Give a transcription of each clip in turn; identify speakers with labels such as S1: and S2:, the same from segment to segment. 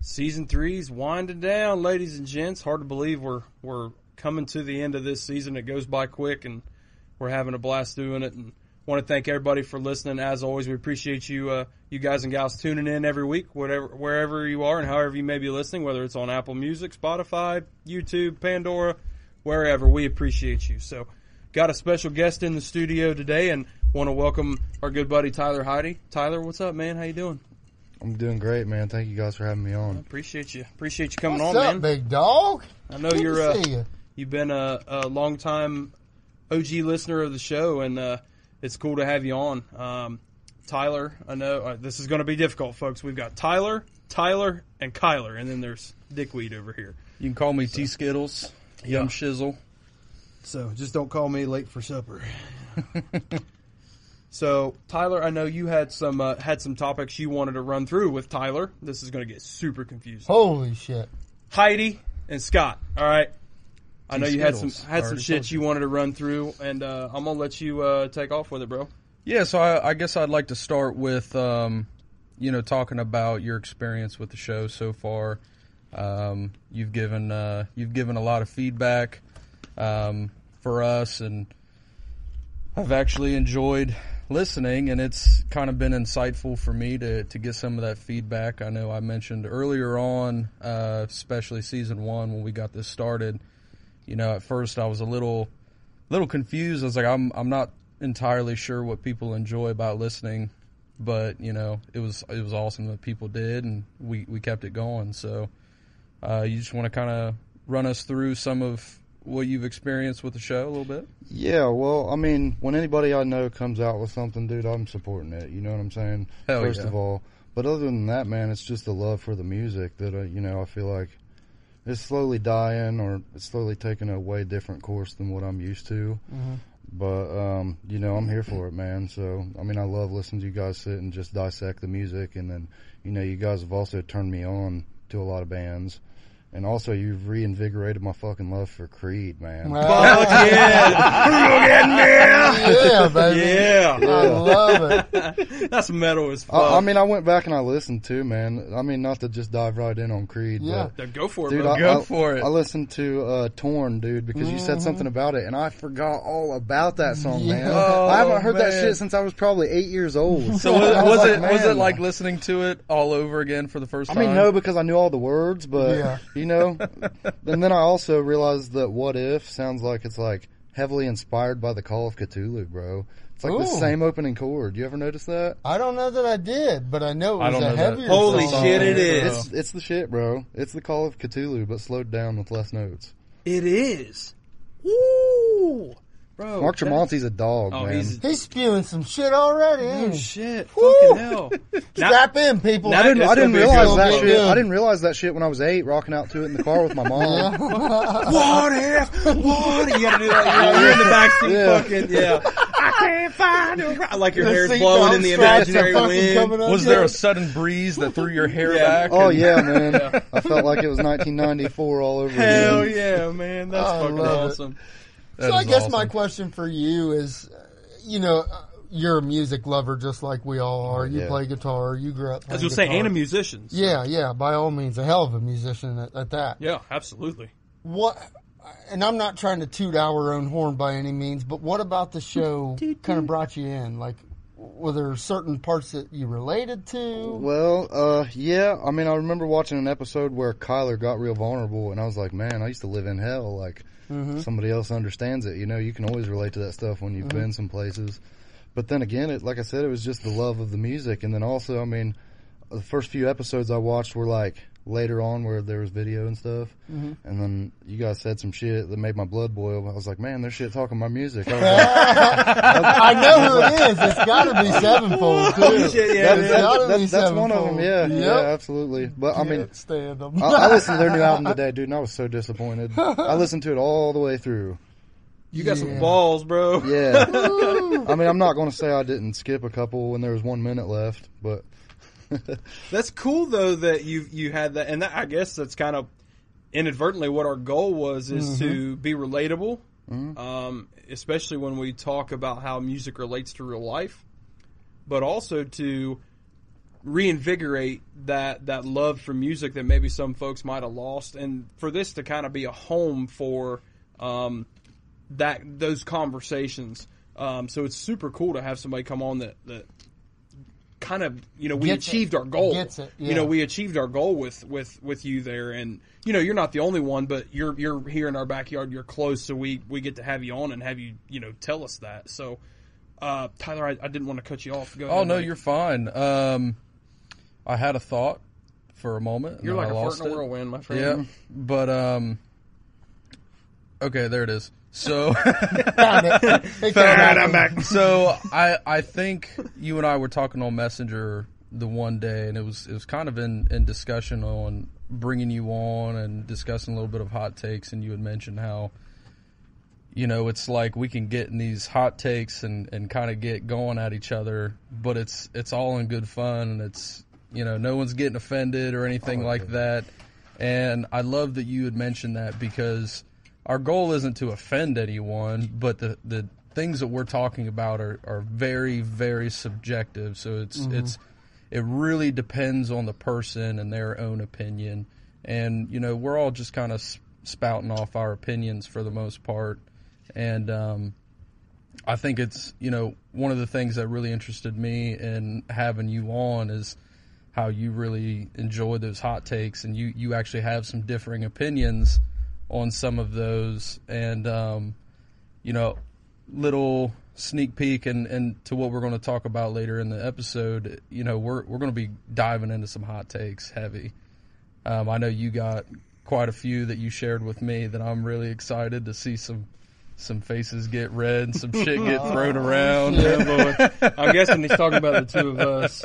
S1: Season three's winding down, ladies and gents. Hard to believe we're we're coming to the end of this season. It goes by quick, and we're having a blast doing it. And want to thank everybody for listening. As always, we appreciate you uh, you guys and gals tuning in every week, whatever wherever you are and however you may be listening, whether it's on Apple Music, Spotify, YouTube, Pandora, wherever. We appreciate you. So, got a special guest in the studio today, and want to welcome our good buddy Tyler Heidi. Tyler, what's up, man? How you doing?
S2: I'm doing great, man. Thank you guys for having me on.
S1: Appreciate you. Appreciate you coming
S3: What's
S1: on,
S3: up,
S1: man.
S3: big dog?
S1: I know
S3: Good
S1: you're
S3: to
S1: uh,
S3: see you.
S1: you've been a, a long time OG listener of the show, and uh, it's cool to have you on. Um, Tyler, I know uh, this is going to be difficult, folks. We've got Tyler, Tyler, and Kyler, and then there's Dickweed over here.
S4: You can call me T Skittles, Yum Shizzle.
S3: So just don't call me late for supper.
S1: So, Tyler, I know you had some uh, had some topics you wanted to run through with Tyler. This is going to get super confusing.
S3: Holy shit!
S1: Heidi and Scott. All right. I know you had some
S4: Skittles.
S1: had
S4: I
S1: some
S4: already
S1: shit
S4: told
S1: you wanted to run through, and uh, I'm gonna let you uh, take off with it, bro.
S4: Yeah, so I, I guess I'd like to start with, um, you know, talking about your experience with the show so far. Um, you've given uh, you've given a lot of feedback um, for us, and I've actually enjoyed listening, and it's kind of been insightful for me to to get some of that feedback. I know I mentioned earlier on, uh, especially season one when we got this started. You know, at first I was a little little confused. I was like, I'm I'm not entirely sure what people enjoy about listening, but you know, it was it was awesome that people did, and we we kept it going. So, uh, you just want to kind of run us through some of what you've experienced with the show a little bit.
S2: Yeah, well, I mean, when anybody I know comes out with something, dude, I'm supporting it. You know what I'm saying?
S4: Hell
S2: First
S4: yeah.
S2: of all, but other than that, man, it's just the love for the music that I, you know, I feel like it's slowly dying or it's slowly taking a way different course than what I'm used to.
S4: Mm-hmm.
S2: But um, you know, I'm here for it, man. So I mean, I love listening to you guys sit and just dissect the music, and then you know, you guys have also turned me on to a lot of bands. And also, you've reinvigorated my fucking love for Creed, man.
S3: Well, yeah, baby.
S1: Yeah.
S3: I love it.
S1: That's metal as fuck.
S2: I, I mean, I went back and I listened too, man. I mean, not to just dive right in on Creed,
S3: Yeah.
S2: but
S1: Now go for it,
S2: dude,
S1: bro.
S2: I,
S4: Go
S2: I-
S4: for it. Mm-hmm.
S2: I listened to uh, "Torn," dude, because you said something about it, and I forgot all about that song, man.
S3: Yeah. Oh,
S2: I haven't heard that
S4: man.
S2: shit since I was probably eight years old.
S4: So
S2: I
S4: was, was it was
S2: man.
S4: it like listening to it all over again for the first
S2: I
S4: time?
S2: mean, no, because I knew all the words, but
S3: Yeah.
S2: you know. and then I also realized that "What If" sounds like it's like heavily inspired by the Call of Cthulhu, bro. It's like the
S3: Ooh.
S2: same opening chord. You ever notice that?
S3: I don't know that I did, but I know it
S4: I
S3: was
S4: don't
S3: a
S4: know that.
S3: heavier.
S1: Holy
S3: song.
S1: shit, it is.
S2: It's it's the shit, bro. It's the Call of Cthulhu, but slowed down with less notes.
S1: It is. Woo! Bro.
S2: Mark
S1: that-
S2: Tremonti's a dog,
S1: Oh,
S2: man.
S1: he's.
S3: He's spewing some shit already.
S1: Oh,
S3: Ain't he?
S1: shit.
S3: Woo!
S1: Fucking hell. Now-
S3: Strap in, people.
S1: Now- It's
S2: I
S1: gonna
S2: didn't
S1: be a good
S2: realize
S3: one.
S2: that
S3: It's
S2: shit.
S3: gonna be good.
S2: I didn't realize that shit when I was eight, rocking out to it in the car with my mom.
S1: What if? What if? You gotta do that. You're in the backseat
S2: Yeah.
S1: fucking, yeah. I can't find a rock. Like your
S3: The
S1: hair's
S3: seat
S1: blowing
S3: belts
S1: in the
S3: straps are
S1: imaginary
S3: fucking
S1: wind.
S3: coming up.
S4: was there a sudden breeze that threw your hair
S1: Yeah.
S4: back?
S2: oh
S4: and-
S2: yeah, man. I felt like it was 1994 all over
S1: Hell
S2: again.
S1: yeah, man. That's
S3: I
S1: fucking
S3: love it.
S1: awesome.
S4: That
S3: so I
S4: is
S3: guess my
S4: awesome.
S3: question for you is, uh, you know, uh, you're a music lover just like we all are. You
S2: Yeah.
S3: play guitar. You grew up.
S1: I was
S3: playing
S1: gonna say,
S3: guitar.
S1: and a musician. so-
S3: Yeah, yeah. By all means, a hell of a musician at, at that.
S1: Yeah, absolutely.
S3: What? And I'm not trying to toot our own horn by any means, but what about the show kind of brought you in? Like, were there certain parts that you related to?
S2: Well, uh, yeah. I mean, I remember watching an episode where Kyler got real vulnerable, and I was like, man, I used to live in hell. Like
S1: Mm-hmm.
S2: somebody else understands it. You know, you can always relate to that stuff when
S1: Mm-hmm.
S2: you've been some places. But then again, it like I said, it was just the love of the music, and then also, I mean, the first few episodes I watched were like later on where there was video and stuff,
S1: Mm-hmm.
S2: and then you guys said some shit that made my blood boil. I was like, man, there's shit talking my music. I was like,
S3: I know who it is. It's got to be Sevenfold too.
S1: Oh, Shit, yeah,
S2: that-
S1: man.
S3: it's gotta
S2: that-
S3: be
S2: that's that's one of them.
S3: Sevenfold.
S2: Yeah,
S3: Yep.
S2: yeah, absolutely. But I mean,
S3: Can't stand them.
S2: I, I listened to their new album today, dude, and I was so disappointed. I listened to it all the way through.
S1: You got some
S3: Yeah.
S1: balls, bro.
S2: Yeah. I mean, I'm not going to say I didn't skip a couple when there was one minute left, but
S1: That's cool though that you you had that, and that, I guess that's kind of inadvertently what our goal was is to be relatable, um, especially when we talk about how music relates to real life, but also to reinvigorate that that love for music that maybe some folks might have lost, and for this to kind of be a home for um, that those conversations. Um, so it's super cool to have somebody come on that, that kind of you know we
S3: Gets it.
S1: achieved our goal.
S3: Gets it,
S1: You know
S3: yeah.
S1: we achieved our goal with with with you there, and you know you're not the only one, but you're you're here in our backyard. You're close, so we we get to have you on and have you you know tell us that. So. Uh, Tyler, I, I didn't want to cut you off. Go
S4: Oh
S1: ahead,
S4: no,
S1: Mike.
S4: you're fine. Um, I had a thought for a moment. and
S1: You're
S4: then
S1: like
S4: I
S1: a fart
S4: lost
S1: in a
S4: it.
S1: whirlwind, my friend.
S4: Yeah, but um, okay, there it is. So,
S3: Found it. They
S4: Found
S3: found
S4: it,
S3: it.
S1: I'm back.
S4: so I I think you and I were talking on Messenger the one day, and it was it was kind of in in discussion on bringing you on and discussing a little bit of hot takes, and you had mentioned how. You know, it's like we can get in these hot takes and, and kind of get going at each other, but it's it's all in good fun and it's you know no one's getting offended or anything like that. And I love that you had mentioned that because our goal isn't to offend anyone, but the, the things that we're talking about are, are very, very subjective. So it's it's it really depends on the person and their own opinion. And you know, we're all just kind of spouting off our opinions for the most part. And um, I think it's you know one of the things that really interested me in having you on is how you really enjoy those hot takes and you you actually have some differing opinions on some of those and um, you know little sneak peek and and to what we're going to talk about later in the episode you know we're we're going to be diving into some hot takes heavy um, I know you got quite a few that you shared with me that I'm really excited to see some some faces get red, some shit get thrown around.
S1: I'm guessing he's talking about the two of us.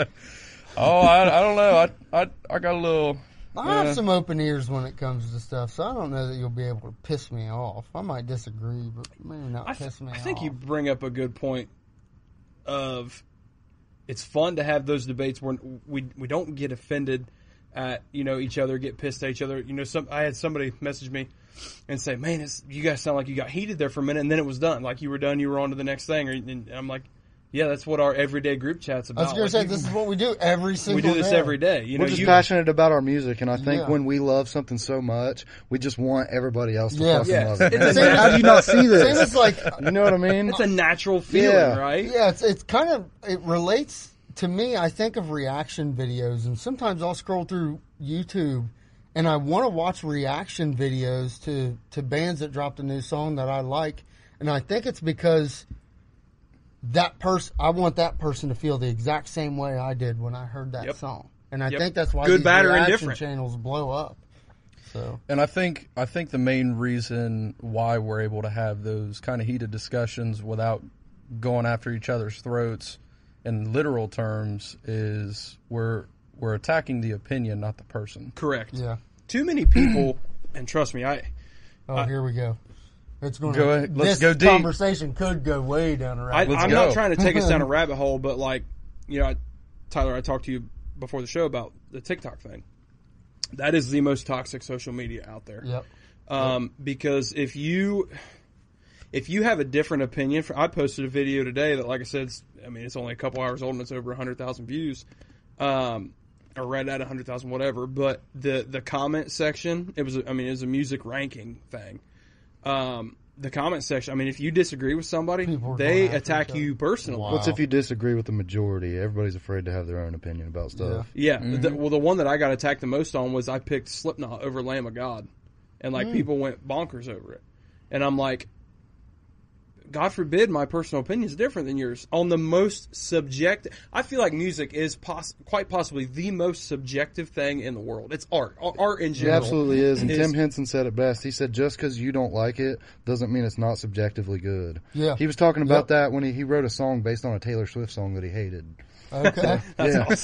S4: Oh, I, I don't know. I, I I got a little.
S3: I
S4: Yeah.
S3: have some open ears when it comes to stuff, so I don't know that you'll be able to piss me off. I might disagree, but maybe not
S1: I, th-
S3: piss me
S1: I
S3: off.
S1: think you bring up a good point. Of it's fun to have those debates where we we don't get offended at you know each other, get pissed at each other. You know, some I had somebody message me and say, "Man, it's, you guys sound like you got heated there for a minute, and then it was done. Like you were done, you were on to the next thing." Or, and I'm like, "Yeah, that's what our everyday group chats about."
S3: I was going
S1: Like,
S3: to say
S1: you-
S3: this is what we do every
S1: we
S3: single.
S1: do this
S3: day.
S1: every day. You
S2: We're
S1: know,
S2: just
S1: you,
S2: passionate about our music, and I think
S3: Yeah.
S2: when we love something so much, we just want everybody else to
S3: Yeah.
S2: fucking
S1: Yeah.
S2: love it.
S1: It's
S2: It's like,
S1: a-
S2: how do you not see
S3: Same
S2: this?
S3: as like,
S2: You know what I mean?
S1: it's a natural feeling,
S2: Yeah.
S1: right?
S3: yeah, it's it's kind of it relates to me. I think of reaction videos, and sometimes I'll scroll through YouTube, and I want to watch reaction videos to to bands that dropped a new song that I like, and I think it's because that person, I want that person to feel the exact same way I did when I heard that
S1: Yep.
S3: song, and I
S1: Yep.
S3: think that's why
S1: Good,
S3: these
S1: bad, or
S3: reaction
S1: indifferent.
S3: channels blow up. So
S4: And I think I think the main reason why we're able to have those kind of heated discussions without going after each other's throats in literal terms is we're we're attacking the opinion, not the person.
S1: Correct.
S3: yeah,
S1: Too many people, and trust me, I
S3: oh here we go. It's going
S4: Go ahead. Let's
S3: this
S4: go deep.
S3: Conversation could go way down a
S1: I,
S3: rabbit.
S4: Let's
S1: I'm
S4: go.
S1: not trying to take us down a rabbit hole, but like, you know, I, Tyler, I talked to you before the show about the TikTok thing. That is the most toxic social media out there.
S3: Yep.
S1: Um, because if you if you have a different opinion, for, I posted a video today that, like I said, it's, I mean, it's only a couple hours old and it's over hundred thousand views, um, or right at hundred thousand, whatever. But the the comment section, it was, a, I mean, it was a music ranking thing. Um, the comment section. I mean, if you disagree with somebody,
S3: People are
S1: they
S3: going after each
S1: attack
S3: other.
S1: you personally.
S3: Wow.
S2: What's if you disagree with the majority? Everybody's afraid to have their own opinion about stuff. Mm-hmm.
S1: Yeah. The, well, the one that I got attacked the most on was I picked Slipknot over Lamb of God, and
S2: Mm.
S1: like people went bonkers over it, and I'm like, God forbid my personal opinion is different than yours on the most subjective. I feel like music is poss- quite possibly the most subjective thing in the world. It's art, Ar- art in
S2: It
S1: general.
S2: absolutely is. And
S1: Is-
S2: Tim Henson said it best. He said, just because you don't like it doesn't mean it's not subjectively good.
S3: Yeah.
S2: He was talking about
S3: Yep.
S2: that when he, he wrote a song based on a Taylor Swift song that he hated.
S3: Okay.
S2: yeah.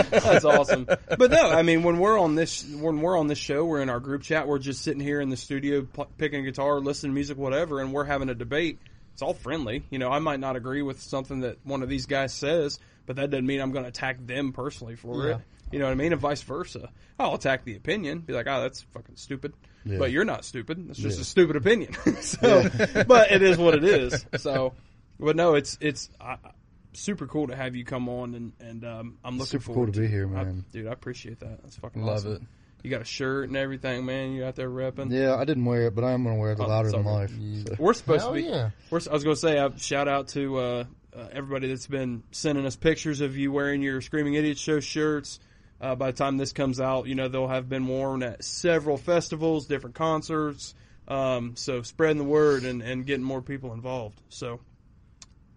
S1: That's awesome. But no, I mean, when we're on this, when we're on this show, we're in our group chat. We're just sitting here in the studio, pl- picking a guitar, listening to music, whatever, and we're having a debate. It's all friendly. You know, I might not agree with something that one of these guys says, but that doesn't mean I'm going to attack them personally for it.
S3: Yeah.
S1: You know what I mean? And vice versa. I'll attack the opinion, be like, oh, that's fucking stupid.
S2: Yeah.
S1: But you're not stupid. It's just a stupid opinion. so, but it is what it is. So, but no, it's, it's, I, super cool to have you come on, and and um, I'm looking
S2: Super
S1: forward
S2: cool to be here,
S1: I-
S2: man.
S1: dude, I appreciate that. That's fucking
S4: Love
S1: awesome.
S4: it.
S1: You got a shirt and everything, man. You out there repping?
S2: Yeah, I didn't wear it, but I am gonna wear it
S1: Oh,
S2: louder than
S1: sorry.
S2: life. so.
S1: We're supposed
S3: Hell
S1: to be.
S3: yeah.
S1: We're, I was going to say, uh, shout out to uh, uh, everybody that's been sending us pictures of you wearing your Screaming Idiot Show shirts. Uh, by the time this comes out, you know they'll have been worn at several festivals, different concerts. Um, so spreading the word and, and getting more people involved. So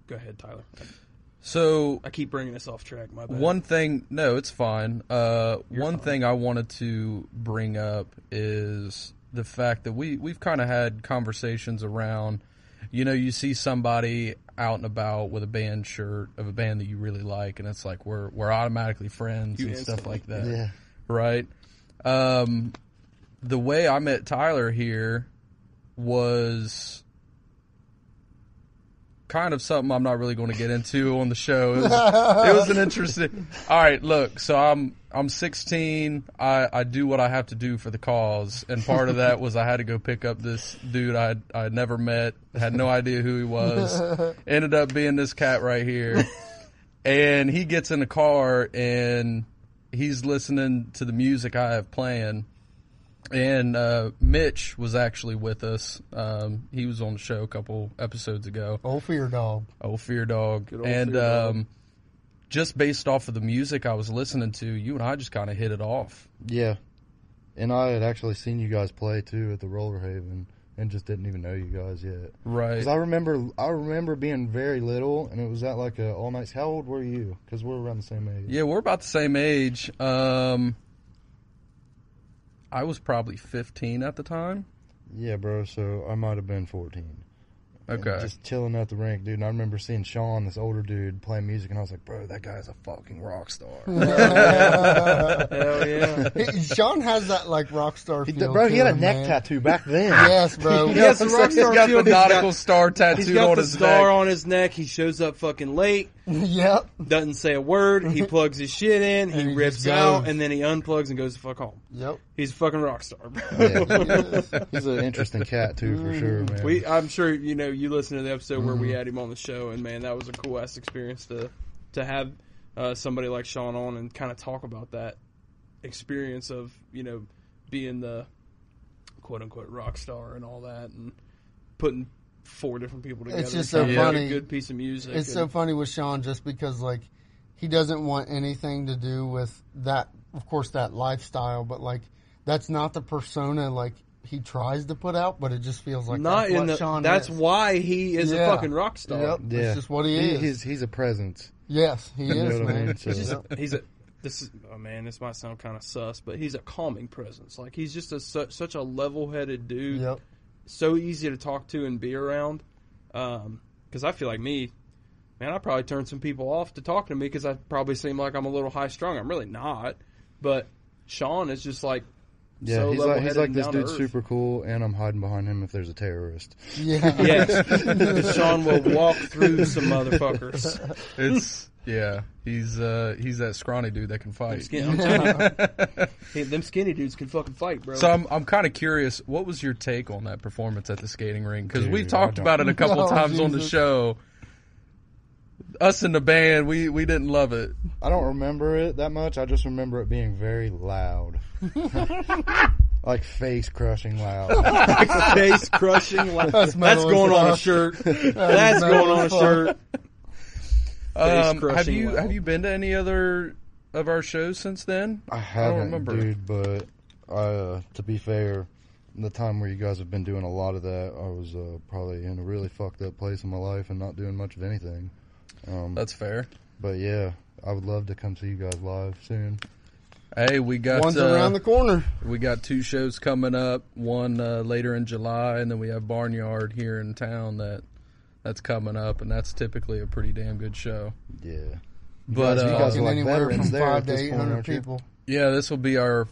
S1: go ahead, Tyler.
S4: So
S1: I keep bringing us off track. My bad.
S4: One thing, no, it's fine. Uh, one thing I wanted to bring up is the fact that we we've kind of had conversations around. You know, you see somebody out and about with a band shirt of a band that you really like, and it's like we're we're automatically friends
S1: You
S4: and stuff
S1: instantly-
S4: like that,
S2: Yeah.
S4: right? Um, the way I met Tyler here was kind of something I'm not really going to get into on the show. It was, it was an interesting. All right, look. So I'm I'm 16. I I do what I have to do for the cause, and part of that was I had to go pick up this dude I I had never met, had no idea who he was. Ended up being this cat right here, and he gets in the car and he's listening to the music I have playing. And uh, Mitch was actually with us. Um, he was on the show a couple episodes ago.
S3: Old fear dog.
S4: Old Fear Dog.
S1: old
S4: and
S1: Fear Dog.
S4: um, just based off of the music I was listening to, you and I just kind of hit it off.
S2: Yeah. And I had actually seen you guys play too at the Roller Haven and just didn't even know you guys yet.
S4: Right.
S2: Cuz I remember I remember being very little and it was at like a all nights. How old were you? Cuz we're around the same age.
S4: yeah, we're about the same age. Um, I was probably 15 at the time.
S2: Yeah, bro, so I might have been 14. And
S4: Okay.
S2: Just chilling at the rink, dude. And I remember seeing Sean, this older dude, playing music and I was like, "Bro, that guy's a fucking rock star."
S1: Hell yeah.
S3: He- Sean has that like rock star
S2: He d-
S3: feel
S2: bro, he
S3: to
S2: had a
S3: him,
S2: neck
S3: man.
S2: tattoo back then.
S3: Yes, bro.
S1: He has the
S4: He's
S1: rock star
S4: got
S1: shield.
S4: the
S1: He's got-
S4: nautical star
S1: He's
S4: tattooed
S1: got
S4: on
S1: the
S4: his
S1: star
S4: neck.
S1: on his neck. He shows up fucking late.
S3: yep.
S1: Doesn't say a word. He plugs his shit in. He,
S3: And he
S1: rips
S3: just goes.
S1: out, and then he unplugs and goes the fuck home.
S3: Yep.
S1: He's a fucking rock star. bro.
S2: Yeah. Mm-hmm. He's an interesting cat too, for sure, man.
S1: We, I'm sure you know. You listen to the episode where we had him on the show, and man, that was a cool ass experience to to have uh, somebody like Sean on and kind of talk about that experience of you know being the quote unquote rock star and all that, and putting four different people together.
S3: It's just
S1: and
S3: so
S1: trying to make
S3: funny.
S1: A good piece of music.
S3: It's so
S1: and-
S3: funny with Sean just because like he doesn't want anything to do with that of course that lifestyle, but like that's not the persona like he tries to put out, but it just feels like
S1: not
S3: that's what
S1: in the.
S3: Sean
S1: that's
S3: is.
S1: why he is
S3: Yeah.
S1: a fucking rock star.
S3: Yep.
S2: yeah.
S3: That's just what he is.
S2: He's he's a presence.
S3: Yes, he
S2: know
S3: is,
S2: what I mean?
S3: man.
S2: So-
S1: He's
S3: Yep.
S1: a, he's a this is oh man, this might sound kind of sus, but he's a calming presence. Like he's just a such, such a level-headed dude,
S3: Yep.
S1: so easy to talk to and be around. Because I feel like me, man, I probably turn some people off to talking to me because I probably seem like I'm a little high strung. I'm really not, but Sean is just like
S2: Yeah,
S1: so
S2: he's like
S1: level-headed
S2: he's like
S1: and
S2: this
S1: down to
S2: dude's
S1: earth.
S2: super cool, and I'm hiding behind him if there's a terrorist.
S3: Yeah.
S1: Yes, 'Cause Sean will walk through some motherfuckers.
S4: It's yeah. He's uh he's that scrawny dude that can
S1: Them
S4: fight.
S1: skin- I'm telling you. Hey, them skinny dudes can fucking fight, bro.
S4: So I'm I'm kind of curious. What was your take on that performance at the skating rink? Because we've
S2: Dude,
S4: talked
S2: I don't-
S4: about it a couple
S3: Oh,
S4: times on the
S3: Jesus.
S4: show. Us in the band, we we didn't love it.
S2: I don't remember it that much. I just remember it being very loud, like face crushing loud.
S1: face crushing. Laugh. That's,
S3: metal as
S1: going on a
S3: fuck.
S1: shirt. That's
S3: metal
S1: going on a
S3: as fuck.
S1: shirt.
S4: Um, have
S1: crushing
S4: you
S1: loud.
S4: have you been to any other of our shows since then?
S2: I haven't,
S4: remember.
S2: dude. But uh, to be fair, the time where you guys have been doing a lot of that, I was uh, probably in a really fucked up place in my life and not doing much of anything. Um,
S4: That's fair.
S2: but yeah, I would love to come see you guys live soon.
S4: Hey, we got
S3: One's
S4: uh,
S3: around the corner.
S4: we got two shows coming up. One uh, later in July, and then we have Barnyard here in town that that's coming up, and that's typically a pretty damn good show.
S2: Yeah.
S4: But
S2: guys- you
S4: uh,
S2: guys
S3: Fucking
S2: like
S3: anywhere
S2: veterans
S3: from
S2: there
S3: five
S2: at
S3: to
S2: this
S3: eight
S2: point,
S3: hundred
S2: aren't you?
S3: people.
S4: yeah, this will be our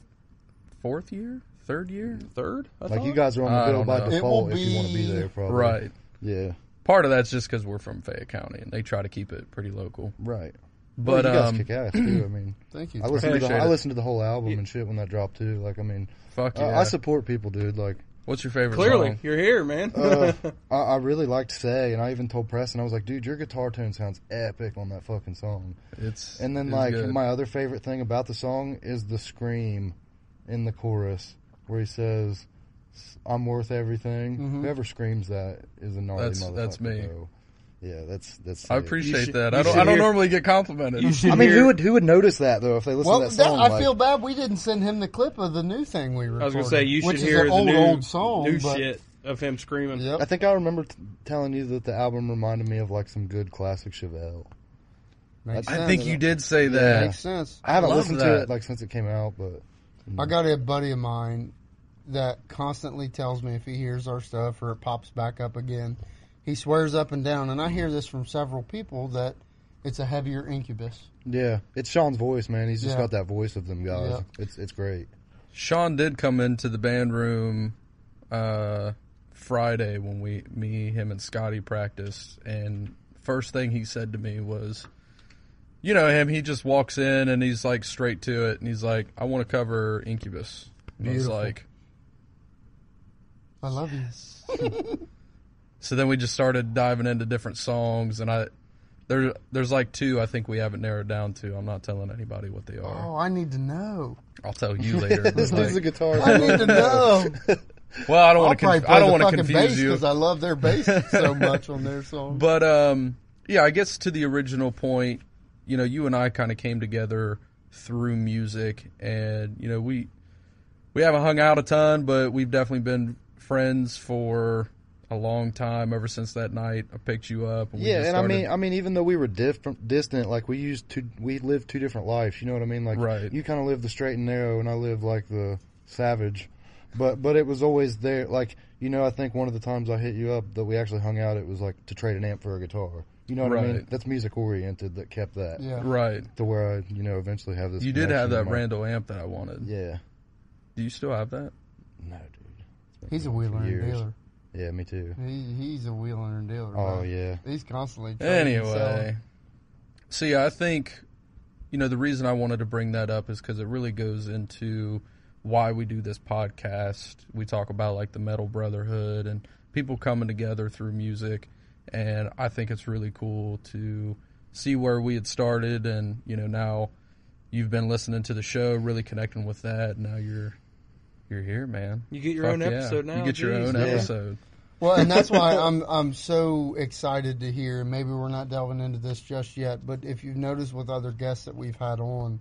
S4: fourth year, third year.
S1: Third, I
S2: Like you
S1: thought?
S2: guys are on
S4: I
S2: the bill
S4: don't
S2: by
S4: know. It
S2: default
S3: will
S2: if you want to be
S3: be-
S2: there, probably.
S4: Right.
S2: Yeah.
S4: Part of that's just because we're from Fayette County and they try to keep it pretty local.
S2: Right.
S4: But
S2: you guys
S4: um,
S2: kick ass too. I mean,
S3: Thank you.
S2: I listened to the,
S4: Appreciate
S2: I
S4: it.
S2: listened to the whole album and shit when that dropped too. Like, Uh, I mean,
S4: fuck
S2: I-
S4: yeah,
S2: I support people, dude. Like,
S4: What's your favorite
S1: Clearly,
S4: song?
S1: you're here, man.
S2: Uh, I, I really liked Say, and I even told Preston, I was like, dude, your guitar tone sounds epic on that fucking song.
S4: It's
S2: And then,
S4: it's
S2: like,
S4: good.
S2: my other favorite thing about the song is the scream in the chorus where he says, I'm worth everything. Whoever screams that is a gnarly
S4: Mm-hmm. That's-
S2: motherfucker.
S4: that's me.
S2: bro. Yeah, that's that's.
S4: I
S2: sick.
S4: appreciate
S1: should-
S4: that.
S1: you
S4: I don't.
S1: should
S4: I don't
S1: hear-
S4: normally get complimented.
S1: you should
S2: I mean,
S1: hear-
S2: who would who would notice that though if they listen
S3: Well,
S2: to that
S3: that-
S2: song?
S3: I
S2: like,
S3: feel bad we didn't send him the clip of the new thing we recorded.
S1: I was gonna say you should
S3: which
S1: hear
S3: is an
S1: the
S3: old
S1: new,
S3: old song.
S1: new
S3: but,
S1: shit of him screaming.
S2: I
S3: Yep.
S2: think I remember t- telling you that the album reminded me of like some good classic Chevelle.
S3: Makes
S4: I
S3: sense.
S4: think you did say
S2: Yeah.
S4: that.
S3: Makes sense.
S2: I haven't
S4: love
S2: listened to
S4: that.
S2: it like since it came out, but
S3: I got a buddy of mine that constantly tells me if he hears our stuff or it pops back up again, he swears up and down. And I hear this from several people that it's a heavier incubus.
S2: yeah, it's Sean's voice, man. He's just
S3: Yeah.
S2: got that voice of them guys.
S3: Yeah.
S2: It's it's great.
S4: Sean did come into the band room uh, Friday when we, me, him, and Scotty practiced, and first thing he said to me was, "You know him. He just walks in and he's like straight to it, and he's like, I want to cover Incubus.' And I was
S3: Beautiful.
S4: like,
S3: I love
S4: so then we just started diving into different songs, and I there there's like two I think we haven't narrowed down to. I'm not telling anybody what they
S3: you.
S4: are.
S3: Oh, I need to know.
S4: I'll tell you later. but,
S2: this dude's a
S4: like-
S2: guitar.
S3: I need to know.
S4: well, I don't
S3: I'll
S4: want to.
S3: probably
S4: Conf-
S3: play
S4: I don't
S3: the
S4: want to
S3: fucking
S4: confuse
S3: bass
S4: you.
S3: because I love their bass so much on their song.
S4: But um, yeah, I guess to the original point, you know, you and I kind of came together through music, and you know, we we haven't hung out a ton, but we've definitely been friends for a long time. Ever since that night, I picked you up. And we
S2: yeah,
S4: just
S2: and I mean,
S4: started-
S2: I mean, even though we were different, distant, like we used two, we lived two different lives. You know what I mean? Like,
S4: Right.
S2: you kind of live the straight and narrow, and I live like the savage. But but it was always there. Like you know, I think one of the times I hit you up that we actually hung out, it was like to trade an amp for a guitar. You know what I mean?
S4: Right.
S2: That's music oriented. That kept that
S3: yeah.
S4: right.
S2: to where I, you know, eventually have this.
S4: You did have that
S2: connection in
S4: Randall amp that I wanted.
S2: my- Yeah.
S4: Do you still have that?
S2: No, dude.
S3: He's a wheeler and
S2: Years.
S3: dealer.
S2: Yeah, me too.
S3: He, he's a wheeler and dealer.
S2: Oh
S3: man.
S2: yeah.
S3: He's constantly. trading and selling.
S4: Anyway, see, I think you know the reason I wanted to bring that up is because it really goes into why we do this podcast. We talk about like the metal brotherhood and people coming together through music, and I think it's really cool to see where we had started, and you know now you've been listening to the show, really connecting with that. Now you're you're here, man.
S1: You get your
S4: Fuck
S1: own
S4: yeah.
S1: episode now.
S4: You get your
S1: Jeez.
S4: own
S2: Yeah.
S4: episode.
S3: Well, and that's why I'm I'm so excited to hear. Maybe we're not delving into this just yet, but if you've noticed with other guests that we've had on,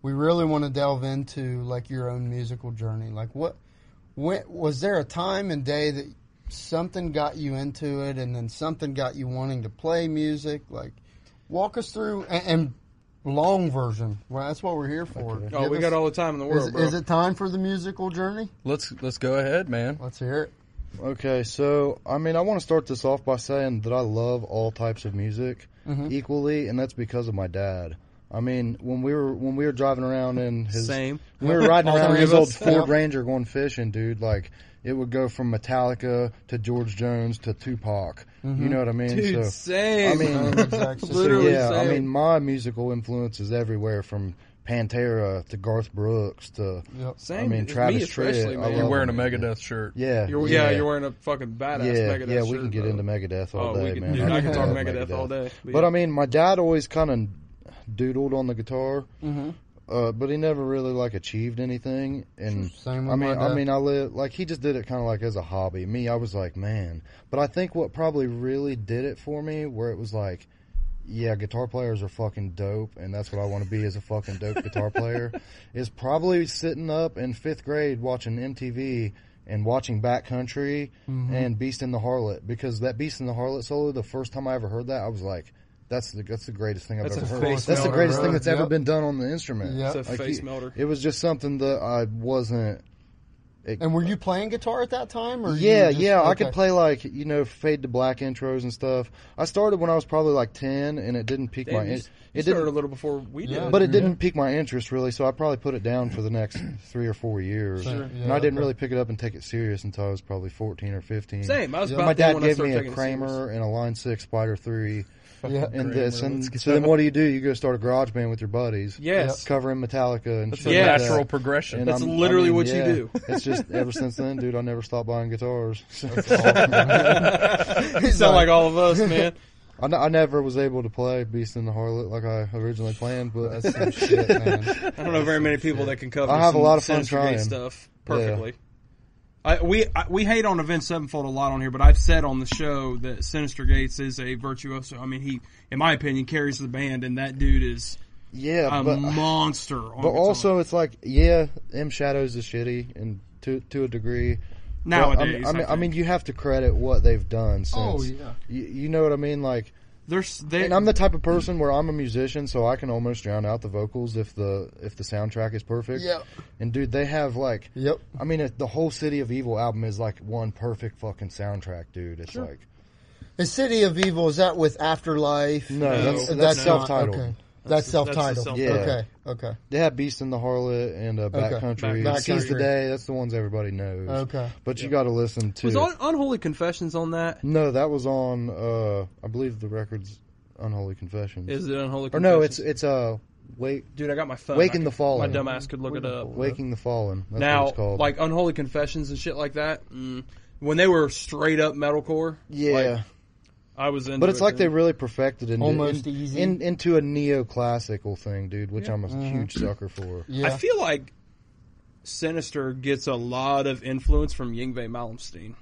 S3: we really want to delve into like your own musical journey. Like what when, was there a time and day that something got you into it and then something got you wanting to play music? Like walk us through and, and long version. Well, that's what we're here for.
S2: Okay.
S1: Oh,
S3: Give
S1: we
S3: us-
S1: got all the time in the world,
S3: is,
S1: bro.
S3: is it time for the musical journey?
S4: Let's let's go ahead, man.
S3: Let's hear it.
S2: Okay, so I mean, I want to start this off by saying that I love all types of music
S1: Mm-hmm.
S2: equally, and that's because of my dad. I mean, when we were when we were driving around in his
S1: Same.
S2: we were riding
S3: All
S2: around in
S3: three
S2: his
S3: of
S2: old
S3: us.
S2: Ford
S3: Yeah.
S2: Ranger going fishing, dude. Like it would go from Metallica to George Jones to Tupac. You know what I mean?
S1: Mm-hmm. Dude,
S2: so,
S1: same.
S2: I mean,
S3: Exactly.
S1: Literally
S2: yeah, I
S1: same.
S2: mean, my musical influence is everywhere from Pantera to Garth Brooks to
S3: Yep.
S1: same.
S2: I mean,
S1: It's
S2: Travis
S1: me especially,
S2: Tritt,
S1: man.
S2: I love
S4: You're wearing a
S2: him.
S4: Megadeth shirt.
S2: yeah,
S1: You're, yeah, you're wearing a fucking badass
S2: yeah,
S1: Megadeth
S2: yeah, we
S1: shirt,
S2: can get
S1: bro.
S2: into Megadeth all
S1: oh,
S2: day,
S1: we can,
S2: man.
S1: Dude, I can talk
S2: love
S1: Megadeth, all day.
S2: But I mean, my dad always kind of doodled on the guitar, uh, but he never really like achieved anything. And
S3: Same with
S2: I mean,
S3: my dad.
S2: I mean, I live like he just did it kind of like as a hobby. Me, I was like, man. But I think what probably really did it for me, where it was like. Yeah, guitar players are fucking dope, and that's what I want to be as a fucking dope guitar player. Is probably sitting up in fifth grade watching MTV and watching Backcountry
S3: Mm-hmm.
S2: and Beast in the Harlot because that Beast in the Harlot solo, the first time I ever heard that, I was like, "That's the that's the greatest thing I've
S1: That's a
S2: ever heard.
S1: face
S2: That's the
S1: melter,
S2: greatest
S1: bro.
S2: thing that's ever
S3: Yep.
S2: been done on the instrument."
S3: Yep.
S1: it's a
S2: Like,
S1: face
S2: you-
S1: melter.
S2: It was just something that I wasn't. it-
S3: And were you playing guitar at that time? Or you
S2: yeah,
S3: were just-
S2: yeah, I
S3: okay.
S2: could play like you know fade to black intros and stuff. I started when I was probably like ten, and it didn't pique my
S1: Damn, you,
S2: in-
S1: s- you
S2: it
S1: started
S2: didn't
S1: a little before we
S3: Yeah.
S1: did.
S2: but it didn't pique my interest really, so I probably put it down for the next three or four years.
S3: Sure.
S2: and I
S3: Yeah,
S2: didn't
S3: okay.
S2: really pick it up and take it serious until I was probably fourteen or fifteen.
S1: Same. I was
S2: Yeah,
S1: about
S2: my
S1: there
S2: dad
S1: when I
S2: gave
S1: started
S2: me a
S1: taking it serious.
S2: Kramer and a Line Six Spider Three,
S4: fucking
S3: Yeah,
S2: And
S4: Kramer,
S2: this, and
S4: let's
S2: so
S4: go.
S2: then what do you do? You go start a garage band with your buddies.
S1: Yes.
S2: Covering Metallica and
S4: That's
S2: shit
S4: a
S1: Yes.
S2: like
S4: natural
S2: that.
S4: progression.
S2: And
S1: That's literally what you do.
S2: It's just ever since then, dude, I never stopped buying guitars.
S1: You sound like all of us, man.
S2: I n- I never was able to play Beast and the Harlot like I originally planned, but that's some shit, man.
S1: I don't know very many people that can cover.
S2: I have a
S1: some
S2: lot of fun
S1: Sinister Gate
S2: trying.
S1: stuff perfectly. I, we I, we hate on Event Sevenfold a lot on here, but I've said on the show that Sinister Gates is a virtuoso. I mean, he, in my opinion, carries the band, and that dude is
S2: Yeah,
S1: a
S2: but
S1: monster. On
S2: but
S1: guitar.
S2: also it's like yeah, M Shadows is shitty and to to a degree. But, I mean-
S1: nowadays,
S2: I mean, I mean,
S1: think.
S2: you have to credit what they've done since.
S3: Oh, yeah.
S2: You, you know what I mean? Like,
S1: there's they,
S2: and I'm the type of person where I'm a musician, so I can almost drown out the vocals if the if the soundtrack is perfect.
S3: Yep.
S2: And dude, they have like,
S3: Yep.
S2: I mean, it, the whole City of Evil album is like one perfect fucking soundtrack, dude. It's like
S3: The City of Evil is that with Afterlife?
S2: No,
S1: No,
S2: that's-
S1: that's
S2: that's
S1: not-
S2: self-titled.
S3: Okay. That's,
S1: the-
S3: self-titled.
S1: that's the
S2: Yeah.
S3: Okay. Okay.
S2: They have Beast in the Harlot and uh,
S3: Okay.
S2: Backcountry.
S3: Back-
S2: Seize the
S3: Backcountry.
S2: Day. That's the ones everybody knows.
S3: Okay.
S2: But you got to listen to.
S1: was on, Unholy Confessions on that.
S2: no, that was on. Uh, I believe the record's Unholy Confessions.
S1: Is it Unholy?
S2: or
S1: Confessions?
S2: no, it's it's uh, wake
S1: dude. I got my phone.
S2: Wake
S1: I
S2: in
S1: could-
S2: the Fallen.
S1: My dumb ass could look it up.
S2: Waking the Fallen. That's what
S1: now,
S2: it's called.
S1: like Unholy Confessions and shit like that. Mm, when they were straight up metalcore,
S2: yeah,
S1: like, I was into.
S2: but it's
S1: it
S2: like
S1: then.
S2: they really perfected it
S3: Almost
S2: in,
S3: easy. Uh-huh.
S2: in, into a neoclassical thing, dude, which I'm a huge sucker for.
S3: Yeah.
S1: I feel like Sinister gets a lot of influence from Yngwie Malmsteen.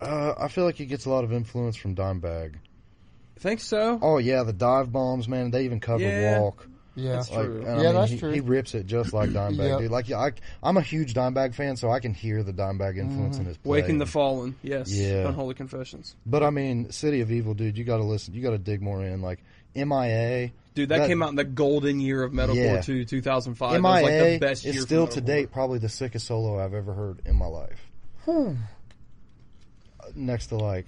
S2: Uh, I feel like he gets a lot of influence from Dimebag.
S1: Think so?
S2: Oh yeah, the dive bombs, man. They even cover
S1: Yeah.
S2: Walk.
S3: yeah.
S1: That's true.
S2: and
S3: Yeah, that's
S2: he,
S3: true.
S2: He rips it just like Dimebag,
S3: Yep.
S2: dude. Like yeah, I, I'm a huge Dimebag fan, so I can hear the Dimebag influence in his play.
S1: Mm-hmm. Waking the Fallen, yes.
S2: Yeah.
S1: Unholy Confessions.
S2: but I mean, City of Evil, dude. You got to listen. You got to dig more in. Like MIA,
S1: Dude, that,
S2: That-
S1: came out in the golden year of metalcore
S2: Yeah.
S1: too, 2005. It
S2: MIA
S1: was like the best
S2: is
S1: year
S2: still
S1: for
S2: to
S1: metalcore.
S2: date probably the sickest solo I've ever heard in my life. Uh, Next to like,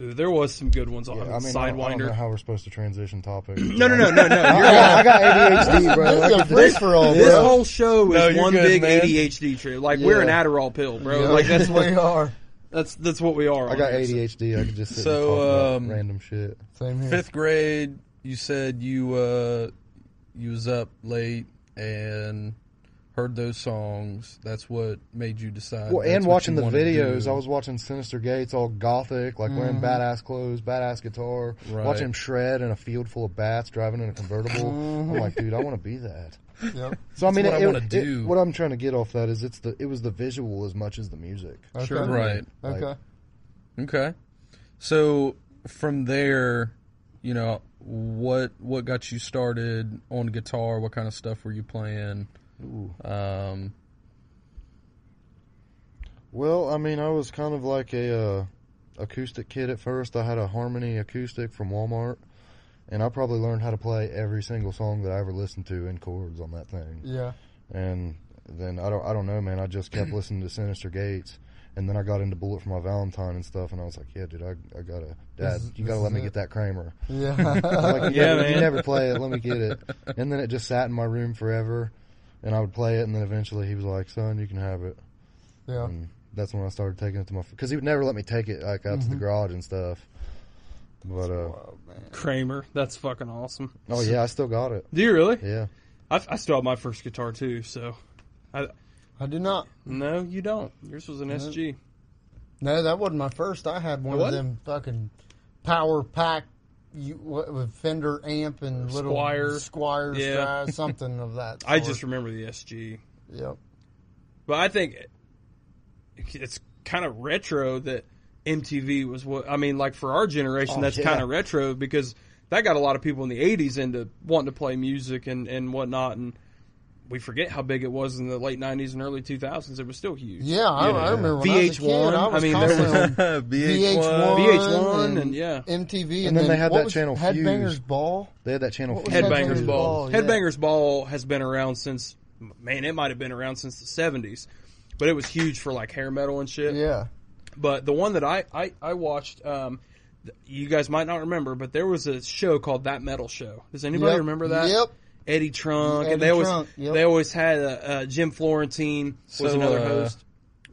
S1: Ooh, there was some good ones on
S2: yeah, I mean, I don't- I don't know
S1: Sidewinder.
S2: how we're supposed to transition topic.
S1: No, no, no, no, no.
S2: I got, I got ADHD, bro.
S3: This is a
S2: Oh,
S3: free-for-all,
S1: This
S3: bro.
S1: whole show
S4: No,
S1: is
S4: you're
S1: one
S4: good,
S1: big
S4: man.
S1: ADHD trip. Like we're an
S2: Yeah.
S1: Adderall pill, bro.
S3: Yeah.
S1: Like that's what
S3: we are.
S1: that's that's what we are.
S2: I
S1: on
S2: got
S1: here, so-
S2: ADHD. I could just sit
S4: So,
S2: and talk
S4: um,
S2: about random shit.
S3: Same here.
S4: Fifth grade, you said you uh, you was up late and heard those songs. That's what made you decide.
S2: Well,
S4: that's
S2: and
S4: what
S2: watching
S4: you
S2: the
S4: wanted to
S2: videos,
S4: do. Mm-hmm.
S2: I was watching Sinister Gates, all gothic, like wearing badass clothes, badass guitar.
S4: Right.
S2: Watching him shred in a field full of bats, driving in a convertible. I'm like, dude, I want to be that.
S3: Yep.
S2: So I mean,
S4: Mm-hmm. what I
S2: it-
S4: wanna
S2: it-
S4: do.
S2: what I'm trying to get off that is it's the it was the visual as much as the music.
S3: Okay.
S1: Sure.
S4: right.
S3: Okay.
S2: Like-
S4: Okay. So from there, you know, what what got you started on guitar? What kind of stuff were you playing? Um,
S2: Well, I mean, I was kind of like a uh, acoustic kid at first. I had a Harmony acoustic from Walmart, and I probably learned how to play every single song that I ever listened to in chords on that thing.
S3: yeah.
S2: and then I don't I don't know, man. I just kept listening to Sinister Gates, and then I got into Bullet for My Valentine and stuff, and I was like, yeah, dude, I, I gotta, Dad,
S3: This is-
S2: you gotta
S3: this
S2: let
S3: is
S2: me
S3: it."
S2: get that Kramer.
S3: Yeah.
S2: I'm Like, you
S1: Yeah,
S2: never, You
S1: man.
S2: never play it, let me get it. And then it just sat in my room forever, and I would play it, and then eventually he was like, son, you can have it.
S3: yeah.
S2: And that's when I started taking it to my because he would never let me take it like out
S3: Mm-hmm.
S2: to the garage and stuff. But uh,
S3: Oh, man.
S1: Kramer. That's fucking awesome.
S2: oh yeah, I still got it.
S1: Do you really?
S2: Yeah.
S1: I, I still have my first guitar too. So
S3: I do not.
S1: no, you don't. Yours was an SG.
S3: No, that wasn't my first. I had one
S1: It
S3: of
S1: wasn't?
S3: them fucking power pack you, what, with Fender amp and little
S1: Squire.
S3: Squire
S1: Yeah.
S3: Strat, something of that.
S1: I
S3: sort.
S1: just remember the SG.
S3: yep.
S1: But I think it- it's kind of retro that MTV was what I mean. Like for our generation,
S2: Oh,
S1: that's
S2: yeah.
S1: kind of retro because that got a lot of people in the '80s into wanting to play music and and whatnot. And we forget how big it was in the late '90s and early 2000s. It was still huge.
S3: Yeah, I, I remember when
S1: VH1,
S3: I was a kid, I, was
S1: I mean, there
S3: constantly
S1: was-
S3: on VH1,
S1: VH1 and, yeah.
S3: MTV, and,
S2: then they had
S3: what
S2: that
S3: was
S2: channel
S3: Headbangers
S2: Fused.
S3: Ball.
S2: They had that channel.
S3: What was
S2: Fuse.
S1: Headbangers
S3: Headbangers
S1: Ball.
S3: Ball, yeah.
S1: Headbangers Ball has been around since man, it might have been around since the seventies, but it was huge for like hair metal and shit.
S3: Yeah,
S1: But the one that I I, I watched, um, th- you guys might not remember, but there was a show called That Metal Show. Does anybody
S3: Yep.
S1: remember that?
S3: Yep.
S1: Eddie Trunk,
S3: Eddie
S1: and they always
S3: Trunk, yep.
S1: they always had uh, uh, Jim Florentine was
S4: So,
S1: another
S4: uh,
S1: host.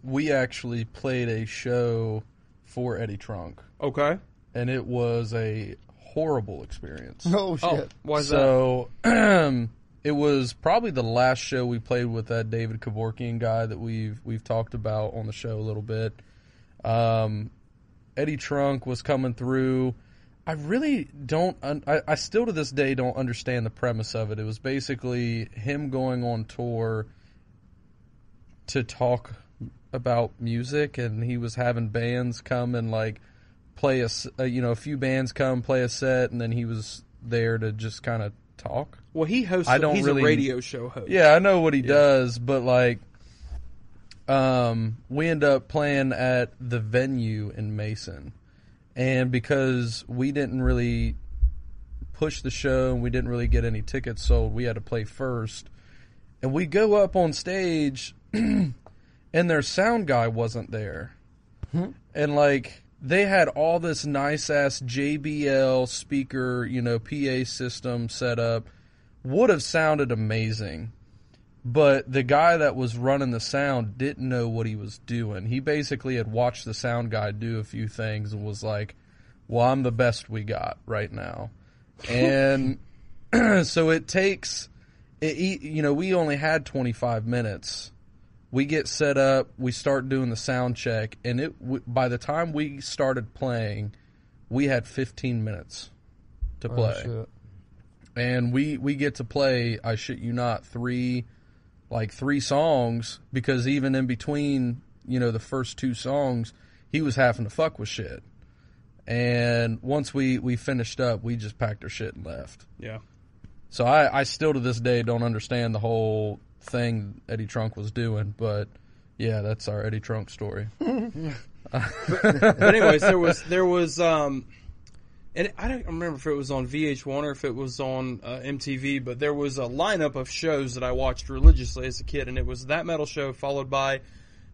S4: we actually played a show for Eddie Trunk.
S1: Okay,
S4: and it was a horrible experience.
S3: Oh shit!
S1: Oh, why is that?
S4: so it was probably the last show we played with that David Kevorkian guy that we've we've talked about on the show a little bit. Um, Eddie Trunk was coming through. I really don't. Un- I, I still to this day don't understand the premise of it. It was basically him going on tour to talk about music, and he was having bands come and like play a, s- uh, you know a few bands come play a set, and then he was there to just kind of talk.
S1: Well, he hosts.
S4: I don't
S1: he's
S4: really-
S1: a radio show host.
S4: Yeah, I know what he does, but like, um, we end up playing at the venue in Mason, and because we didn't really push the show and we didn't really get any tickets sold, we had to play first, and we go up on stage, and their sound guy wasn't there, and like. They had all this nice ass JBL speaker, you know, PA system set up would have sounded amazing. But the guy that was running the sound didn't know what he was doing. He basically had watched the sound guy do a few things and was like, "Well, I'm the best we got right now." And so it takes it, e- you know, we only had 25 minutes. We get set up, we start doing the sound check, and it w- by the time we started playing, we had 15 minutes to play
S3: Oh, shit.
S4: and we we get to play i shit you not three like three songs because even in between you know the first two songs he was having to fuck with shit and once we we finished up we just packed our shit and left
S1: Yeah.
S4: so i i still to this day don't understand the whole thing eddie trunk was doing but yeah that's our eddie trunk story
S1: But anyways, there was there was um, and I don't remember if it was on VH1 or if it was on uh, MTV, but there was a lineup of shows that I watched religiously as a kid, and it was that metal show followed by,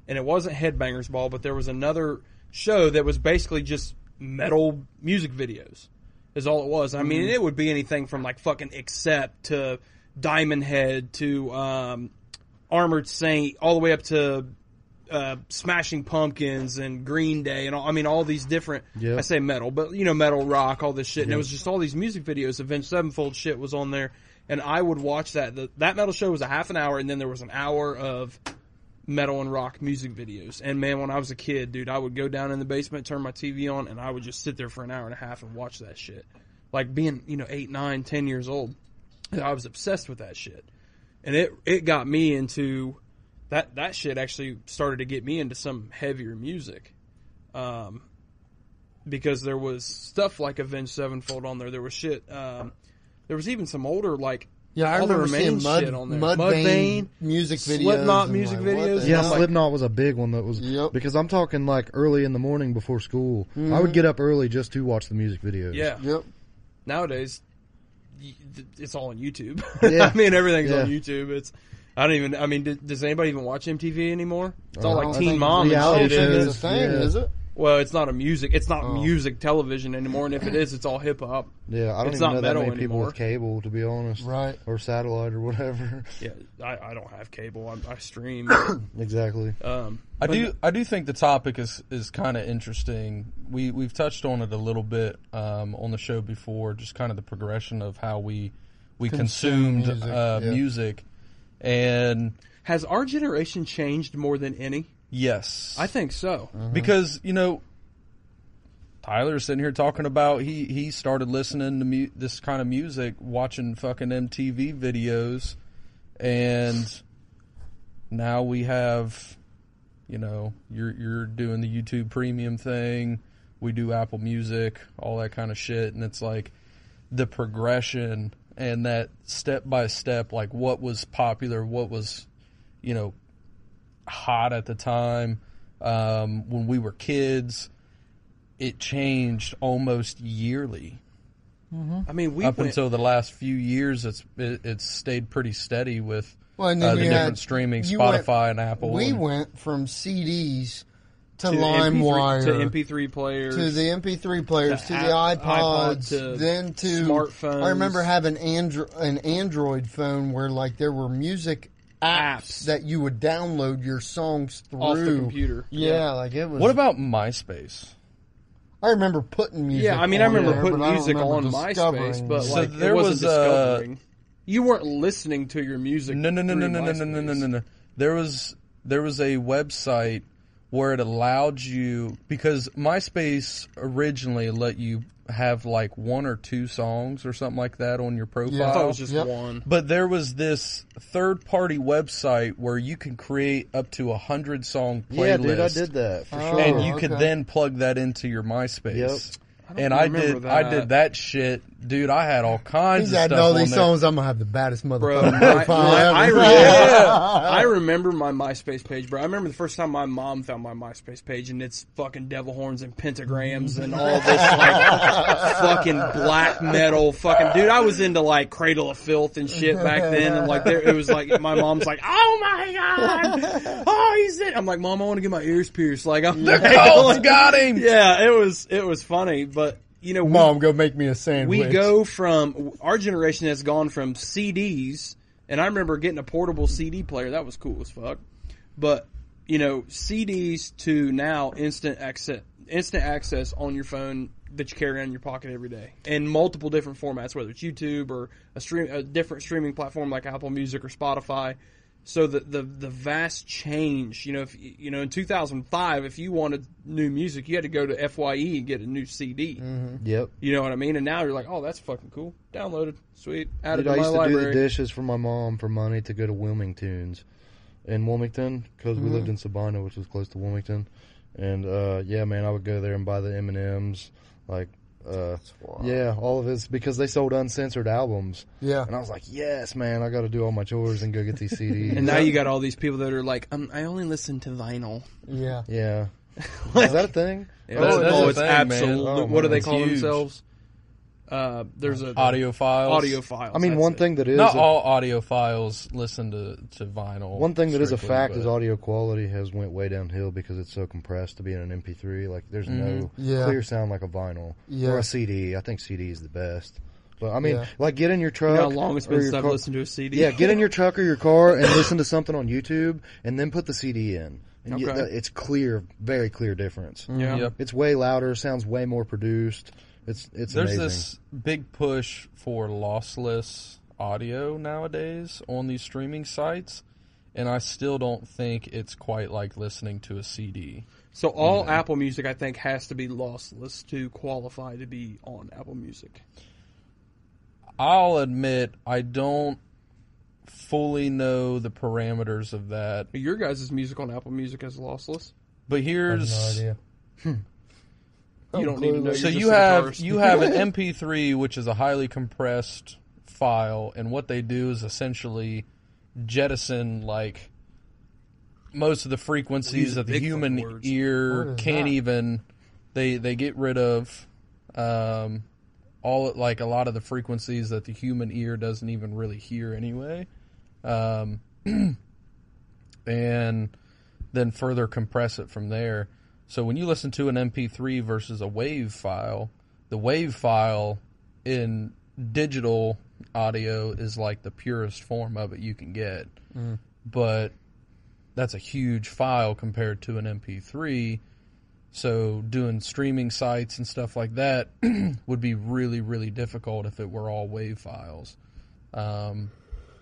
S1: and it wasn't Headbangers Ball, but there was another show that was basically just metal music videos, is all it was. I mean, it would be anything from like fucking Accept to Diamond Head to um, Armored Saint, all the way up to uh, Smashing Pumpkins and Green Day, and all, I mean all these different.
S2: Yep.
S1: I say metal, but you know metal rock, all this shit, and it was just all these music videos. Avenged Sevenfold shit was on there, and I would watch that. The, that metal show was a half an hour, and then there was an hour of metal and rock music videos. And man, when I was a kid, dude, I would go down in the basement, turn my TV on, and I would just sit there for an hour and a half and watch that shit. Like being you know eight, nine, ten years old, and I was obsessed with that shit, and it it got me into that that shit actually started to get me into some heavier music, um, because there was stuff like Avenged Sevenfold on there. There was shit. Um, there was even some older like
S3: Yeah, I
S1: All the
S3: remember seeing
S1: Remains
S3: Mud,
S1: shit on there.
S3: Mudvayne
S1: Mudvayne,
S3: music videos,
S1: Slipknot
S3: and
S1: music
S3: like, what
S1: videos.
S3: the
S2: Yeah,
S1: I'm
S3: hell?
S1: like-
S2: Slipknot was a big one that was
S3: Yep. Mm-hmm.
S2: because I'm talking like early in the morning before school. I would get up early just to watch the music videos.
S1: yeah
S3: Yep.
S1: nowadays y- th- it's all on YouTube.
S2: Yeah.
S1: I mean, everything's on
S2: Yeah.
S1: YouTube. It's I don't even. I mean, d- does anybody even watch MTV anymore? It's all
S2: Uh,
S3: I
S1: like
S3: don't
S1: Teen
S3: think
S1: Mom and shit.
S2: reality
S1: isn't
S3: is
S1: it?
S3: a
S2: is,
S3: thing,
S2: yeah.
S3: is it?
S1: Well, it's not a music. It's not
S3: Oh.
S1: music television anymore. And if it is, it's all hip hop.
S2: yeah. I don't
S1: It's
S2: even
S1: not
S2: know that
S1: metal
S2: many people
S1: anymore.
S2: with cable, to be honest,
S3: Right.
S2: Or satellite or whatever.
S1: Yeah, I, I don't have cable. I, I stream.
S2: exactly.
S1: um,
S4: I do I do think the topic is is kind of interesting. We we've touched on it a little bit um, on the show before, just kind of the progression of how we we
S3: Consume
S4: consumed
S3: music,
S4: uh,
S3: yeah.
S4: music, and
S1: Has our generation changed more than any?
S4: yes,
S1: I think so.
S4: because you know Tyler's sitting here talking about he he started listening to mu- this kind of music, watching fucking MTV videos, and now we have, you know, you're you're doing the YouTube Premium thing, we do Apple Music, all that kind of shit, and it's like the progression and that step by step, like what was popular, what was, you know, hot at the time um, when we were kids. It changed almost yearly.
S1: I mean, we
S4: Up
S1: went,
S4: until the last few years, it's it, it's stayed pretty steady with
S3: Well, and then
S4: uh, the
S3: you
S4: different
S3: had-
S4: streaming,
S3: you went-
S4: Spotify and Apple.
S3: We
S4: and-
S3: went from CDs to,
S1: to MP3,
S3: LimeWire
S1: to MP3 players.
S3: to the MP3 players,
S1: To
S3: to, the
S1: i- iPod,
S3: iPods,
S1: to
S3: then to
S1: smartphones.
S3: I remember having Andro- an Android phone where like there were music apps,
S1: Apps.
S3: that you would download your songs through
S1: Off the computer.
S3: Yeah,
S1: Yeah.
S3: like it was.
S4: what about MySpace?
S3: I remember putting music.
S1: Yeah, I mean, I
S3: on
S1: remember
S3: there,
S1: putting
S3: but I don't
S1: music
S3: remember
S1: on MySpace,
S3: discovering
S1: but
S3: it.
S4: So
S1: like
S4: there
S1: it wasn't
S4: was, uh,
S1: discovering. you weren't listening to your music.
S4: No, no, no, no,
S1: through
S4: no, no, no, no, no,
S1: MySpace.
S4: no, no. There was there was a website where it allowed you because MySpace originally let you have like one or two songs or something like that on your profile.
S1: I thought it was just
S3: Yep.
S1: one.
S4: But there was this third party website where you can create up to a hundred song playlist.
S2: Yeah, dude, I did that for
S3: Oh.
S2: sure.
S4: And you could
S3: okay.
S4: then plug that into your MySpace.
S2: Yep.
S4: and I
S1: remember
S4: did I
S1: that.
S4: did that shit. Dude, I had all kinds
S3: He's
S4: of
S3: adding
S4: stuff
S3: all
S4: on
S3: these
S4: there.
S3: songs. I'm gonna have the baddest
S1: Bro, my,
S3: motherfucker.
S1: my, I,
S3: ever.
S1: remember, I remember my MySpace page, bro. I remember the first time my mom found my MySpace page, and it's fucking devil horns and pentagrams and all this like fucking black metal, fucking dude. I was into like Cradle of Filth and shit back then, and like there, it was like my mom's like, "Oh my god, oh he's it." I'm like, "Mom, I want to get my ears pierced." Like, I'm
S4: Colts got him.
S1: yeah, it was it was funny, but you know, we-
S3: Mom, go make me a sandwich.
S1: we go from our generation has gone from CDs, and I remember getting a portable CD player that was cool as fuck. But you know, CDs to now instant access, instant access on your phone that you carry around in your pocket every day, in multiple different formats, whether it's YouTube or a stream, a different streaming platform like Apple Music or Spotify. So the, the the vast change, you know, if you know, in 2005, if you wanted new music, you had to go to Fye and get a new CD.
S2: Yep.
S1: You know what I mean? And now you're like, oh, that's fucking cool. Downloaded, sweet, added to
S2: Dude, I
S1: my
S2: used to do the
S1: library.
S2: dishes for my mom for money to go to Wilmingtons in Wilmington because we
S3: Mm-hmm.
S2: lived in Sabina, which was close to Wilmington. And uh, yeah, man, I would go there and buy the M and M's, like uh,
S3: wild.
S2: yeah, all of his because they sold uncensored albums.
S3: Yeah.
S2: And I was like, yes, man, I got to do all my chores and go get these CDs.
S1: and now you got all these people that are like, um, I only listen to vinyl.
S3: Yeah.
S2: yeah, is that a thing?
S1: Yeah,
S4: that's-
S1: oh,
S4: that's
S1: oh,
S4: the
S1: it's
S4: thing, man.
S1: absolute.
S2: Oh,
S1: what do
S2: man,
S1: they
S2: it's
S1: call
S4: huge.
S1: themselves? Uh, there's a
S4: Audio files.
S1: audio files.
S2: I mean,
S1: that's
S2: one
S1: it.
S2: thing that is
S4: Not
S2: a-
S4: all audiophiles listen to, to vinyl.
S2: One thing that is a
S4: strictly,
S2: fact is
S4: but-
S2: audio quality has went way downhill because it's so compressed to be in an MP3. Like there's no
S3: Mm-hmm. Yeah.
S2: clear sound like a vinyl
S3: Yeah.
S2: or a CD. I think CD is the best. But I mean,
S3: Yeah.
S2: like get in your truck.
S1: You know how long it's
S2: or
S1: been
S2: your
S1: since I've
S2: car-
S1: listened to a CD?
S2: Yeah, get in your truck or your car and listen to something on YouTube, and then put the CD in. And you-
S1: Okay.
S2: that- it's clear, very clear difference.
S1: Yeah.
S4: Yep.
S2: It's way louder, sounds way more produced. It's it's
S4: There's
S2: amazing.
S4: this big push for lossless audio nowadays on these streaming sites, and I still don't think it's quite like listening to a CD.
S1: So all Apple Music, I think, has to be lossless to qualify to be on Apple Music.
S4: I'll admit I don't fully know the parameters of that.
S1: Your guys' music on Apple Music is lossless.
S4: But here's
S3: Hmm.
S1: You Hmm. don't need to know.
S4: so
S1: You're just
S4: you
S1: a
S4: have
S1: guitarist.
S4: you have an MP3 which is a highly compressed file, and what they do is essentially jettison like most of the frequencies
S1: These are
S4: that the
S1: big fucking
S4: human
S1: words.
S4: ear
S3: What is
S4: can't
S3: that?
S4: even. They they get rid of um, all like a lot of the frequencies that the human ear doesn't even really hear anyway, um, and then further compress it from there. So when you listen to an MP3 versus a WAV file, the WAV file in digital audio is like the purest form of it you can get. But that's a huge file compared to an MP3. So doing streaming sites and stuff like that would be really, really difficult if it were all WAV files. Um,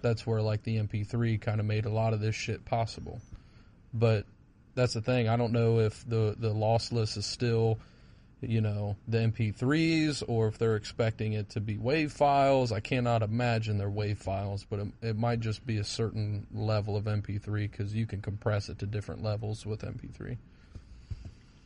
S4: that's where like the MP3 kind of made a lot of this shit possible. But that's the thing. I don't know if the the lossless is still, you know, the MP3s or if they're expecting it to be WAV files. I cannot imagine they're WAV files, but it, it might just be a certain level of MP3 because you can compress it to different levels with MP3.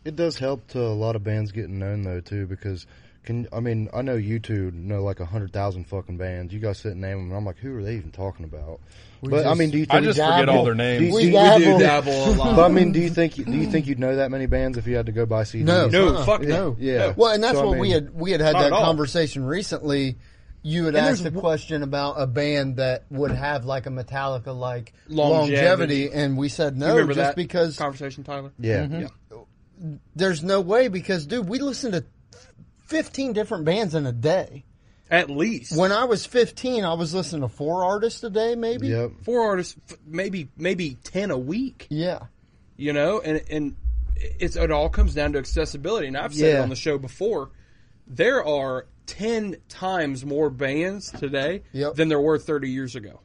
S2: It does help to a lot of bands getting known though too because can I mean I know you two know like a hundred thousand fucking bands. You guys sit and name them, and I'm like, who are they even talking about? but I
S3: just-
S2: mean, do you
S4: I
S2: think?
S4: just
S3: dabble.
S4: forget all their
S2: do
S4: names.
S2: you-
S3: We
S2: do you-
S3: dabble.
S1: you do dabble a lot.
S2: but I mean, do you think do you think you'd know that many bands if you had to go buy CDs?
S3: No,
S1: No,
S3: uh-uh.
S1: fuck
S3: no.
S2: no. Yeah.
S3: Well, and that's
S2: So, I
S3: what we
S2: mean-
S3: had we had had
S1: Not
S3: that
S1: at all.
S3: conversation recently. You had asked a
S1: there's-
S3: question about a band that would have like a Metallica like
S1: Longevity.
S3: longevity. and we said
S1: You
S3: no,
S1: remember
S3: just
S1: that
S3: because
S1: conversation, Tyler?
S2: Yeah.
S1: Yeah.
S3: there's no way. Because dude, we listened to fifteen different bands in a day.
S1: At least
S3: When I was fifteen, I was listening to four artists a day, maybe.
S2: Yep.
S1: four artists, f- maybe maybe ten a week.
S3: Yeah.
S1: you know and and it's it all comes down to accessibility, and I've said it
S2: Yeah.
S1: on the show before. There are ten times more bands today
S3: Yep.
S1: than there were thirty years ago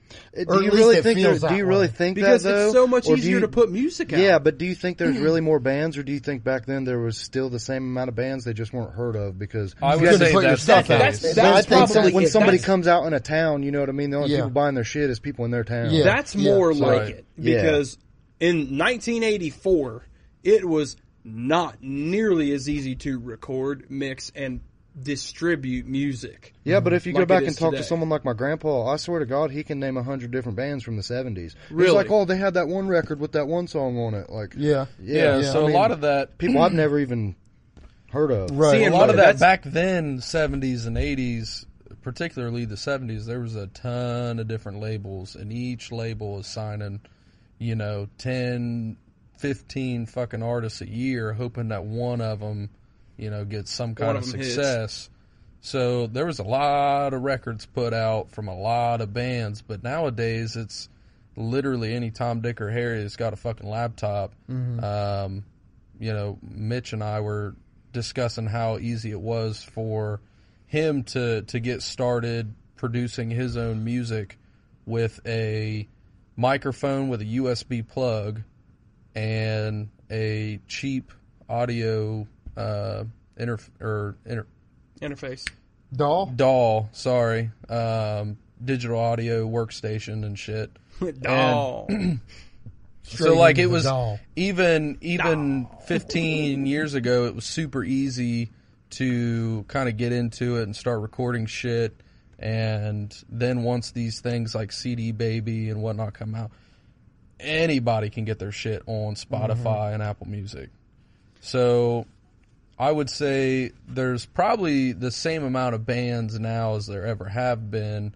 S3: Or
S2: do you
S3: at least
S2: really
S3: it
S2: think?
S3: feels
S2: there-
S3: that
S2: do you really
S3: way.
S2: think
S1: because
S2: that though?
S1: it's so much
S2: Or do
S1: easier
S2: you-
S1: to put music out.
S2: Yeah, but do you think there's really more bands, or do you think back then there was still the same amount of bands they just weren't heard of because
S4: I
S3: You
S4: would
S3: couldn't
S4: say
S3: put your
S4: that's
S3: stuff
S4: the
S3: out.
S4: case.
S1: That's-
S3: But I
S1: that's
S3: think
S1: probably
S3: somebody-
S2: when
S1: it.
S2: somebody
S1: That's-
S2: comes out in a town, you know what I mean? The only
S3: Yeah.
S2: people buying their shit is people in their town.
S3: Yeah.
S1: That's more
S3: yeah,
S1: like
S4: right.
S1: it
S2: Yeah.
S1: because in 1984, it was not nearly as easy to record, mix, and distribute music.
S2: Yeah, but if you
S1: Like
S2: go
S1: it
S2: back
S1: is
S2: and talk to
S1: today.
S2: someone like my grandpa, I swear to God, he can name a hundred different bands from the seventies.
S1: Really?
S2: He's like, oh, they had that one record with that one song on it. Like,
S3: Yeah.
S4: Yeah,
S2: yeah,
S4: so
S2: I
S4: a
S2: mean,
S4: lot of that,
S2: people I've never even heard of.
S3: Right.
S1: See,
S4: a
S1: and
S4: lot of
S1: that's-
S4: that back then, seventies and eighties, particularly the seventies, there was a ton of different labels, and each label is signing, you know, 10, 15 fucking artists a year, hoping that one of them, you know, gets some kind
S1: One
S4: of
S1: of 'em hits.
S4: success. So there was a lot of records put out from a lot of bands, but nowadays it's literally any Tom, Dick, or Harry that's got a fucking laptop.
S1: Mm-hmm.
S4: Um, you know, Mitch and I were discussing how easy it was for him to to get started producing his own music with a microphone with a USB plug and a cheap audio uh, interf- or inter-
S1: Interface.
S3: Doll.
S4: doll, sorry, um, digital audio workstation and shit.
S1: Oh.
S4: so like it
S3: into the
S4: was
S3: doll.
S4: even even 15 years ago it was super easy to kind of get into it and start recording shit and then once these things like cd baby and whatnot come out anybody can get their shit on spotify and apple music so i would say there's probably the same amount of bands now as there ever have been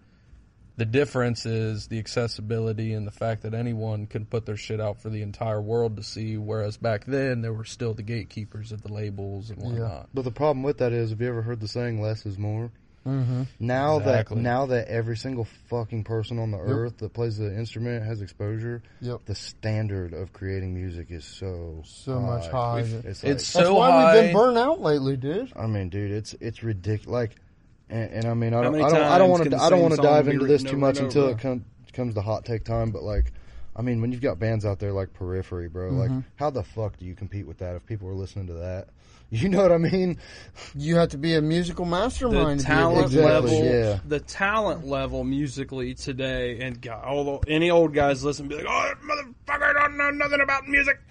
S4: the difference is the accessibility and the fact that anyone can put their shit out for the entire world to see. Whereas back then, there were still the gatekeepers of the labels and whatnot.
S2: But the problem with that is, have you ever heard the saying "less is more"? Mm-hmm. Now
S4: Exactly.
S2: that now that every single fucking person on the earth that plays the instrument has exposure,
S3: Yep.
S2: the standard of creating music is so
S3: So much higher.
S2: It's, like,
S4: It's
S3: That's
S4: so
S3: why
S4: high.
S3: we've been burnt out lately, dude.
S2: I mean, dude, it's it's ridiculous. Like, and, and I mean, I
S1: How
S2: don't,
S1: many
S2: I don't, I don't
S1: times
S2: want
S1: can
S2: to,
S1: the
S2: I don't
S1: same
S2: want to
S1: song
S2: dive
S1: be
S2: into
S1: written
S2: this too
S1: over
S2: much
S1: and
S2: until
S1: over?
S2: it com- comes to hot take time. But like, I mean, when you've got bands out there like Periphery, bro,
S3: Mm-hmm.
S2: like, how the fuck do you compete with that if people are listening to that? You know what I mean?
S3: You have to be a musical
S1: the
S3: mastermind. to be able
S1: talent
S3: to do
S2: Exactly,
S3: that.
S1: level,
S2: yeah.
S1: the talent level musically today, and God, although any old guys listen, and be like, "Oh, motherfucker, don't know nothing about music."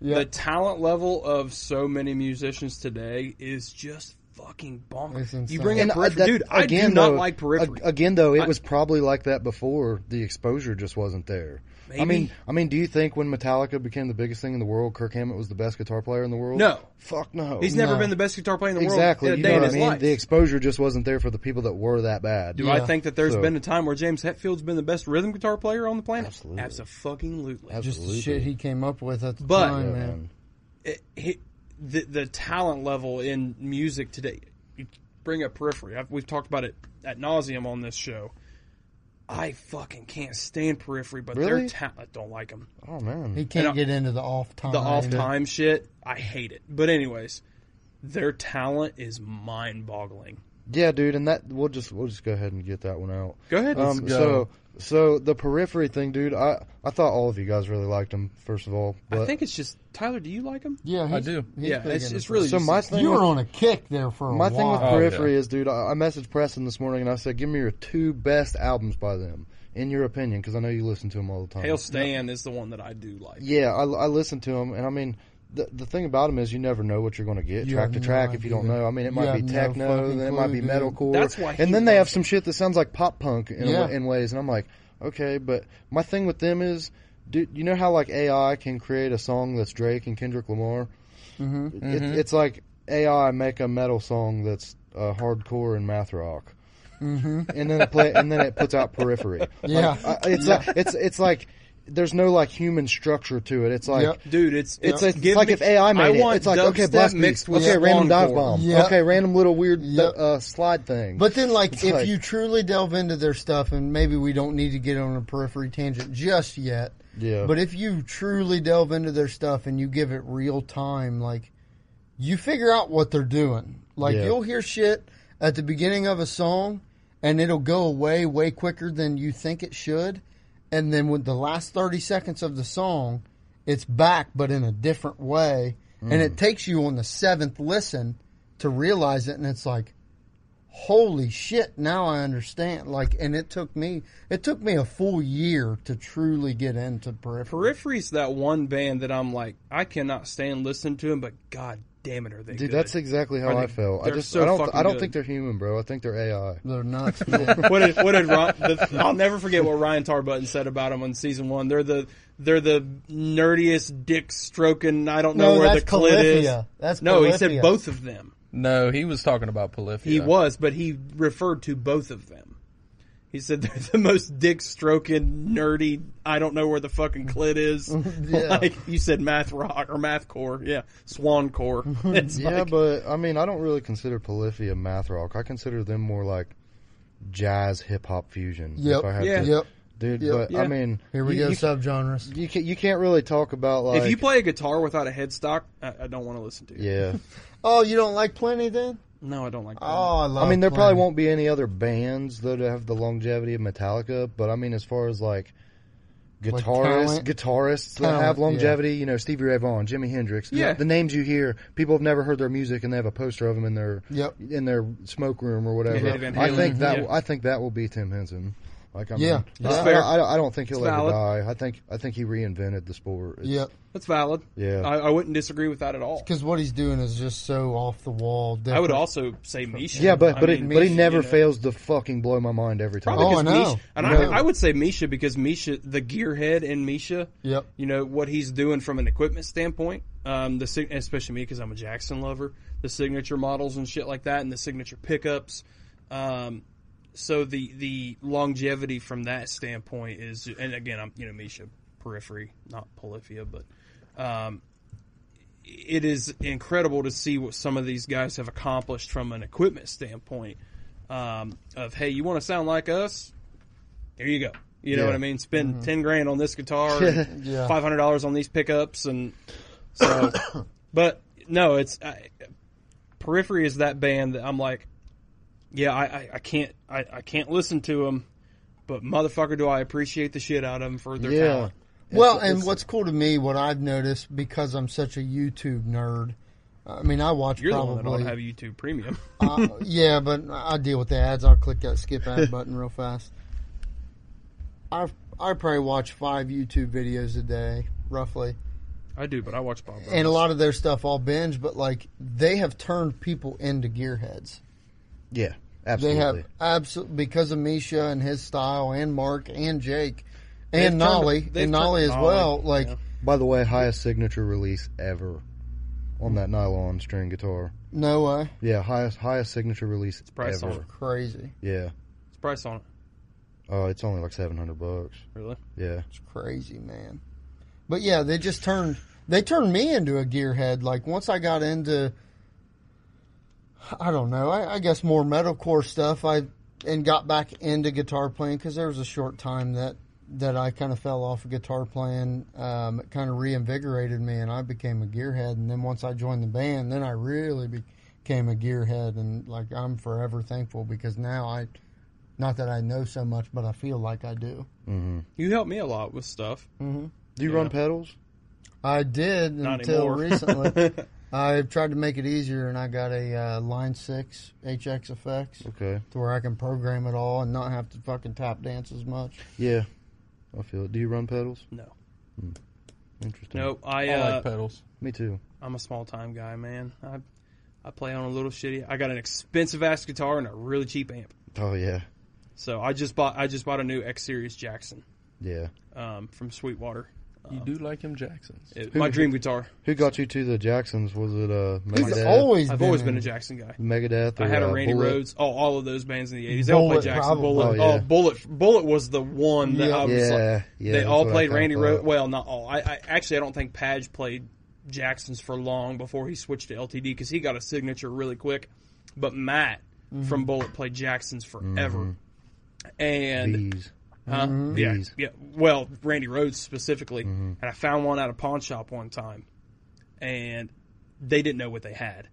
S3: Yeah.
S1: The talent level of so many musicians today is just fucking
S3: It's
S1: bonkers.
S3: insane.
S1: You bring up
S2: I-
S1: periphery,
S2: uh, that-
S1: dude. I do not
S2: though- uh,
S1: like periphery.
S2: ag- Again, though, it
S1: I-
S2: was probably like that before. The exposure just wasn't there. I mean,
S1: Maybe.
S2: I mean, do you think when Metallica became the biggest thing in the world, Kirk Hammett was the best guitar player in the world?
S1: No.
S2: fuck no.
S1: He's never been the best guitar player in the
S2: exactly.
S1: world in a
S2: you
S1: day
S2: know
S1: in
S2: what I
S1: his
S2: mean?
S1: life.
S2: The exposure just wasn't there for the people that were that bad.
S1: do
S3: Yeah.
S1: I think that there's
S2: So-
S1: been a time where James Hetfield's been the best rhythm guitar player on the planet?
S2: Absolutely.
S1: Abso-fucking-lutely.
S2: Abso-
S3: Just the
S2: Absolutely.
S3: shit he came up with at the
S1: But-
S3: time,
S2: Yeah,
S3: man.
S2: man.
S1: it, he, the the talent level in music today. You bring up periphery. I've, we've talked about it at nauseum on this show. I fucking can't stand periphery, but
S2: Really?
S1: their ta- I don't like them.
S2: Oh man.
S3: He can't
S1: And, uh,
S3: get into the off time.
S1: The off time shit, I hate it. But anyways, their talent is mind boggling.
S2: Yeah, dude, and that we'll just we'll just go ahead and get that one out.
S1: Go ahead.
S2: Um, so so the periphery thing, dude. I I thought all of you guys really liked him. First of all, but
S1: I think it's just Tyler. Do you like them?
S3: Yeah, he's,
S4: do.
S3: he's
S1: Yeah,
S3: big
S1: it's,
S3: into
S1: it's really
S2: so
S1: just
S2: my
S1: this-
S2: thing.
S3: You
S2: with-
S3: were on a kick there for a
S2: My
S3: while.
S2: thing with
S4: yeah.
S2: Periphery is, dude, I, I messaged Preston this morning and I said, give me your two best albums by them, in your opinion, because I know you listen to them all the time.
S1: Hail Stan is the one that I do like.
S2: Yeah, I, I listen to them, and I mean, the, the thing about them is you never know what you're going to get
S3: You
S2: track
S3: have
S2: to
S3: no
S2: track if you don't
S3: idea.
S2: know. I mean, it
S3: You
S2: might be
S3: have no
S2: techno,
S3: fucking
S2: then it might be
S3: clue, dude.
S2: metalcore.
S1: That's why he
S2: and then they have
S1: loves
S2: some shit that sounds like pop punk in, a
S3: Yeah.
S2: wa- in ways, and I'm like, okay, but my thing with them is, dude, you know how like AI can create a song that's Drake and Kendrick Lamar? Mm-hmm. It, It's like AI make a metal song that's uh, hardcore and math rock. And then it play, and then it puts out periphery.
S3: Mm-hmm. Yeah.
S2: Like, I- it's like, it's it's like there's no like human structure to it. It's like
S3: Yep.
S1: Dude, it's
S2: it's, it's
S1: give
S2: like
S1: me-
S2: if AI made
S1: I
S2: it,
S1: want
S2: it's like okay,
S1: dubstep
S2: blast beat.
S1: mixed with
S2: okay, random dive
S1: slangcore.
S2: bomb,
S3: Yeah.
S2: okay, random little weird
S3: Yeah.
S2: uh, slide thing.
S3: But then, like,
S2: It's
S3: if
S2: like-
S3: you truly delve into their stuff, and maybe we don't need to get on a periphery tangent just yet,
S2: Yeah.
S3: But if you truly delve into their stuff and you give it real time, like you figure out what they're doing. Like
S2: Yeah.
S3: you'll hear shit at the beginning of a song and it'll go away way quicker than you think it should. And then with the last 30 seconds of the song, it's back but in a different way. And
S2: Mm.
S3: it takes you on the seventh listen to realize it and it's like holy shit now i understand like and it took me it took me a full year to truly get into periphery
S1: Periphery's that one band that I'm like, I cannot stand listening to them, but god damn it, are they good.
S2: Dude, that's exactly how
S1: Are they-
S2: I felt. I
S1: they're
S2: just
S1: so
S2: I don't
S1: fucking
S2: I don't
S1: good.
S2: think they're human, bro. I think they're AI.
S3: they're nuts man.
S1: what did, what did Ron, the, I'll never forget what Ryan Tarbutton said about them on season one. They're the they're the nerdiest dick stroking. I don't know
S3: No,
S1: where the
S3: that's
S1: clit is.
S3: Polyphia. That's
S1: no, he said
S3: Polyphia.
S1: both of them.
S4: No, he was talking about Polyphia.
S1: He was, but he referred to both of them. He said they're the most dick stroking, nerdy. I don't know where the fucking clit is.
S3: Yeah.
S1: Like you said, math rock or math core. Yeah, swan core. It's
S2: Yeah,
S1: like,
S2: but I mean, I don't really consider Polyphia math rock. I consider them more like jazz hip hop fusion. if
S3: Yep.
S2: I had
S1: Yeah.
S2: to-
S3: yep
S2: dude.
S3: Yep.
S2: But
S1: Yeah.
S2: I mean,
S3: here we
S2: you-
S3: go
S2: You,
S3: subgenres
S2: you can, you can't really talk about like
S1: if you play a guitar without a headstock, I, I don't want to listen to you.
S2: Yeah,
S3: oh you don't like plenty then
S1: No, I don't like that.
S3: oh i love
S2: I mean, there
S3: Plenty.
S2: probably won't be any other bands that have the longevity of Metallica, but I mean, as far as like guitarists,
S3: talent?
S2: guitarists
S3: Talent,
S2: that have
S3: yeah.
S2: longevity, you know, Stevie Ray Vaughan, Jimi Hendrix,
S1: Yeah.
S2: the names you hear, people have never heard their music and they have a poster of them in their
S3: Yep.
S2: in their smoke room or whatever.
S1: Yeah, Van
S2: I
S1: Halen,
S2: think that
S1: yeah.
S2: I think that will be Tim Henson. Like, I
S3: Yeah,
S2: mean,
S3: that's
S2: I,
S1: fair.
S2: I, I don't think he'll
S1: It's
S2: ever
S1: valid.
S2: die. I think I think he reinvented the sport. It's-
S3: yep
S1: That's valid.
S2: Yeah.
S1: I, I wouldn't disagree with that at all.
S3: because what he's doing is just so off the wall different.
S1: I would also say Misha.
S2: Yeah, but
S1: I
S2: but
S1: mean,
S2: it, but he
S1: Misha,
S2: never
S1: you know.
S2: fails to fucking blow my mind every time.
S1: Probably
S3: Oh, I
S1: 'cause
S3: know.
S1: Misha, and
S3: No.
S1: I, I would say Misha because Misha, the gearhead in Misha,
S3: Yep.
S1: you know what he's doing from an equipment standpoint. Um, the sig- especially me because I'm a Jackson lover, the signature models and shit like that, and the signature pickups. Um, so the the longevity from that standpoint is, and again, I'm you know Misha periphery, not Polyphia, but um, it is incredible to see what some of these guys have accomplished from an equipment standpoint. Um, of hey, you want to sound like us? Here you go. You know
S2: Yeah.
S1: what I mean? Spend ten grand on this guitar, and
S3: Yeah.
S1: five hundred dollars on these pickups, and so. but no, it's I, Periphery is that band that I'm like, yeah, I, I, I can't I, I can't listen to them, but motherfucker, do I appreciate the shit out of them for their
S2: Yeah.
S1: talent.
S3: Well, and what's cool to me, what I've noticed because I'm such a YouTube nerd. I mean, I watch
S1: You're the
S3: probably
S1: one that ought to have YouTube Premium.
S3: uh, yeah, but I deal with the ads. I'll click that skip ad button real fast. I I probably watch five YouTube videos a day, roughly,
S1: I do, but I watch Bob. Ross.
S3: and a lot of their stuff I'll binge. But like, they have turned people into gearheads.
S2: Yeah,
S3: They
S2: absolutely.
S3: have absolutely because of Misha and his style, and Mark and Jake,
S1: They've
S3: and
S1: turned-
S3: Nolly,
S1: they've
S3: and
S1: turned-
S3: Nolly as
S1: Nolly,
S3: well. Like,
S1: yeah.
S2: By the way, highest signature release ever on that nylon string guitar.
S3: no way,
S2: Yeah, highest highest signature release
S1: price
S2: ever.
S1: on it.
S3: crazy,
S2: Yeah.
S1: It's price on it.
S2: Oh, it's only like seven hundred bucks.
S1: Really?
S2: Yeah.
S3: it's crazy, man. But yeah, they just turned they turned me into a gearhead. Like once I got into, I don't know, I, I guess more metalcore stuff. I and got back into guitar playing because there was a short time that that I kind of fell off of guitar playing. Um, it kind of reinvigorated me, and I became a gearhead. And then once I joined the band, then I really became a gearhead, and like I'm forever thankful because now I. Not that I know so much, but I feel like I do.
S1: You help me a lot with stuff.
S2: Mm-hmm. Do you
S1: Yeah.
S2: run pedals?
S3: I did
S1: Not
S3: until
S1: anymore.
S3: recently. I've tried to make it easier, and I got a uh, Line Six HX effects
S2: Okay.
S3: to where I can program it all and not have to fucking tap dance as much.
S2: Yeah. I feel it. Do you run pedals? Hmm.
S1: No.
S2: Interesting.
S1: No, I,
S4: I
S1: uh,
S4: like pedals.
S2: Me too.
S1: I'm a small time guy, man. I I play on a little shitty. I got an expensive ass guitar and a really cheap amp.
S2: Oh yeah.
S1: So I just bought I just bought a new X Series Jackson
S2: Yeah.
S1: um, from Sweetwater.
S4: You do like him, Jacksons.
S1: Uh, It-
S2: Who-
S1: my dream guitar.
S2: Who got you to the Jacksons? Was it uh
S3: He's
S2: Megadeth?
S3: always
S1: I've
S3: been
S1: always been
S3: in-
S1: a Jackson guy.
S2: Megadeth. Or,
S1: I had
S2: uh,
S1: a Randy
S2: Bullet?
S1: Rhodes. Oh, all of those bands in the '80s. They all played
S3: Bullet,
S1: Jackson.
S3: probably.
S1: Bullet.
S2: Oh,
S1: Oh,
S2: yeah.
S1: Bullet. Bullet was the one that I was
S2: Yeah.
S1: like.
S2: Yeah.
S1: they
S2: that's
S1: all
S2: what I
S1: played
S2: kinda
S1: Randy
S2: thought.
S1: Rhodes. Well, not all. I, I actually I don't think Page played Jackson's for long before he switched to LTD because he got a signature really quick.
S2: Mm-hmm.
S1: But Matt from Bullet played Jackson's forever, and
S2: Bees.
S1: Huh?
S3: Mm-hmm.
S1: Yeah,
S2: These.
S1: yeah. Well, Randy Rhodes specifically, and I found one at a pawn shop one time, and they didn't know what they had.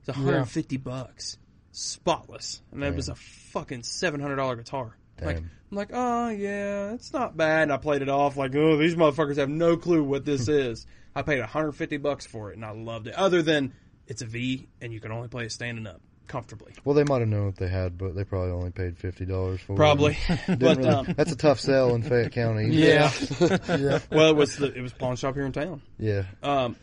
S1: It's 150 bucks, spotless, and that was a fucking $700 guitar. Like, I'm
S2: Damn.
S1: like, oh yeah, it's not bad. And I played it off like, oh, these motherfuckers have no clue what this is. I paid 150 bucks for it, and I loved it. Other than it's a V, and you can only play it standing up comfortably.
S2: Well, they might have known what they had, but they probably only paid fifty dollars for
S1: Probably,
S2: it.
S1: but
S2: Didn't really-
S1: um,
S2: that's a tough sell in Fayette County.
S3: yeah.
S1: well, it was the it was pawn shop here in town.
S2: yeah.
S1: Um,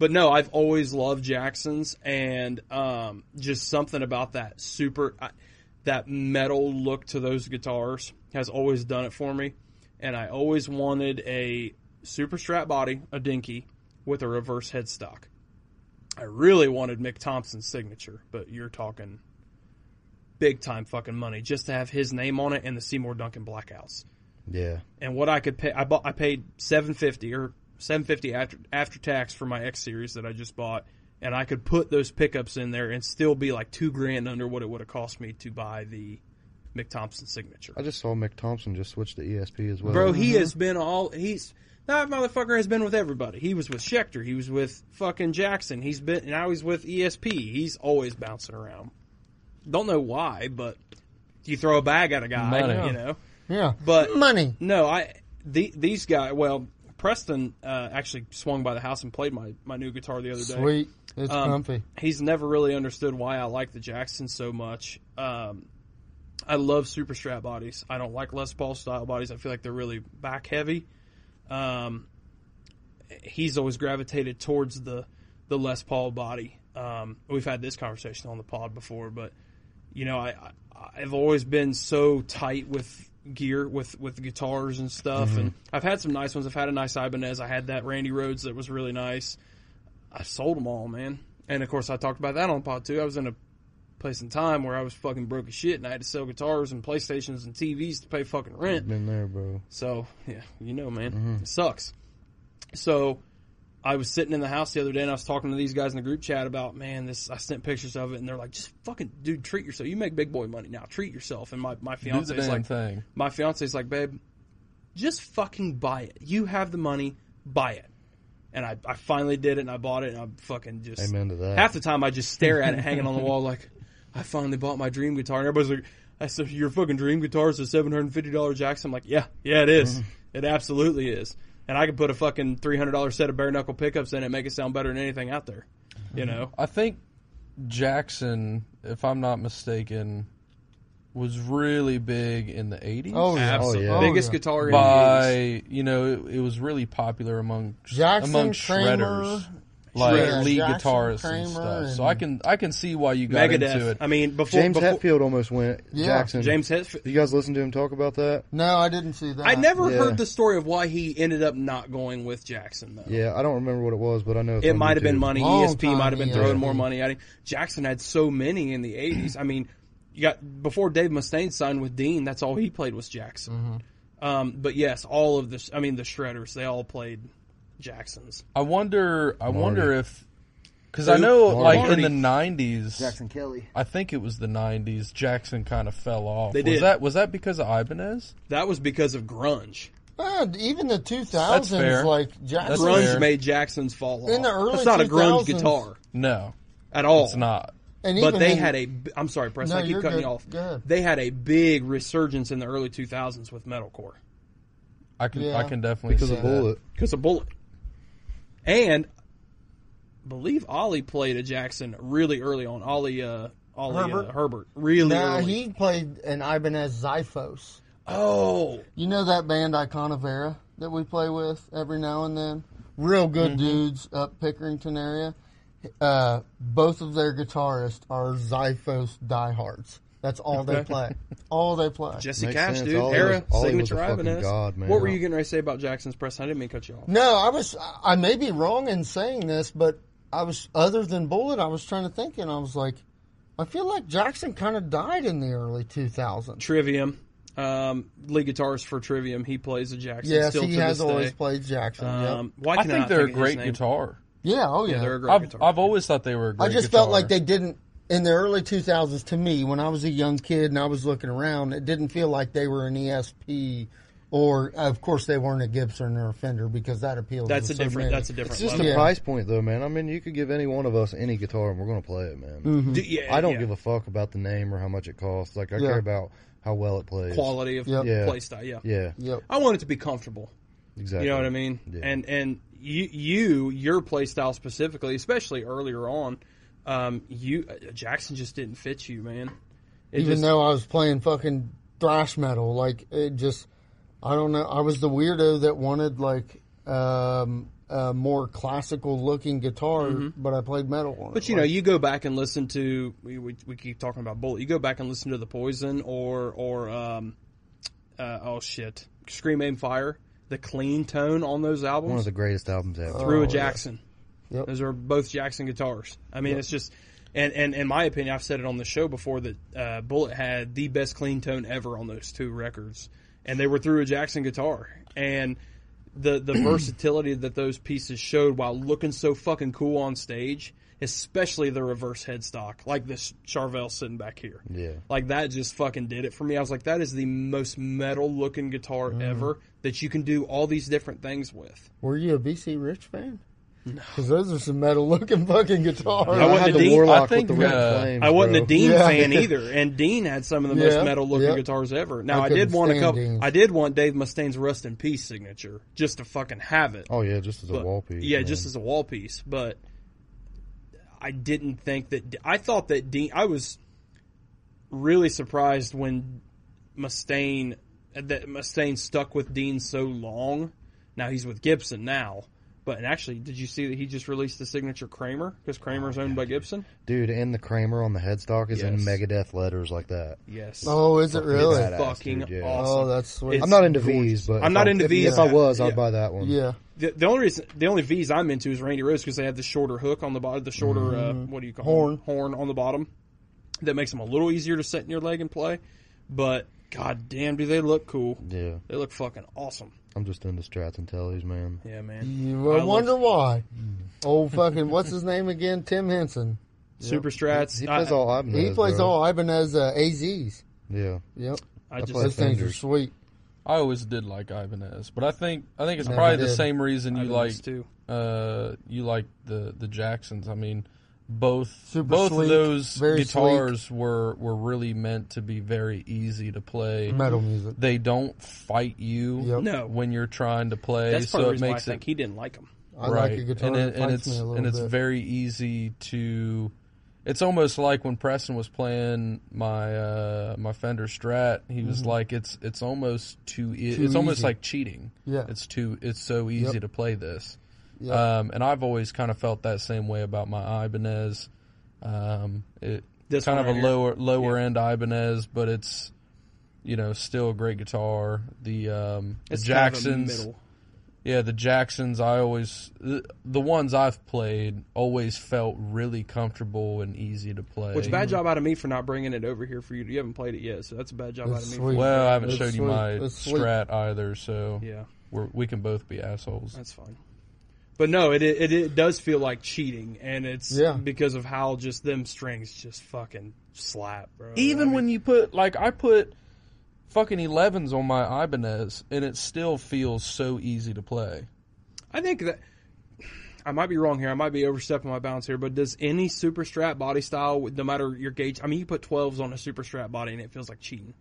S1: but no, I've always loved Jackson's and um, just something about that super, I, that metal look to those guitars has always done it for me. And I always wanted a super strap body, a dinky, with a reverse headstock. I really wanted Mick Thompson's signature, but you're talking big time fucking money just to have his name on it and the Seymour Duncan blackouts
S2: yeah.
S1: and what I could pay, I bought, I paid seven fifty or seven fifty after after tax for my X series that I just bought, and I could put those pickups in there and still be like two grand under what it would have cost me to buy the Mick Thompson signature.
S2: I just saw Mick Thompson just switch to ESP as well.
S1: Bro, he has been all he's that motherfucker has been with everybody. He was with Schecter, he was with fucking Jackson, he's been now he's with ESP. He's always bouncing around. Don't know why, but you throw a bag at a guy,
S4: Money.
S1: you know.
S3: Yeah.
S1: But-
S3: money.
S1: No, I the, these guys. Well, Preston uh, actually swung by the house and played my my new guitar the other day.
S3: Sweet. It's
S1: Um,
S3: comfy.
S1: He's never really understood why I like the Jackson so much. Um, I love super strap bodies. I don't like Les Paul style bodies. I feel like they're really back heavy. Um, he's always gravitated towards the the Les Paul body. Um, we've had this conversation on the pod before, but you know, I, I I've always been so tight with gear with with guitars and stuff, and I've had some nice ones. I've had a nice Ibanez. I had that Randy Rhodes that was really nice. I sold them all, man. And of course, I talked about that on the pod too. I was in a place in time where I was fucking broke as shit, and I had to sell guitars and PlayStations and TVs to pay fucking rent.
S2: been there, bro.
S1: So yeah, you know, man,
S4: Mm-hmm.
S1: it sucks. So I was sitting in the house the other day, and I was talking to these guys in the group chat about, man, this. I sent pictures of it, and they're like, just fucking, dude, treat yourself. You make big boy money now. Treat yourself. And my my
S4: Do the
S1: fiance's
S4: damn
S1: like,
S4: thing.
S1: my fiance's like, babe, just fucking buy it. You have the money, buy it. And I, I finally did it, and I bought it, and I'm fucking just
S2: Amen to that.
S1: half the time I just stare at it hanging on the wall like I finally bought my dream guitar and everybody's like I said your fucking dream guitar is a seven hundred and fifty dollar Jackson. I'm like, Yeah, yeah it is.
S2: Mm-hmm.
S1: It absolutely is. And I could put a fucking three hundred dollar set of bare knuckle pickups in it, and make it sound better than anything out there. You know?
S2: Oh,
S4: I think Jackson, if I'm not mistaken, was really big in the 80s.
S3: Oh, yeah.
S2: Absolutely.
S1: Absolute-
S2: yeah.
S1: Biggest
S3: Oh, yeah.
S1: guitar in the 80s.
S4: by you know it, it was really popular among
S3: Jackson,
S4: among
S3: Kramer,
S4: shredders like
S1: Shredder.
S4: lead
S3: Jackson,
S4: guitarists and
S3: Kramer,
S4: stuff.
S3: and-
S4: So I can I can see why you got into
S1: Megadeth.
S4: it.
S1: I mean before
S2: James
S1: before,
S2: Hetfield almost went.
S3: Yeah.
S2: Jackson.
S1: James Hetfield
S2: You guys listen to him talk about that?
S3: No, I didn't see that.
S1: I never
S2: Ah, Yeah.
S1: heard the story of why he ended up not going with Jackson though.
S2: Yeah, I don't remember what it was, but I know it's
S1: It
S2: on
S1: might have been
S2: YouTube.
S1: money.
S3: Long
S1: ESP
S3: time
S1: might have been
S3: ESP.
S1: throwing more money at him. Jackson had so many in the '80s. I mean, you got before Dave Mustaine signed with Dean. That's all he played was Jackson.
S3: Mm-hmm.
S1: Um, but yes, all of this. I mean, the Shredders. They all played Jacksons.
S4: I wonder I
S2: Marty.
S4: wonder if because I know
S2: Marty.
S4: like in the '90s,
S5: Kelly.
S4: I think it was the '90s. Jackson kind of fell off.
S1: They
S4: was
S1: did.
S4: that was that because of Ibanez?
S1: That was because of grunge.
S3: Uh, even the 2000s,
S4: fair.
S3: like Jackson.
S1: grunge
S4: fair.
S1: made Jackson's fall off.
S3: In the early
S1: that's not a grunge
S3: 2000s.
S1: guitar
S4: No,
S1: at all.
S4: it's not.
S3: and
S1: But
S3: even
S1: they
S3: in-
S1: had a. b- I'm sorry, Preston.
S3: No,
S1: I keep
S3: you're
S1: cutting you
S3: good.
S1: off.
S3: Go ahead.
S1: They had a big resurgence in the early 2000s with metalcore.
S4: I can
S3: Yeah.
S4: I can definitely
S2: Because
S4: see
S2: of Bullet.
S1: because of Bullet. And I believe Ollie played a Jackson really early on. Ollie, uh, Ollie Herbert.
S3: Herbert.
S1: Uh, Herbert. Really
S3: Nah,
S1: early.
S3: he played an Ibanez Zyphos.
S1: oh,
S3: You know that band Iconavera that we play with every now and then? Real good
S1: Mm-hmm.
S3: dudes up Pickerington area. Uh, both of their guitarists are Zyphos diehards. That's all they play. all they play.
S1: Jesse
S2: Makes
S1: Cash,
S2: sense.
S1: dude.
S2: Ollie
S1: Era,
S2: was- Ollie was
S1: signature
S2: a fucking
S1: Ibanez.
S2: god, man.
S1: What were you getting ready to say about Jackson's press? I didn't mean to cut you off.
S3: no, I was. I may be wrong in saying this, but I was. Other than Bullet, I was trying to think, and I was like, I feel like Jackson kind of died in the early 2000s.
S1: Trivium. Um, lead guitarist for Trivium. He plays a Jackson
S3: Yes,
S1: still
S3: he
S1: to
S3: has
S1: this
S3: always
S1: day.
S3: played Jackson. yep.
S1: Um, why
S4: I
S1: can
S4: think they're a
S1: of his
S4: great
S1: name?
S4: guitar.
S3: Yeah. Oh yeah.
S1: They're a great
S4: I've
S1: guitar.
S4: I've always thought they were. a great
S3: I just felt
S4: guitar.
S3: like they didn't in the early 2000s to me when i was a young kid and i was looking around it didn't feel like they were an esp or of course they weren't a gibson or a fender because that appeals
S1: That's
S3: to
S1: a
S3: so
S1: different.
S3: many.
S1: That's a different.
S2: It's just
S1: level.
S2: the
S3: Yeah.
S2: price point, though, man. I mean, you could give any one of us any guitar, and we're gonna play it, man.
S1: Do- yeah,
S2: I don't
S1: yeah.
S2: give a fuck about the name or how much it costs. Like, I
S3: Mm-hmm. Yeah.
S2: care about how well it plays.
S1: quality of
S3: Yep.
S2: Yeah.
S1: play style. Yeah.
S2: Yeah,
S3: yep
S1: I want it to be comfortable.
S2: exactly.
S1: You know what I mean?
S2: Yeah.
S1: And and you you your play style specifically, especially earlier on, um, you uh, Jackson just didn't fit you, man. It
S3: even
S1: just-
S3: though I was playing fucking thrash metal, like it just, I don't know. I was the weirdo that wanted like um, a more classical looking guitar, but I played metal on it.
S1: Mm-hmm. But you know, you go back and listen to we, we, we keep talking about Bullet. You go back and listen to the Poison or or um, uh, oh shit, Scream Aim Fire. The clean tone on those albums.
S2: One of the greatest albums ever.
S1: through a
S3: Oh, yeah.
S1: Jackson.
S3: Yep.
S1: Those are both Jackson guitars. I mean, it's just, and, and in my opinion, I've said it on the show before that uh, Bullet had the best clean tone ever on those two records, and they were through a Jackson guitar. And the the versatility that those pieces showed while looking so fucking cool on stage, especially the reverse headstock, like this Charvel sitting back here.
S2: Yeah.
S1: Like that just fucking did it for me. I was like, that is the most metal looking guitar
S3: Mm-hmm.
S1: ever that you can do all these different things with.
S3: were you a BC Rich fan? Because those are some metal looking fucking guitars.
S1: I wasn't
S2: had
S1: a
S2: the
S1: Dean- I
S2: Warlock
S4: think,
S2: with the red
S4: uh,
S2: flames.
S1: I wasn't
S2: bro.
S1: a Dean
S3: Yeah.
S1: fan either, and Dean had some of the
S3: Yeah,
S1: most metal looking
S3: yeah.
S1: guitars ever. Now
S3: I
S1: I, did
S3: couldn't
S1: want a
S3: stand
S1: couple.
S3: Deans.
S1: I did want Dave Mustaine's "Rest in Peace" signature just to fucking have it.
S2: Oh yeah, just as a
S1: But-
S2: wall piece.
S1: Yeah,
S2: man.
S1: just as a wall piece. But I didn't think that. I thought that Dean. I was really surprised when Mustaine that Mustaine stuck with Dean so long. Now he's with Gibson now. But and actually, did you see that he just released the signature Kramer because
S2: Oh,
S1: Kramer's owned by Gibson?
S2: dude, and the Kramer on the headstock is in
S1: Yes.
S2: Megadeth letters like that.
S1: Yes.
S3: Oh, is it really?
S2: badass,
S1: fucking
S2: dude, yeah.
S1: awesome.
S3: Oh, that's sweet.
S1: It's-
S2: I'm not into
S1: gorgeous.
S2: V's, but
S1: I'm
S2: if
S1: not
S2: I-
S1: into
S2: if-
S1: V's.
S2: If I was, I'd
S1: Yeah.
S2: buy that one.
S3: yeah.
S1: The, the only reason, the only V's I'm into is Randy Rhodes because they have the shorter hook on the bottom, the shorter
S4: Mm-hmm.
S1: uh, what do you call
S3: Horn.
S1: it? horn on the bottom that makes them a little easier to set in your leg and play. But god damn, do they look cool?
S2: yeah.
S1: They look fucking awesome.
S2: I'm just into Strats and Tellys, man.
S1: Yeah, man.
S3: You
S1: I
S3: I
S1: love-
S3: wonder why.
S2: Mm.
S3: Old fucking, what's his name again? Tim Henson.
S1: Super strats.
S2: He
S1: I-
S2: plays all Ibanez.
S3: He plays
S2: bro.
S3: all Ibanez uh, AZs.
S2: Yeah,
S3: Yep.
S1: I
S2: I
S1: just
S2: play
S3: Those things are
S2: Fenders.
S3: sweet.
S4: I always did like Ibanez, but I think I think it's
S3: Never
S4: probably the
S3: did.
S4: same reason you
S1: I
S4: like
S1: like too.
S4: uh, you like the the Jacksons. I mean, both
S3: Super
S4: both
S3: sleek,
S4: of those
S3: very
S4: guitars were were really meant to be very easy to play.
S3: Metal music.
S4: They don't fight you
S3: Yep.
S1: No.
S4: when you're trying to play,
S1: That's part
S4: so
S1: of the
S4: it
S1: reason why I
S4: makes it
S1: think he didn't like them.
S3: I like a guitar
S4: and,
S3: that
S4: it, and
S3: fights
S4: it's
S3: me a little
S4: and it's
S3: bit.
S4: very easy to. It's almost like when Preston was playing my uh, my Fender Strat. He was like, "It's it's almost too. E- it's almost
S3: Mm-hmm. easy.
S4: like cheating.
S3: Yeah.
S4: it's too. It's so easy
S3: Yep.
S4: to play this.
S3: Yep.
S4: Um, and I've always kind of felt that same way about my Ibanez. Um, it
S1: This
S4: kind
S1: one
S4: of a
S1: right here.
S4: lower lower end Ibanez, but it's you know still a great guitar. The um, the
S1: It's
S4: Jacksons.
S1: Kind of a middle.
S4: Yeah, the Jacksons. I always the, the ones I've played always felt really comfortable and easy to play.
S1: Which bad job out of me for not bringing it over here for you. You haven't played it yet, so that's a bad job
S3: It's
S1: out of me.
S3: sweet.
S1: For
S4: Well, I haven't
S3: It's
S4: showed you
S3: sweet.
S4: my
S3: It's sweet.
S4: strat either, so
S1: you. Yeah.
S4: we're, we can both be assholes.
S1: That's fine. But no, it, it it does feel like cheating, and it's
S3: Yeah.
S1: because of how just them strings just fucking slap, bro.
S4: Even when you put like I put fucking elevens on my Ibanez, and it still feels so easy to play.
S1: I think that I might be wrong here, I might be overstepping my bounds here, but does any super strap body style, no matter your gauge? I mean, you put twelves on a super strap body, and it feels like cheating.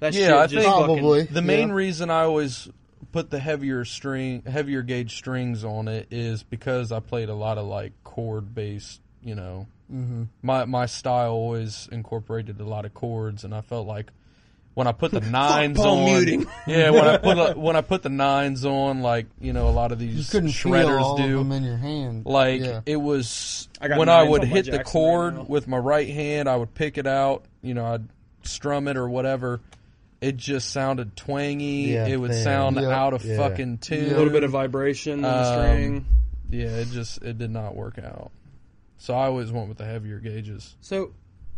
S1: That
S4: Yeah,
S1: shit
S4: I
S1: just
S4: think-
S1: fucking-
S3: Probably.
S4: The main
S3: Yeah.
S4: reason I always put the heavier string, heavier gauge strings on it is because I played a lot of like chord based. You know, mm-hmm. my my style always incorporated a lot of chords, and I felt like when I put the nines
S1: Paul
S4: on,
S1: Muting.
S4: yeah, when I put a, when I put the nines on, like you know, a lot of
S3: you
S4: these
S3: couldn't feel all
S4: shredders
S3: of
S4: do.
S3: them in your hand.
S4: Like
S3: yeah.
S4: it was
S1: I got
S4: when I
S1: nines
S4: would
S1: on my
S4: hit the
S1: Jackson right
S4: chord
S1: now.
S4: with my right hand, I would pick it out. You know, I'd strum it or whatever. It just sounded twangy.
S2: Yeah,
S4: it would
S2: thin.
S4: sound
S3: Yeah.
S4: out of
S2: Yeah.
S4: fucking tune.
S1: a little bit of vibration in the
S4: Um,
S1: string.
S4: yeah. It just it did not work out. So I always went with the heavier gauges.
S1: So,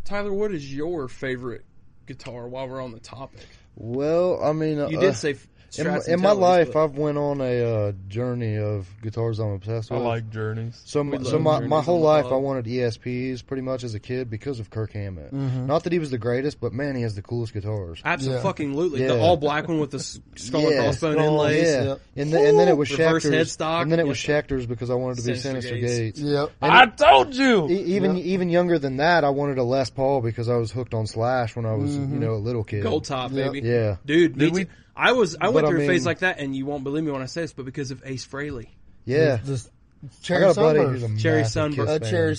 S1: Tyler, what is your favorite guitar? While we're on the topic,
S2: Well, I mean,
S1: you
S2: uh,
S1: did say f-
S2: In, my-
S1: Strats
S2: in my
S1: and tellies,
S2: life,
S1: but-
S2: I've went on a uh, journey of guitars I'm obsessed
S4: I
S2: with.
S4: like journeys.
S2: So, my,
S1: We
S2: so
S1: love
S2: my,
S1: Journeys
S2: my
S1: on
S2: whole
S1: the
S2: life
S1: Pod.
S2: I wanted ESPs pretty much as a kid because of Kirk Hammett. Not that he was the greatest, but man, he has the coolest guitars.
S1: Absolutely,
S2: Yeah.
S1: the all black one with the s- skull and
S2: Yeah.
S1: crossbone
S3: Skull,
S1: inlays.
S2: yeah. And, then and then it was
S1: Reverse
S2: Schecters.
S1: headstock.
S2: And then it was
S1: Yes,
S2: Schecters because I wanted to be
S1: Sinister
S2: Sinister,
S1: Gates.
S2: Gates.
S3: Yep.
S4: I told you.
S2: E- Even even younger than that, I wanted a Les Paul because I was hooked on Slash when I was you know a little kid.
S1: Gold top,
S3: Yeah.
S1: baby.
S2: Yeah.
S1: dude. Me
S4: Did we-
S1: too. I was I went
S2: But I
S1: through a phase
S2: mean-
S1: like that, and you won't believe me when I say this, but because of Ace Frehley.
S2: Yeah,
S3: Just
S2: I
S3: cherry
S2: got a buddy
S3: sunburst.
S2: who's a
S1: Cherry
S2: massive
S1: sunburst.
S2: Kiss
S3: a
S2: fan,
S3: cherry
S2: but-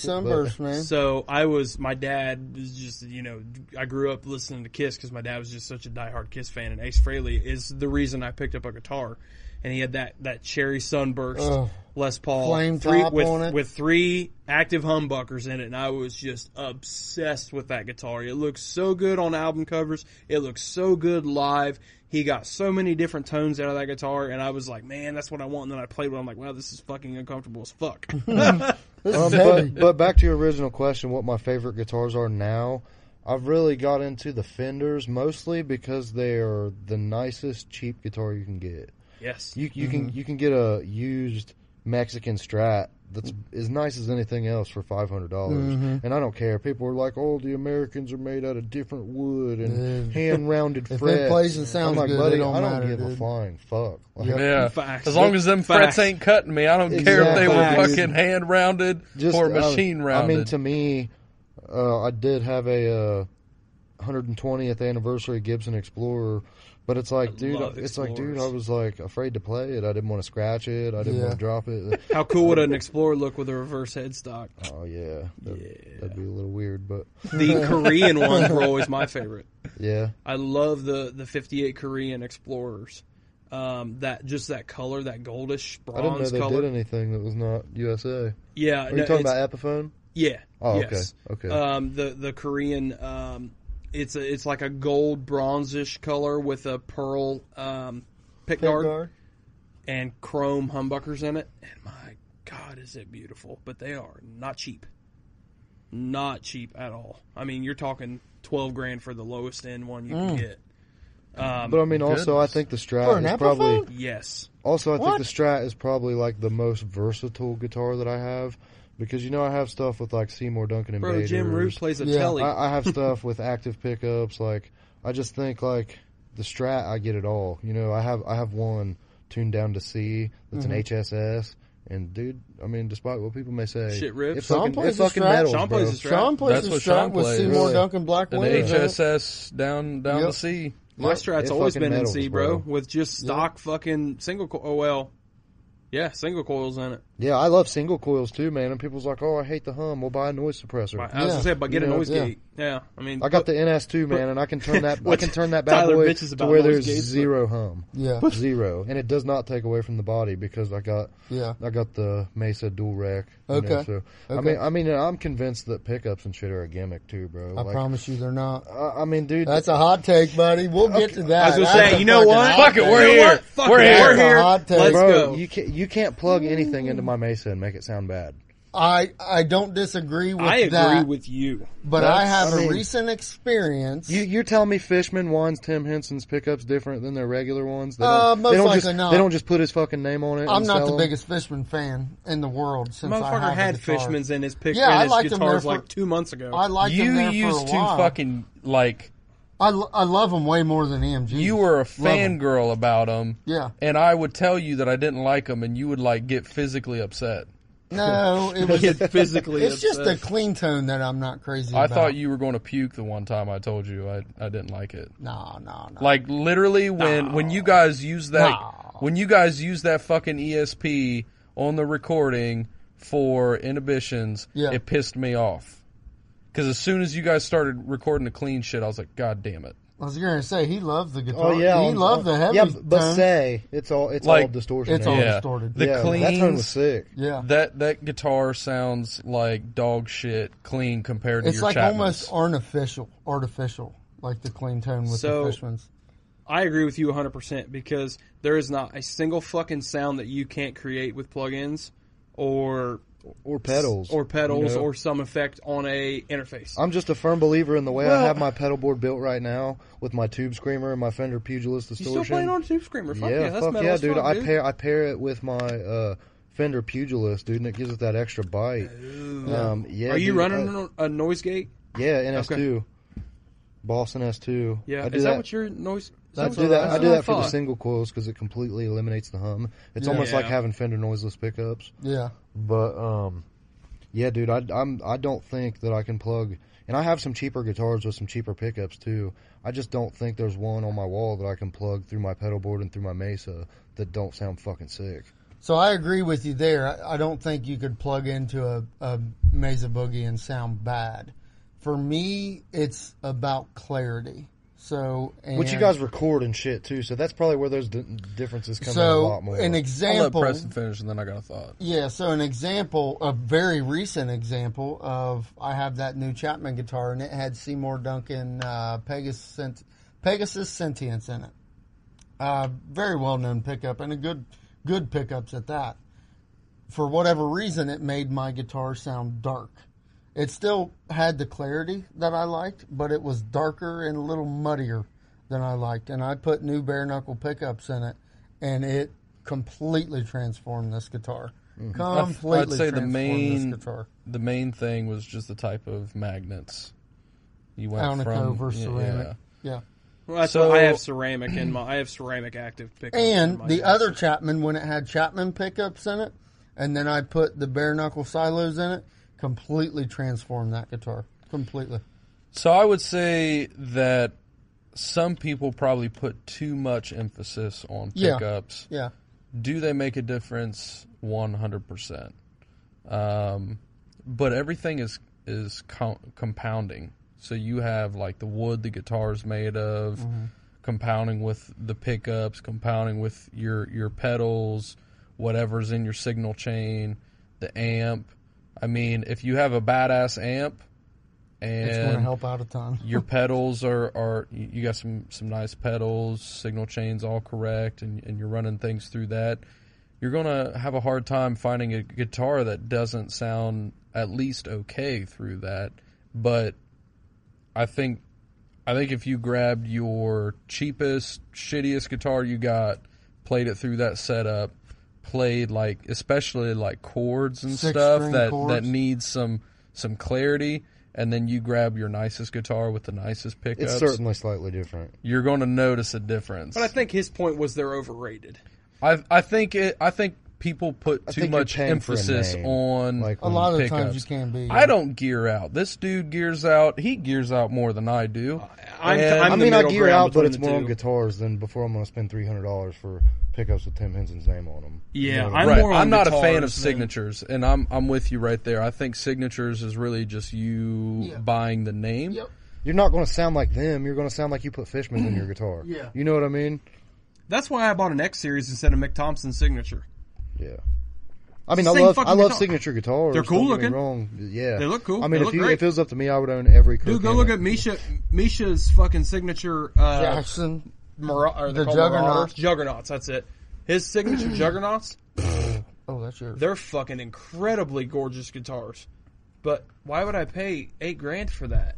S3: sunburst, man.
S1: So I was, my dad was just, you know, I grew up listening to Kiss because my dad was just such a diehard Kiss fan, and Ace Frehley is the reason I picked up a guitar. And he had that that cherry sunburst
S3: Ugh.
S1: Les Paul
S3: Flame
S1: three,
S3: top
S1: with
S3: on it.
S1: with three active humbuckers in it, and I was just obsessed with that guitar. It looks so good on album covers. It looks so good live. He got so many different tones out of that guitar, and I was like, man, that's what I want. And then I played one. I'm like, wow, this is fucking uncomfortable as fuck.
S3: This
S2: Um,
S3: is heavy.
S2: but, but back to your original question, what my favorite guitars are now. I've really got into the Fenders mostly because they are the nicest cheap guitar you can get.
S1: yes.
S2: You you can you can get a used Mexican Strat that's as nice as anything else for five hundred dollars, and I don't care. People are like, "Oh, the Americans are made out of different wood and hand rounded
S3: If it
S2: frets."
S3: plays and
S2: I'm
S3: sounds
S2: like,
S3: good, it
S2: buddy,
S3: don't
S2: I don't
S3: matter,
S2: give a
S3: dude."
S2: flying fuck. Like,
S4: Yeah.
S1: Facts.
S4: As long as them
S1: Facts.
S4: frets ain't cutting me, I don't care if they were
S1: Exactly.
S4: fucking hand rounded or
S2: uh,
S4: machine rounded.
S2: I mean, to me, uh, I did have a uh, 120th anniversary Gibson Explorer, but it's like, dude,
S1: love
S2: it's like, dude, I
S1: Explorers.
S2: was like afraid to play it. I didn't want to scratch it. I didn't
S3: Yeah.
S2: want to drop it.
S1: How cool would an Explorer look with a reverse headstock?
S2: oh yeah, that, that'd be a little weird, but
S1: The Korean ones were always my favorite.
S2: yeah,
S1: I love the the 58 Korean Explorers. Um, that just that color, that goldish
S2: I didn't know
S1: bronze
S2: they
S1: color.
S2: did anything that was not USA.
S1: Yeah,
S2: Are
S1: no,
S2: you
S1: it's-
S2: talking about Epiphone?
S1: Yeah.
S2: Oh,
S1: yes.
S2: okay, okay.
S1: Um, the the Korean, um, it's a, it's like a gold bronzish color with a pearl um, pickguard
S3: Guard.
S1: and chrome humbuckers in it. And my God, is it beautiful! But they are not cheap, not cheap at all. I mean, you're talking twelve grand for the lowest end one you
S3: Mm.
S1: can get.
S2: But I mean, also, I
S4: goodness.
S2: think the
S3: For
S2: Strat
S3: an
S2: is probably.
S3: Epiphone?
S1: Yes,
S2: Also, I
S3: What?
S2: think the Strat is probably like the most versatile guitar that I have because you know I have stuff with like Seymour Duncan and
S1: bro. Jim Root
S2: Invaders.
S1: plays a
S3: Yeah,
S1: telly.
S2: I, I have stuff with active pickups. Like I just think like the Strat, I get it all. You know, I have I have one tuned down to C that's
S1: Mm-hmm.
S2: an HSS. And dude, I mean, despite what people may say,
S1: Shit rips.
S2: It
S3: Sean
S2: fucking,
S3: plays
S2: it
S3: the
S2: fucking
S3: Strat.
S2: metals,
S1: Sean
S2: bro.
S1: plays a
S3: Sean
S1: strat.
S3: plays
S4: That's
S3: the
S4: what
S3: strap
S4: Sean
S3: with
S4: plays.
S3: Seymour
S2: Really?
S3: Duncan Black
S4: the
S3: Widow.
S4: HSS down down
S3: Yep.
S4: to C.
S1: My strat's
S2: it
S1: always
S2: fucking
S1: been in
S2: metals,
S1: C, bro,
S2: bro.
S1: with just stock fucking single coil. Oh well, yeah, single coils in it.
S2: Yeah, I love single coils too, man. And people's like, "Oh, I hate the hum. We'll buy a noise suppressor."
S1: I was
S3: Yeah.
S1: gonna say, but get a
S2: You know,
S1: noise
S3: yeah.
S1: gate. Yeah, I mean,
S2: I got the NS2 man, and I can turn that I
S1: Which
S2: can turn that bad
S1: Tyler
S2: boy
S1: bitches
S2: to
S1: about
S2: where
S1: noise
S2: there's
S1: gates, but-
S2: zero hum,
S3: Yeah.
S2: zero, and it does not take away from the body because I got
S3: Yeah.
S2: I got the Mesa dual rack. you
S3: Okay.
S2: know, so I
S3: Okay.
S2: mean, I mean, I'm convinced that pickups and shit are a gimmick too, bro.
S3: I promise you they're not.
S2: I, I mean, dude,
S3: That's a hot take, buddy. We'll get to that.
S1: I was gonna
S3: That's
S1: say,
S3: a
S1: you know
S3: fucking
S1: what?
S3: hot
S4: Fuck it,
S3: take.
S4: we're
S1: You know
S4: here.
S1: what? Fuck
S4: We're
S1: it,
S4: here.
S1: We're
S3: That's a
S1: here.
S3: hot
S1: Let's
S3: take.
S2: bro,
S1: go.
S2: you can't you can't plug anything into my Mesa and make it sound bad.
S3: I I don't disagree with
S1: I agree
S3: that,
S1: with you.
S3: but
S2: That's-
S3: I have
S2: I mean-
S3: a recent experience.
S2: You, you're telling me Fishman, Wands, Tim Henson's pickups different than their regular ones? They
S3: Uh,
S2: don't,
S3: most
S2: they don't
S3: likely
S2: just,
S3: not.
S2: They don't just put his fucking name on it.
S3: I'm
S2: and
S3: not
S2: sell
S3: the
S2: 'em?
S3: biggest Fishman fan in the world since I
S1: Motherfucker
S3: have
S1: had
S3: a guitar.
S1: Fishman's in his pick
S3: Yeah,
S1: in
S3: I
S1: his
S3: liked him there
S1: guitars
S3: for-
S1: like two months ago.
S3: I liked
S4: You
S3: him there for
S4: used
S3: a
S4: to
S3: while.
S4: fucking like
S3: I, lo- I love him way more than EMG.
S4: you were a
S3: Mm. Love 'em.
S4: fangirl about them.
S3: Yeah.
S4: And I would tell you that I didn't like them, and you would like get physically upset.
S3: No, it was.
S1: Get physically.
S3: It's just the
S1: upset.
S3: clean tone that I'm not crazy.
S4: I
S3: about.
S4: thought you were going to puke the one time I told you I, I didn't like it.
S3: No, no, no.
S4: Like literally when when you guys use that
S3: No.
S4: when you guys use that fucking ESP on the recording for inhibitions,
S3: Yeah.
S4: it pissed me off. Because as soon as you guys started recording the clean shit, I was like, God damn it!
S3: I was gonna say he loved the guitar.
S2: Oh yeah,
S3: he
S2: on-
S3: loved the
S2: on-
S3: heavy
S2: Yeah,
S3: tone.
S2: but say it's all it's
S4: Like,
S2: all distortion.
S3: it's
S2: man.
S3: all
S4: yeah,
S3: distorted.
S4: the
S2: yeah, that tone was
S4: cleans
S2: sick.
S3: yeah,
S4: that that guitar sounds like dog shit clean compared to
S3: it's
S4: your
S3: like
S4: Chapmans.
S3: almost artificial, artificial, like the clean tone with
S1: So-
S3: the Fishmans.
S1: I agree with you 100% because there is not a single fucking sound that you can't create with plugins or
S2: or pedals.
S1: or pedals
S2: you know?
S1: or some effect on a interface.
S2: I'm just a firm believer in the way
S1: Well-
S2: I have my pedal board built right now with my tube screamer and my Fender Pugilist
S1: you
S2: distortion.
S1: still playing on Tube Screamer? Fuck yeah,
S2: yeah,
S1: that's
S2: fuck
S1: metal
S2: yeah,
S1: as
S2: dude.
S1: fuck,
S2: I pair I pair it with my uh, Fender Pugilist, dude, and it gives it that extra bite. Um, yeah.
S1: Are you
S2: dude,
S1: running
S2: I-
S1: on a noise gate?
S2: yeah, NS2, Boston S2.
S1: Yeah,
S2: I do
S1: is that,
S2: that.
S1: what your noise? is
S2: I
S1: what-
S2: do that. I
S1: that's
S2: do
S1: what
S2: that for the
S1: thought.
S2: single coils because it completely eliminates the hum. It's
S3: Yeah.
S2: almost like
S1: Yeah.
S2: having Fender noiseless pickups.
S3: Yeah.
S2: But um, yeah, dude, I, I'm I don't think that I can plug. And I have some cheaper guitars with some cheaper pickups too. I just don't think there's one on my wall that I can plug through my pedal board and through my Mesa that don't sound fucking sick.
S3: So I agree with you there. I, I don't think you could plug into a, a Mesa Boogie and sound bad. For me, it's about clarity. So, and
S2: Which you guys record and shit too, so that's probably where those d- differences come in a
S3: so
S2: lot more.
S3: an
S4: I'll let
S3: example.
S4: Preston finish, and then I got a thought.
S3: Yeah, so an example, a very recent example of I have that new Chapman guitar and it had Seymour Duncan uh, Pegasus, Sent- Pegasus Sentience in it. Uh, very well known pickup and a good good pickups at that. For whatever reason, it made my guitar sound dark. It still had the clarity that I liked, but it was darker and a little muddier than I liked. And I put new bare knuckle pickups in it, and it completely transformed this guitar. Completely
S4: I'd say the
S3: transformed
S4: main-
S3: this guitar.
S4: The main thing was just the type of magnets you went
S3: Onico
S4: from.
S3: versus
S4: yeah,
S3: ceramic.
S4: yeah.
S3: Yeah.
S1: Well, that's
S4: So-
S1: what I have ceramic in my. I have ceramic active pickup. in my
S3: And the
S1: guitar.
S3: other Chapman, when it had Chapman pickups in it, and then I put the bare knuckle silos in it, completely transformed that guitar. Completely.
S4: So I would say that some people probably put too much emphasis on
S3: Yeah.
S4: pickups.
S3: Yeah.
S4: Do they make a difference? One hundred percent. Um, But everything is is co- compounding. So you have like the wood the guitar is made of,
S3: Mm-hmm.
S4: compounding with the pickups, compounding with your your pedals, whatever's in your signal chain, the amp. I mean, if you have a badass amp, and
S3: It's going to help out a ton.
S4: your pedals are, are you you got some some nice pedals signal chains all correct and, and you're running things through that you're gonna have a hard time finding a guitar that doesn't sound at least okay through that but i think i think if you grabbed your cheapest shittiest guitar you got played it through that setup played like especially like chords and
S3: Six
S4: stuff
S3: string
S4: that that
S3: chords.
S4: needs some some clarity and then you grab your nicest guitar with the nicest
S2: it's
S4: pickups
S2: certainly slightly different.
S4: you're going to notice a difference
S1: But I think his point was they're overrated.
S4: I I think it I think people put too
S2: think you're
S4: much
S2: paying for a
S4: emphasis
S2: name.
S4: on
S2: Like
S3: a lot of the
S4: pickups.
S3: times you can be.
S4: I don't gear out. This dude gears out. He gears out more than I do.
S1: Uh, I'm,
S4: And-
S1: I'm
S2: I
S1: the
S2: mean, I
S1: middle
S2: gear
S1: ground
S2: out, but
S1: between
S2: it's
S1: the
S2: more on
S1: two.
S2: guitars than before I'm going to spend three hundred dollars for pickups with Tim Henson's name on them.
S1: Yeah,
S2: what
S1: I'm
S2: mean?
S4: right.
S1: more on
S4: I'm not a fan of
S1: guitars than-
S4: signatures, and I'm I'm with you right there. I think signatures is really just you
S3: Yeah.
S4: buying the name.
S3: Yep.
S2: You're not going to sound like them. You're going to sound like you put Fishman's in your guitar.
S3: Yeah.
S2: you know what I mean.
S1: That's why I bought an X series instead of Mick Thompson's signature.
S2: Yeah. I mean, I
S1: Same
S2: love
S1: fucking
S2: I love
S1: guitar.
S2: signature guitars.
S1: They're cool
S2: don't get
S1: looking.
S2: me Wrong, yeah,
S1: They look cool.
S2: I mean,
S1: They
S2: if
S1: look
S2: you,
S1: great.
S2: if it was up to me, I would own every. Kirk
S1: Dude, go
S2: Hammett.
S1: look at Misha Misha's fucking signature. Uh,
S3: Jackson.
S1: Mara- or the
S3: The
S1: Juggernauts.
S3: Juggernauts.
S1: Juggernauts. That's it. His signature Juggernauts.
S3: Oh, that's yours.
S1: They're fucking incredibly gorgeous guitars. But why would I pay eight grand for that?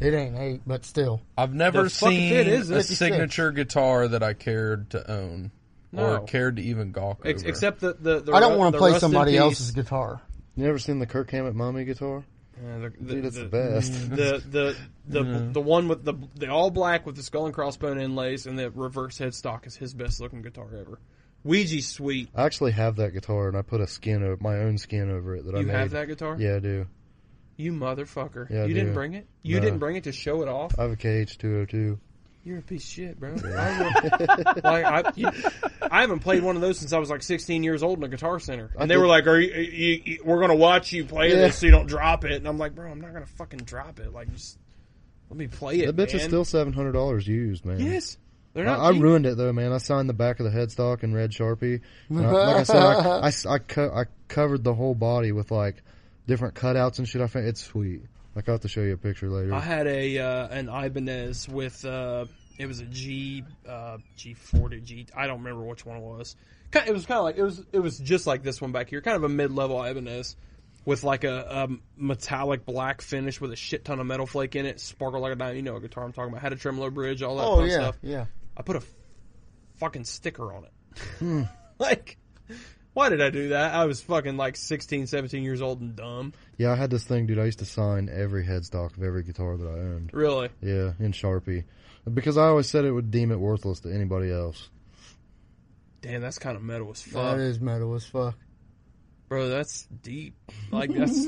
S3: It ain't eight, but still.
S4: I've never
S1: The fucking
S4: seen
S1: fit is
S4: a
S1: 56.
S4: signature guitar that I cared to own
S1: No.
S4: or cared to even gawk
S1: Ex-
S4: over.
S1: except the the, the
S3: I don't
S1: ru-
S3: want
S1: the
S3: to play
S1: Rust in
S3: somebody
S1: Peace.
S3: else's guitar.
S2: You never seen the Kirk Hammett mommy guitar?
S1: Yeah, the, the,
S2: Dude, it's the,
S1: the- mm.
S2: best.
S1: the the the, the one with the the all black with the skull and crossbone inlays and the reverse headstock is his best looking guitar ever. Ouija Sweet,
S2: I actually have that guitar, and I put a skin over my own skin over it that I
S1: you
S2: made.
S1: have that guitar?
S2: Yeah, I do.
S1: You motherfucker!
S2: Yeah, I
S1: you
S2: do.
S1: didn't bring it. You
S2: No.
S1: didn't bring it to show it off.
S2: I have a KH two hundred two.
S1: You're a piece of shit, bro. I would- like I, you- I haven't played one of those since I was like 16 years old in a guitar center, and they
S2: did-
S1: were like, "Are you, you, you- We're gonna watch you play
S2: Yeah.
S1: this so you don't drop it." And I'm like, "Bro, I'm not gonna fucking drop it. Like, just let me play it."
S2: That bitch is
S1: man."
S2: still seven hundred dollars used, man.
S1: yes. They're not.
S2: I, I
S1: cheap.
S2: ruined it though, man. I signed the back of the headstock in red sharpie. And I- like I said, I, I s- I co- I covered the whole body with like different cutouts and shit. I found it's sweet. Like I will have to show you a picture later.
S1: I had a uh, an Ibanez with uh, it was a G uh, G forty G. I don't remember which one it was. Ki- It was kind of like it was it was just like this one back here, kind of a mid level Ibanez. with like a, a metallic black finish with a shit ton of metal flake in it, sparkle like a diamond. You know, a guitar I'm talking about had a tremolo bridge, all that
S3: Oh
S1: fun
S3: yeah,
S1: stuff.
S3: yeah.
S1: I put a fucking sticker on it.
S3: Hmm.
S1: like, why did I do that? I was fucking like 16, 17 years old and dumb.
S2: Yeah, I had this thing, dude. I used to sign every headstock of every guitar that I owned.
S1: Really?
S2: Yeah, in Sharpie. Because I always said it would deem it worthless to anybody else.
S1: Damn, that's kind of metal as fuck,
S3: That is metal as fuck.
S1: bro. That's deep. Like that's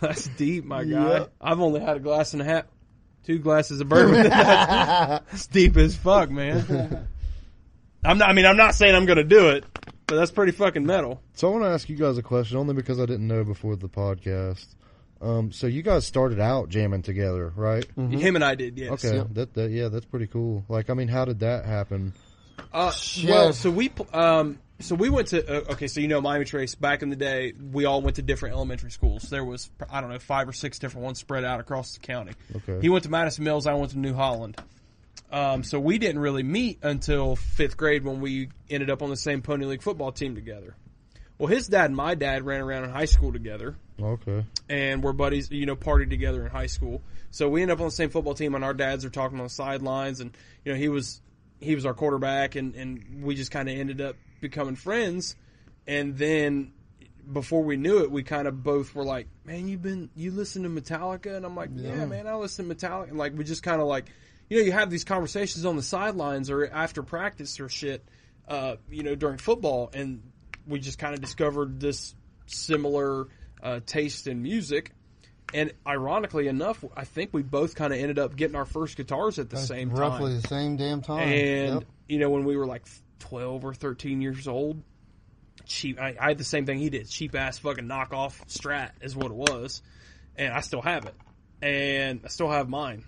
S1: that's deep, my guy.
S3: Yeah.
S1: I've only had a glass and a half, two glasses of bourbon. that's, that's deep as fuck, man. I'm not. I mean, I'm not saying I'm gonna do it, but that's pretty fucking metal.
S2: So I want to ask you guys a question, only because I didn't know before the podcast. Um, so you guys started out jamming together, right?
S1: Him and I did, yes.
S2: Okay,
S3: Yep.
S2: that, that Mm-hmm. yeah, that's pretty cool. Like, I mean, how did that happen?
S1: Uh,
S3: Shit.
S1: well, so we pl- um, so we went to uh, okay, so you know Miami Trace back in the day, we all went to different elementary schools. There was I don't know five or six different ones spread out across the county.
S2: Okay.
S1: he went to Madison Mills, I went to New Holland. Um, so we didn't really meet until fifth grade when we ended up on the same Pony League football team together. Well, his dad and my dad ran around in high school together
S2: Okay,
S1: and we're buddies, you know, partied together in high school. So we end up on the same football team, and our dads are talking on the sidelines, and you know, he was he was our quarterback, and and we just kind of ended up becoming friends. And then before we knew it, we kind of both were like, "Man, you've been you listen to Metallica," and I'm like, "Yeah, man, I listen to Metallica." And like, we just kind of like, you know, you have these conversations on the sidelines or after practice or shit, uh, you know, during football, and we just kind of discovered this similar uh, taste in music. And ironically enough, I think we both kind of ended up getting our first guitars at the same
S3: Uh, Roughly
S1: time.
S3: the same damn time.
S1: And
S3: Yep.
S1: you know, when we were like twelve or thirteen years old, cheap. I, I had the same thing he did. Cheap ass fucking knockoff Strat is what it was, and I still have it, and I still have mine.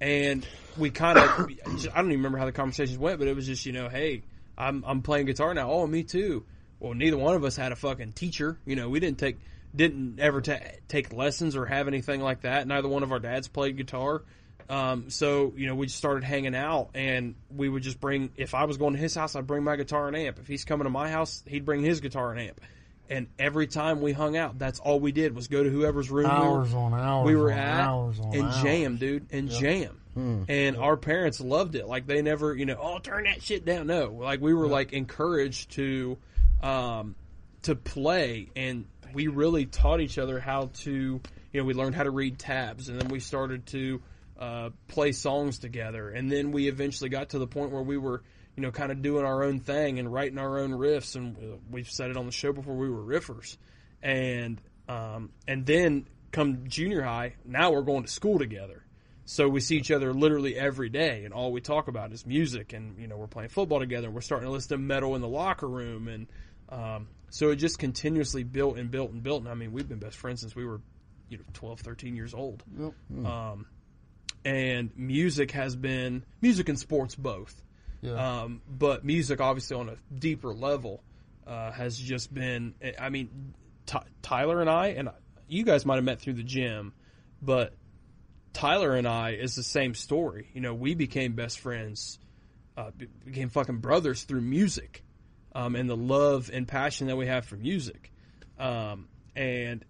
S1: And we kind of, I don't even remember how the conversations went, but it was just you know, hey, I'm I'm playing guitar now. Oh, me too. Well, neither one of us had a fucking teacher. You know, we didn't take didn't ever ta- take lessons or have anything like that. Neither one of our dads played guitar. Um, so you know, we just started hanging out, and we would just bring. If I was going to his house, I'd bring my guitar and amp. If he's coming to my house, he'd bring his guitar and amp. And every time we hung out, that's all we did was go to whoever's room
S3: hours
S1: we were,
S3: on hours.
S1: we were
S3: on
S1: at
S3: hours on
S1: and
S3: hours. Hmm.
S1: jam, dude, and jam. And our parents loved it. Like they never, you know, oh, turn that shit down. No, like we were like encouraged to, um, to play, and we really taught each other how to, you know, we learned how to read tabs, and then we started to uh, play songs together, and then we eventually got to the point where we were. You know, kind of doing our own thing and writing our own riffs, and uh, we've said it on the show before. We were riffers, and um, and then come junior high, now we're going to school together. So we see each other literally every day, and all we talk about is music. And you know, we're playing football together. And we're starting to listen to metal in the locker room, and um, so it just continuously built and built and built. And I mean, we've been best friends since we were, you know, 12, 13 years old.
S3: Yep.
S1: Um, and music has been music and sports both.
S3: Yeah.
S1: Um, but music, obviously, on a deeper level, uh, has just been. I mean, Ty Tyler and I, and you guys might have met through the gym, but Tyler and I is the same story. You know, we became best friends, uh, be- became fucking brothers through music, um, and the love and passion that we have for music. Um, and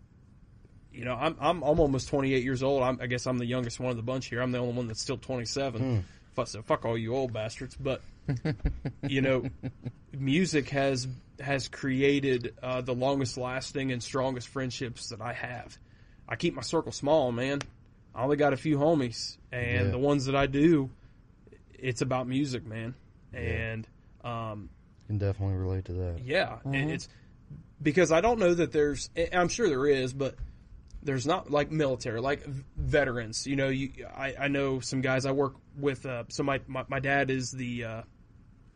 S1: you know, I'm I'm, I'm almost 28 years old. I'm, I guess I'm the youngest one of the bunch here. I'm the only one that's still 27. Fuck, so fuck all you old bastards. But you know, music has has created uh, the longest lasting and strongest friendships that I have. I keep my circle small, man. I only got a few homies, and
S2: Yeah.
S1: the ones that I do, it's about music, man. And um,
S2: can definitely relate to that.
S1: yeah, and it's because I don't know that there's. and I'm sure there is, but there's not like military, like v- veterans. You know, you I, I know some guys I work with. Uh, so my, my my dad is the uh,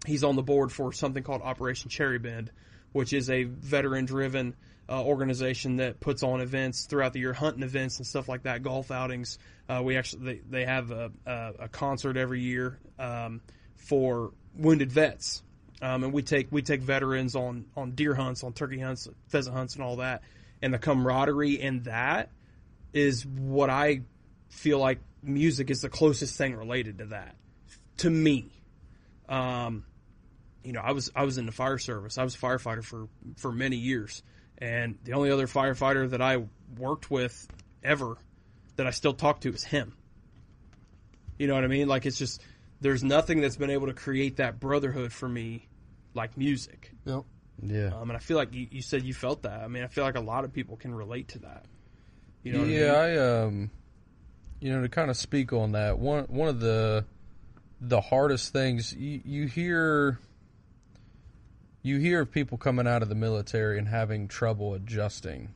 S1: he's on the board for something called Operation Cherry Bend, which is a veteran-driven uh, organization that puts on events throughout the year, hunting events and stuff like that, golf outings. Uh, we actually they, they have a, a, a concert every year um, for wounded vets, um, and we take we take veterans on on deer hunts, on turkey hunts, pheasant hunts, and all that. And the camaraderie in that is what I feel like music is the closest thing related to that to me um, you know, I was I was in the fire service. I was a firefighter for for many years, And the only other firefighter that I worked with ever that I still talk to is him. You know what I mean? Like it's just there's nothing that's been able to create that brotherhood for me like music.
S3: Yep.
S2: Yeah.
S1: Um, and I feel like you, you said you felt that. I mean, I feel like a lot of people can relate to that. You know what
S4: yeah,
S1: I mean?
S4: I um, you know, to kind of speak on that one one of the the hardest things you, you hear you hear of people coming out of the military and having trouble adjusting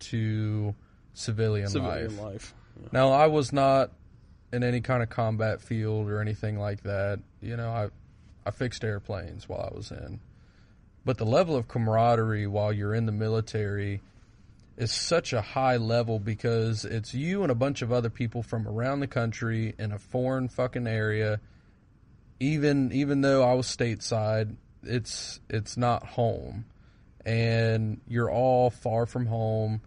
S4: to civilian,
S1: Civilian
S4: life.
S1: life.
S4: Now, I was not in any kind of combat field or anything like that. You know, I I fixed airplanes while I was in. But the level of camaraderie while you're in the military is such a high level because it's you and a bunch of other people from around the country in a foreign fucking area. Even even though I was stateside, it's it's not home. And you're all far from home.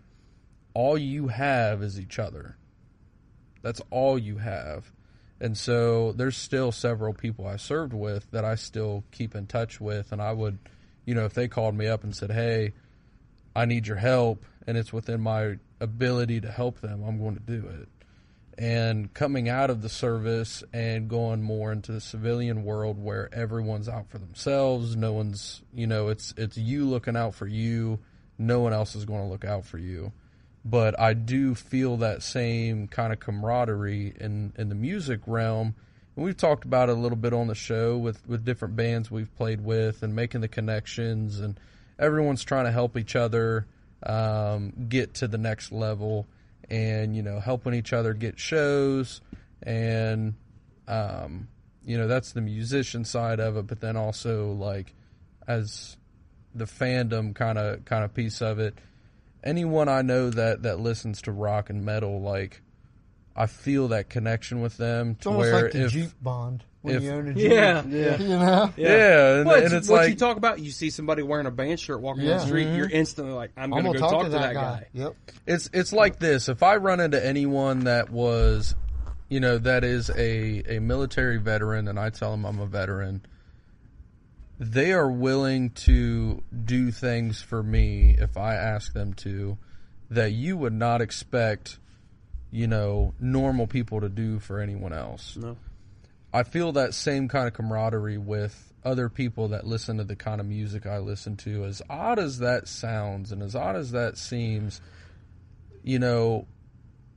S4: All you have is each other. That's all you have. And so there's still several people I served with that I still keep in touch with. And I would, you know, if they called me up and said, hey, I need your help, and it's within my ability to help them, I'm going to do it. And coming out of the service and going more into the civilian world where everyone's out for themselves, no one's, you know, it's it's you looking out for you, no one else is going to look out for you but I do feel that same kind of camaraderie in, in the music realm. And we've talked about it a little bit on the show with, with different bands we've played with and making the connections, and everyone's trying to help each other um, get to the next level and, you know, helping each other get shows. And, um, you know, that's the musician side of it, but then also, like, as the fandom kind of kind of piece of it anyone I know that that listens to rock and metal, like I feel that connection with them.
S3: It's
S4: To
S3: almost
S4: where
S3: like the
S4: if
S3: Jeep bond when
S4: if-
S3: you own a Jeep.
S1: Yeah.
S2: Yeah.
S3: You know?
S4: yeah, and,
S1: Well,
S4: and
S1: it's,
S4: it's
S1: what
S4: like
S1: you talk about. You see somebody wearing a band shirt walking down
S3: Yeah.
S1: the street, you're instantly like, Mm-hmm. "I'm
S3: I'm
S1: going to
S3: gonna
S1: go talk to that, guy."
S3: Yep.
S4: it's it's like this. If I run into anyone that was, you know, that is a a military veteran, and I tell them I'm a veteran, they are willing to do things for me if I ask them to, that you would not expect, you know, normal people to do for anyone else.
S1: No.
S4: I feel that same kind of camaraderie with other people that listen to the kind of music I listen to. As odd as that sounds and as odd as that seems, you know,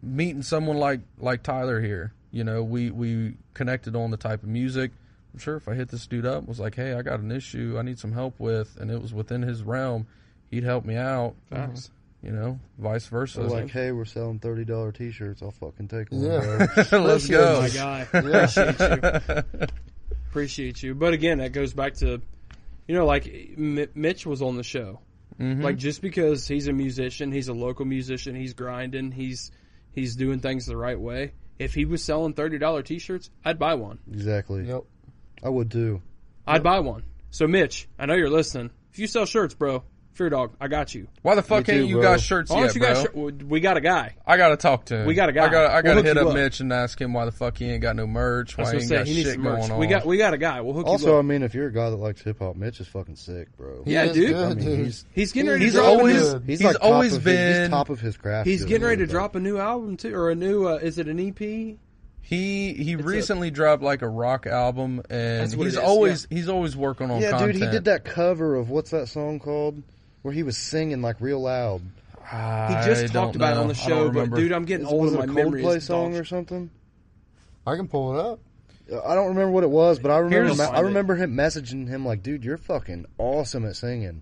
S4: meeting someone like like Tyler here, you know, we we connected on the type of music. I'm sure if I hit this dude up, was like, hey, I got an issue I need some help with, and it was within his realm, he'd help me out.
S1: Facts.
S4: You know, vice versa.
S2: They're like, hey, we're selling thirty dollar t shirts. I'll fucking take one.
S3: Yeah.
S2: bro.
S4: let's go.
S1: Oh My guy, appreciate you. Appreciate you. But again, that goes back to, you know, like M- Mitch was on the show.
S4: Mm-hmm.
S1: Like just because he's a musician, he's a local musician, he's grinding, he's he's doing things the right way. If he was selling thirty dollar t shirts, I'd buy one.
S2: Exactly.
S3: Yep.
S2: I would too.
S1: I'd buy one. So Mitch, I know you're listening. If you sell shirts, bro, Fear Dog, I got you.
S4: Why the fuck
S2: Me
S4: ain't
S2: too,
S4: you
S2: bro.
S4: got shirts
S1: Why
S4: yet,
S1: don't you
S4: bro?
S1: guys? sh- we got a guy.
S4: I gotta talk to him.
S1: We got a guy.
S4: I gotta, I
S1: We'll
S4: gotta
S1: hook
S4: hit
S1: you
S4: up
S1: up.
S4: Mitch and ask him why the fuck he ain't got no merch.
S1: I
S4: Why
S1: was gonna
S4: he ain't
S1: say
S4: got
S1: he needs
S4: shit
S1: some
S4: going
S1: merch.
S4: on.
S1: We got we got a guy. We'll hook you
S2: Also, I
S1: up.
S2: mean, if you're a guy that likes hip hop, Mitch is fucking sick, bro.
S1: Yeah,
S3: He is
S1: dude.
S2: I
S3: good,
S2: mean,
S3: dude.
S2: he's
S1: He's getting ready.
S4: he's
S1: to drop a new-
S4: always
S3: good.
S4: he's,
S2: he's, like top
S4: always
S2: of his- he's
S4: been
S2: top of his craft.
S1: He's
S2: dude,
S1: getting ready to
S2: bro.
S1: drop a new album too, or a new. Uh, is it an EP?
S4: he he recently dropped like a rock album and
S1: That's what
S4: he's
S1: it is,
S4: always he's always working on
S2: Yeah,
S4: content.
S2: dude, he did that cover of what's that song called? Where he was singing like real loud.
S1: He
S4: I
S1: just
S4: don't
S1: talked about it
S4: know.
S1: on the
S4: I don't
S1: show, but
S4: remember.
S1: dude, I'm getting
S2: Is-
S1: old
S2: was
S1: and
S2: it
S1: my
S2: a
S1: memory
S2: Coldplay
S1: is
S2: song
S1: dog
S2: or something?
S3: I can pull it up.
S2: Uh, I don't remember what it was, but I remember
S1: Here's-
S2: ma- I remember him messaging him like, "Dude, you're fucking awesome at singing."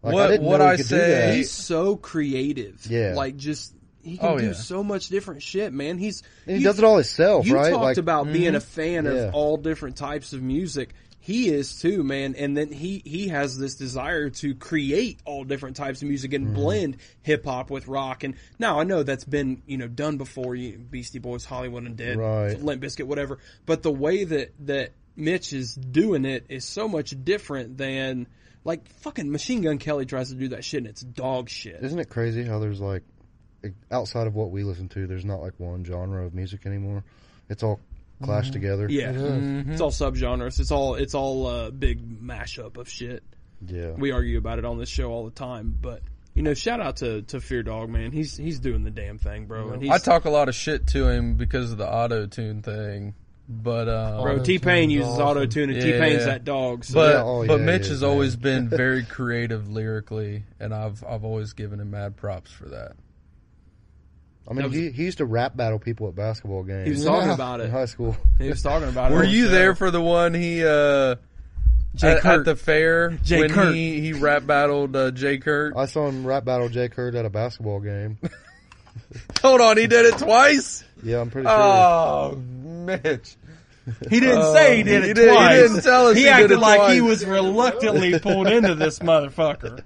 S2: Like,
S4: What-
S2: I didn't
S4: what
S2: know he
S4: I
S2: could
S4: say-
S2: do
S1: He's so creative.
S2: Yeah.
S1: Like just he can
S4: Oh,
S1: do
S4: yeah.
S1: so much different shit, man. He's
S2: that. And he
S1: you-
S2: does it all himself,
S1: You
S2: right?
S1: talked
S2: like, mm-hmm.
S1: about being a fan
S2: Yeah.
S1: of all different types of music. He is too, man. And then he he has this desire to create all different types of music
S2: Mm-hmm.
S1: and blend hip hop with rock. And now I know that's been you know done before. You Beastie Boys, Hollywood and Dead,
S2: Right.
S1: Limp Bizkit, whatever. But the way that that Mitch is doing it is so much different than. Like fucking Machine Gun Kelly tries to do that shit and it's dog shit.
S2: Isn't it crazy how there's like, outside of what we listen to, there's not like one genre of music anymore. It's all clashed together.
S1: Mm-hmm. Yeah,
S3: It is.
S2: Mm-hmm.
S1: it's all subgenres. It's all it's all a big mashup of shit.
S2: yeah.
S1: we argue about it on this show all the time, but you know, shout out to to Fear Dog, man. He's he's doing the damn thing, bro. And he's
S4: I talk a lot of shit to him because of the auto tune thing, but um,
S1: bro.
S3: Auto-tune
S1: T Pain
S3: is
S1: uses
S3: awesome.
S1: auto tune, and
S4: Yeah,
S1: T Pain's
S4: yeah.
S1: that dog. So
S4: but
S2: Yeah, oh,
S4: but
S2: yeah,
S4: Mitch
S2: yeah,
S4: has
S2: yeah.
S4: always been very creative lyrically, and I've I've always given him mad props for that.
S2: I mean,
S1: That was-
S2: he, he used to rap battle people at basketball games
S1: he was
S2: in
S1: talking
S3: Yeah.
S1: about it.
S2: high school.
S1: He was talking about it.
S4: Were
S1: on the
S4: you
S1: show.
S4: there for the one he uh,
S1: Jay
S4: at, at
S1: Kurt.
S4: the fair
S1: Jay
S4: when
S1: Kurt.
S4: he he rap battled uh, Jay Kurt?
S2: I saw him rap battle Jake Hurd at a basketball game.
S4: Hold on, he did it twice.
S2: Yeah, I'm pretty sure.
S4: Oh, Mitch.
S1: He didn't
S4: Uh,
S1: say he did
S4: he
S1: it
S4: did- he
S1: twice.
S4: didn't tell us
S1: He,
S4: he did
S1: acted
S4: it
S1: like he
S4: twice.
S1: was reluctantly pulled into this motherfucker.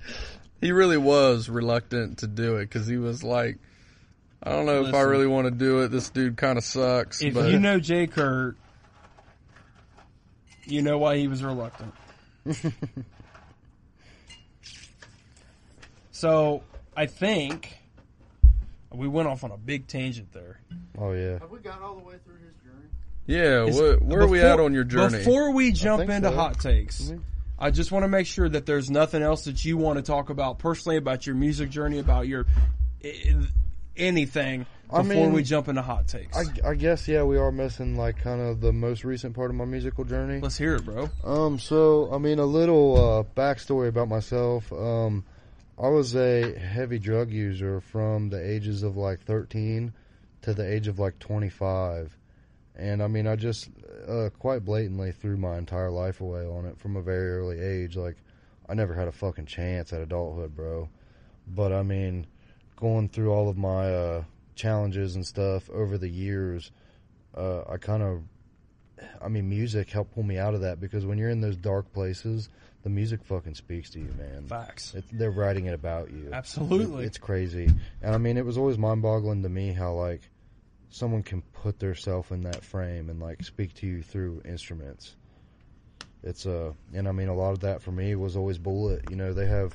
S4: He really was reluctant to do it because he was like, I don't know if I
S1: Listen.
S4: really want to do it. This dude kind of sucks.
S1: If
S4: but
S1: you know Jay Kurt, you know why he was reluctant. so I think we went off on a big tangent there.
S2: oh yeah.
S3: Have we got all the way through his journey?
S4: yeah,
S1: Is-
S4: wh- where are we
S1: before-
S4: at on your journey?
S1: Before we jump
S2: think
S1: into
S2: so.
S1: hot takes,
S2: Mhm.
S1: I just want to make sure that there's nothing else that you want to talk about personally about your music journey, about your i- i- anything
S2: I
S1: before
S2: mean,
S1: we jump into hot takes.
S2: I, I guess yeah, we are missing like kind of the most recent part of my musical journey.
S1: Let's hear it, bro.
S2: Um, so I mean, a little uh, backstory about myself. Um, I was a heavy drug user from the ages of like 13 to the age of like 25, and I mean, I just uh, quite blatantly threw my entire life away on it from a very early age. Like, I never had a fucking chance at adulthood, bro. But I mean, going through all of my uh, challenges and stuff over the years, uh, I kind of I mean, music helped pull me out of that because when you're in those dark places, the music fucking speaks to you, man.
S1: Facts.
S2: It, they're writing it about you.
S1: Absolutely.
S2: It- it's crazy. And I mean, it was always mind boggling to me how, like, someone can put theirself in that frame and, like, speak to you through instruments. It's, uh, and I mean, a lot of that for me was always Bullet. You know, they have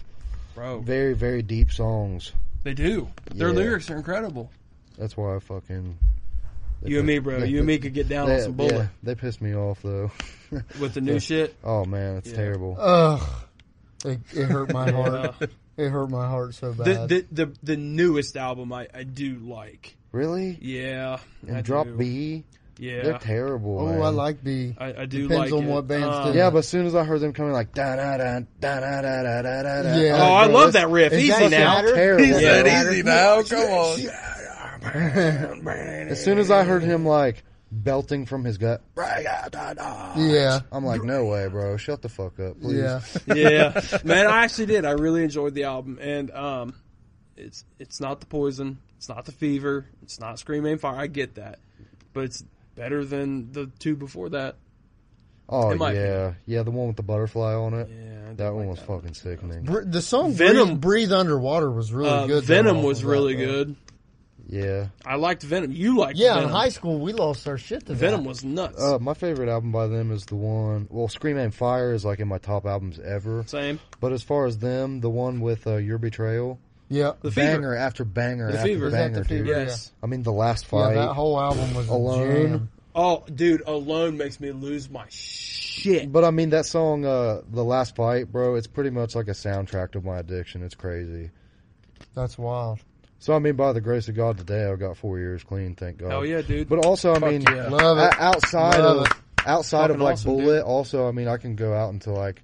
S1: Bro,
S2: very, very deep songs.
S1: they do. Their
S2: Yeah.
S1: lyrics are incredible.
S2: That's why I fucking. they
S1: You and
S2: put-
S1: me, bro.
S2: they
S1: You and me
S2: put-
S1: could get down
S2: they,
S1: on some bullet
S2: yeah, they pissed me off, though.
S1: with the new
S2: Yeah.
S1: shit.
S2: Oh, man, it's
S1: Yeah.
S2: terrible.
S3: Ugh. It, it hurt my heart.
S1: Uh,
S3: It hurt my heart so bad.
S1: the, the the the newest album I, I do like.
S2: Really?
S1: Yeah.
S2: and
S1: I
S2: drop
S1: do.
S2: B. They're
S1: Yeah.
S2: terrible.
S3: oh,
S2: man.
S3: I like B.
S1: I, I do
S3: Depends
S1: like
S3: on
S1: it.
S3: what bands
S1: Um,
S3: did
S2: Yeah, but as soon as I heard them coming, like da da da da da da da da da. da,
S3: Yeah.
S2: I'm
S1: Oh, I
S2: like, bro,
S1: love
S2: this-
S1: that riff.
S3: Is
S1: Easy
S3: that
S1: now.
S3: Shatter?
S2: terrible.
S4: Is
S1: Yeah.
S4: that
S1: Yeah.
S4: easy now? Come on.
S2: As soon as I heard him like belting from his gut,
S3: Yeah.
S2: I'm like, no way, bro. Shut the fuck up, please.
S3: Yeah.
S1: yeah, man, I actually did. I really enjoyed the album, and um, it's it's not the poison, it's not the fever, it's not Scream Aim Fire. I get that, but it's better than the two before that.
S2: Oh
S1: In my
S2: yeah, yeah. The one with the butterfly on it.
S1: Yeah, I didn't
S2: that one
S1: like
S2: was fucking sickening.
S3: Br- the song
S1: Venom.
S3: Breathe, Breathe Underwater was really
S1: Uh,
S3: good.
S1: Venom
S3: though,
S1: was
S3: off of
S1: really
S3: that, though.
S1: good.
S2: Yeah.
S1: I liked Venom. You liked
S3: Yeah,
S1: Venom.
S3: in high school we lost our shit to
S1: Venom
S3: That.
S1: was nuts.
S2: Uh, my favorite album by them is the one. Well, Scream and Fire is like in my top albums ever.
S1: Same.
S2: But as far as them, the one with uh, Your Betrayal,
S3: Yeah.
S1: The
S2: banger
S1: fever.
S2: after banger
S1: The
S2: after
S1: Fever. Is
S3: that the
S2: banger, dude.
S3: Fever?
S1: Yes.
S2: I mean, the last
S3: Yeah,
S2: fight.
S3: that whole album was
S2: Alone.
S3: a jam.
S1: Oh, dude, Alone makes me lose my shit.
S2: But I mean, that song, uh, "The Last Fight," bro. It's pretty much like a soundtrack to my addiction. It's crazy.
S3: That's wild.
S2: So I mean, by the grace of God, today I've got four years clean. Thank God.
S1: Hell Oh, yeah, dude.
S2: But also, I mean,
S4: yeah.
S3: Love it.
S2: o- outside
S3: Love
S2: of
S3: it.
S2: outside of
S1: Fucking
S2: like
S1: awesome, dude.
S2: Bullet, also, I mean, I can go out into like,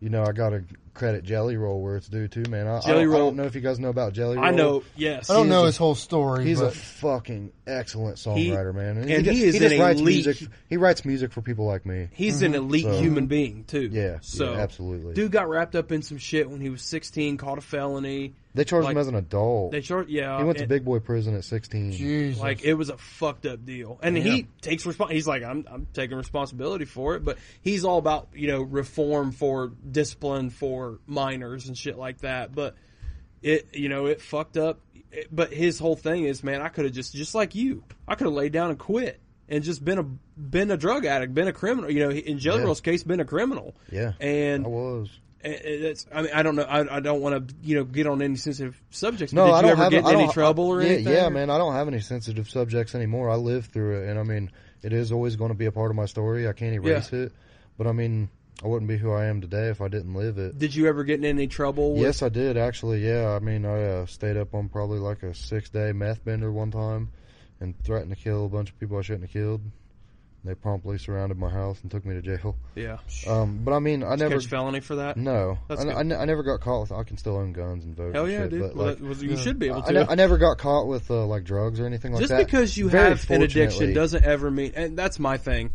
S2: you know, I got to credit Jelly Roll where it's due too, man. I,
S1: Jelly
S2: I, don't, I
S1: Roll-
S2: don't know if you guys know about Jelly Roll.
S1: I know. Yes.
S3: I don't know
S2: a-
S3: his whole story.
S2: He's a
S3: but
S2: fucking excellent songwriter, man,
S1: and he is an
S2: writes
S1: elite-
S2: music. He writes music for people like me.
S1: He's an elite
S2: mm-hmm. So-
S1: human being too.
S2: Yeah,
S1: So
S2: yeah, absolutely.
S1: Dude got wrapped up in some shit when he was 16, caught a felony.
S2: they charged
S1: like-
S2: him as an adult.
S1: They charged, yeah.
S2: he went to
S1: and-
S2: big boy prison at 16.
S3: Jesus.
S1: Like it was a fucked up deal, and he takes respons. He's like, I'm, I'm taking responsibility for it, but he's all about you know reform for discipline for minors and shit like that. But it, you know, it fucked up. It- but his whole thing is, man, I could have just, just like you, I could have laid down and quit and just been a been a drug addict, been a criminal. You know, he- in Jelly
S2: Yeah.
S1: Roll's case, been a criminal.
S2: Yeah,
S1: and
S2: I was.
S1: And it's, I mean, I don't know. I, I don't want to, you know, get on any sensitive subjects. but
S2: No,
S1: did
S2: I
S1: you
S2: don't
S1: ever
S2: have
S1: get
S2: I
S1: in any
S2: don't-
S1: trouble or
S2: yeah,
S1: anything?
S2: Yeah, man, I don't have any sensitive subjects anymore. I lived through it, and I mean, it is always going to be a part of my story. I can't erase it. But I mean, I wouldn't be who I am today if I didn't live it.
S5: Did you ever get in any trouble? With,
S2: Yes, I did actually. Yeah, I mean, I uh, stayed up on probably like a six-day meth bender one time, and threatened to kill a bunch of people I shouldn't have killed. They promptly surrounded my house and took me to jail.
S1: Yeah.
S2: Um, but I mean, I never.
S1: Catch felony for that?
S2: No, I,
S1: That's
S2: I,
S1: good.
S2: ne- I never got caught with. I can still own guns and vote.
S1: Hell
S2: and
S1: yeah,
S2: shit,
S1: dude.
S2: But,
S1: well,
S2: like,
S1: that was, you should be able to.
S2: I, ne- I never got caught with uh, like drugs or anything like
S1: Just
S2: that.
S1: because you
S2: Very
S1: have an addiction
S2: fortunately.
S1: doesn't ever mean, and that's my thing.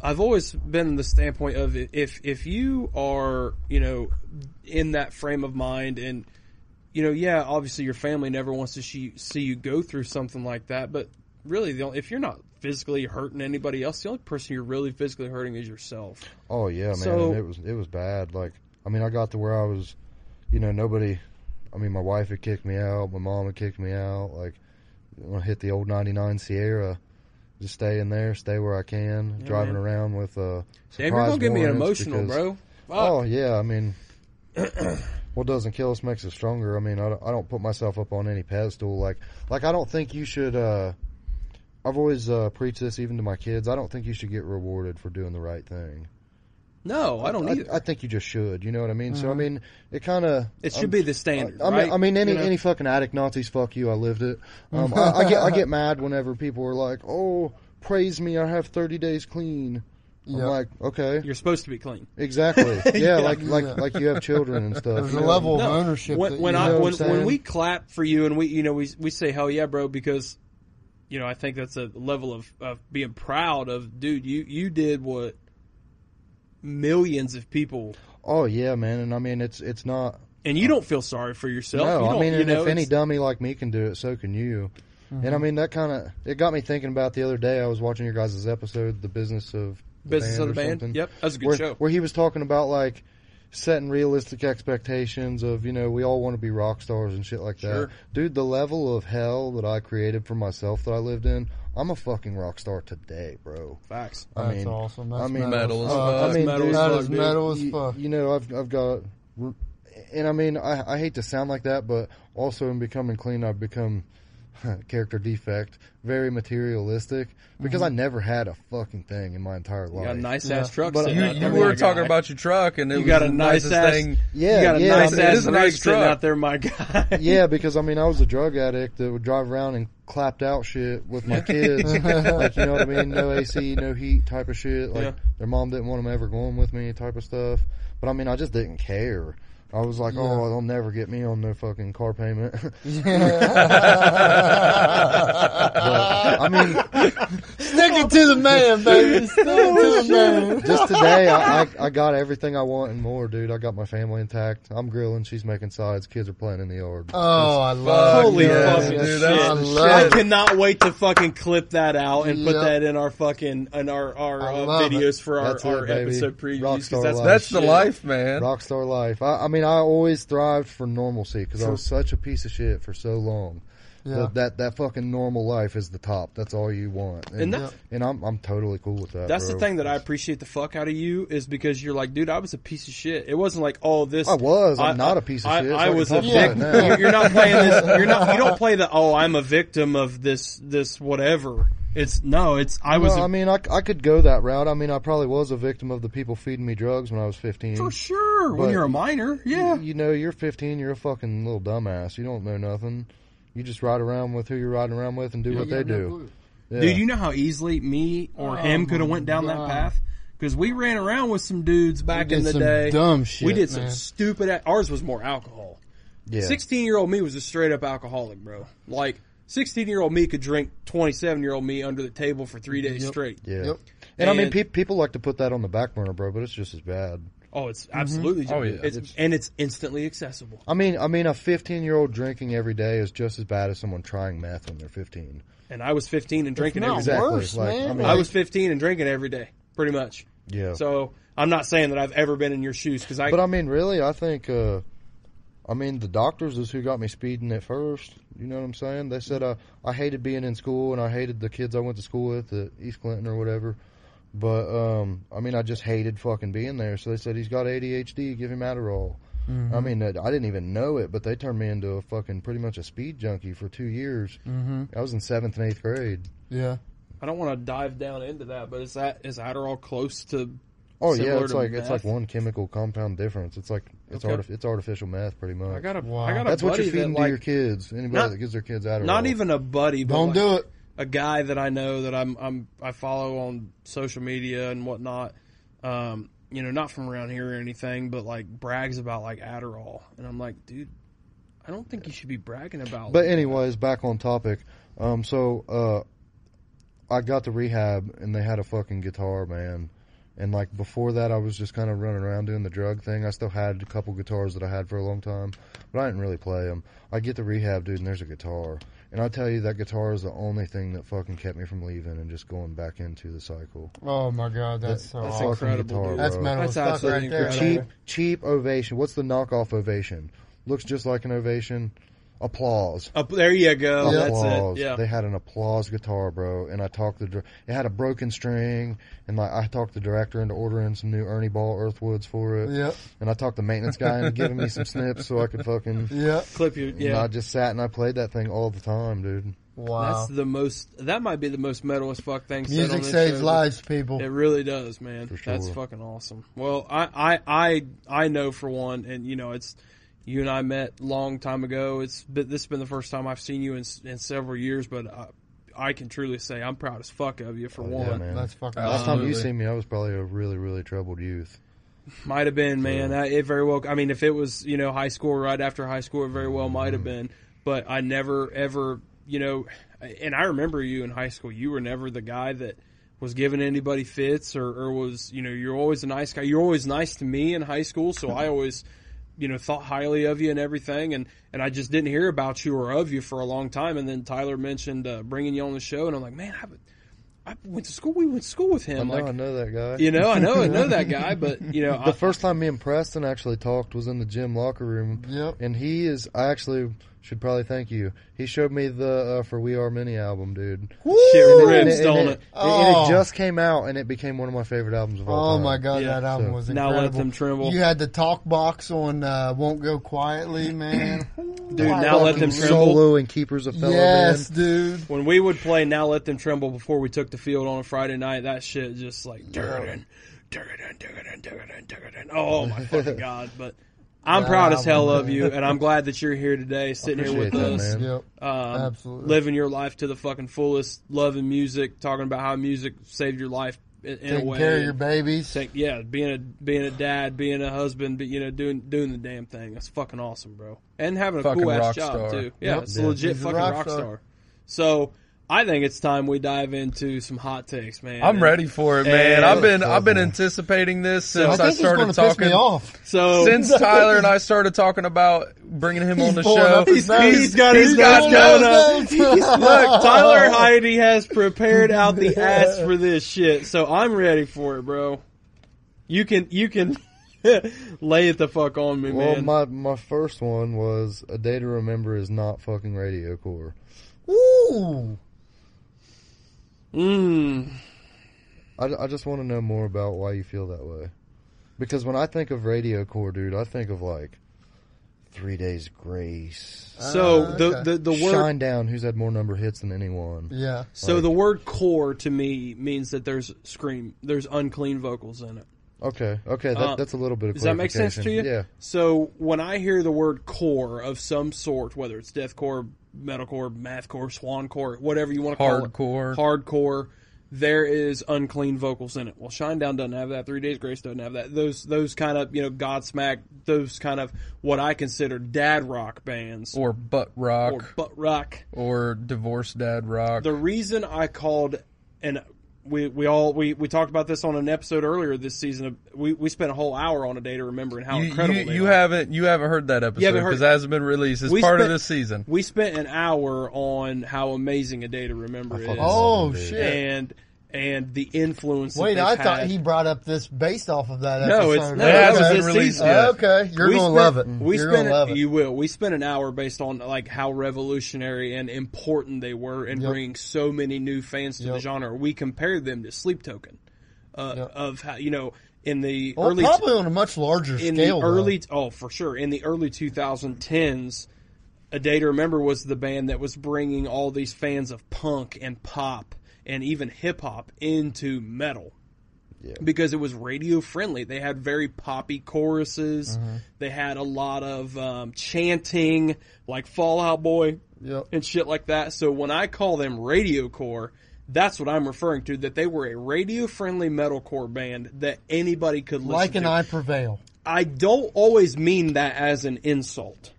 S1: I've always been in the standpoint of i- if if you are you know in that frame of mind and you know yeah obviously your family never wants to see, see you go through something like that but really the only, if you're not physically hurting anybody else the only person you're really physically hurting is yourself
S2: Oh yeah, man.
S1: So-
S2: and it was it was bad. Like I mean, I got to where I was, you know, nobody. I mean, my wife had kicked me out. My mom had kicked me out. Like, when I hit the old '99 Sierra. Just stay in there, stay where I can. driving
S1: man.
S2: around with uh,
S1: damn you're gonna
S2: surprise
S1: give me an
S2: warrants
S1: emotional
S2: because-
S1: bro
S2: Oh yeah, I mean, what doesn't kill us makes us stronger. I mean, I don't, I don't put myself up on any pedestal. Like, like I don't think you should. uh I've always uh, preached this even to my kids. I don't think you should get rewarded for doing the right thing.
S1: no I don't either
S2: I, think you just should. You know what I mean? So I mean, it kind of.
S1: it should be the standard
S2: I mean,
S1: right
S2: I mean, any
S1: You know?
S2: any fucking addict Nazis, fuck you. I lived it. Um, I, I get I get mad whenever people are like, "Oh, praise me, I have thirty days clean." I'm
S3: Yeah.
S2: like, okay,
S1: you're supposed to be clean
S2: exactly, yeah, like like like you have children and stuff.
S3: There's
S2: you
S3: a
S2: know?
S3: level of
S1: No,
S3: ownership.
S1: When,
S3: that
S1: when
S3: you
S1: I
S2: know what
S1: when,
S2: I'm saying?
S1: when we clap for you and we you know we we say hell yeah bro because you know I think that's a level of, of being proud of dude you you did what millions of people
S2: Oh yeah, man, and I mean, it's it's not.
S1: and you don't feel sorry for yourself.
S2: Oh. No,
S1: you
S2: I
S1: don't-
S2: mean,
S1: you
S2: and
S1: know,
S2: if any
S1: it's- Mm-hmm.
S2: dummy like me can do it, so can you. And I mean, that kind of it got me thinking about the other day. I was watching your guys' episode, the business of the
S1: business of the
S2: or
S1: band,
S2: something.
S1: yep, that was a good
S2: where,
S1: show.
S2: where he was talking about like setting realistic expectations of you know we all want to be rock stars and shit like that.
S1: Sure.
S2: Dude, the level of hell that I created for myself that I lived in, I'm a fucking rock star today, bro.
S1: Facts.
S2: I
S3: That's
S2: mean,
S3: awesome. That's
S2: I mean,
S4: Metal as
S2: uh,
S4: fuck.
S2: I mean,
S1: Metal
S2: dude,
S1: as
S3: that
S1: fuck,
S3: is
S1: dude.
S3: metal as
S2: you,
S3: fuck.
S2: you know, I've I've got, and I mean, I, I hate to sound like that, but also in becoming clean, I've become character defect, very materialistic, because
S3: Mm-hmm.
S2: I never had a fucking thing in my entire
S1: You
S2: life.
S1: got a nice ass
S3: Yeah.
S1: truck.
S2: But
S1: sitting
S4: You,
S1: out
S4: you
S1: there.
S4: were
S1: my
S4: talking
S1: guy.
S4: about your truck, and it
S1: you
S4: was
S1: got a
S4: the
S1: nice
S4: nicest
S1: ass.
S4: thing.
S1: you
S2: Yeah,
S1: got a
S2: yeah,
S1: nice
S2: I mean,
S4: it
S1: ass
S4: is a
S1: rig
S4: nice
S1: sitting
S4: truck.
S1: out there, my guy.
S2: yeah, because I mean, I was a drug addict that would drive around and clapped out shit with my kids. like, you know what I mean? No AC, no heat type of shit. Like,
S1: Yeah.
S2: their mom didn't want them ever going with me type of stuff. But I mean, I just didn't care. I was like, oh, they'll never get me on no fucking car payment. But, I mean,
S3: Stick it to the man, baby. Stick it to the man.
S2: just today, I, I, I got everything I want and more, dude. I got my family intact. I'm grilling. She's making sides. Kids are playing in the yard.
S3: Oh, I
S4: Fuck
S3: love
S1: Holy
S4: yeah,
S1: fucking
S4: dude,
S1: shit.
S4: that's
S3: I
S4: the
S3: love
S1: I
S4: shit.
S1: cannot wait to fucking clip that out and put
S3: Yep.
S1: that in our fucking in our our
S3: I
S1: uh,
S3: love it.
S1: videos for our,
S2: That's it,
S1: our
S2: baby.
S1: episode previews. 'cause
S2: Rockstar
S1: that's
S2: life.
S4: That's the
S1: shit.
S4: life, man.
S2: Rockstar life. I, I mean, I always thrived for normalcy because I was such a piece of shit for so long.
S3: Yeah.
S2: That, that that fucking normal life is the top. That's all you want. And,
S1: And
S2: and,
S1: that's-
S2: I'm I'm totally cool with that.
S1: That's the
S2: bro.
S1: thing that I appreciate the fuck out of you is because you're like, dude, I was a piece of shit. It wasn't like, oh, this.
S2: I was. I'm
S1: I-
S2: not a piece of
S1: I-
S2: shit.
S1: I
S2: so can
S1: was
S2: talk
S1: a
S2: about it
S1: dick.
S2: now.
S1: You're, you're not playing this. You're not. You don't play the. Oh, I'm a victim of this. This whatever. It's no. It's I was
S2: Well,
S1: a,
S2: I mean, I, c- I could go that route. I mean, I probably was a victim of the people feeding me drugs when I was 15.
S1: for sure. When
S2: but-
S1: you're a minor, yeah.
S2: You know, you're 15. You're a fucking little dumbass. You don't know nothing. You just ride around with who you're riding around with and do what they do. Yeah.
S1: Dude, you know how easily me
S3: Oh
S1: or him could have went down that path because we ran around with some dudes back
S3: did
S1: in the
S3: some
S1: day.
S3: dumb shit,
S1: We did some
S3: man.
S1: stupid. a- Ours was more alcohol.
S2: yeah.
S1: Sixteen year old me was a straight up alcoholic, bro. Like sixteen year old me could drink twenty seven year old me under the table for three days straight.
S2: Yeah.
S3: Yep.
S2: And, I mean,
S1: And-
S2: pe- people like to put that on the back burner, bro, but it's just as bad.
S1: Oh, it's absolutely.
S4: Oh, yeah.
S1: it's, and it's instantly accessible.
S2: I mean, I mean, a 15 year old drinking every day is just as bad as someone trying meth when they're 15.
S1: And I was fifteen and drinking
S3: not
S1: every day.
S2: Exactly.
S3: worse,
S2: Like,
S3: man.
S2: I mean-
S1: I was fifteen and drinking every day, pretty much.
S2: Yeah.
S1: So I'm not saying that I've ever been in your shoes because I.
S2: but I mean, really, I think, uh, I mean, the doctors is who got me speeding at first. You know what I'm saying? They said I, I hated being in school and I hated the kids I went to school with at East Clinton or whatever. But, um, I mean, I just hated fucking being there. So they said, he's got ADHD, give him Adderall. I mean, I didn't even know it, but they turned me into a fucking pretty much a speed junkie for two years. Mm-hmm. I was in seventh and eighth grade.
S3: Yeah.
S1: I don't want to dive down into that, but is that is Adderall close to
S2: Oh yeah,
S1: Similar
S2: it's
S1: to
S2: like it's like
S1: meth?
S2: one chemical compound difference. It's like it's
S1: Okay.
S2: artif- it's artificial meth pretty much.
S1: I got a,
S3: Wow.
S1: I got a
S2: That's what
S1: buddy
S2: you're feeding
S1: that
S2: to
S1: like
S2: your kids. Anybody
S1: Not-
S2: that gives their kids Adderall.
S1: not even a buddy, but
S3: Don't
S1: like
S3: do it.
S1: a guy that I know that I'm I'm I follow on social media and whatnot. Um, you know, not from around here or anything, but like brags about like Adderall, and I'm like, dude, I don't think you should be bragging about.
S2: But
S1: like
S2: anyways, back on topic. Um, so uh, I got to rehab and they had a fucking guitar, man. And like before that, I was just kind of running around doing the drug thing. I still had a couple guitars that I had for a long time, but I didn't really play them. I get to rehab, dude, and there's a guitar. And I tell you, that guitar is the only thing that fucking kept me from leaving and just going back into the cycle.
S3: Oh my god, that's so
S2: That's
S1: That's
S3: awesome.
S2: fucking
S1: incredible,
S2: guitar,
S1: dude.
S3: That's
S2: bro.
S3: metal
S1: That's
S3: as fuck
S1: absolutely
S3: right there.
S1: incredible.
S2: cheap cheap ovation. What's the knockoff ovation? Looks just like an ovation. Applause.
S1: Up there you go. Oh, That's
S2: applause.
S1: it. Yeah.
S2: They had an applause guitar, bro. And I talked the dir- it had a broken string, and like I talked the director into ordering some new Ernie Ball Earthwoods for it.
S3: Yep.
S2: And I talked the maintenance guy into giving me some snips so I could fucking.
S3: Yep.
S1: Clip your
S2: And
S1: yeah.
S2: I just sat and I played that thing all the time, dude.
S3: Wow.
S1: That's the most. That might be the most metal as fuck thing. said on
S3: Music
S1: this
S3: saves
S1: show.
S3: lives, people.
S1: It really does, man.
S2: For sure.
S1: That's fucking awesome. Well, I, I, I, I know for one, and you know, it's you and I met long time ago. It's but this has been the first time I've seen you in s- in several years, but I, I can truly say I'm proud as fuck of you for
S2: Oh,
S1: one.
S2: yeah, man.
S3: That's fucking
S2: Last time you
S4: Absolutely.
S2: seen me, I was probably a really, really troubled youth.
S1: Might have been, man. I, it very well. I mean, if it was you know high school, right after high school, it very well might have
S2: Mm-hmm.
S1: been. But I never ever you know, and I remember you in high school. You were never the guy that was giving anybody fits or, or was you know you're always a nice guy. You're always nice to me in high school, so
S2: Mm-hmm.
S1: I always you know thought highly of you and everything and and I just didn't hear about you or of you for a long time and then Tyler mentioned uh, bringing you on the show and I'm like man I, I went to school we went to school with
S2: I
S1: him
S2: know,
S1: like
S2: I know that guy.
S1: you know I know I know that guy but you know
S2: The
S1: I,
S2: first time me and Preston actually talked was in the gym locker room.
S3: Yep.
S2: And he is, I actually should probably thank you. He showed me the uh, For We Are Mini album, dude.
S1: Shit
S2: And it-
S1: rips,
S2: and
S1: don't it?
S2: it- and
S3: Oh.
S2: it just came out and it became one of my favorite albums of all
S3: Oh
S2: time.
S3: my god,
S1: Yeah,
S3: that album
S2: so-
S3: was
S1: Now
S3: incredible.
S1: Let Them Tremble.
S3: You had the talk box on uh, "Won't Go Quietly," man.
S1: Dude, Now Let Them Tremble.
S2: Solo and Keepers of Fellow
S3: Yes,
S2: Man.
S3: dude.
S1: When we would play Now Let Them Tremble before we took the field on a Friday night, that shit just like dun, dun, dun, dun, dun, dun, dun, dun. Oh my fucking god. But I'm proud as hell of you and I'm glad that you're here today sitting here with
S2: Appreciate
S1: us.
S2: that, man.
S3: Yep.
S1: Um,
S3: Absolutely.
S1: Living your life to the fucking fullest, loving music, talking about how music saved your life in, in a
S3: Taking
S1: way.
S3: care of your babies.
S1: Take- yeah, being a being a dad, being a husband, but you know, doing doing the damn thing. That's fucking awesome, bro. And having a
S4: Fucking
S1: cool ass
S4: rock
S1: job
S4: star.
S1: too. Yeah,
S3: Yep.
S1: it's a legit
S3: He's a
S1: fucking
S3: rock
S1: rock,
S3: star.
S1: star. So I think it's time we dive into some hot takes, man.
S4: I'm
S1: And
S4: ready for it, man.
S1: And-
S4: I've been I've been
S2: Yeah.
S4: anticipating this
S3: I
S4: since
S3: think
S4: I,
S3: he's going
S4: started
S3: to
S4: talking.
S3: piss me off.
S1: So
S4: Since Tyler and I started talking about bringing him
S3: He's
S4: on the
S3: pulling
S4: show,
S3: up his nose.
S1: he's got his
S4: he's got
S1: nose
S4: his
S1: going
S4: nose
S1: up. Look, Tyler Heidi has prepared out the ass for this shit, so I'm ready for it, bro. You can you can lay it the fuck on
S4: Oh
S1: me,
S2: Well,
S1: man.
S2: my, my first one was A Day to Remember is not fucking Radio Core.
S3: Ooh.
S1: mm,
S2: I, I just want to know more about why you feel that way. Because when I think of Radio Core, dude, I think of like Three Days Grace.
S1: so
S3: Uh,
S1: the,
S3: okay.
S1: the the word
S2: Shine Down, who's had more number hits than anyone.
S3: Yeah.
S1: So
S2: Like-
S1: the word core to me means that there's scream, there's unclean vocals in it.
S2: Okay, okay, that,
S1: Uh,
S2: that's a little bit of
S1: Does that make sense to you?
S2: clarification. Yeah.
S1: So when I hear the word core of some sort, whether it's deathcore, metalcore, mathcore, swancore, whatever you want to
S4: Hardcore.
S1: call it, hardcore, there is unclean vocals in it. Well, Shinedown doesn't have that. Three Days Grace doesn't have that. Those those kind of you know Godsmack, those kind of what I consider dad rock bands
S4: or butt rock,
S1: or butt rock.
S4: or divorced dad rock.
S1: the reason I called and we, we all we, we talked about this on an episode earlier this season. We, we spent a whole hour on a day to remember and how
S4: you,
S1: incredible
S4: you,
S1: they
S4: you
S1: are.
S4: haven't you haven't heard that episode
S1: haven't heard-
S4: because it hasn't been released. It's
S1: We
S4: part of
S1: spent-
S4: this season.
S1: We spent an hour on how amazing a day to remember it is,
S3: Oh
S2: Dude.
S3: shit.
S1: and and the influence. that
S3: Wait,
S1: they've
S3: I thought
S1: had.
S3: he brought up this based off of that episode.
S1: No, it's no,
S4: It
S1: that
S4: hasn't
S1: was
S4: been
S1: this
S4: released
S1: season.
S4: yet.
S3: Okay, you're
S1: We
S3: gonna
S1: spent-
S3: love it.
S1: We
S3: you're
S1: spent
S3: gonna love it.
S1: you will. We spent an hour based on like how revolutionary and important they were in
S3: Yep.
S1: bringing so many new fans to the
S3: Yep.
S1: genre. We compared them to Sleep Token, uh,
S3: Yep.
S1: of how you know in the
S3: Well,
S1: early
S3: probably on a much larger
S1: in
S3: scale.
S1: the
S3: though.
S1: early oh for sure in the early 2010s a day to remember was the band that was bringing all these fans of punk and pop and even hip hop into metal
S2: Yeah.
S1: because it was radio friendly. They had very poppy choruses.
S3: Mm-hmm.
S1: They had a lot of um, chanting, like Fallout Boy
S3: Yep.
S1: and shit like that. So when I call them radio core, that's what I'm referring to. That they were a radio friendly metalcore band that anybody could listen
S3: Like
S1: to.
S3: and I prevail.
S1: I don't always mean that as an insult.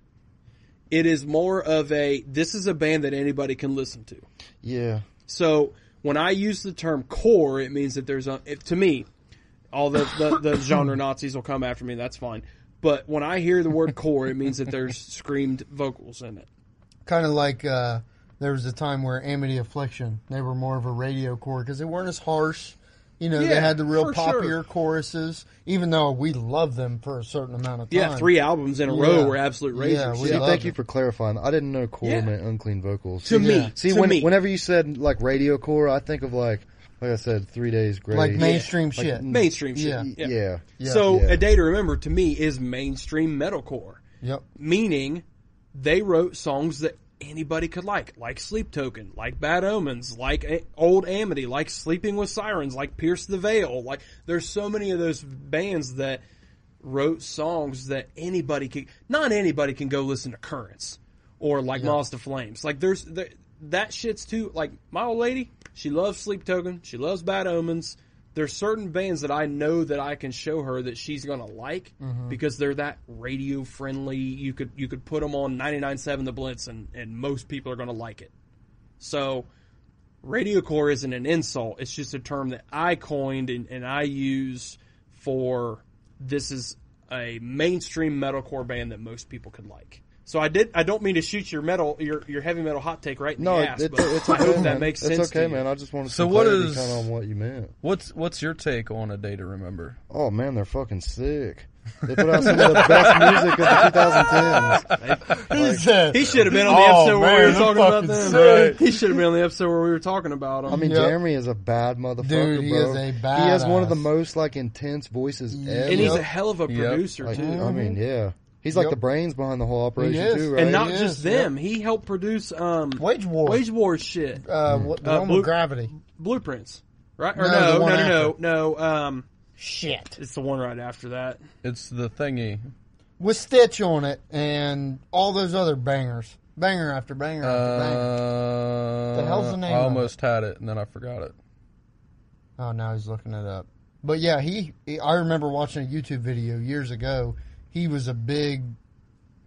S1: It is more of a this is a band that anybody can listen to.
S2: Yeah.
S1: So when I use the term core, it means that there's a, if, to me, all the, the, the genre Nazis will come after me. That's fine. But when I hear the word core, it means that there's screamed vocals in it.
S3: Kind of like uh, there was a time where Amity Affliction, they were more of a radio core because they weren't as harsh. You know, they
S1: Yeah,
S3: had the
S1: for
S3: real
S1: sure.
S3: poppier choruses, even though we loved them for a certain amount of time.
S1: Yeah, three albums in a row
S3: Yeah.
S1: were absolute
S3: Yeah,
S1: razors.
S3: we
S1: Yeah.
S2: See,
S3: love
S2: thank
S3: it.
S2: you for clarifying. I didn't know core
S1: Yeah.
S2: meant unclean vocals.
S1: To me,
S2: See,
S1: to
S2: when,
S1: me.
S2: whenever you said like radio core, I think of like, like I said, three days grace.
S3: Like mainstream
S2: Like,
S3: shit.
S1: mainstream shit.
S3: Yeah.
S2: Yeah.
S3: Yeah.
S1: So
S2: Yeah.
S1: a day to remember to me is mainstream metalcore,
S3: Yep.
S1: meaning they wrote songs that anybody could like, like Sleep Token, like Bad Omens, like A- Old Amity, like Sleeping with Sirens, like Pierce the Veil. Like there's so many of those bands that wrote songs that anybody could, not anybody can go listen to Currents or like Moths to Flames. Like there's there, that shit's too. Like my old lady, she loves Sleep Token, she loves Bad Omens. There's certain bands that I know that I can show her that she's gonna like because they're that radio friendly. You could you could put them on 99.7 The Blitz and and most people are gonna like it. So. Radio core isn't an insult. It's just a term that I coined and, and I use for this is a mainstream metalcore band that most people could like. So I did. I don't mean to shoot your metal, your your heavy metal hot take right in
S2: No,
S1: the
S2: it,
S1: ass,
S2: it's,
S1: but
S2: it's
S1: I
S2: okay,
S1: hope
S2: man.
S1: that makes sense.
S2: It's okay,
S1: to you.
S2: man. I just wanted
S4: So
S2: some
S4: what
S2: clarity
S4: is-
S2: kind of on what you meant.
S4: What's what's your take on a day to remember?
S2: Oh man, they're fucking sick. They put out some of the best music of the 2010s.
S3: He said,
S1: He should have been on the
S3: Oh,
S1: episode where
S3: man,
S1: we were
S3: that's
S1: talking about
S3: fucking
S1: them.
S3: sick.
S1: He should have been on the episode where we were talking about them.
S2: I mean,
S3: Yep.
S2: Jeremy is a bad motherfucker,
S3: Dude, he
S2: bro.
S3: is a
S2: He has one of the
S3: badass.
S2: most like intense voices ever.
S1: and he's
S3: Yep.
S1: a hell of a
S4: Yep.
S1: producer
S2: Like,
S1: too.
S2: I mean, yeah, he's like
S3: Yep.
S2: the brains behind the whole operation
S3: is.
S2: too, right?
S1: and not
S3: he
S1: just
S3: is,
S1: them. He helped produce um,
S3: uh, Wage War.
S1: Wage War shit.
S3: uh, what, the
S1: Uh,
S3: one
S1: Blue-
S3: with gravity.
S1: Blueprints, right? Or
S3: No,
S1: no,
S3: the
S1: no,
S3: one
S1: no, no, no. Um,
S3: Shit.
S1: it's the one right after that.
S4: It's the thingy.
S3: With Stitch on it and all those other bangers. Banger after banger after banger.
S4: Uh,
S3: The hell's the name
S4: I
S3: of
S4: almost had it and then I forgot it.
S3: Oh, now he's looking it up. But yeah, he, he- I remember watching a YouTube video years ago. He was a big.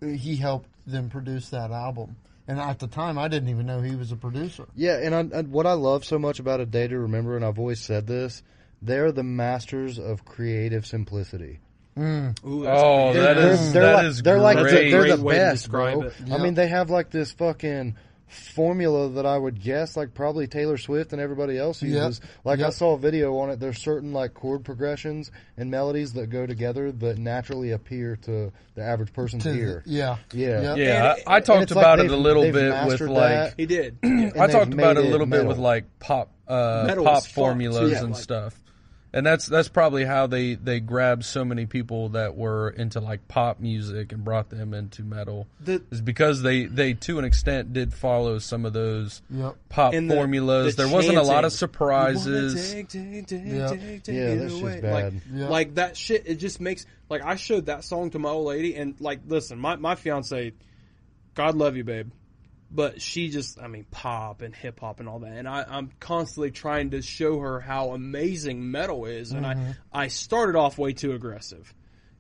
S3: He helped them produce that album, and at the time, I didn't even know he was a producer.
S2: Yeah, and, I, and what I love so much about A Day to Remember, and I've always said this, they're the masters of creative simplicity.
S1: Ooh, that's
S4: Oh, that
S2: they're,
S4: is
S2: they're
S4: that
S2: like,
S4: is
S2: they're like the-
S4: great.
S2: they're
S1: Great
S2: the
S1: way to
S2: best,
S1: describe
S2: bro.
S1: it.
S2: I mean, they have like this fucking formula that I would guess like probably Taylor Swift and everybody else uses. Like I
S3: Yep.
S2: saw a video on it. There's certain like chord progressions and melodies that go together that naturally appear to the average person's
S3: To the-
S2: ear.
S3: yeah,
S2: Yeah.
S3: Yep.
S4: yeah,
S1: and-
S4: I, I
S1: and
S4: talked
S2: it's like
S4: about it a
S2: they've-
S4: little
S2: they've
S4: bit with
S2: mastered
S4: like
S1: He did.
S2: and
S4: I
S2: they've
S4: talked about
S2: made
S4: it a little bit
S2: metal.
S4: with like pop uh,
S1: Metal
S4: pop
S1: as fuck,
S4: formulas
S1: yeah,
S4: and
S1: like-
S4: stuff. And that's that's probably how they they grabbed so many people that were into like pop music and brought them into metal
S1: The-
S4: is because they they to an extent did follow some of those
S3: Yep.
S4: pop
S1: And the-
S4: formulas.
S1: the
S4: there wasn't a lot
S1: chanting.
S4: of surprises.
S1: Take, take, take,
S3: Yeah.
S1: take, take
S2: Yeah,
S1: it
S2: that shit's
S1: away.
S2: bad.
S1: Like,
S3: Yeah.
S1: like that shit. It just makes like I showed that song to my old lady, and like, listen, my my fiance, God love you, babe, but she just, I mean, pop and hip hop and all that, and I, I'm constantly trying to show her how amazing metal is, and
S2: Mm-hmm.
S1: I I started off way too aggressive,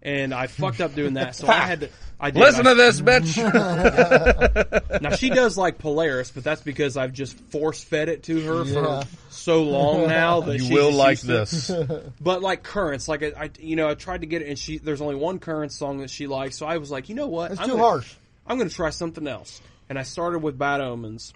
S1: and I fucked up doing that, so I had to. I did,
S4: Listen
S1: I-
S4: to this, bitch.
S1: now she does like Polaris, but that's because I've just force fed it to her
S3: Yeah.
S1: for so long now that
S4: you
S1: she's
S4: will
S1: just used
S4: like
S1: to-
S4: this.
S1: But like currents, like I, I, you know, I tried to get it, and she there's only one current song that she likes, so I was like, you know what,
S3: It's
S1: I'm
S3: too
S1: gonna-
S3: harsh.
S1: I'm going to try something else, and I started with Bad Omens,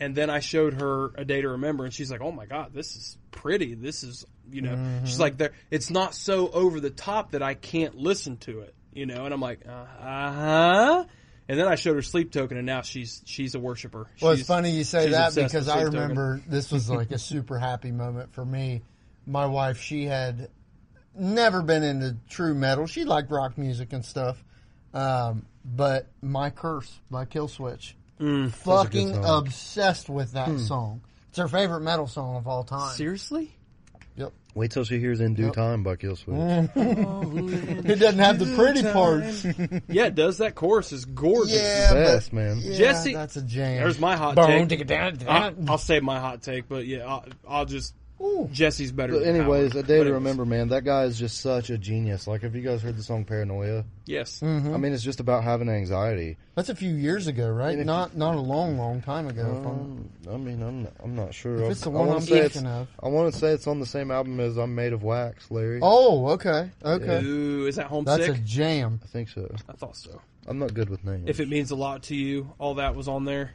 S1: and then I showed her A Day to Remember, and she's like, oh my god, this is pretty. This is you know,
S3: Mm-hmm.
S1: she's like, there, it's not so over the top that I can't listen to it, you know, and I'm like, uh huh. And then I showed her Sleep Token, and now she's she's a worshiper.
S3: Well, it's
S1: She's-
S3: funny you say
S1: she's
S3: that
S1: obsessed
S3: because
S1: with
S3: I
S1: Sleep Token.
S3: remember this was like a super happy moment for me. My wife, she had never been into true metal. She liked rock music and stuff. Um, but My Curse by Killswitch.
S1: Mm,
S3: fucking
S2: song.
S1: Hmm.
S3: obsessed with that song. It's her favorite metal song of all time.
S1: Seriously?
S3: Yep.
S2: Wait till she hears "In Due Time" by Killswitch.
S3: It doesn't have the pretty parts.
S1: Yeah, it does that chorus is gorgeous.
S3: Yeah, but
S2: Best man.
S3: yeah,
S1: Jesse-
S3: that's a jam.
S1: There's my hot
S3: Boom,
S1: take.
S3: digga, down,
S1: I,
S3: down.
S1: I'll save my hot take, but yeah, I'll, I'll just
S3: Ooh.
S1: Jesse's better.
S2: But
S1: than
S2: anyways,
S1: Howard.
S2: a day
S1: But
S2: to
S1: it-
S2: remember, man. That guy is just such a genius. Like, have you guys heard the song "Paranoia"?
S1: Yes,
S3: Mm-hmm.
S2: I mean, it's just about having anxiety.
S3: That's a few years ago, right?
S2: if-
S3: Not not a long, long time ago. if I'm-
S2: Um, I mean, I'm not, I'm not sure.
S3: If it's the
S2: I- I
S3: one
S2: wanna
S3: I'm
S2: say it's-
S3: thinking of.
S2: I want to say it's on the same album as "I'm Made of Wax," Larry.
S3: oh, okay, okay.
S1: Ooh, is that homesick?
S3: That's a jam.
S2: I think so.
S1: I thought so.
S2: I'm not good with names.
S1: If it means a lot to you, all that was on there.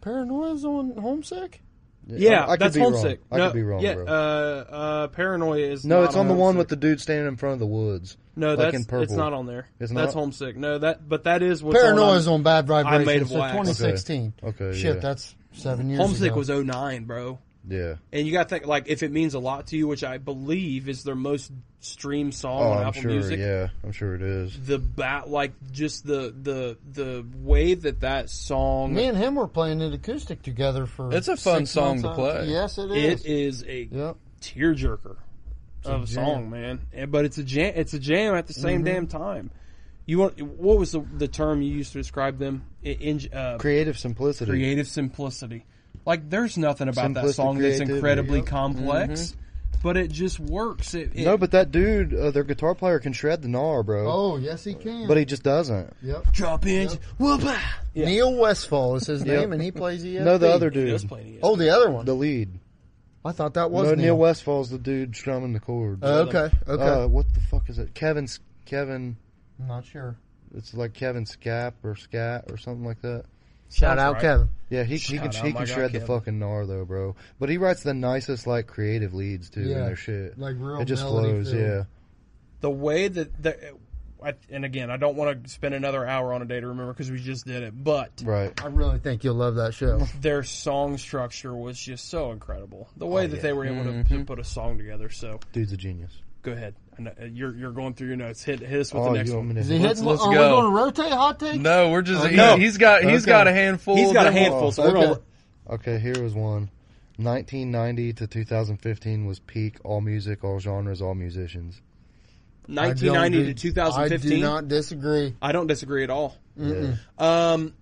S3: Paranoia's on Homesick.
S1: Yeah,
S2: I, I
S1: that's
S2: could be
S1: homesick.
S2: Wrong.
S1: no,
S2: I could be wrong,
S1: yeah,
S2: bro.
S1: Uh, uh, paranoia is
S2: no,
S1: not
S2: it's on the one
S1: Homesick.
S2: with the dude standing in front of the woods.
S1: No,
S2: like
S1: that's
S2: in
S1: it's
S2: purple.
S1: not on there.
S2: It's
S1: That's
S2: not?
S1: homesick. No, that but that is what's
S3: Paranoia's
S1: on.
S3: on Bad Vibrations.
S1: Made of
S3: so
S1: Wax.
S3: 2016.
S2: Okay. Okay,
S3: Shit,
S2: yeah.
S3: that's seven years.
S1: Homesick
S3: ago.
S1: was 09, bro.
S2: Yeah.
S1: And you got to think like if it means a lot to you, which I believe is their most streamed song
S2: Oh,
S1: on
S2: I'm
S1: Apple
S2: sure.
S1: Music.
S2: Yeah, I'm sure it is.
S1: The bat, like just the the the way that that song
S3: Me and him were playing it acoustic together for.
S4: It's a fun
S3: six
S4: song
S3: months
S4: to
S3: out.
S4: play.
S3: Yes, it is.
S1: it is a
S3: Yep.
S1: tearjerker of a
S3: jam. Mm-hmm.
S1: song, man. And, but it's a jam. It's a jam at the same damn time. You want what was the, the term you used to describe them? I- In, uh,
S2: Creative simplicity.
S1: creative simplicity. Like there's nothing about that
S2: Simplistic
S1: song that's
S2: creativity,
S1: incredibly
S2: yep.
S1: complex,
S3: Mm-hmm.
S1: but it just works. It, it
S2: no, but that dude, uh, their guitar player can shred the gnar, bro.
S3: Oh, yes, he can.
S2: But he just doesn't.
S3: yep.
S1: drop in, whoopah. Yeah.
S3: Neil Westfall is his name, and he plays ESP.
S2: No, the other
S1: It
S2: dude,
S1: was playing
S3: Oh, the other one.
S2: the lead.
S3: I thought that was
S2: No, Neil,
S3: Neil.
S2: Westfall's the dude strumming the chords.
S3: Oh, okay, okay.
S2: Uh, what the fuck is it? Kevin's Kevin.
S3: I'm not sure.
S2: It's like Kevin Scap or Scat or something like that.
S3: Shout out,
S1: right.
S3: Kevin.
S2: Yeah, he, he can
S1: Shout out,
S2: he
S1: my
S2: can
S1: God,
S2: shred the
S1: Kevin.
S2: fucking gnar though, bro. But he writes the nicest like creative leads too in
S3: Yeah,
S2: their shit.
S3: like real
S2: it just
S3: melody
S2: flows.
S3: filled.
S2: Yeah,
S1: the way that the, I, and again, I don't want to spend another hour on a day to remember because we just did it, but
S2: right.
S3: I really think you'll love that show.
S1: their song structure was just so incredible. The
S3: Oh,
S1: way that
S2: yeah.
S1: they were able to,
S3: Mm-hmm.
S1: to put a song together. So
S2: Dude's a genius.
S1: go ahead. I know- uh, You're you're going through your notes. Hit hit us with
S2: oh,
S1: the next
S2: you
S1: one.
S2: want me
S3: Is
S2: to-
S3: he
S4: Let's-
S3: hitting?
S4: let's
S3: are
S4: go.
S3: we going to rotate hot takes?
S4: No, we're just he,
S1: no.
S4: he's got he's
S2: Okay.
S4: got a handful.
S1: He's got a
S4: then we'll-
S1: handful, so we're
S3: Okay.
S1: gonna
S2: Okay, here was one. 1990 to 2015 was peak all music, all genres, all musicians.
S3: I don't
S1: 1990 to
S3: do-
S1: 2015.
S3: I do not disagree.
S1: I don't disagree at all.
S2: Yeah.
S1: Um.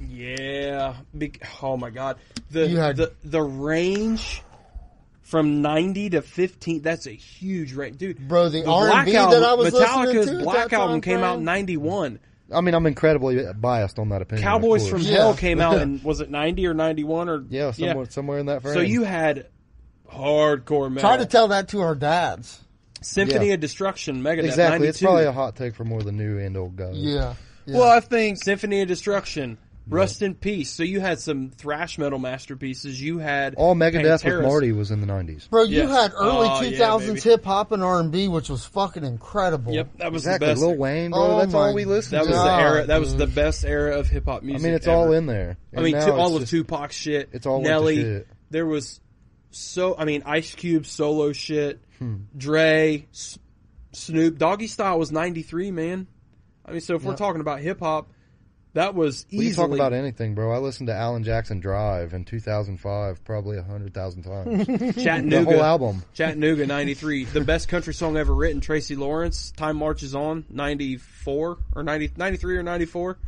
S1: Yeah. Big, oh my God. The
S3: You had-
S1: the the range from ninety to fifteen. That's a huge range, dude.
S3: Bro, the R&B
S1: Black
S3: that
S1: Album,
S3: I was listening
S1: Metallica's
S3: to at
S1: Black
S3: that
S1: Album
S3: time
S1: came out
S3: frame?
S1: in ninety one.
S2: I mean, I'm incredibly biased on that opinion. of
S1: Cowboys
S2: course.
S1: from
S3: Yeah.
S1: Hell came out in was it ninety or ninety one or
S2: yeah, somewhere, somewhere in that frame.
S1: So you had hardcore metal.
S3: Try to tell that to our dads.
S1: Symphony
S2: Yeah.
S1: of Destruction, Megadeth.
S2: exactly.
S1: 92.
S2: It's probably a hot take for more the new and old guys.
S3: Yeah. yeah.
S4: Well, I think
S1: Symphony of Destruction, Rust in Peace. So you had some thrash metal masterpieces. You had
S2: All Megadeth
S1: Pantera's-
S2: with Marty was in the 90s.
S3: Bro, you
S1: Yes.
S3: had early
S1: Oh, yeah,
S3: 2000s
S1: baby.
S3: hip hop and R&B, which was fucking incredible.
S1: Yep, that was
S2: Exactly.
S1: the best.
S2: Lil Wayne, bro.
S3: Oh
S2: that's
S3: my
S2: all we listened
S1: that
S2: to.
S1: was the
S3: God,
S1: era. That was the best era of hip hop
S2: I
S1: music.
S2: mean, it's
S1: ever.
S2: all in there.
S1: I
S2: And
S1: mean,
S2: now
S1: to,
S2: it's
S1: all of
S2: just-
S1: Tupac's shit.
S2: it's all went to
S1: Nelly.
S2: shit.
S1: There was so. I mean, Ice Cube solo shit.
S2: Hmm.
S1: Dre, S- Snoop, Doggy Style was '93, man. I mean, so if we're talking about hip hop, that was
S2: We can
S1: easily.
S2: talk about anything, bro. I listened to Alan Jackson Drive in 2005 probably a 100,000 times. the
S1: Chattanooga.
S2: whole album.
S1: Chattanooga '93, the best country song ever written. Tracy Lawrence, "Time Marches On" '94 or 90, 93 or '94,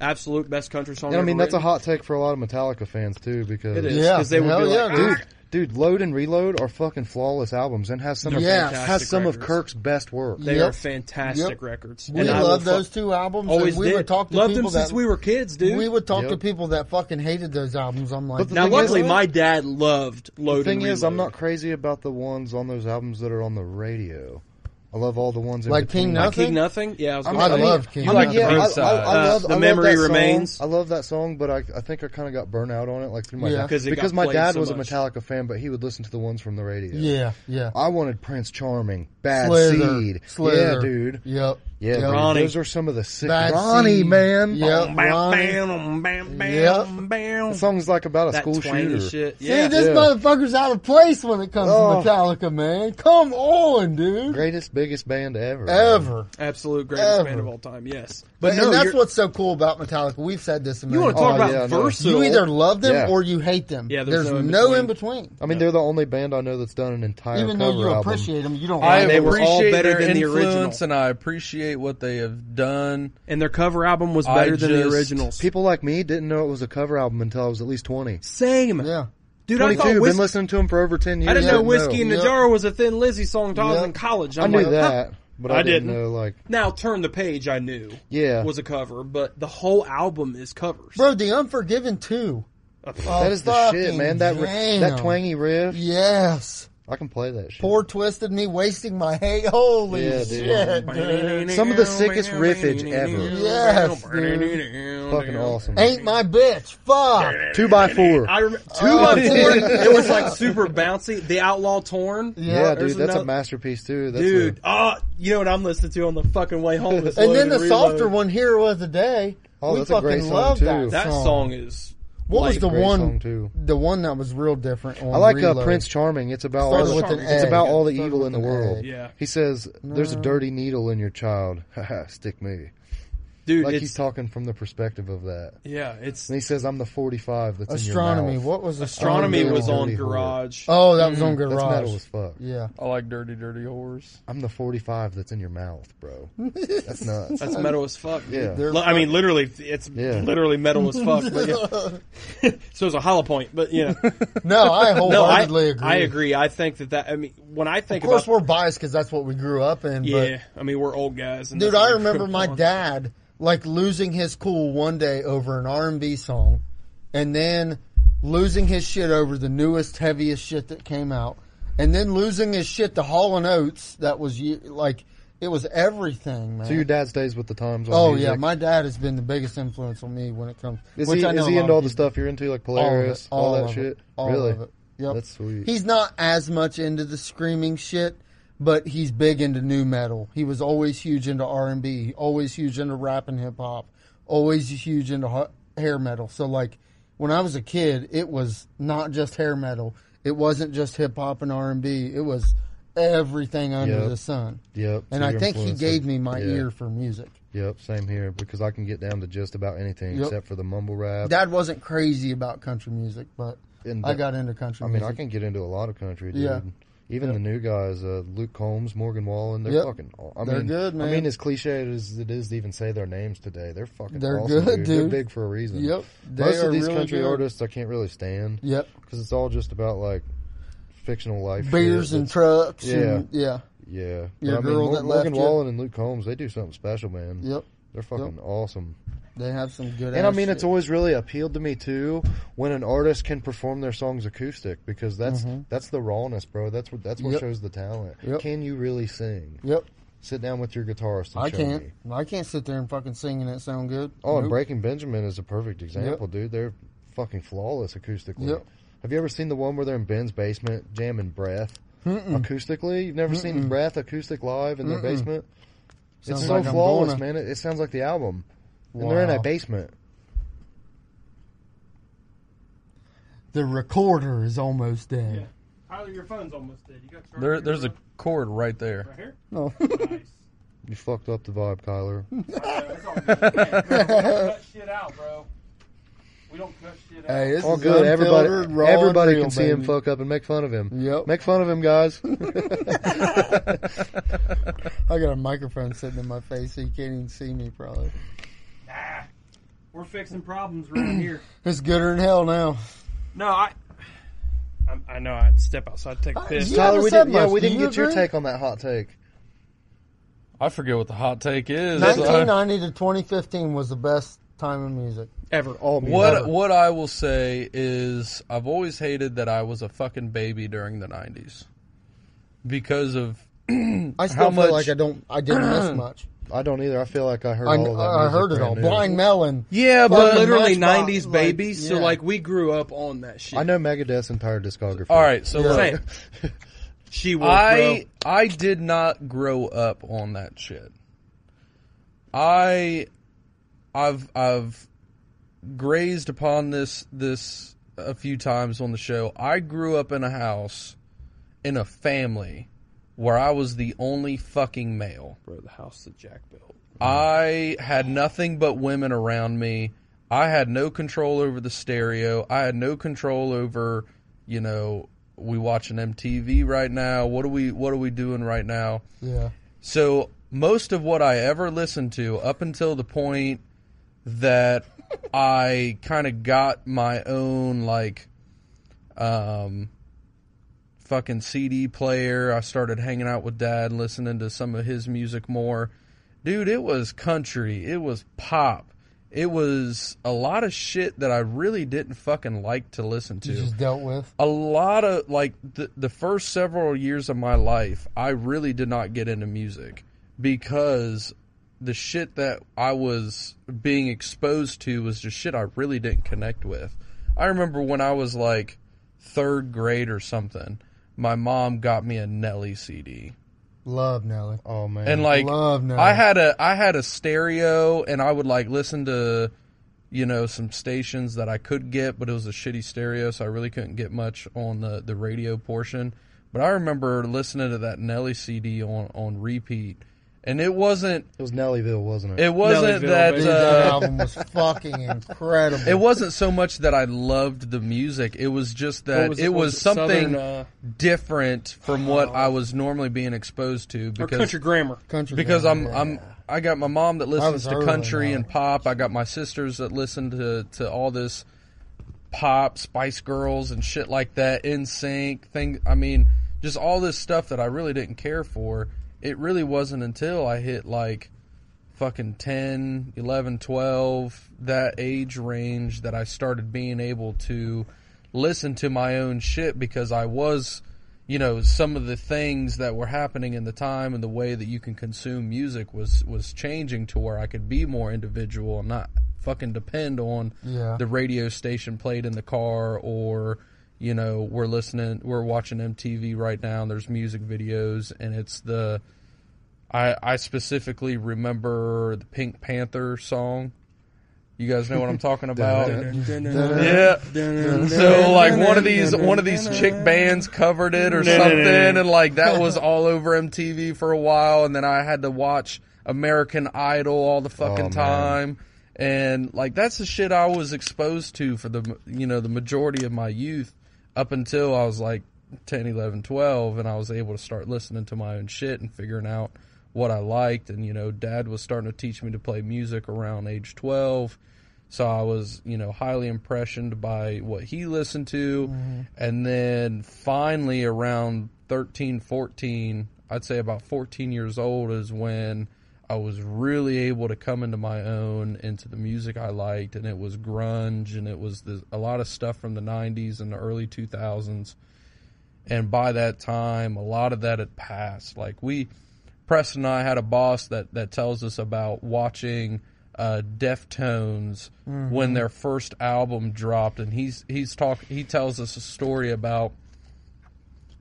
S1: absolute best country song.
S2: And I mean,
S1: ever
S2: that's a
S1: written.
S2: hot take for a lot of Metallica fans, too, because.
S1: It is
S3: Yeah.
S1: 'cause they would
S3: Hell
S1: be like,
S3: yeah,
S1: "Ah,
S3: dude.
S2: Dude, Load and Reload are fucking flawless albums and has some of,
S3: Yeah.
S2: has
S1: fantastic
S2: some of
S1: records.
S2: Kirk's best work.
S1: They
S3: Yep.
S1: are fantastic
S3: Yep.
S1: records.
S3: We
S1: I
S3: loved
S1: will fu-
S3: those two albums.
S1: Always
S3: and we
S1: did.
S3: would talk to
S1: loved them
S3: people
S1: since
S3: that,
S1: we were kids, dude.
S3: we would talk to
S2: Yep.
S3: people that fucking hated those albums. I'm like,
S2: But the
S1: now,
S2: thing
S1: luckily,
S2: is-
S1: my dad loved Load
S2: The thing
S1: and
S2: is, I'm
S1: Reload.
S2: not crazy about the ones on those albums that are on the radio. I love all the ones in
S3: Like
S2: between.
S3: King Nothing?
S1: King Nothing. Yeah, I was
S2: I,
S1: going
S2: mean,
S3: I
S2: I mean-
S3: love King
S2: I mean,
S4: Nothing.
S2: yeah, I- I-
S4: Roadside.
S2: I
S1: Uh,
S2: love-
S1: The
S2: I love
S1: Memory
S2: that song.
S1: Remains.
S2: I love that song, but I, I think I kind of got burnt out on it, like through my
S3: Yeah.
S2: dad.
S1: 'Cause it got
S2: because my
S1: played
S2: dad
S1: so
S2: was
S1: much.
S2: a Metallica fan, but he would listen to the ones from the radio.
S3: yeah, yeah.
S2: I wanted Prince Charming, Bad
S3: Slither,
S2: Seed,
S3: Slither.
S2: yeah, dude,
S3: Yep.
S2: yeah,
S3: yep.
S2: dude.
S1: Ronnie.
S2: Those are some of the sick
S3: Bad
S2: Ronnie,
S3: Seed.
S2: man.
S3: Yep. Ronnie.
S1: bam, bam, bam,
S3: Yep.
S1: bam.
S2: That song's like about a
S1: That
S2: school
S1: twangy
S2: shooter.
S1: shit.
S3: See,
S1: Yeah.
S3: this
S2: Yeah.
S3: motherfucker's out of place when it comes
S2: Oh.
S3: to Metallica, man. Come on, dude.
S2: Greatest big biggest band ever.
S3: ever.
S1: Absolute greatest
S3: Ever.
S1: band of all time. Yes,
S3: But
S1: but no,
S3: and that's
S1: you're-
S3: what's so cool about Metallica. We've said this a
S1: you
S3: million
S1: want to talk
S2: Oh,
S1: about
S2: yeah, I know.
S1: versatile.
S3: You either love them
S2: Yeah.
S3: or you hate them.
S1: Yeah,
S3: there's,
S1: there's no in
S3: no
S1: between.
S3: in between.
S2: I mean, they're the only band I know that's done an entire
S3: Even though
S2: cover
S3: you
S2: album.
S3: appreciate them, you don't
S4: I
S3: like
S1: they
S4: appreciate
S1: were all better
S4: their
S1: than the
S4: influence,
S1: original.
S4: and I appreciate what they have done.
S1: and their cover album was
S4: I
S1: better than the
S4: just-
S1: originals.
S2: People like me didn't know it was a cover album until I was at least 20.
S1: Same,
S3: them. Yeah.
S1: dude. I
S2: 22,
S1: thought
S2: been
S1: Whis-
S2: listening to them for over 10 years.
S1: I didn't know
S3: Yeah,
S1: whiskey in the
S3: yeah.
S1: jar was a Thin Lizzy song until I was
S3: Yeah.
S1: in college.
S2: I
S1: I'm
S2: knew
S1: like, huh.
S2: that, but I,
S1: I
S2: didn't,
S1: didn't.
S2: know, like,
S1: Now turn the page. I knew
S2: yeah.
S1: was a cover, but the whole album is covers.
S3: Bro, The Unforgiven 2.
S2: that is the shit, man. That, ri- that twangy riff.
S3: Yes.
S2: I can play that shit.
S3: Poor twisted me wasting my hate. Holy
S2: Yeah, dude.
S3: shit. dude.
S2: Some of the sickest riffage ever.
S3: Yes,
S2: Fucking awesome.
S3: Ain't my bitch. Fuck.
S2: Two by four.
S1: I remember two
S3: Oh,
S1: by
S3: dude.
S1: four. It was like super bouncy. The Outlaw Torn.
S2: yeah, dude,
S1: there's
S2: that's a
S1: another-
S2: masterpiece too. That's
S1: Dude,
S2: a-
S1: ah, you know what I'm listening to on the fucking way home? is
S3: And
S1: Load
S3: then the
S1: Reload.
S3: softer one, Hero of the Day.
S2: Oh,
S3: we
S2: that's a
S3: fucking
S2: great song,
S3: love
S2: too.
S3: that.
S1: That song is
S3: What was
S1: like,
S3: the
S2: great song,
S3: one?
S2: too.
S3: The one that was real different. On
S2: I like uh,
S3: Reload.
S2: Prince Charming. It's about
S3: Started
S2: all
S3: with
S2: the,
S3: an
S2: it's
S3: egg.
S2: about all the
S3: Started
S2: evil
S3: with
S2: in the
S3: an
S2: world.
S3: egg.
S1: Yeah.
S2: He says, "There's a dirty needle in your child. Haha, Stick me."
S1: dude.
S2: Like
S1: it's
S2: he's talking from the perspective of that.
S1: yeah, it's
S2: And he says, "I'm the 45 that's in
S3: Astronomy.
S2: your mouth."
S3: What was
S1: astronomy
S2: Dirty
S1: was on
S2: Whore.
S1: Garage.
S3: Oh, that was on Garage.
S2: Mm, That's metal as fuck.
S3: Yeah.
S4: I like Dirty Dirty Whores.
S2: I'm the 45 that's in your mouth, bro. That's nuts.
S1: That's metal as fuck. dude.
S2: Yeah.
S3: They're
S1: Li- I mean, literally, it's
S2: Yeah.
S1: literally metal as fuck. But yeah. so it's a hollow point, but yeah.
S3: No, I
S1: No, I,
S3: wholeheartedly agree.
S1: I agree. I think that that. I mean, when I think
S3: Of course,
S1: about
S3: we're biased because that's what we grew up in.
S1: yeah, I mean we're old guys. And
S3: But dude,
S1: that's what
S3: I
S1: we
S3: remember
S1: grew
S3: my
S1: up on.
S3: dad like losing his cool one day over an R and B song, and then losing his shit over the newest, heaviest shit that came out, and then losing his shit to Hall and Oates. That was you- like it was everything, man.
S2: So your dad stays with the times. On
S3: oh
S2: music.
S3: yeah, my dad has been the biggest influence on me when it comes.
S2: Is
S3: which
S2: he,
S3: I know
S2: is
S3: a
S2: he
S3: lot
S2: into all
S3: of
S2: the
S3: people-
S2: stuff you're into, like
S3: all of it,
S2: Polaris, all,
S3: of
S2: that
S3: it,
S2: shit?
S3: all
S2: really?
S3: of it. Yep.
S2: That's sweet.
S3: He's not as much into the screaming shit, but he's big into new metal. He was always huge into R and B, always huge into rap and hip hop, always huge into ha- hair metal. So like, when I was a kid, it was not just hair metal. It wasn't just hip hop and R and B. It was everything under
S2: Yep.
S3: the sun.
S2: Yep.
S3: And
S2: so
S3: I
S2: you're
S3: think he
S2: influenced
S3: gave
S2: him.
S3: me my
S2: Yeah.
S3: ear for music.
S2: Yep, same here because I can get down to just about anything
S3: Yep.
S2: except for the mumble rap.
S3: Dad wasn't crazy about country music, but
S2: And
S3: I
S2: the-
S3: got into country
S2: I mean, I
S3: music.
S2: can get into a lot of country, dude.
S3: Yeah.
S2: Even the new guys, uh, Luke Combs, Morgan Wallen, they're
S3: Yep.
S2: fucking. aw- I
S3: They're
S2: mean,
S3: good,
S2: I
S3: man.
S2: mean, as cliche as it is to even say their names today, they're fucking.
S3: They're
S2: awesome,
S3: good, dude.
S2: They're big for a reason.
S3: Yep, they
S2: Most
S3: are
S2: of these
S3: really
S2: country
S3: good.
S2: artists, I can't really stand.
S3: Yep.
S2: Because it's all just about like fictional life.
S3: Beers
S2: shit.
S3: and trucks.
S2: Yeah.
S3: And, yeah.
S2: yeah.
S3: your
S2: but, I mean,
S3: girl
S2: Mor-
S3: that left
S2: Morgan
S3: you.
S2: Wallen and Luke Combs, they do something special, man.
S3: Yep.
S2: They're fucking awesome.
S3: They have some good.
S2: And I
S3: ass
S2: mean,
S3: shit.
S2: it's always really appealed to me too when an artist can perform their songs acoustic because that's that's the rawness, bro. That's what that's what
S3: Mm-hmm. Yep.
S2: shows the talent.
S3: Yep.
S2: Can you really sing?
S3: Yep.
S2: Sit down with your guitarist. And
S3: I
S2: show
S3: can't.
S2: Me.
S3: I can't sit there and fucking sing and it sound good.
S2: Oh, and
S3: Nope.
S2: Breaking Benjamin is a perfect example, dude. They're fucking flawless acoustically.
S3: Yep.
S2: Have you ever seen the one where they're in Ben's basement jamming breath acoustically? You've never seen breath acoustic live in their basement?
S3: Sounds
S2: it's so
S3: like I'm
S2: flawless,
S3: gonna-
S2: man. It, it sounds like the album. And they're in
S3: Wow.
S2: a basement.
S3: The recorder is almost dead.
S1: Tyler, your phone's almost dead. You got charger
S4: There,
S1: in
S4: there's
S1: your
S4: a chord right there.
S1: phone? right here.
S3: No.
S1: Nice.
S2: You fucked up the vibe, Kyler.
S1: That's all good. Cut shit out, bro. We don't cut shit out.
S3: hey, this
S2: All
S3: is
S2: good. Everybody,
S3: unfiltered, raw, and
S2: everybody
S3: real,
S2: can see him
S3: baby.
S2: fuck up and make fun of him.
S3: Yep.
S2: Make fun of him, guys.
S3: I got a microphone sitting in my face, so you can't even see me. Probably.
S1: Ah, we're fixing problems right here.
S3: It's gooder than hell now.
S1: No, I. I'm, I know I'd step outside, take a piss.
S3: You yeah.
S2: Tyler,
S3: haven't
S2: we
S3: said
S2: didn't. Yeah,
S3: much.
S2: we
S3: Do
S2: didn't
S3: you
S2: get your
S3: agree?
S2: take on that hot take.
S4: I forget what the hot take is. I-
S3: 1990 to 2015 was the best time in music.
S1: Ever.
S2: All music.
S4: What what I will say is I've always hated that I was a fucking baby during the 90s because of
S3: I still feel
S4: much-
S3: like I don't. I didn't miss much.
S2: I don't either. I feel like I heard
S3: I,
S2: all of that.
S3: I
S2: music
S3: heard it
S2: brand
S3: all.
S2: new.
S3: Blind Melon.
S1: Yeah, but
S3: Fucking
S1: literally
S3: Matchbox,
S1: 90s
S3: like,
S1: babies. So,
S3: yeah.
S1: like, we grew up on that shit.
S2: I know Megadeth's entire discography.
S4: All right, so look,
S1: Same. she was,
S4: I I did not grow up on that shit. I I've I've grazed upon this this a few times on the show. I grew up in a house in a family where I was the only fucking male.
S5: Bro, the house that Jack built.
S4: I had nothing but women around me. I had no control over the stereo. I had no control over, you know, we watching MTV right now. What are we what are we doing right now?
S3: Yeah.
S4: So most of what I ever listened to up until the point that I kind of got my own like um fucking CD player. I started hanging out with dad, listening to some of his music more. Dude, it was country, it was pop. It was a lot of shit that I really didn't fucking like to listen to
S3: You just dealt with.
S4: a lot of like the, the first several years of my life i really did not get into music because the shit that i was being exposed to was just shit i really didn't connect with i remember when i was like third grade or something my mom got me a nelly cd
S3: Love Nelly.
S2: Oh man.
S4: and like
S3: Love Nelly.
S5: Uh.
S4: I had a I had a stereo and I would like listen to you know some stations that I could get, but it was a shitty stereo, so I really couldn't get much on the the radio portion. But I remember listening to that Nelly CD on on repeat, and it wasn't
S2: it was Nellyville, wasn't it?
S4: it wasn't
S5: Nellyville,
S4: that.
S3: Dude,
S4: Uh,
S3: that album was fucking incredible.
S4: it wasn't so much that I loved the music. It was just that
S5: was-
S4: it
S5: what
S4: was,
S5: was it?
S4: something
S5: Southern, uh, Oh.
S4: different from what I was normally being exposed to.
S5: Or
S4: Because
S5: country grammar.
S3: Country
S4: because
S3: Girl,
S4: I'm
S3: yeah.
S4: I'm I got my mom that
S3: was
S4: listens to
S3: early
S4: country
S3: on.
S4: and pop. I got my sisters that listen to to all this pop, Spice Girls and shit like that, In Sync thing. I mean, just all this stuff that I really didn't care for. It really wasn't until I hit like fucking 10, 11, 12, that age range that I started being able to listen to my own shit because I was, you know, some of the things that were happening in the time and the way that you can consume music was was changing to where I could be more individual and not fucking depend on
S3: Yeah.
S4: the radio station played in the car or you know, we're listening, we're watching MTV right now and there's music videos and it's the I, I specifically remember the Pink Panther song. You guys know what I'm talking about. yeah. So like one of these one of these chick bands covered it or something and like that was all over MTV for a while and then I had to watch American Idol all the fucking
S2: Oh, man.
S4: time and like that's the shit I was exposed to for the you know the majority of my youth up until I was like 10, 11, 12 and I was able to start listening to my own shit and figuring out what I liked and you know dad was starting to teach me to play music around age 12 so I was, you know, highly impressioned by what he listened to. And then finally around 13, 14, I'd say about 14 years old is when I was really able to come into my own into the music I liked. And it was grunge and it was the, a lot of stuff from the 90s and the early 2000s. And by that time, a lot of that had passed. Like we, Preston and I had a boss that, that tells us about watching uh, Deftones when their first album dropped, and he's he's talk he tells us a story about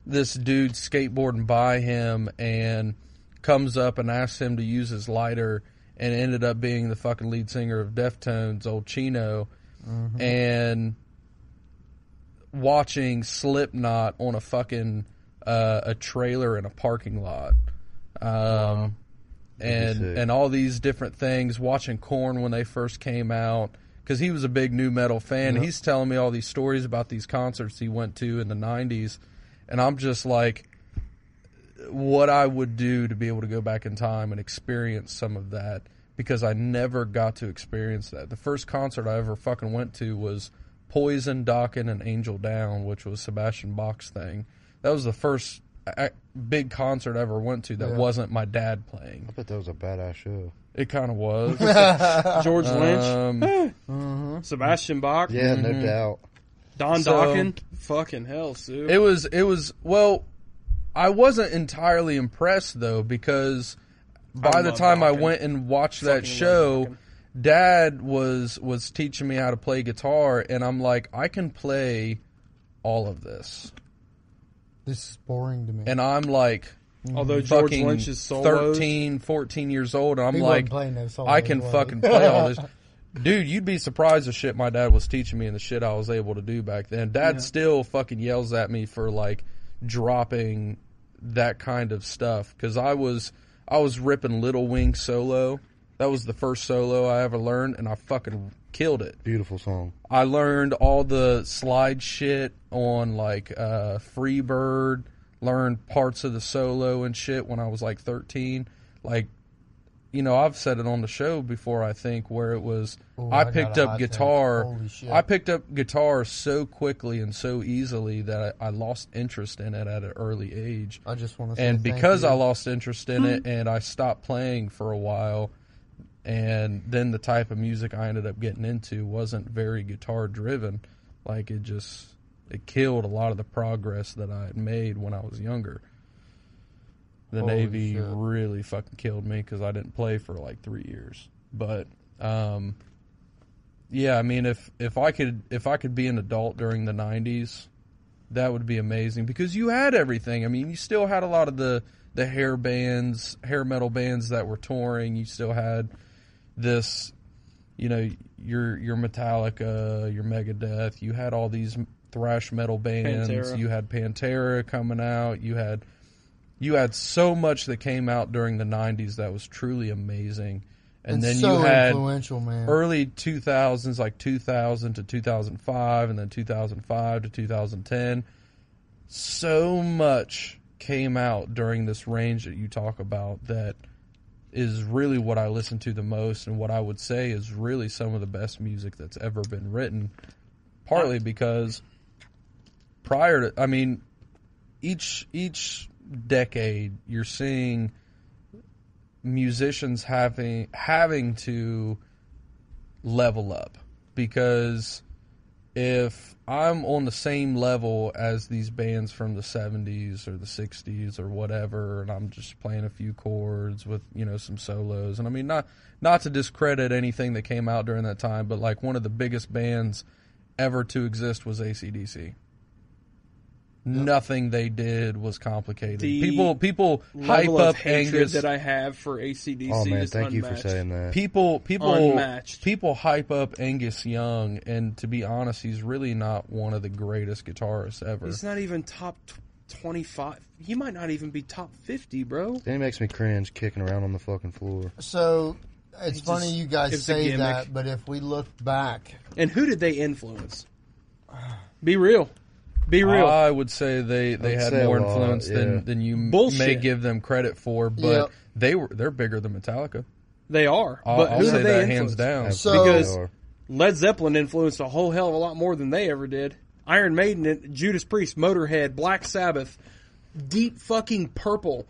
S4: this dude skateboarding by him and comes up and asks him to use his lighter, and it ended up being the fucking lead singer of Deftones, old Chino, and watching Slipknot on a fucking uh, a trailer in a parking lot. Um, and
S2: sick.
S4: and all these different things. Watching Corn when they first came out, because he was a big new metal fan. He's telling me all these stories about these concerts he went to in the '90s, and I'm just like, what I would do to be able to go back in time and experience some of that because I never got to experience that. The first concert I ever fucking went to was Poison, Dokken, and Angel Down, which was Sebastian Bach's thing. That was the first uh, big concert I ever went to that wasn't my dad playing.
S2: I bet that was a badass show.
S4: It kind of was.
S5: George Lynch,
S4: um,
S3: Uh,
S5: Sebastian Bach,
S2: Yeah, no
S3: Mm-hmm.
S2: doubt.
S5: Don
S4: So-
S5: Dokken. Fucking hell, Sue.
S4: It was it was well, I wasn't entirely impressed though because by
S5: I
S4: the
S5: love
S4: time I
S5: Dokken.
S4: went and watched that
S5: Fucking love
S4: show,
S5: Dokken.
S4: dad was was teaching me how to play guitar and I'm like I can play all of this.
S3: This is boring to me.
S4: And I'm like
S5: Although George
S4: fucking
S5: Lynch's solos,
S4: 13, 14 years old and I'm
S3: He wasn't
S4: like
S3: playing those songs,
S4: I can
S3: was he?
S4: fucking play all this. Dude, you'd be surprised the shit my dad was teaching me and the shit I was able to do back then. Dad still fucking yells at me for like dropping that kind of stuff because I was I was ripping Little Wing solo. That was the first solo I ever learned, and I fucking killed it.
S2: Beautiful song.
S4: I learned all the slide shit on like uh, Freebird. Learned parts of the solo and shit when I was like 13. Like, you know, I've said it on the show before. I think where it was
S3: Ooh, I
S4: I
S3: got
S4: picked
S3: a
S4: up
S3: hot take.
S4: guitar.
S3: Holy shit.
S4: I picked up guitar so quickly and so easily that I, I lost interest in it at an early age
S3: I just want to say
S4: and
S3: thank
S4: because
S3: you.
S4: I lost interest in it and I stopped playing for a while and then the type of music I ended up getting into wasn't very guitar driven like it just it killed a lot of the progress that I had made when I was younger the
S3: Holy
S4: navy
S3: shit.
S4: really fucking killed me cuz I didn't play for like 3 years but um yeah, I mean if if I could if I could be an adult during the 90s that would be amazing because you had everything. I mean, you still had a lot of the the hair bands, hair metal bands that were touring. You still had this, you know, your your Metallica, your Megadeth. You had all these thrash metal bands.
S1: Pantera.
S4: You had Pantera coming out. You had you had so much that came out during the '90s that was truly amazing. And,
S3: And
S4: then
S3: so
S4: you had
S3: influential, man.
S4: early 2000s like 2000 to 2005 and then 2005 to 2010 so much came out during this range that you talk about that is really what I listen to the most and what I would say is really some of the best music that's ever been written partly because prior to I mean each each decade you're seeing musicians having having to level up because if I'm on the same level as these bands from the 70s or the 60s or whatever and I'm just playing a few chords with you know some solos and I mean not not to discredit anything that came out during that time but like one of the biggest bands ever to exist was ACDC nothing they did was complicated
S1: The
S4: people people hype
S1: Level of
S4: up
S1: hatred
S4: Angus
S1: that I have for ACDC
S2: Oh man,
S1: is
S2: thank you
S1: unmatched.
S2: for saying that.
S4: people people
S1: Unmatched.
S4: people hype up Angus Young, and to be honest, he's really not one of the greatest guitarists ever.
S1: He's not even top tw- 25. He might not even be top 50, bro.
S2: Then he makes me cringe kicking around on the fucking floor.
S3: So it's
S1: It
S3: funny
S1: just-
S3: you
S1: it's
S3: guys
S1: a
S3: say
S1: gimmick.
S3: that, but if we look back,
S1: And who did they influence? Be real. Be real.
S4: I would say they, they
S2: I'd
S4: had
S2: say a
S4: more
S2: lot,
S4: influence
S2: yeah.
S4: than, than you m- may
S1: Bullshit.
S4: give them credit for, but
S3: Yep.
S4: they were they're bigger than Metallica.
S1: they are.
S4: I'll,
S1: but
S4: I'll
S1: who
S4: say
S1: did they
S4: that
S1: influence?
S4: hands down.
S3: So-
S2: Absolutely
S1: Because-
S2: they are.
S1: Led Zeppelin influenced a whole hell of a lot more than they ever did. Iron Maiden, Judas Priest, Motorhead, Black Sabbath, Deep fucking Purple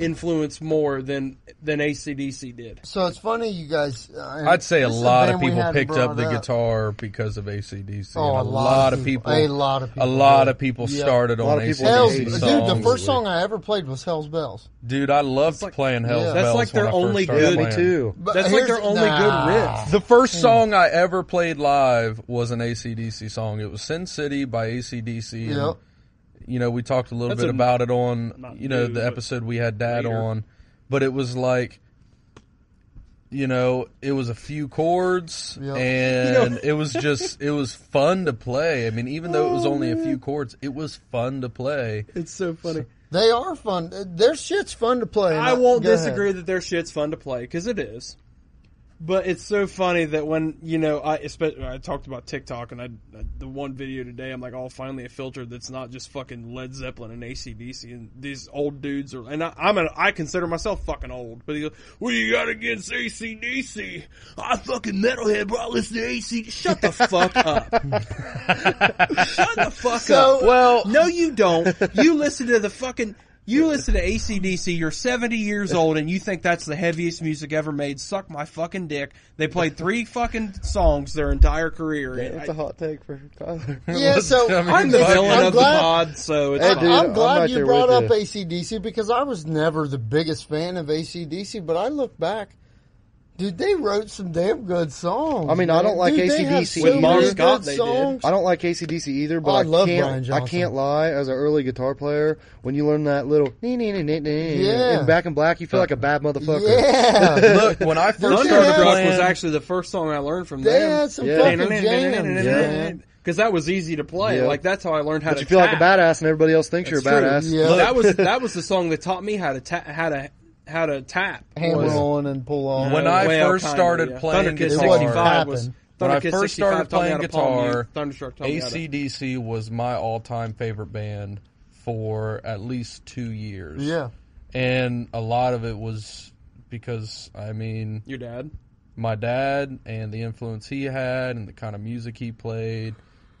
S1: influenced more than than ACDC did.
S3: so it's funny you guys. uh, and
S4: I'd say a
S3: this is
S4: lot of
S3: band we
S4: people
S3: hadn't
S4: picked up
S3: brought
S4: the guitar because of ACDC.
S3: Oh,
S4: and a, lot of people,
S3: A lot of people.
S4: a lot
S3: did.
S4: of people
S3: Yeah.
S4: started
S2: lot
S4: on
S2: of people
S3: Hell's,
S2: did.
S4: ACDC
S3: dude,
S4: songs.
S3: the first
S2: Absolutely.
S3: song I ever played was Hell's Bells.
S4: Dude, I loved
S1: like-
S4: playing Hell's
S3: Yeah.
S4: Bells.
S3: That's
S1: like their
S4: when I first
S1: only
S4: started
S1: good-
S2: Me
S4: playing.
S2: too.
S3: But
S1: That's like their
S3: here's-
S1: only
S3: nah.
S1: good riff.
S4: The
S3: Hmm.
S4: first song I ever played live was an ACDC song. It was Sin City by ACDC. and,
S3: Yep.
S4: You know, we talked a little
S1: That's
S4: bit
S1: a-
S4: about it on,
S1: not
S4: you know,
S1: new,
S4: the
S1: but
S4: episode we had Dad
S1: later.
S4: on. But it was like, you know, it was a few chords
S3: Yep.
S4: and it was just, it was fun to play. I mean, even though it was only
S3: Oh,
S4: a few chords, it was fun to play.
S1: It's so funny.
S3: They are fun. Uh, Their shit's fun to play. and
S1: I won't
S3: go ahead.
S1: disagree that their shit's fun to play because it is. But it's so funny that when you know I especially I talked about TikTok and I, I the one video today I'm like oh finally a filter that's not just fucking Led Zeppelin and ACDC and these old dudes are and I, I'm an, I consider myself fucking old but he goes what do you got against ACDC I fucking metalhead bro I listen to ACDC shut the fuck up shut the fuck
S3: So-
S1: up well no you don't you listen to the fucking you listen to ACDC, you're 70 years old and you think that's the heaviest music ever made. Suck my fucking dick. They played three fucking songs their entire career.
S2: That's a hot take for Tyler.
S3: Yeah, so
S4: I mean,
S1: I, am the
S4: I'm
S1: villain of
S3: glad-
S1: the pod, so it's
S2: Hey,
S1: fine.
S2: dude,
S3: I'm
S2: I'm
S3: glad
S2: right
S3: you
S2: there
S3: brought up
S2: with
S3: ACDC because I was never the biggest fan of ACDC, but I look back, dude, they wrote some damn good songs.
S2: I mean, I don't
S3: man.
S2: like
S3: Dude, they
S2: AC/DC
S3: have so
S2: with
S3: many
S1: Bon
S3: good
S1: Scott, they did.
S3: songs.
S2: I don't like ACDC either, but
S3: Oh, I
S2: I,
S3: love Brian
S2: can't. I
S3: Johnson.
S2: can't lie. As an early guitar player, when you learn that little
S3: Yeah.
S2: yeah. in Back in Black, you feel like a bad motherfucker.
S3: Yeah,
S4: Look, when I first
S3: Thunderstruck
S4: started
S1: Thunderstruck
S4: playing,
S1: was actually the first song I learned from
S3: they
S1: them.
S3: had some
S2: Yeah.
S3: fucking jams. man.
S1: Because because that was easy to play.
S2: Yeah.
S1: Like that's how I learned how
S2: But
S1: to
S2: you feel like a
S1: tap.
S2: badass, and everybody else thinks you're a
S1: That's
S2: badass.
S1: true.
S3: Yeah.
S1: That was that was the song that taught me how to ta- how to how to tap.
S3: hammer
S1: was-
S3: on and pull on.
S4: When I
S1: well,
S4: first
S1: kinda,
S4: started
S1: yeah.
S4: playing
S1: Thunderkiss
S4: guitar-
S1: 65 was
S3: When
S4: When I
S1: Thunderkiss 65
S4: first started
S1: taught me how
S4: playing
S1: to palm mute,
S4: guitar,
S1: Thunderstruck taught me how to-
S4: ACDC was my all-time favorite band for at least two years.
S3: yeah,
S4: and a lot of it was because I mean
S1: your dad.
S4: my dad and the influence he had and the kind of music he played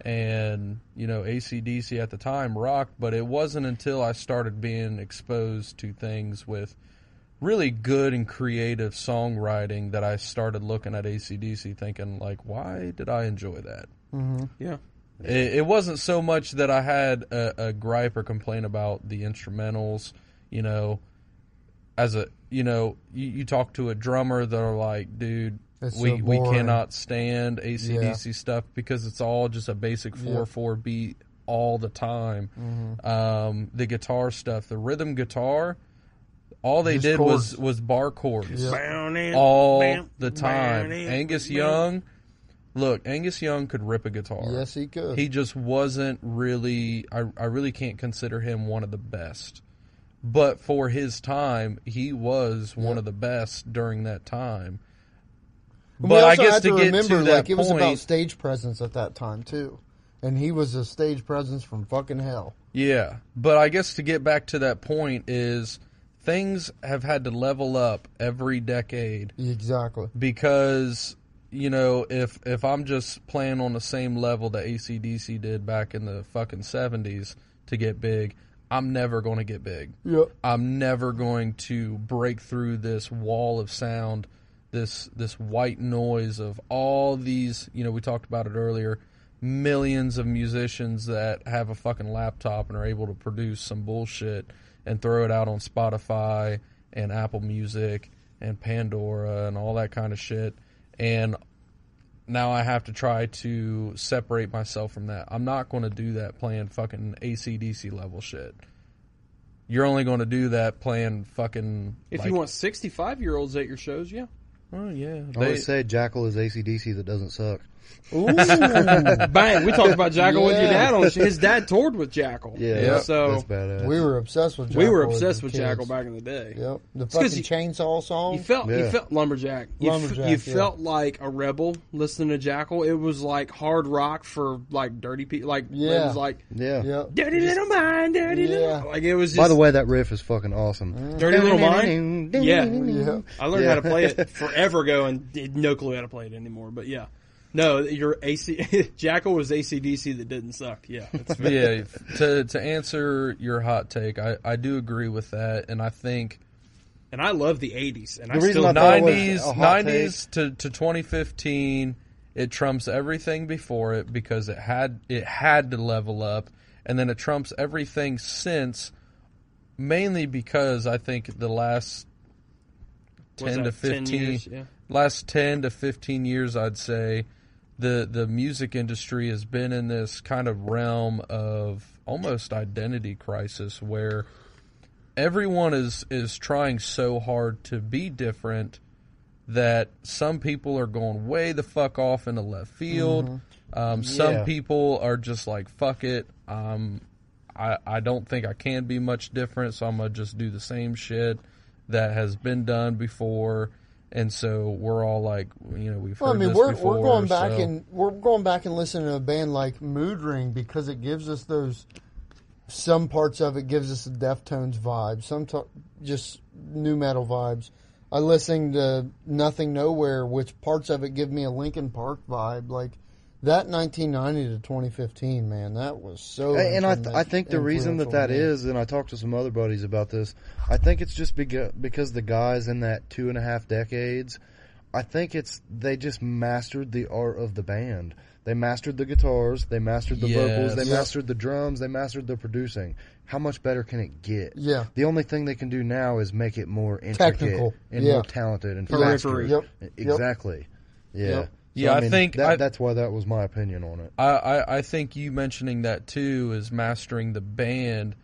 S4: and you know acdc at the time rocked but it wasn't until i started being exposed to things with really good and creative songwriting that i started looking at acdc thinking like why did i enjoy that
S3: Mm-hmm.
S1: Yeah.
S4: it, it wasn't so much that I had a, a gripe or complaint about the instrumentals, you know, as a you know, you, you talk to a drummer that are like, dude,
S3: It's so
S4: we we
S3: boring."
S4: cannot stand ACDC stuff because it's all just a basic four four beat all the time.
S3: Mm-hmm.
S4: Um, the guitar stuff, the rhythm guitar, all they
S3: Just
S4: did
S3: chords.
S4: was was bar chords
S3: Yeah.
S4: all the time. Angus Young, look, Angus Young could rip a guitar.
S3: yes, he could.
S4: He just wasn't really. I, I really can't consider him one of the best, but for his time, he was one of the best during that time.
S3: We
S4: But I
S3: also
S4: guess
S3: had
S4: to, get
S3: remember,
S4: to that point,
S3: like, it was about stage presence at that time too, and he was a stage presence from fucking hell.
S4: Yeah, but I guess to get back to that point is things have had to level up every decade
S3: Exactly.
S4: because you know if if I'm just playing on the same level that ACDC did back in the fucking seventies to get big, I'm never going to get big.
S3: Yep.
S4: I'm never going to break through this wall of sound, this this white noise of all these. You know, we talked about it earlier. Millions of musicians that have a fucking laptop and are able to produce some bullshit and throw it out on Spotify and Apple Music and Pandora and all that kind of shit. And now I have to try to separate myself from that. I'm not going to do that playing fucking ACDC level shit. You're only going to do that playing fucking.
S1: If
S4: like-
S1: you want 65 year olds at your shows, yeah.
S4: oh yeah,
S2: I
S4: they,
S2: always say Jackal is ACDC that doesn't suck.
S3: Ooh, we
S1: Bang. We talked about Jackal with your
S3: Yeah.
S1: dad on the show. His dad toured with Jackal.
S2: Yeah,
S4: Yeah.
S2: that's,
S1: So
S2: that's badass.
S3: were obsessed with.
S1: we were
S3: Jackal as
S1: obsessed with
S3: kids.
S1: Jackal back in the day.
S3: Yep, the
S1: 'cause
S3: fucking
S1: you-
S3: chainsaw song.
S1: You felt you
S2: Yeah.
S1: felt lumberjack. You, f-
S3: Lumberjack,
S1: you
S3: yeah.
S1: felt like a rebel listening to Jackal. It was like hard rock for like dirty people. Like it
S3: Yeah.
S1: was like
S2: yeah.
S3: yep.
S1: dirty little mind, dirty
S3: Yeah.
S1: little. Like it was just
S2: By the way, that riff is fucking
S3: Mm.
S2: awesome.
S1: dirty little mind. Yeah.
S3: Yeah.
S1: I learned
S2: Yeah.
S1: how to play it forever ago and did no clue how to play it anymore. But yeah, no, your AC Jackal was ACDC that didn't suck. Yeah, that's
S4: But yeah, to to answer your hot take, I I do agree with that, and I think
S1: and I love the '80s, and I
S2: The reason
S1: still
S2: I thought it was
S4: nineties
S2: a hot
S4: nineties to, to twenty fifteen, it trumps everything before it because it had it had to level up, and then it trumps everything since, mainly because I think the last
S1: was
S4: ten to
S1: that 10
S4: fifteen
S1: years? Yeah.
S4: last 10 to 15 years i'd say the the music industry has been in this kind of realm of almost identity crisis where everyone is is trying so hard to be different that some people are going way the fuck off into left field
S3: Mm-hmm.
S4: um, some
S2: Yeah.
S4: people are just like fuck it um, I, I don't think I can be much different, so I'm gonna just do the same shit that has been done before. And so we're all like, you know, we've heard
S3: Well, I mean,
S4: this
S3: we're,
S4: before.
S3: we're going back
S4: so-
S3: and we're going back and listening to a band like Mood Ring because it gives us those. Some parts of it gives us the Deftones vibe. Some t- just new metal vibes. I listened to Nothing Nowhere, which parts of it give me a Linkin Park vibe. Like that 1990 to 2015, man, that was so.
S2: And I, th- I think the reason that that
S3: influential, man.
S2: is, and I talked to some other buddies about this, I think it's just bega- because the guys in that two and a half decades, I think it's they just mastered the art of the band. They mastered the guitars, they mastered the vocals,
S4: Yes.
S2: they mastered the drums, they mastered the producing. How much better can it get?
S3: Yeah.
S2: The only thing they can do now is make it more intricate
S3: Technical.
S2: and
S3: Yeah.
S2: more talented and
S1: Periphery.
S2: faster.
S3: Yep.
S2: Exactly. Yeah.
S3: Yep.
S2: So,
S4: Yeah, I think
S2: that,
S4: I-
S2: that's why that was my opinion on it.
S4: I, I, I think you mentioning that too is mastering the band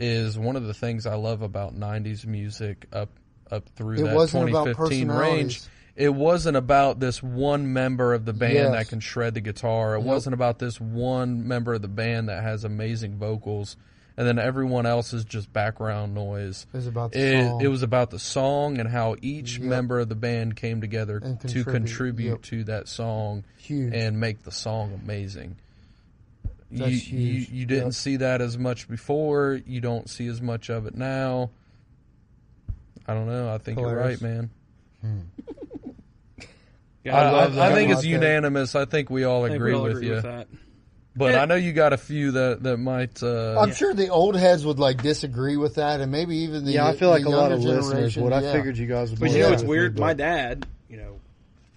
S4: is one of the things I love about '90s music up up through
S3: It
S4: that
S3: wasn't about
S4: 2015 range.
S3: personalities.
S4: it wasn't about this one member of the band
S3: Yes.
S4: that can shred the guitar. It wasn't about this one member of the band that has amazing vocals, and then everyone else is just background noise.
S3: It was about the
S4: It,
S3: song.
S4: it was about the song and how each member of the band came together
S3: And
S4: to
S3: contribute,
S4: contribute
S3: yep.
S4: to that song
S3: Huge.
S4: and make the song amazing.
S3: That's
S4: you,
S3: huge.
S4: you you didn't
S3: Yep.
S4: see that as much before. You don't see as much of it now. I don't know. I think
S3: Hilarious.
S4: you're right, man.
S1: Yeah,
S4: I,
S1: I,
S3: love
S4: I
S3: that.
S4: think
S3: I
S4: it's
S3: like that.
S4: unanimous. I think we all
S1: think
S4: agree,
S1: we all
S4: with,
S1: agree
S4: you.
S1: with that.
S4: But
S1: Yeah.
S4: I know you got a few that that might. Uh,
S3: I'm sure the old heads would like disagree with that, and maybe even the
S2: Yeah, I feel like
S3: the
S2: a lot
S3: younger
S2: of listeners
S3: generation,
S2: would. I
S3: yeah.
S2: figured you guys would.
S1: But
S2: be
S1: you know
S2: like
S1: it's
S2: with
S1: weird?
S2: me,
S1: My
S2: but-
S1: dad, you know,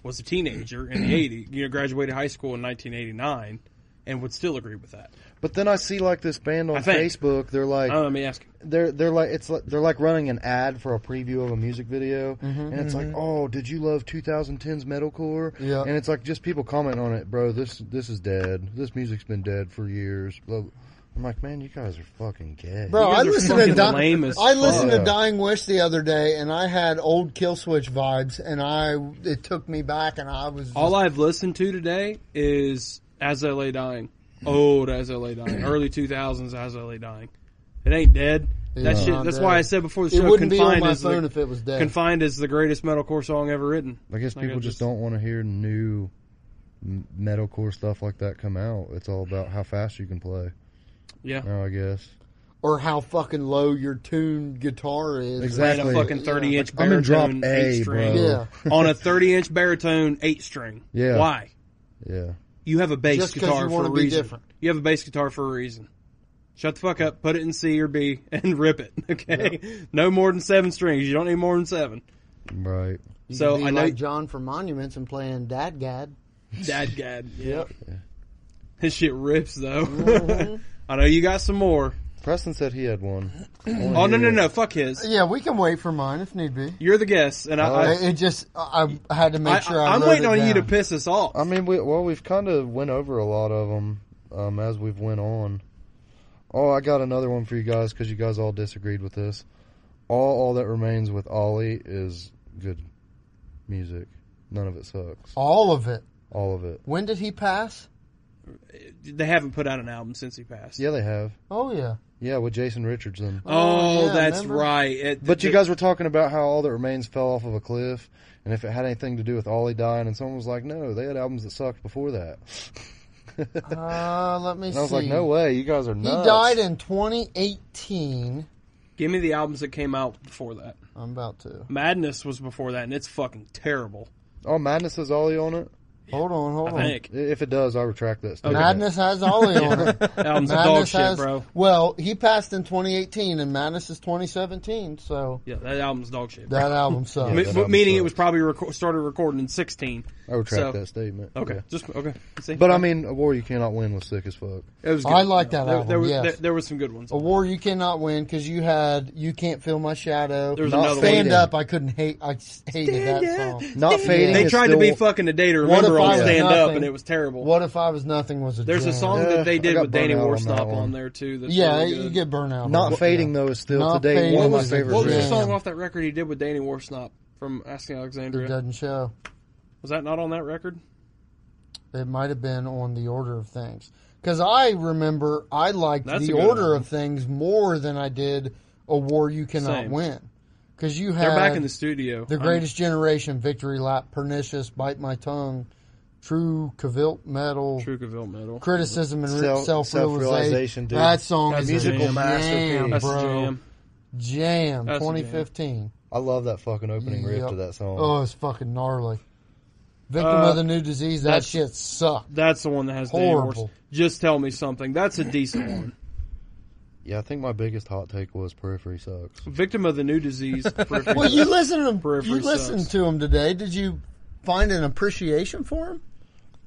S1: was a teenager in the 80s, you know, graduated high school in 1989 and would still agree with that.
S2: But then I see like this band on
S1: I think.
S2: Facebook. They're like,
S1: Uh, let me ask you.
S2: they're they're like it's like they're like running an ad for a preview of a music video,
S3: Mm-hmm.
S2: and it's
S1: Mm-hmm.
S2: like, oh, did you love 2010s metalcore?
S3: Yeah.
S2: and it's like just people comment on it, bro. This this is dead. This music's been dead for years. Blah- I'm like, man, you guys are fucking gay,
S1: You
S3: Bro,
S1: guys
S3: I
S1: are
S3: listened to
S1: fucking
S3: Di-
S1: lame as
S3: I listened
S2: fuck.
S3: to Dying Wish the other day, and I had old Kill Switch vibes, and I it took me back, and I was just,
S1: All I've listened to today is As I Lay Dying. Old As I Lay Dying. Early 2000s As I Lay Dying. It ain't dead. That
S3: It's
S1: shit,
S3: not
S1: that's
S3: dead.
S1: why I said before the
S3: it
S1: show,
S3: wouldn't be on
S1: Confined,
S3: my
S1: is
S3: phone
S1: the,
S3: if it was dead.
S1: Confined is the greatest metalcore song ever written.
S2: I guess
S1: Like, I
S2: people just
S1: just-
S2: don't want to hear new m- metalcore stuff like that come out. It's all about how fast you can play.
S1: Yeah.
S2: Now I guess.
S3: or how fucking low your tuned guitar is.
S1: Playing
S2: Exactly.
S1: a fucking 30 inch
S2: I'm in drop
S1: baritone
S2: A,
S1: 8 string.
S2: bro.
S3: Yeah,
S1: On a 30 inch baritone 8 string.
S2: Yeah.
S1: Why?
S2: Yeah,
S1: You have a bass
S3: Just 'cause
S1: guitar
S3: you
S1: for
S3: wanna
S1: a
S3: be
S1: reason.
S3: different.
S1: You have a bass guitar for a reason. Shut the fuck up, put it in C or B, and rip it. Okay, no more than seven strings. You don't need more than seven.
S2: right.
S3: You
S1: So
S3: could be
S1: I know-
S3: like John from Monuments and playing Dadgad.
S1: Dad gad. Yep. His shit rips though.
S3: Mm-hmm.
S1: I know you got some more.
S2: Preston said he had one.
S3: Mm-hmm.
S1: Oh no no no! Fuck his.
S3: Yeah, we can wait for mine if need be.
S1: You're the guest, and
S2: Oh.
S1: I,
S3: I- it just I, I had to
S1: Uh, I,
S3: make sure. I,
S1: I, am
S3: wrote
S1: waiting
S3: it
S1: on you to
S3: down.
S1: piss us off.
S2: I mean, we well, we've kind of went over a lot of them um, as we've went on. Oh, I got another one for you guys because you guys all disagreed with this. All all that remains with Ollie is good music. None of it sucks.
S3: all of it.
S2: All of it.
S3: When did he pass?
S1: they haven't put out an album since he passed.
S2: Yeah, they have.
S3: Oh yeah,
S2: Yeah, with Jason Richardson.
S1: Oh,
S3: Oh, yeah,
S1: that's
S3: remember?
S1: right. It-
S2: But you
S1: the-
S2: guys were talking about how all that remains fell off of a cliff, and if it had anything to do with Ollie dying, and someone was like, "No, they had albums that sucked before that."
S3: Uh, let me see.
S2: And I was like, "No way, you guys are
S3: He
S2: nuts."
S3: died in 2018.
S1: give me the albums that came out before that.
S3: I'm about to.
S1: Madness was before that, and it's fucking terrible.
S2: Oh, Madness has Ollie on it.
S3: Hold on, hold
S1: I
S3: on.
S1: think
S2: If it does, I retract that statement.
S3: Madness has Ollie on it.
S1: that album's a dog
S3: Madness
S1: shit,
S3: has,
S1: bro.
S3: Well, he passed in 2018, and Madness is 2017. So
S1: Yeah, that album's dog shit. Bro.
S3: that album sucks.
S1: Me-
S2: that
S1: but
S2: album
S1: meaning it
S2: sucks.
S1: was probably reco- started recording in 16.
S2: I retract
S1: So-
S2: that statement.
S1: Okay,
S2: Yeah.
S1: just okay. See?
S2: But I mean, a war you cannot win was sick as fuck.
S1: it was.
S3: I like that
S1: There,
S3: album.
S1: there, was-
S3: yes.
S1: there, there was some good ones.
S3: a war you cannot win because you had you can't feel my shadow.
S1: There was
S2: Not
S1: another
S2: Fading.
S1: one.
S3: Stand up, I couldn't hate. I s- hated that song.
S2: Not fading.
S1: They
S2: is
S1: tried
S2: still,
S1: to be fucking a day to
S3: What
S1: remember
S3: if I
S1: on
S3: was
S1: Stand Up,
S3: nothing?
S1: and it was terrible.
S3: What if I was nothing was a
S1: There's
S3: jam.
S1: a song
S2: Yeah,
S1: that they
S2: I
S1: did
S2: got
S1: with Danny
S2: burnt out on that
S1: Warstop on,
S2: one.
S1: there too. That's
S3: Yeah,
S1: really
S3: you
S1: good.
S3: get burnout.
S2: Not
S3: What-
S2: fading
S3: yeah.
S2: though is still
S3: Not
S2: today
S3: Fading
S2: one of my
S3: is-
S2: favorite.
S1: What was the
S2: bands.
S3: Yeah.
S1: song off that record he did with Danny Warstop from Asking
S3: It
S1: Alexandria?
S3: doesn't show.
S1: Was that not on that record?
S3: It might have been on the order of things because I remember I liked
S1: That's
S3: the
S1: a good
S3: order
S1: album.
S3: of things more than I did a war you cannot
S1: Same.
S3: win because you had
S1: They're back in the studio.
S3: The
S1: I'm-
S3: Greatest Generation, Victory Lap, Pernicious, Bite My Tongue, True Cavilt Metal,
S1: Trucaville Metal.
S3: Criticism and
S2: Self-
S3: Self
S2: Self-realization,
S3: Realization.
S2: dude.
S3: That song
S1: That's
S3: is
S1: a
S3: musical
S1: jam.
S3: jam,
S1: That's
S3: bro.
S1: a
S3: Jam,
S1: jam. That's a jam.
S3: 2015.
S2: I love that fucking opening riff
S3: Yep.
S2: to that song.
S3: Oh, it's fucking gnarly. Victim
S1: Uh,
S3: of the New Disease. That
S1: that's-
S3: shit sucked.
S1: That's the one that has Danny
S3: Horrible.
S1: Warstop. Just tell me something. That's a decent one.
S2: Yeah, I think my biggest hot take was Periphery sucks.
S1: Victim of the New Disease. Periphery
S3: Well, you
S1: Sucks.
S3: listened to him.
S1: Periphery
S3: You listened
S1: sucks.
S3: to him today. Did you find an appreciation for him?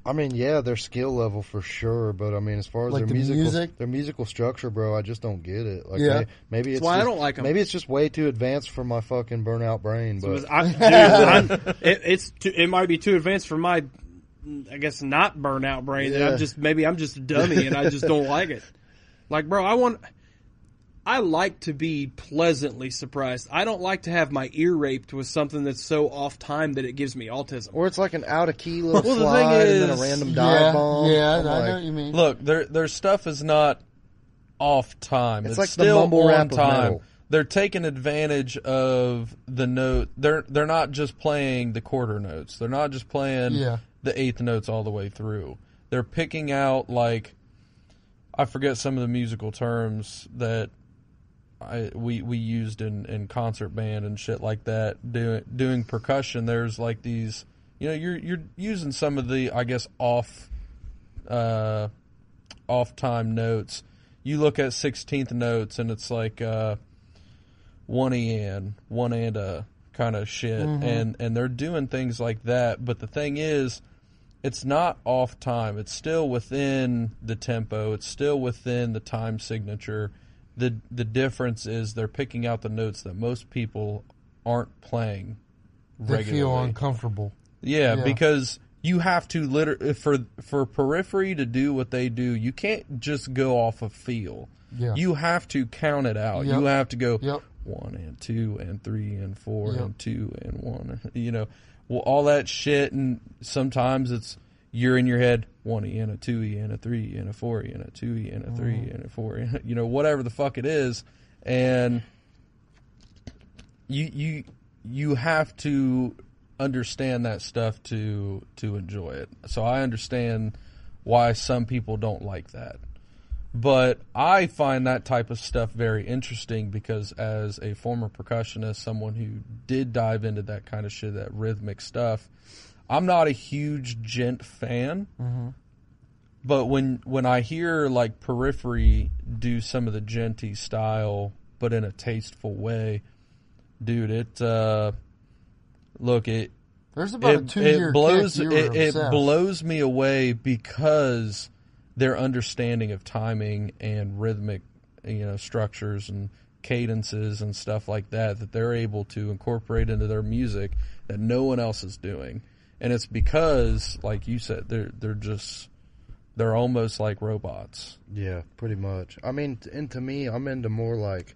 S2: I mean, yeah, their skill level for sure, but I mean, as far as
S3: Like
S2: their
S3: the
S2: musical
S3: music?
S2: their musical structure, bro, I just don't get it. Like,
S3: Yeah.
S2: may- maybe it's
S1: why I
S2: just,
S1: don't like 'em.
S2: Maybe it's just way too advanced for my fucking burnout brain.
S1: It was-
S2: But
S1: I, dude, I'm- it, it's too, it might be too advanced for my, I guess not burnout brain. That
S2: Yeah.
S1: I'm just maybe I'm just a dummy and I just don't like it. Like, bro, I want I like to be pleasantly surprised. I don't like to have my ear raped with something that's so off time that it gives me autism.
S2: Or it's like an out of key little
S4: Well, the thing
S2: slide and then
S4: is-
S2: a random dive
S3: yeah,
S2: bomb.
S3: yeah, I
S2: I'm like,
S3: know what you mean.
S4: Look, their their stuff is not off time. It's,
S2: It's like the
S4: still
S2: mumble
S4: on
S2: rap of
S4: time.
S2: metal.
S4: They're taking advantage of the note. They're they're not just playing the quarter notes. They're not just playing
S3: Yeah.
S4: the eighth notes all the way through. They're picking out like I forget some of the musical terms that I we we used in in concert band and shit like that. Doing doing percussion, there's like these. You know, you're you're using some of the I guess off. Uh, off time notes. You look at 16th notes and it's like uh, one and one and a kind of shit, and and they're doing things like that. But the thing is, it's not off time. It's still within the tempo. It's still within the time signature. the The difference is they're picking out the notes that most people aren't playing
S3: They
S4: regularly.
S3: feel uncomfortable.
S4: Yeah,
S3: Yeah.
S4: because you have to liter- for for periphery to do what they do, you can't just go off of feel.
S3: Yeah.
S4: You have to count it out.
S3: Yep.
S4: You have to go
S3: Yep.
S4: one and two and three and four
S3: Yep.
S4: and two and one. You know, well, all that shit, and sometimes it's you're in your head one e and a two e and a three and a four e and a two e and a three
S3: Mm-hmm.
S4: and a four. E, you know, whatever the fuck it is, and you you you have to understand that stuff to to enjoy it. So I understand why some people don't like that. But I find that type of stuff very interesting because as a former percussionist, someone who did dive into that kind of shit, that rhythmic stuff, I'm not a huge gent fan. But when when I hear like Periphery do some of the genty style, but in a tasteful way, dude, it uh, look it
S3: There's about a
S4: it,
S3: two
S4: it
S3: year
S4: blows
S3: kick,
S4: it,
S3: you were
S4: it
S3: obsessed.
S4: blows me away because their understanding of timing and rhythmic you know structures and cadences and stuff like that that they're able to incorporate into their music that no one else is doing and it's because like you said they're they're just they're almost like robots
S2: Yeah, pretty much. I mean, t- and to me, I'm into more like.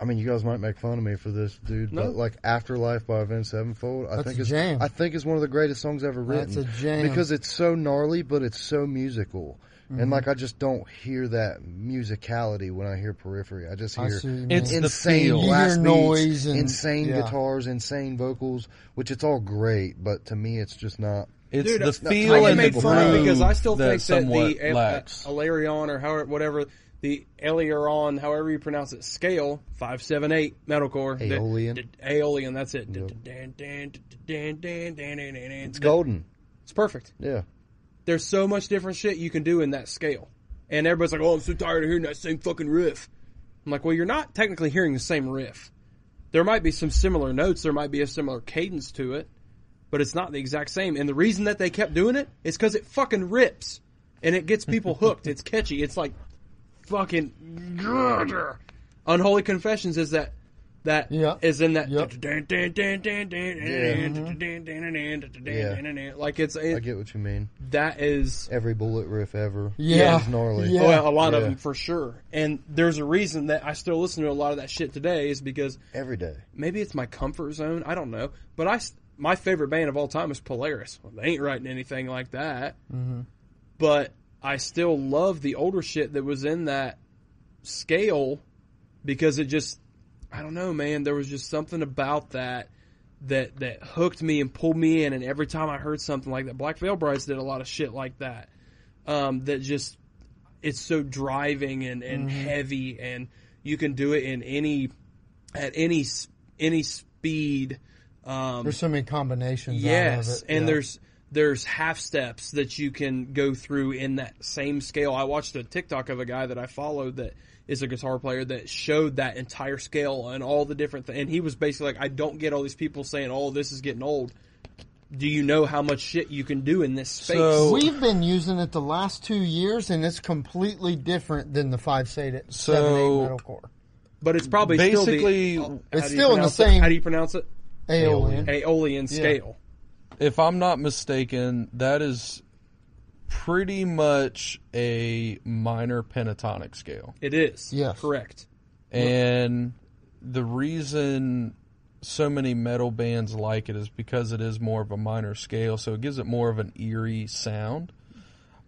S2: I mean, you guys might make fun of me for this, dude, but like "Afterlife" by Avenged Sevenfold, I
S3: That's
S2: think
S3: a
S2: it's
S3: jam.
S2: I think it's one of the greatest songs ever written.
S3: That's a jam.
S2: because it's so gnarly, but it's so musical,
S3: Mm-hmm.
S2: and like I just don't hear that musicality when I hear Periphery. I just
S3: I
S2: hear
S3: see what you mean.
S4: It's- the
S2: insane
S4: feel. You
S2: blast
S3: hear
S2: beats,
S3: noise and-
S2: insane
S3: yeah.
S2: guitars, insane vocals, which it's all great, but to me, it's just not.
S4: it's
S1: Dude,
S4: the
S1: I-
S4: feel
S1: I get
S4: and the
S1: made fun of
S4: groove
S1: because I still
S4: that
S1: think that
S4: somewhat
S1: the eh, uh,
S4: lacks.
S1: Alarion or however whatever the Elieron, however you pronounce it, scale five seven eight metalcore that-
S2: Aeolian.
S1: that- Aeolian, that's it. It's
S2: It's golden.
S1: It's perfect.
S2: Yeah.
S1: There's so much different shit you can do in that scale, and everybody's like, "Oh, I'm so tired of hearing that same fucking riff." I'm like, "Well, you're not technically hearing the same riff. There might be some similar notes, there might be a similar cadence to it." but it's not the exact same. And the reason that they kept doing it is because it fucking rips, and it gets people hooked. It's catchy. It's like fucking unholy confessions is that that is
S3: Yeah.
S1: in that
S3: Yep.
S2: Yeah.
S1: like it's
S2: I
S1: it,
S2: get what you mean.
S1: that is
S2: Every bullet riff ever.
S3: Yeah.
S2: It's gnarly.
S3: Yeah.
S5: Oh,
S1: well, Oh, a lot of
S2: Yeah.
S1: them for sure. And there's a reason that I still listen to a lot of that shit today is because
S2: Every day.
S1: maybe it's my comfort zone. I don't know. But I, s- my favorite band of all time is Polaris. Well, they ain't writing anything like that. Mm-hmm. But I still love the older shit that was in that scale because it just, I don't know, man. There was just something about that that that hooked me and pulled me in. And every time I heard something like that, Black Veil Brides did a lot of shit like that. Um, that just it's so driving and, and heavy and you can do it in any at any s- any speed um
S3: There's so many combinations. out
S1: yes
S3: of it.
S1: and
S3: yeah.
S1: there's there's half steps that you can go through in that same scale i watched a tiktok of a guy that i followed that is a guitar player that showed that entire scale and all the different things and he was basically like i don't get all these people saying oh this is getting old do you know how much shit you can do in this space
S4: So-
S3: We've been using it the last two years, and it's completely different than the five state
S4: So-
S3: seven eight metalcore.
S1: but it's probably
S4: Basically,
S1: still the, oh, how
S3: It's
S1: do you
S3: still in the
S1: pronounce it?
S3: same-
S1: how do you pronounce it
S3: Aeolian.
S1: aeolian scale
S4: if I'm not mistaken, that is pretty much a minor pentatonic scale.
S1: It is.
S3: Yes.
S1: Correct.
S4: And the reason so many metal bands like it is because it is more of a minor scale, so it gives it more of an eerie sound.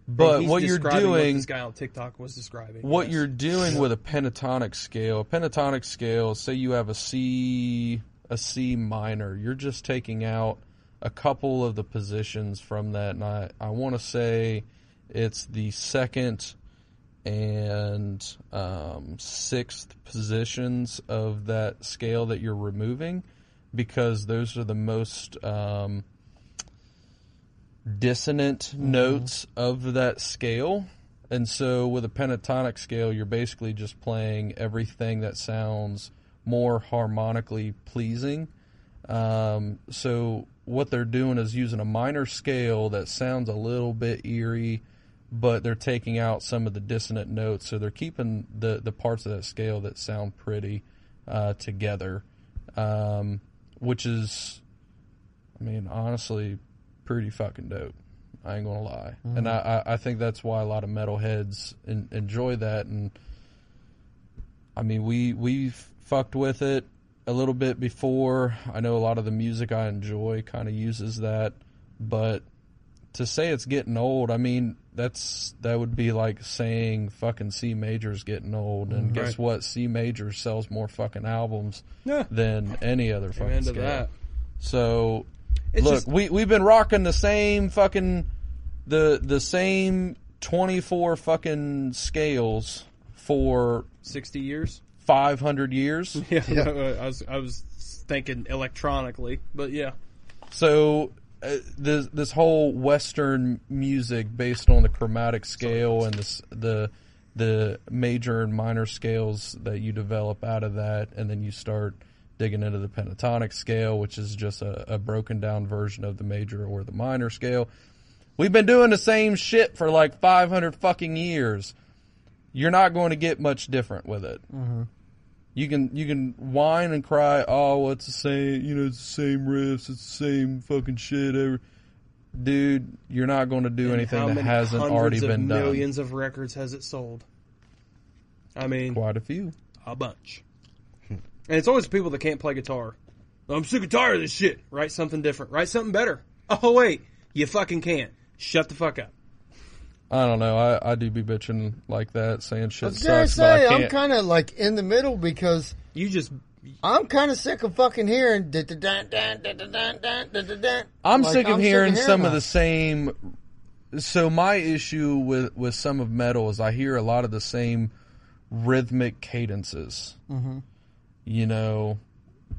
S4: But
S5: He's
S4: what you're
S5: describing what
S4: doing
S5: this guy on TikTok was describing.
S4: what
S5: yes.
S4: you're doing with a pentatonic scale, a pentatonic scale, say you have a C, a C minor, you're just taking out a couple of the positions from that. And I, I want to say it's the second and um, sixth positions of that scale that you're removing because those are the most um, dissonant notes of that scale. And so with a pentatonic scale, you're basically just playing everything that sounds more harmonically pleasing. Um, so what they're doing is using a minor scale that sounds a little bit eerie, but they're taking out some of the dissonant notes. So they're keeping the, the parts of that scale that sound pretty uh, together, um, which is, I mean, honestly, pretty fucking dope. I ain't gonna lie, and I, I I think that's why a lot of metalheads en- enjoy that. And I mean, we we've fucked with it a little bit before. I know a lot of the music I enjoy kind of uses that, but to say it's getting old, I mean that's that would be like saying fucking C major's getting old. And
S1: Right.
S4: guess what? C major sells more fucking albums
S1: Yeah.
S4: than any other fucking
S1: Amen to
S4: scale.
S1: that.
S4: So
S1: It's
S4: look,
S1: just-
S4: we we've been rocking the same fucking the the same twenty four fucking scales for
S5: 60 years.
S4: five hundred years.
S5: Yeah, I was I was thinking electronically, but yeah,
S4: So uh, this this whole Western music based on the chromatic scale and the s- the the major and minor scales that you develop out of that, and then you start digging into the pentatonic scale, which is just a, a broken down version of the major or the minor scale. We've been doing the same shit for like 500 fucking years. You're not going to get much different with it. You can you can whine and cry. Oh, well, it's the same. You know, it's the same riffs. It's the same fucking shit. Every dude, you're not going to do
S5: How
S4: anything that
S5: many
S4: hasn't
S5: hundreds
S4: already
S5: of
S4: been done.
S5: Millions of records has it sold? I mean,
S4: Quite a few.
S5: a bunch. And it's always people that can't play guitar. I'm sick and tired of this shit. Write something different. Write something better. Oh wait, you fucking can't. Shut the fuck up.
S4: I don't know. I, I do be bitching like that, saying shit
S3: was gonna
S4: sucks, but I
S3: say I'm
S4: can't.
S3: kind of like in the middle because
S5: You just
S3: I'm kind of sick of fucking hearing. da- da- da- da- da- da- da- da- da- da- da.
S4: I'm
S3: Like,
S4: sick of hearing some of
S3: that.
S4: the same. So my issue with with some of metal is I hear a lot of the same rhythmic cadences. Mm-hmm. You know,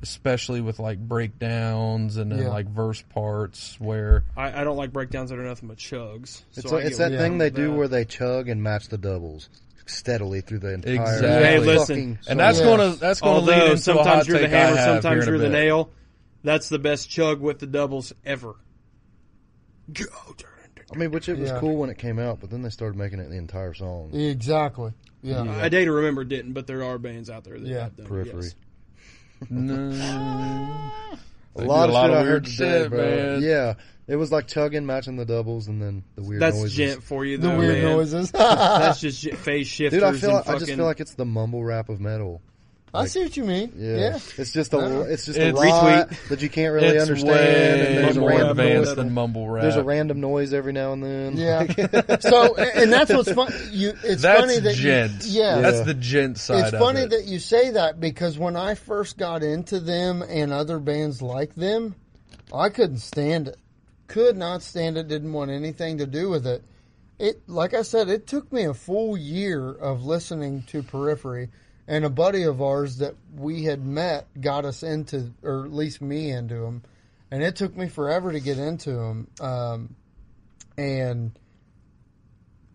S4: especially with like breakdowns and then
S3: Yeah.
S4: like verse parts where
S5: I, I don't like breakdowns that are nothing but chugs. so
S2: It's,
S5: I
S2: like, it's
S5: get
S2: that
S3: what
S2: thing
S3: you
S2: they
S5: mean
S2: do
S5: by-
S2: where they chug and match the doubles steadily through the entire.
S4: Exactly. Hey,
S5: listen,
S2: fucking
S4: and that's
S2: song.
S4: gonna that's gonna lead
S5: although
S4: into a hot
S5: sometimes you're the
S4: take I
S5: hammer,
S4: have here
S5: sometimes
S4: in a
S5: you're the
S4: bit.
S5: nail. That's the best chug with the doubles ever. Go, turn it down.
S2: I mean, which it was
S3: Yeah.
S2: cool when it came out, but then they started making it the entire song.
S3: Exactly. Yeah.
S5: A Day to Remember didn't, but there are bands out there that
S3: Yeah.
S5: have done it,
S2: Periphery.
S5: yes.
S4: No.
S2: A
S4: They
S2: lot
S4: do
S2: of
S4: a lot
S2: shit
S4: of
S2: I heard
S4: weird
S2: today,
S4: shit,
S2: bro.
S4: man.
S2: Yeah, it was like chugging, matching the doubles, and then the weird
S5: That's
S2: noises.
S5: gent for you,
S3: The
S5: though,
S3: weird
S5: man.
S3: noises.
S5: That's just j- phase shifters
S2: Dude, I feel
S5: and
S2: like, I
S5: fucking.
S2: just feel like it's the mumble rap of metal.
S3: I see what you mean.
S2: Yeah,
S3: Yeah.
S2: it's just a
S3: Yeah.
S2: it's just a
S4: It's-
S2: lot
S5: Retweet.
S2: that you can't really
S4: It's
S2: understand. and
S4: way
S2: there's a
S4: more
S2: random
S4: advanced
S2: noise.
S4: than mumble rap.
S2: There's a random noise every now and then.
S3: Yeah. so, and and that's what's fun. You, it's
S4: that's
S3: funny that you-
S4: gent.
S3: yeah,
S4: that's the gent side.
S3: it's
S4: of
S3: funny
S4: it.
S3: that you say that because when I first got into them and other bands like them, I couldn't stand it. Could not stand it. Didn't want anything to do with it. It, like I said, it took me a full year of listening to Periphery, and a buddy of ours that we had met got us into, or at least me into them, and it took me forever to get into them. Um, and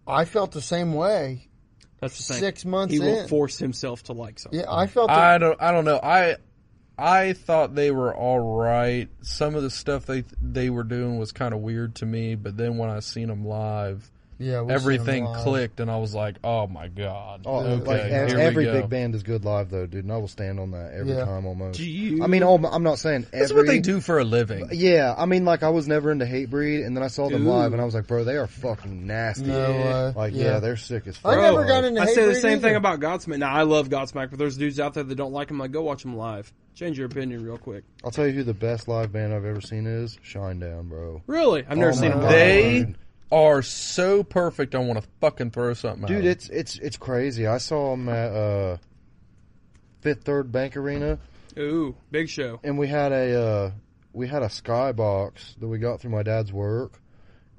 S3: I felt the same way.
S5: that's the same.
S3: Six months
S5: He will
S3: in.
S5: force himself to like something.
S3: Yeah, I felt. the-
S4: I don't. I don't know. I I thought they were all right. Some of the stuff they they were doing was kind of weird to me. But then when I seen them live,
S3: Yeah, we've seen 'em
S4: everything
S3: live.
S4: clicked, and I was like, "Oh my god!"
S2: Oh,
S4: okay,
S2: like,
S4: here
S2: e-
S4: we
S2: every
S4: go.
S2: big band is good live though, dude, and I will stand on that every
S3: Yeah.
S2: time almost.
S4: Gee,
S2: I mean, all, I'm not saying every.
S4: that's what they do for a living.
S2: Yeah, I mean, like I was never into Hatebreed, and then I saw them
S1: Ooh.
S2: live, and I was like, bro, they are fucking nasty.
S3: No way.
S2: Like, yeah.
S3: Yeah.
S2: they're sick as fuck.
S3: I never got into.
S1: I say the
S3: Hatebreed
S1: same thing
S3: either.
S1: about Godsmack. Now I love Godsmack, but there's dudes out there that don't like them. Like, go watch them live. Change your opinion real quick.
S2: I'll tell you who the best live band I've ever seen is Shinedown, bro.
S1: Really, I've never
S2: Oh
S1: seen
S2: my
S1: them.
S2: God.
S1: live.
S4: They are so perfect. I want to fucking throw something. at
S2: Dude,
S4: 'em.
S2: it's it's it's crazy. I saw them at uh, Fifth Third Bank Arena,
S1: Ooh, big show.
S2: and we had a uh, we had a skybox that we got through my dad's work.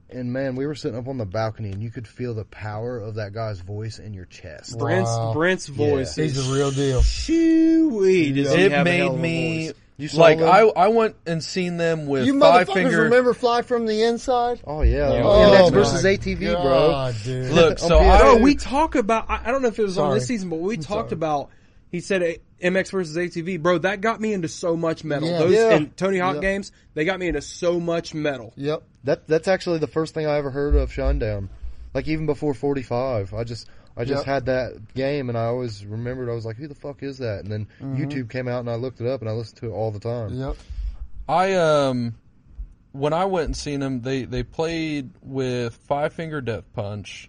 S2: And man, we were sitting up on the balcony, and you could feel the power of that guy's voice in your chest.
S1: Brent's
S3: Wow.
S1: Brent's voice.
S2: Yeah.
S1: is
S3: He's the real deal.
S1: Shoo-wee, does he
S4: it
S1: have a hell
S4: made
S1: of a
S4: me
S1: voice.
S2: You saw
S4: like
S2: them?
S4: I I went and seen them with
S3: You
S4: five
S3: motherfuckers
S4: finger.
S3: remember Fly from the Inside?
S2: Oh yeah, Oh,
S4: Yeah.
S3: Oh,
S2: Index
S3: my
S2: versus ATV, bro.
S3: God, dude.
S4: Look, so
S2: On
S4: I
S2: PS2.
S1: Oh, we talk about. I, I don't know if it was on
S3: Sorry.
S1: this season, but we talked about. He said eh, MX versus ATV, bro. That got me into so much metal.
S3: Yeah.
S1: Those
S2: Yeah.
S1: and Tony Hawk
S2: Yeah.
S1: games, they got me into so much metal.
S3: Yep.
S2: That that's actually the first thing I ever heard of Shinedown. Like even before 45, I just I just
S3: Yep.
S2: had that game and I always remembered I was like, who the fuck is that? And then
S3: Mm-hmm.
S2: YouTube came out and I looked it up and I listened to it all the time.
S3: Yep.
S4: I um when I went and seen them, they they played with Five Finger Death Punch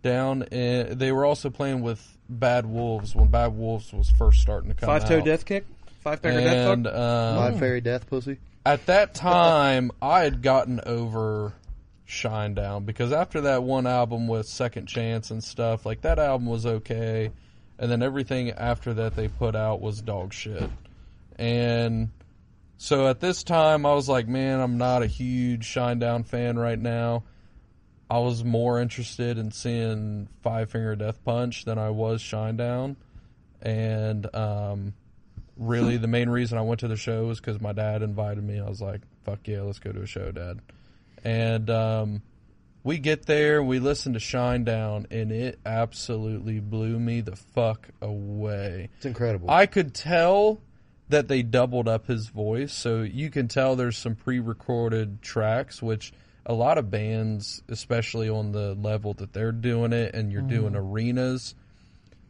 S4: down. In, they were also playing with Bad Wolves when Bad Wolves was first starting to come
S1: Five
S4: out.
S1: toe death kick, five finger death
S4: and
S1: kick.
S4: um,
S2: My fairy death pussy.
S4: at that time, I had gotten over Shine Down because after that one album with Second Chance and stuff, like that album was okay, and then everything after that they put out was dog shit. And so at this time, I was like, man, I'm not a huge Shine Down fan right now. I was more interested in seeing Five Finger Death Punch than I was Shine Down, and um, really the main reason I went to the show was because my dad invited me. I was like, "Fuck yeah, let's go to a show, Dad." And um, we get there, we listen to Shine Down, and it absolutely blew me the fuck away.
S2: It's incredible.
S4: I could tell that they doubled up his voice, so you can tell there's some pre-recorded tracks, which a lot of bands, especially on the level that they're doing it, and you're doing arenas,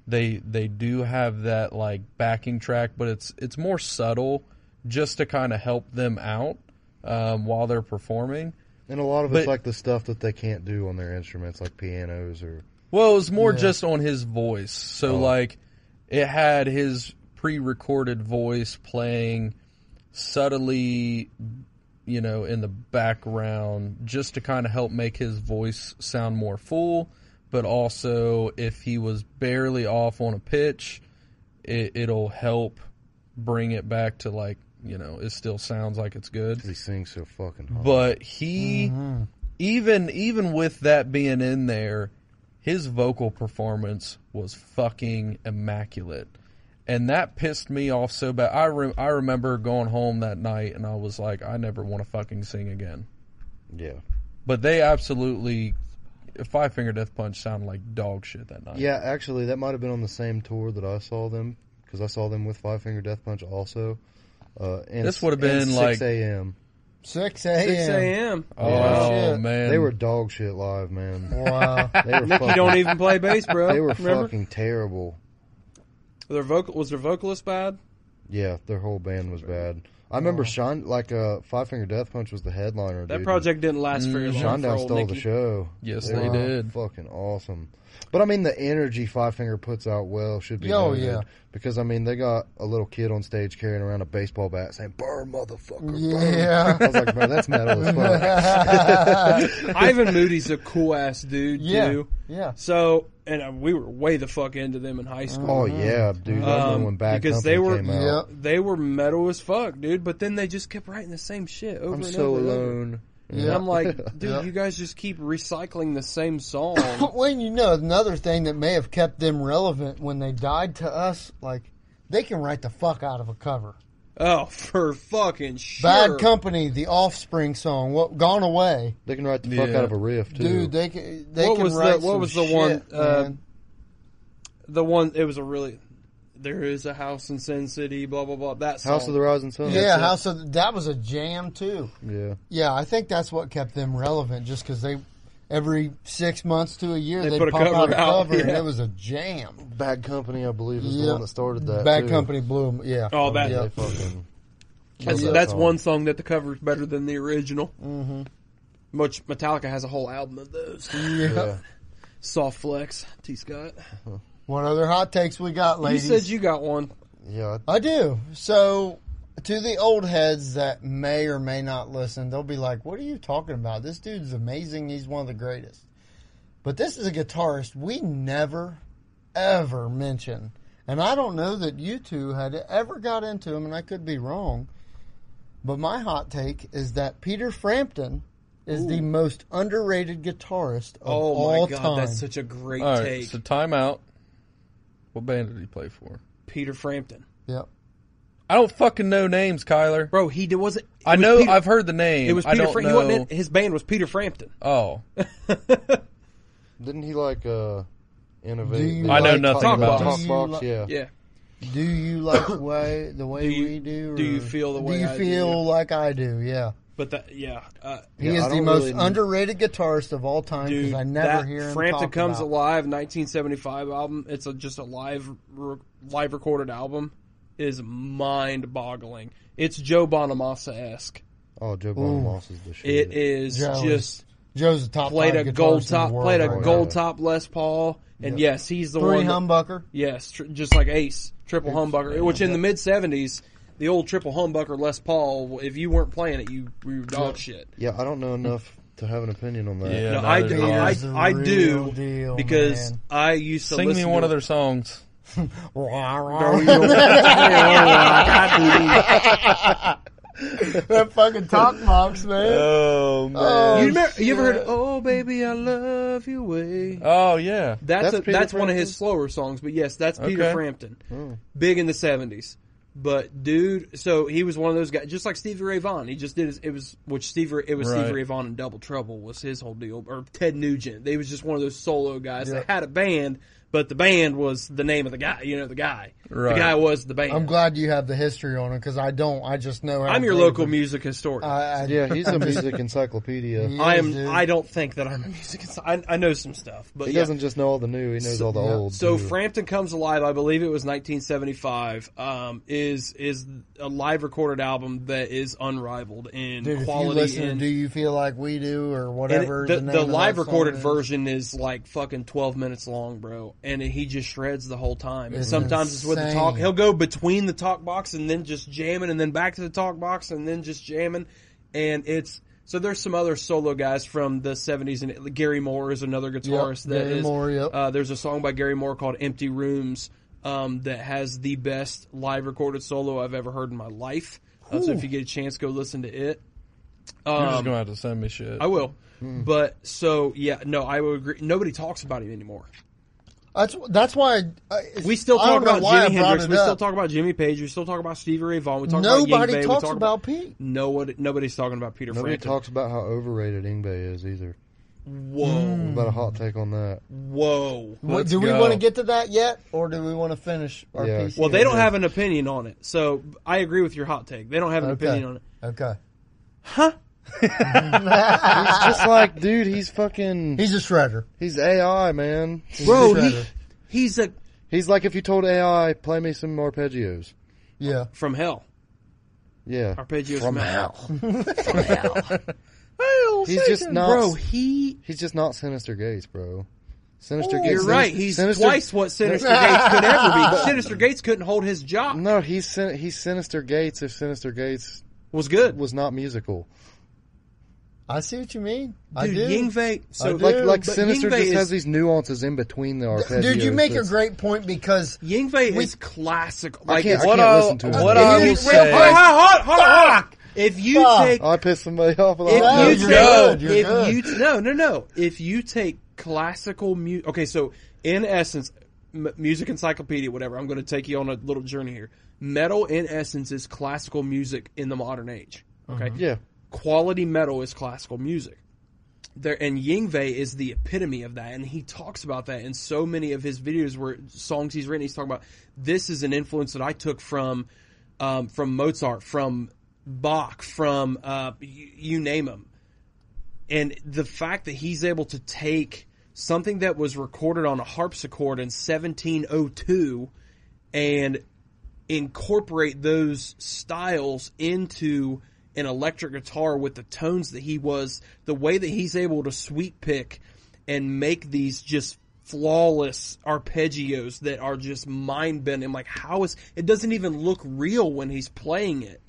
S4: they they do have that like backing track, but it's it's more subtle, just to kind of help them out um, while they're performing.
S2: and a lot of it's
S4: but-
S2: like the stuff that they can't do on their instruments, like pianos or
S4: Well, it was more just on his voice. So like it had his pre-recorded voice playing subtly you know in the background just to kind of help make his voice sound more full, but also if he was barely off on a pitch, it, it'll help bring it back to like, you know, it still sounds like it's good
S2: he sings so fucking hard.
S4: but he
S1: Mm-hmm.
S4: even even with that being in there his vocal performance was fucking immaculate and that pissed me off so bad i re- i remember going home that night and i was like i never want to fucking sing again
S2: yeah.
S4: but they absolutely five finger death punch sounded like dog shit that night
S2: Yeah, actually, that might have been on the same tour that I saw them because I saw them with Five Finger Death Punch also. Uh, and
S4: This would have
S2: and
S4: been
S2: 6
S4: like-
S2: a.m.
S3: Six
S1: Six
S3: a.m.
S1: a.m.
S4: oh
S3: Yeah. Shit.
S4: man
S2: They were dog shit live, man.
S3: Wow.
S2: They were
S1: Nicky
S2: fucking,
S1: don't even play bass, bro.
S2: they were
S1: Remember
S2: fucking terrible.
S1: their vocal was their vocalist bad?
S2: Yeah, their whole band was bad. I remember Sean like uh, Five Finger Death Punch was the headliner.
S1: That
S2: dude,
S1: project didn't last very
S2: and
S1: long.
S2: Sean
S1: for
S2: Down
S1: old
S2: stole the
S1: Nicky.
S2: show.
S4: yes
S2: They
S4: they
S2: were
S4: did
S2: Fucking awesome. But I mean, the energy Five Finger puts out well should be.
S3: Oh,
S2: noted,
S3: yeah.
S2: Because I mean, they got a little kid on stage carrying around a baseball bat saying "Burn, motherfucker!" burn."
S3: Yeah.
S2: I was like, man, that's metal as fuck.
S1: Ivan Moody's a cool ass dude
S3: Yeah.
S1: too.
S3: Yeah.
S1: So, and uh, we were way the fuck into them in high school.
S2: oh yeah, dude. I remember
S1: Um,
S2: when Bad
S1: because
S2: Company
S1: they were-
S2: came
S3: Yeah.
S2: out.
S1: They were metal as fuck, dude. But then they just kept writing the same shit over
S2: I'm
S1: and
S2: so
S1: over. and over.
S2: alone.
S1: And I'm like, dude,
S3: Yeah.
S1: you guys just keep recycling the same song.
S3: Well, you know, another thing that may have kept them relevant when they died to us, like they can write the fuck out of a cover.
S1: oh, for fucking sure.
S3: Bad Company, the Offspring song, what Gone Away,
S2: They can write the fuck
S4: Yeah.
S2: out of a riff too.
S3: dude. They can. They
S1: What
S3: can
S1: was the-
S3: write
S1: what
S3: some
S1: was the
S3: shit,
S1: one, uh,
S3: man.
S1: The one. It was a really. There is a house in Sin City. Blah blah blah. That song.
S2: House of the Rising Sun.
S3: yeah,
S2: that's
S3: House of that was a jam too.
S2: it. Yeah.
S3: Yeah, I think that's what kept them relevant, just because they every six months to a year
S1: They
S3: they
S1: put a
S3: pop out
S1: cover
S3: a
S1: out,
S3: cover, and
S1: yeah.
S3: it was a jam.
S2: Bad Company, I believe, is
S3: Yep.
S2: the one that started that.
S3: Bad
S2: too.
S3: Company blew 'em, Yeah.
S1: Oh, that
S2: Yeah,
S3: Yeah.
S2: they fucking
S1: that's,
S2: that
S1: that's
S2: song.
S1: one song that the cover's better than the original. Mm-hmm. Which Metallica has a whole album of those.
S2: Mm-hmm. yeah.
S1: Soft flex, T Scott.
S3: What other hot takes we got,
S1: You
S3: ladies?
S1: said you got one.
S2: yeah.
S3: I do. So, to the old heads that may or may not listen, they'll be like, "What are you talking about? This dude's amazing. He's one of the greatest." But this is a guitarist we never, ever mention, and I don't know that you two had ever got into him, and I could be wrong. But my hot take is that Peter Frampton is the most underrated guitarist of
S1: Oh my
S3: all
S1: god,
S3: time.
S1: that's such a great
S4: All right,
S1: take.
S4: so timeout. What band did he play for?
S1: Peter Frampton,
S3: yep.
S4: I don't fucking know names, Kyler.
S1: bro. He did, wasn't. it
S4: I
S1: was
S4: know
S1: Peter-
S4: I've heard the name.
S1: It was
S4: I
S1: Peter
S4: don't
S1: Frampton. He
S4: know.
S1: wasn't in- His band was Peter Frampton.
S4: Oh,
S2: Didn't he like uh innovate?
S3: Do you
S2: the-
S4: I know
S3: like-
S4: nothing
S1: Talk about
S2: Talk
S3: Do you
S2: box,
S3: like-
S2: yeah.
S1: Yeah,
S3: Do you like way the way
S1: Do you-
S3: we do? Or
S1: do you feel the way
S3: Do you
S1: I do?
S3: feel like I do? Yeah.
S1: but that yeah, uh,
S3: He
S2: Yeah, I
S3: is the
S2: don't
S3: most
S2: really-
S3: underrated guitarist of all time because
S1: dude,
S3: I never
S1: that
S3: hear him
S1: Frampton
S3: talked
S1: comes
S3: about.
S1: alive, 1975 album. It's a, just a live re- live recorded album. Is mind boggling. It's Joe Bonamassa esque.
S2: Oh, Joe Bonamassa is the shit.
S1: It is
S3: Joe
S1: just
S3: Joe's the top
S1: played
S3: five
S1: a
S3: guitarist
S1: gold
S3: in
S1: top,
S3: the world
S1: played a
S3: right
S1: gold
S2: now.
S1: top Les Paul, and yes, he's the
S3: now. three
S1: one. that-
S3: humbucker.
S1: Yes, tr- just like Ace, triple humbucker, which in the mid '70s, the old triple humbucker Les Paul. If you weren't playing it, you you were dog shit.
S2: Yeah, I don't know enough to have an opinion on that.
S4: Yeah.
S1: No,
S4: No,
S1: I
S4: there's
S1: do,
S4: not.
S1: I,
S3: He's the
S1: I do
S3: real deal,
S1: because
S3: man.
S1: I used to
S4: sing me
S1: listen
S4: one
S1: to
S4: of their songs.
S3: Rah,
S1: Oh,
S3: rah.
S1: you don't-
S3: that fucking top box, man.
S4: Oh man.
S3: Oh,
S1: you, remember, you ever heard?
S3: shit.
S1: Oh, baby, I love you way.
S4: oh yeah.
S1: That's
S2: That's
S1: a,
S2: Peter
S1: that's one of his
S2: Frampton?
S1: slower songs, but yes, that's Peter
S4: Okay.
S1: Frampton. Big in the seventies. But dude, so he was one of those guys, just like Stevie Ray Vaughan. He just did his, it was which Stevie it was Stevie
S4: Right.
S1: Ray Vaughan and Double Trouble was his whole deal, or Ted Nugent. They was just one of those solo guys that had a band, but the band was the name of the guy. You know, the guy.
S4: Right.
S1: The guy was the band.
S3: I'm glad you have the history on him because I don't. I just know. how
S1: I'm
S3: to
S1: your
S3: play
S1: local
S3: for-
S1: music historian.
S3: I, I,
S2: Yeah, he's a music encyclopedia.
S3: Yeah.
S1: I am.
S3: dude.
S1: I don't think that I'm a music. his- I, I know some stuff, but
S2: He
S1: yeah.
S2: doesn't just know all the new; he knows all the
S3: yeah.
S2: old.
S1: So
S2: too.
S1: Frampton Comes Alive, I believe it was 1975, um, is is a live recorded album that is unrivaled in
S3: Dude, if you
S1: quality.
S3: listen
S1: and,
S3: to Do You Feel Like We Do or
S1: and it-
S3: whatever.
S1: the,
S3: name
S1: the
S3: of that
S1: live
S3: song
S1: recorded
S3: is.
S1: version is like fucking 12 minutes long, bro, and he just shreds the whole time. And sometimes it's with the
S3: insane.
S1: talk. He'll go between the talk box and then just jamming, and then back to the talk box and then just jamming, and it's. So there's some other solo guys from the 70s, and Gary Moore is another guitarist that
S3: Gary
S1: is-
S3: Moore, yep.
S1: uh, there's a song by Gary Moore called "Empty Rooms" um, that has the best live recorded solo I've ever heard in my life. Uh, so if you get a chance, go listen to it.
S4: You're just
S1: Um,
S4: gonna have to send me shit.
S1: I will.
S3: Hmm.
S1: But so yeah, no, I would agree. Nobody talks about him anymore.
S3: That's that's why I,
S1: We still
S3: I
S1: talk
S3: don't know
S1: about
S3: why I
S1: Jimi
S3: brought
S1: Hendrix.
S3: it
S1: We still
S3: up.
S1: talk about Jimmy Page. We still talk about Stevie Ray Vaughan. We talk about
S3: Nobody
S1: Yingwie. We
S3: talks
S1: talk
S3: about Pete.
S1: no one. Nobody talking about Peter
S2: nobody
S1: Frampton.
S2: talks about how overrated Ingbe is either.
S1: whoa,
S3: Hmm.
S2: About a hot take on that.
S1: whoa.
S4: Let's
S3: do we
S4: go.
S3: want to get to that yet, or do we want to finish our
S2: Yeah.
S3: piece?
S1: Well, they
S3: here?
S1: don't have an opinion on it, so I agree with your hot take. They don't have an
S3: Okay.
S1: opinion on it.
S3: Okay,
S2: It's just like, dude, he's fucking.
S3: he's a shredder.
S2: He's AI, man.
S1: Bro,
S3: He's a
S1: he,
S3: shredder.
S1: he's a
S2: He's like if you told AI, play me some arpeggios.
S3: yeah.
S1: from hell.
S2: Yeah,
S1: Arpeggios
S2: From
S1: from hell.
S2: he's just not.
S1: Bro, he.
S2: He's just not Sinister Gates, bro. Sinister Gates.
S1: You're right. He's twice what Sinister Gates could ever be. Sinister Gates couldn't hold his job.
S2: No, he's sin- he's Sinister Gates. If Sinister Gates
S1: Was good.
S2: was not musical,
S3: I see what you mean. I
S1: Dude,
S3: do.
S1: Yingve. So
S3: do.
S2: like like
S1: but
S2: Sinister
S1: Yngwie
S2: just
S1: is-
S2: has these nuances in between the arpeggios.
S3: Dude, you make a
S2: that's-
S3: great point because
S1: Yingve
S3: We-
S1: is classic. Like
S2: can't-
S1: it's-
S2: I
S4: what
S2: can't
S4: I
S2: listen to him.
S4: what I
S3: Dude,
S4: will
S3: real
S4: say.
S1: Hold on, hold on, hold on, hold on. If you
S3: Fuck.
S1: take,
S2: I pissed somebody off. With a
S1: if
S2: hot take.
S1: you
S3: you're
S1: take,
S3: good, you're
S1: if
S3: good.
S1: you t- no, no, no. If you take classical music, okay. So in essence, m- music encyclopedia, whatever. I'm going to take you on a little journey here. Metal, in essence, is classical music in the modern age. Okay,
S2: yeah,
S1: quality metal is classical music. There and Yingve is the epitome of that, and he talks about that in so many of his videos where songs he's written. He's talking about this is an influence that I took from um, from Mozart, from Bach, from uh, you, you name them. and the fact that he's able to take something that was recorded on a harpsichord in 1702 and incorporate those styles into an electric guitar with the tones that he was, the way that he's able to sweep pick and make these just flawless arpeggios that are just mind bending. Like, how is it doesn't even look real when he's playing it.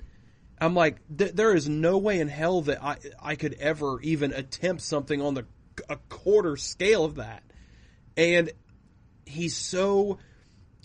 S1: I'm like, th- there is no way in hell that I I could ever even attempt something on the a quarter scale of that. And he's so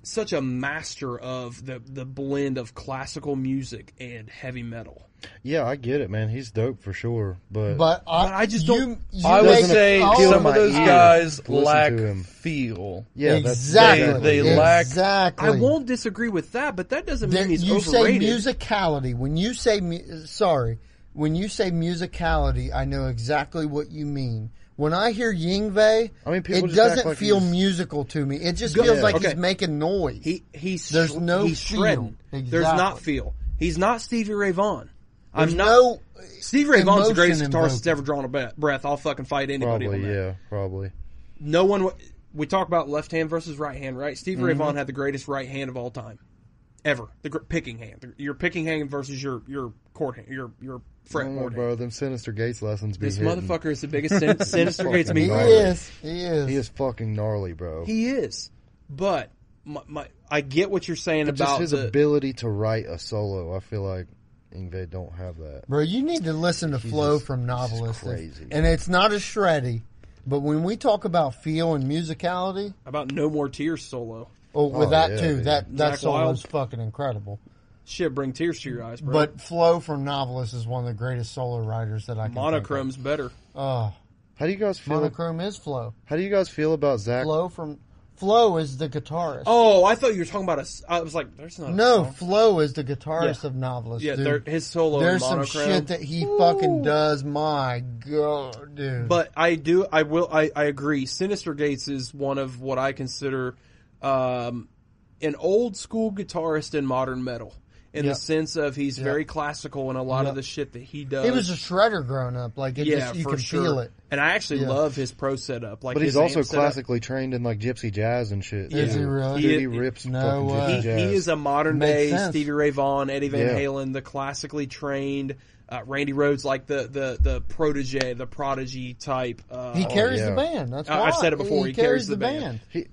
S1: such a master of the the blend of classical music and heavy metal.
S2: Yeah, I get it, man. He's dope for sure, but,
S3: But I,
S1: But I just
S3: you-
S1: don't-
S3: you
S4: I would
S3: make-
S4: say
S3: all
S2: appeal
S4: some
S2: my
S4: of those
S2: ear.
S4: guys
S2: Listen
S4: lack
S2: to him.
S4: feel.
S2: yeah,
S3: exactly.
S2: that's
S4: They-
S2: it.
S4: they lack-
S3: exactly.
S1: I won't disagree with that, but that doesn't mean
S3: There-
S1: he's
S3: you
S1: overrated.
S3: say musicality. When you say mu- sorry, when you say musicality, I know exactly what you mean. When I hear Yingve,
S2: I mean, people
S3: it
S2: just act
S3: doesn't
S2: like
S3: feel
S2: he's-
S3: musical to me. It just
S1: Go-
S3: feels
S1: Yeah.
S3: like
S1: Okay.
S3: he's making noise.
S1: He he's
S3: There's
S1: sh-
S3: no
S1: he's
S3: feel.
S1: shredding. There's not
S3: Exactly.
S1: feel. He's not Stevie Ray Vaughan.
S3: There's
S1: I'm not
S3: no
S1: Stevie Ray Vaughan's the
S3: emotion
S1: greatest
S3: in
S1: guitarist
S3: vocals.
S1: that's ever drawn a be- breath. I'll fucking fight anybody on
S2: probably
S1: that.
S2: yeah, probably.
S1: No one. w- We talk about left hand versus right hand, right? Stevie
S3: Mm-hmm.
S1: Ray Vaughan had the greatest right hand of all time, ever. The gr- picking hand. The- your picking hand versus your your chord hand. Your your
S2: I don't know,
S1: fretboard. hand.
S2: bro. Them Sinister Gates lessons be
S1: This
S2: hitting.
S1: motherfucker is the biggest sin- sinister
S2: Fucking
S1: gates
S3: He
S1: me.
S2: gnarly.
S3: is. He is.
S2: He is fucking gnarly, bro.
S1: He is, but my, my I get what you're saying
S2: Just
S1: about
S2: his
S1: the,
S2: ability to write a solo. I feel like Ingve don't have that.
S3: Bro, you need to listen to Flow
S2: just-
S3: from
S2: he's just
S3: Novelist.
S2: crazy.
S3: And it's not as shreddy, but when we talk about feel and musicality,
S1: about no more tears solo.
S3: oh, with
S2: Oh,
S3: that
S2: yeah,
S3: too,
S2: dude.
S3: that that
S1: Zach
S3: solo's
S1: Wild.
S3: fucking incredible.
S1: Shit, bring tears to your eyes, bro.
S3: But Flow from Novelist is one of the greatest solo writers that I can. think of.
S1: monochrome's better.
S3: Oh,
S2: How do you guys feel?
S3: monochrome is Flow.
S2: How do you guys feel about Zach?
S3: Flow from Flow is the guitarist.
S1: Oh, I thought you were talking about a. s- I was like, there's not. a
S3: no,
S1: song.
S3: Flow is the guitarist
S1: Yeah.
S3: of Novelist.
S1: Yeah,
S3: dude.
S1: there- his solo. in
S3: There's some
S1: monochrome.
S3: shit that he fucking does. My god, dude.
S1: But I do, I will, I, I agree. Sinister Gates is one of what I consider um, an old school guitarist in modern metal, in
S3: Yeah.
S1: the sense of he's very classical in a lot
S3: Yeah.
S1: of the shit that he does.
S3: he was a shredder growing up. Like it just, you
S1: uh, for
S3: can
S1: sure.
S3: feel it.
S1: And I actually
S3: Yeah.
S1: love his pro setup. Like,
S2: But
S1: his
S2: he's also
S1: amp setup.
S2: classically trained in like gypsy jazz and shit.
S3: Is
S2: too.
S3: he really?
S2: Dude,
S1: He-
S2: he rips
S3: No
S2: fucking
S3: way.
S2: gypsy
S1: He,
S2: jazz.
S1: he is a modern
S3: Makes
S1: day
S3: sense.
S1: Stevie Ray Vaughan, Eddie Van
S2: Yeah.
S1: Halen, the classically trained uh, Randy Rhodes, like the the the protege, the prodigy type. Uh,
S3: He carries
S2: yeah.
S3: the band. That's
S1: I-
S3: why
S1: I've said it before, he carries the band.
S2: He-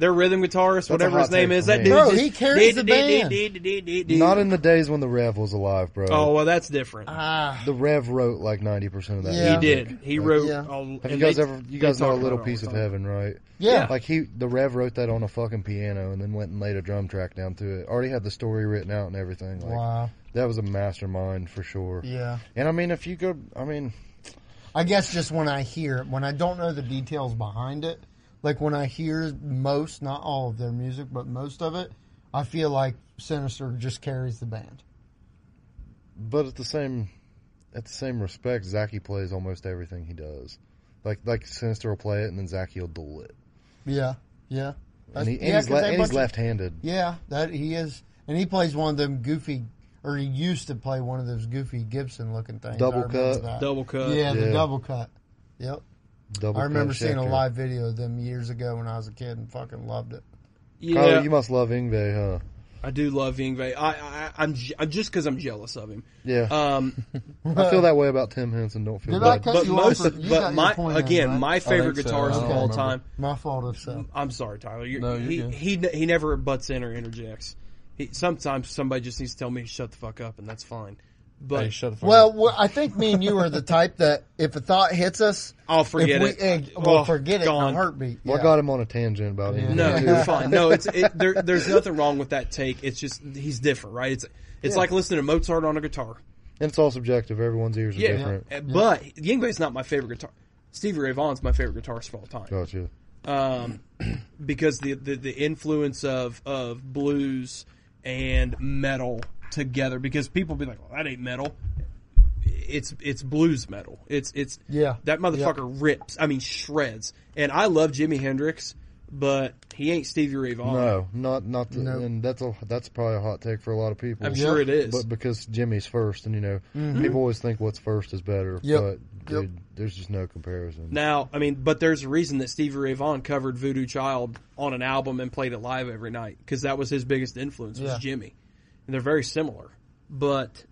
S1: their rhythm guitarist, whatever
S2: hot
S1: his name
S2: take
S1: is.
S2: for
S1: That
S2: me.
S1: dude,
S3: Bro,
S1: just-
S3: he carries the band.
S2: not in the days when the Rev was alive, bro.
S1: Oh well, that's different.
S3: Ah,
S2: the Rev wrote like ninety percent of that.
S3: Yeah.
S1: he
S2: music.
S1: did. He wrote.
S3: Yeah.
S1: all-
S2: Have you
S1: and
S2: guys
S1: they-
S2: ever? You
S1: they
S2: guys know a
S1: talk
S2: little
S1: about it
S2: piece
S1: all
S2: of
S1: the time.
S2: heaven, right?
S3: yeah.
S2: Like he, the Rev wrote that on a fucking piano and then went and laid a drum track down to it. Already had the story written out and everything. Like,
S3: wow.
S2: That was a mastermind for sure.
S3: Yeah.
S2: And I mean, if you go, I mean,
S3: I guess just when I hear it, when I don't know the details behind it, like when I hear most, not all of their music, but most of it, I feel like Sinister just carries the band.
S2: but at the same, at the same respect, Zaki plays almost everything he does. Like, like Sinister will play it, and then Zaki will duel it.
S3: Yeah. Yeah.
S2: And, he, and
S3: yeah,
S2: he's,
S3: 'cause
S2: le-
S3: they
S2: and
S3: bunch
S2: he's
S3: of-
S2: left-handed.
S3: Yeah, that he is, and he plays one of them goofy, or he used to play one of those goofy Gibson-looking things. I
S2: Double
S3: remember
S2: cut.
S3: that.
S1: Double cut.
S3: Yeah, the
S2: Yeah.
S3: double cut. Yep.
S2: Double
S3: I remember
S2: cut
S3: seeing a
S2: Schecter.
S3: live video of them years ago when I was a kid and fucking loved it.
S1: yeah.
S2: Kyler, you must love Ingve, huh?
S1: I do love Yngwie. I, I I'm, je- I'm just because I'm jealous of him.
S2: Yeah,
S1: Um,
S2: I feel that way about Tim Henson. Don't feel
S3: Did I
S2: bad.
S3: cut
S1: but
S3: you
S1: most,
S3: off? or- you got your
S1: but my
S3: point in,
S1: again,
S3: right?
S1: my favorite
S4: think so.
S1: guitarist of
S4: Okay.
S1: all
S4: remember.
S1: time.
S3: my fault if so.
S1: I'm sorry, Tyler. You're,
S4: No, you're
S1: he,
S4: good.
S1: he ne- he never butts in or interjects. He, sometimes somebody just needs to tell me shut the fuck up, and that's fine. But
S4: Hey, shut the fuck
S3: Well,
S4: up.
S3: well, I think me and you are the type that if a thought hits us,
S1: I'll forget
S3: if
S1: it.
S3: we, eh, we'll
S1: Oh,
S3: forget it
S1: gone.
S3: in a heartbeat.
S2: Well,
S3: Yeah.
S2: I got him on a tangent about Ingve.
S1: No,
S2: too.
S1: you're fine. No, it's it, there, there's nothing wrong with that take. It's just he's different, right? It's it's like listening to Mozart on a guitar.
S2: and it's all subjective. Everyone's ears are
S1: Yeah,
S2: different.
S1: Uh, but Yngwie's not my favorite guitar. Stevie Ray Vaughan's my favorite guitarist of all time
S2: Gotcha.
S1: um, because the, the the influence of of blues and metal together. Because people be like, "Well, that ain't metal." It's it's blues metal. It's it's
S3: Yeah.
S1: That motherfucker rips. I mean, shreds. And I love Jimi Hendrix, but he ain't Stevie Ray Vaughan.
S2: No, not not. The,
S3: Nope.
S2: And that's a that's probably a hot take for a lot of people.
S1: I'm sure it is.
S2: But because Jimmy's first, and you know, people always think what's first is better.
S3: Mm-hmm. Yep.
S2: But dude, there's just no comparison.
S1: now, I mean, but there's a reason that Stevie Ray Vaughan covered Voodoo Child on an album and played it live every night because that was his biggest influence was
S3: Yeah.
S1: Jimmy, and they're very similar. But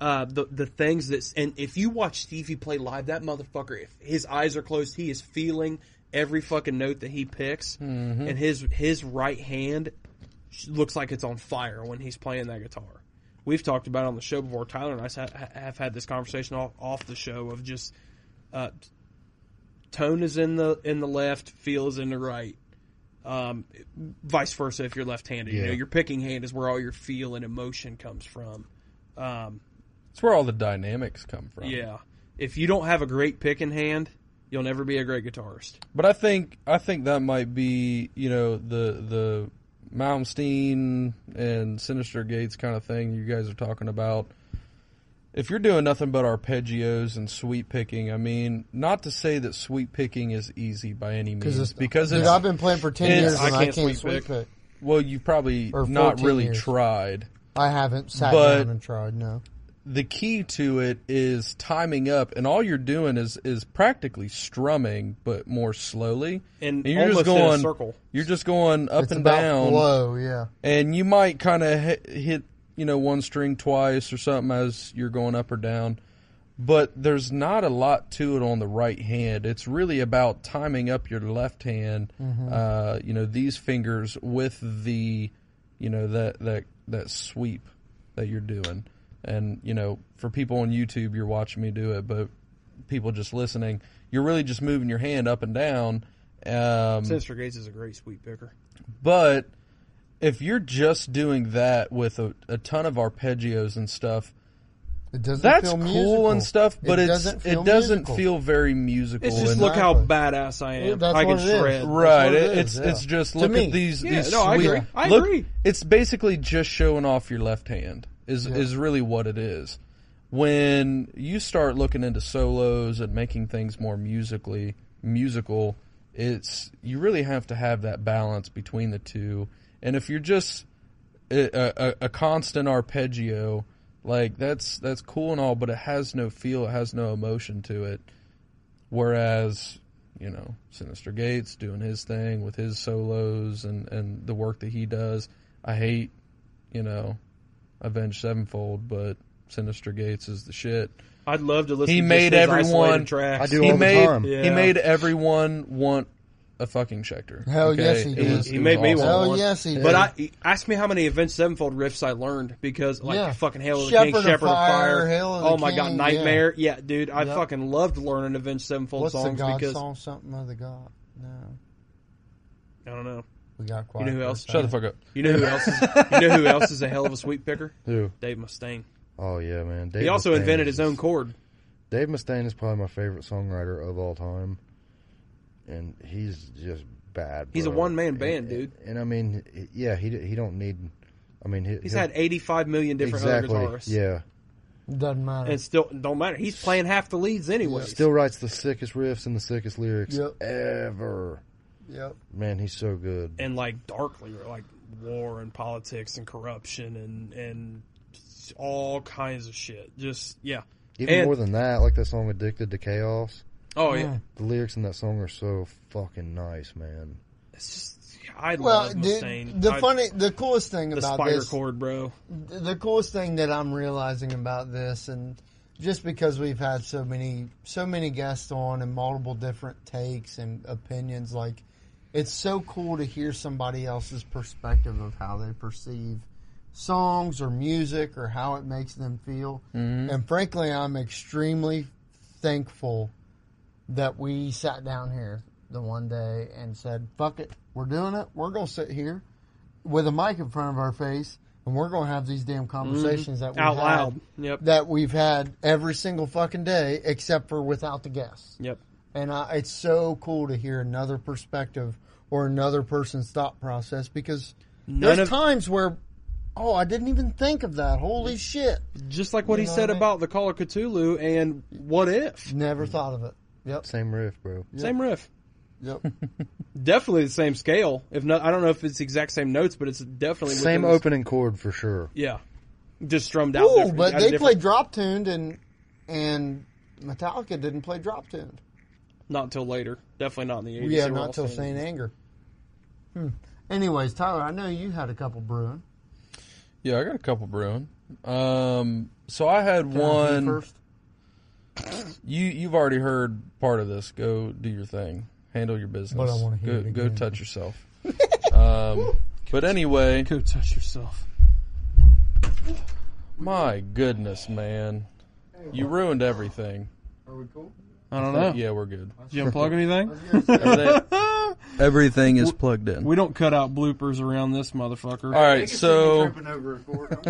S1: uh, the the things that and if you watch Stevie play live, that motherfucker, if his eyes are closed, he is feeling every fucking note that he picks, and his his right hand looks like it's on fire when he's playing that guitar. We've talked about it on the show before. Tyler and I ha- have had this conversation off, off the show of just uh, tone is in the in the left, feel is in the right. Um, vice versa, if you're left-handed, you
S2: Yeah.
S1: know your picking hand is where all your feel and emotion comes from. Um,
S4: It's where all the dynamics come from.
S1: yeah, if you don't have a great picking hand, you'll never be a great guitarist.
S4: But I think I think that might be you know the the Malmsteen and Sinister Gates kind of thing you guys are talking about. If you're doing nothing but arpeggios and sweep picking, I mean, not to say that sweep picking is easy by any means,
S3: it's-
S4: because
S3: Dude,
S4: it's,
S3: I've been playing for ten
S4: it's-
S3: years
S4: I
S3: and I
S1: can't
S3: can't, sweep,
S1: sweep pick.
S3: it.
S4: well, you've probably
S3: Or
S4: not
S3: 14
S4: really
S3: years.
S4: tried.
S3: I haven't sat
S4: But-
S3: down and tried. No,
S4: the key to it is timing up, and all you're doing is is practically strumming, but more slowly.
S1: And
S4: you're
S1: almost
S4: just
S1: in a
S4: going
S1: circle.
S4: You're just going up
S3: it's
S4: and
S3: about
S4: down,
S3: low. Yeah,
S4: and you might kind of hit, hit you know one string twice or something as you're going up or down. But there's not a lot to it on the right hand. It's really about timing up your left hand, uh, you know, these fingers with the, you know, that that that sweep that you're doing. And you know, for people on YouTube, you're watching me do it, but people just listening, you're really just moving your hand up and down.
S3: Mm.
S4: Um,
S1: Sinister Gates is a great sweep picker.
S4: but if you're just doing that with a, a ton of arpeggios and stuff,
S3: it doesn't.
S4: that's
S3: feel
S4: cool
S3: musical.
S4: and stuff, but it's
S3: it doesn't feel
S4: it doesn't
S3: musical.
S4: feel very musical.
S1: It's just
S4: and,
S1: look how
S3: Oh, Exactly.
S1: badass I am.
S3: That's
S1: I can
S3: what it is.
S1: shred.
S4: right.
S3: That's what it
S4: it- it's
S3: is, yeah.
S4: it's just
S3: To
S4: look
S3: me.
S4: at these
S1: Yeah,
S4: these
S1: no, I
S4: sweet-
S1: agree. I
S4: look,
S1: agree.
S4: It's basically just showing off your left hand is is really what it is. When you start looking into solos and making things more musically musical, it's you really have to have that balance between the two. And if you're just a, a, a constant arpeggio, like that's that's cool and all, but it has no feel, it has no emotion to it. Whereas, you know, Sinister Gates doing his thing with his solos and, and the work that he does. I hate, you know, Avenged Sevenfold, but Sinister Gates is the shit.
S1: I'd love to listen.
S4: He
S1: to
S4: made
S1: just his
S4: everyone.
S1: isolated tracks.
S2: I do
S4: he
S2: all the
S4: made
S2: time.
S4: he
S1: Yeah.
S4: made everyone want a fucking Schecter.
S3: Hell yes, he
S4: It
S3: did.
S4: was-
S1: He
S4: it
S1: made
S4: was
S1: me
S4: awesome.
S1: want
S3: Hell
S1: one.
S3: yes, he did.
S1: But I ask me how many Avenged Sevenfold riffs I learned because like
S3: Yeah.
S1: fucking Hail of the
S3: Shepherd
S1: King,
S3: of
S1: Shepherd of Fire,
S3: Fire, Hail of the
S1: oh my god,
S3: King,
S1: Nightmare. Yeah, dude, I
S3: Yep.
S1: fucking loved learning Avenged Sevenfold
S3: what's the
S1: songs
S3: God
S1: because
S3: song? Something of the God. No,
S1: I don't know.
S3: we got quiet.
S1: know who
S3: for a
S1: else?
S3: second.
S4: Shut the fuck up.
S1: You know who else? Is, you know who else is a hell of a sweet picker?
S2: Who?
S1: Dave Mustaine.
S2: Oh yeah, man. Dave
S1: He also
S2: Mustaine
S1: invented
S2: is-
S1: his own chord.
S2: Dave Mustaine is probably my favorite songwriter of all time, and he's just bad.
S1: He's a
S2: bro.
S1: one-man
S2: And-
S1: band,
S2: and-
S1: dude.
S2: And, I mean, he- yeah, he he don't need. I mean, he,
S1: He's
S2: he'll-
S1: had eighty-five million different
S2: exactly.
S1: other guitarists.
S2: Yeah,
S3: Doesn't matter.
S1: And still don't matter. He's playing half the leads anyway.
S2: still writes the sickest riffs and the sickest lyrics
S3: Yep.
S2: ever.
S3: yep.
S2: Man, he's so good.
S1: and like darkly like war and politics and corruption and and all kinds of shit. Just yeah.
S2: Even
S1: and-
S2: more than that, like that song "Addicted to Chaos."
S1: Oh yeah.
S3: Yeah.
S2: The lyrics in that song are so fucking nice, man.
S1: It's just I
S3: Well,
S1: love
S3: the,
S1: Mustaine.
S3: the
S1: I-
S3: funny, the coolest thing
S1: the
S3: about
S1: spider
S3: this,
S1: cord, bro.
S3: the coolest thing that I'm realizing about this, and just because we've had so many, so many guests on and multiple different takes and opinions, like it's so cool to hear somebody else's perspective of how they perceive songs or music or how it makes them feel.
S1: Mm-hmm.
S3: And frankly, I'm extremely thankful that we sat down here the one day and said, "Fuck it, we're doing it. We're gonna sit here with a mic in front of our face, and we're gonna have these damn conversations that we
S1: Mm-hmm. Out
S3: had-
S1: loud. Yep.
S3: that we've had every single fucking day, except for without the guests."
S1: Yep.
S3: And I, it's so cool to hear another perspective or another person's thought process because
S1: None
S3: there's
S1: of
S3: times where, oh, I didn't even think of that. Holy shit,
S1: just like what
S3: You
S1: he
S3: know
S1: said
S3: what I mean?
S1: about the Call of Cthulhu and what if.
S3: never thought of it. Yep.
S2: Same riff, bro.
S1: Same riff.
S3: Yep.
S5: Definitely the same scale. If not, I don't know if it's the exact same notes, but it's definitely within
S2: Same
S5: the-
S2: opening chord for sure.
S5: Yeah, just strummed out.
S3: Cool,
S5: different-
S3: but
S5: at a
S3: they
S5: different-
S3: played drop tuned and and Metallica didn't play drop tuned.
S5: not until later. Definitely not in the eighties.
S3: Yeah, not till Saint Anger. Hmm. Anyways, Tyler, I know you had a couple brewing.
S4: Yeah, I got a couple brewing. Um, so I had
S3: Can I have
S4: one.
S3: you first.
S4: You you've already heard part of this. Go do your thing. Handle your business.
S3: But I wanna hear
S4: go,
S3: it
S4: go
S3: again.
S4: touch yourself. um, but anyway,
S5: Go touch yourself.
S4: my goodness, man, you ruined everything.
S3: Are we cool?
S5: I don't know.
S4: Yeah, we're good.
S5: Did you unplug anything?
S4: Everything, everything is plugged in.
S5: We don't cut out bloopers around this motherfucker.
S4: All right, so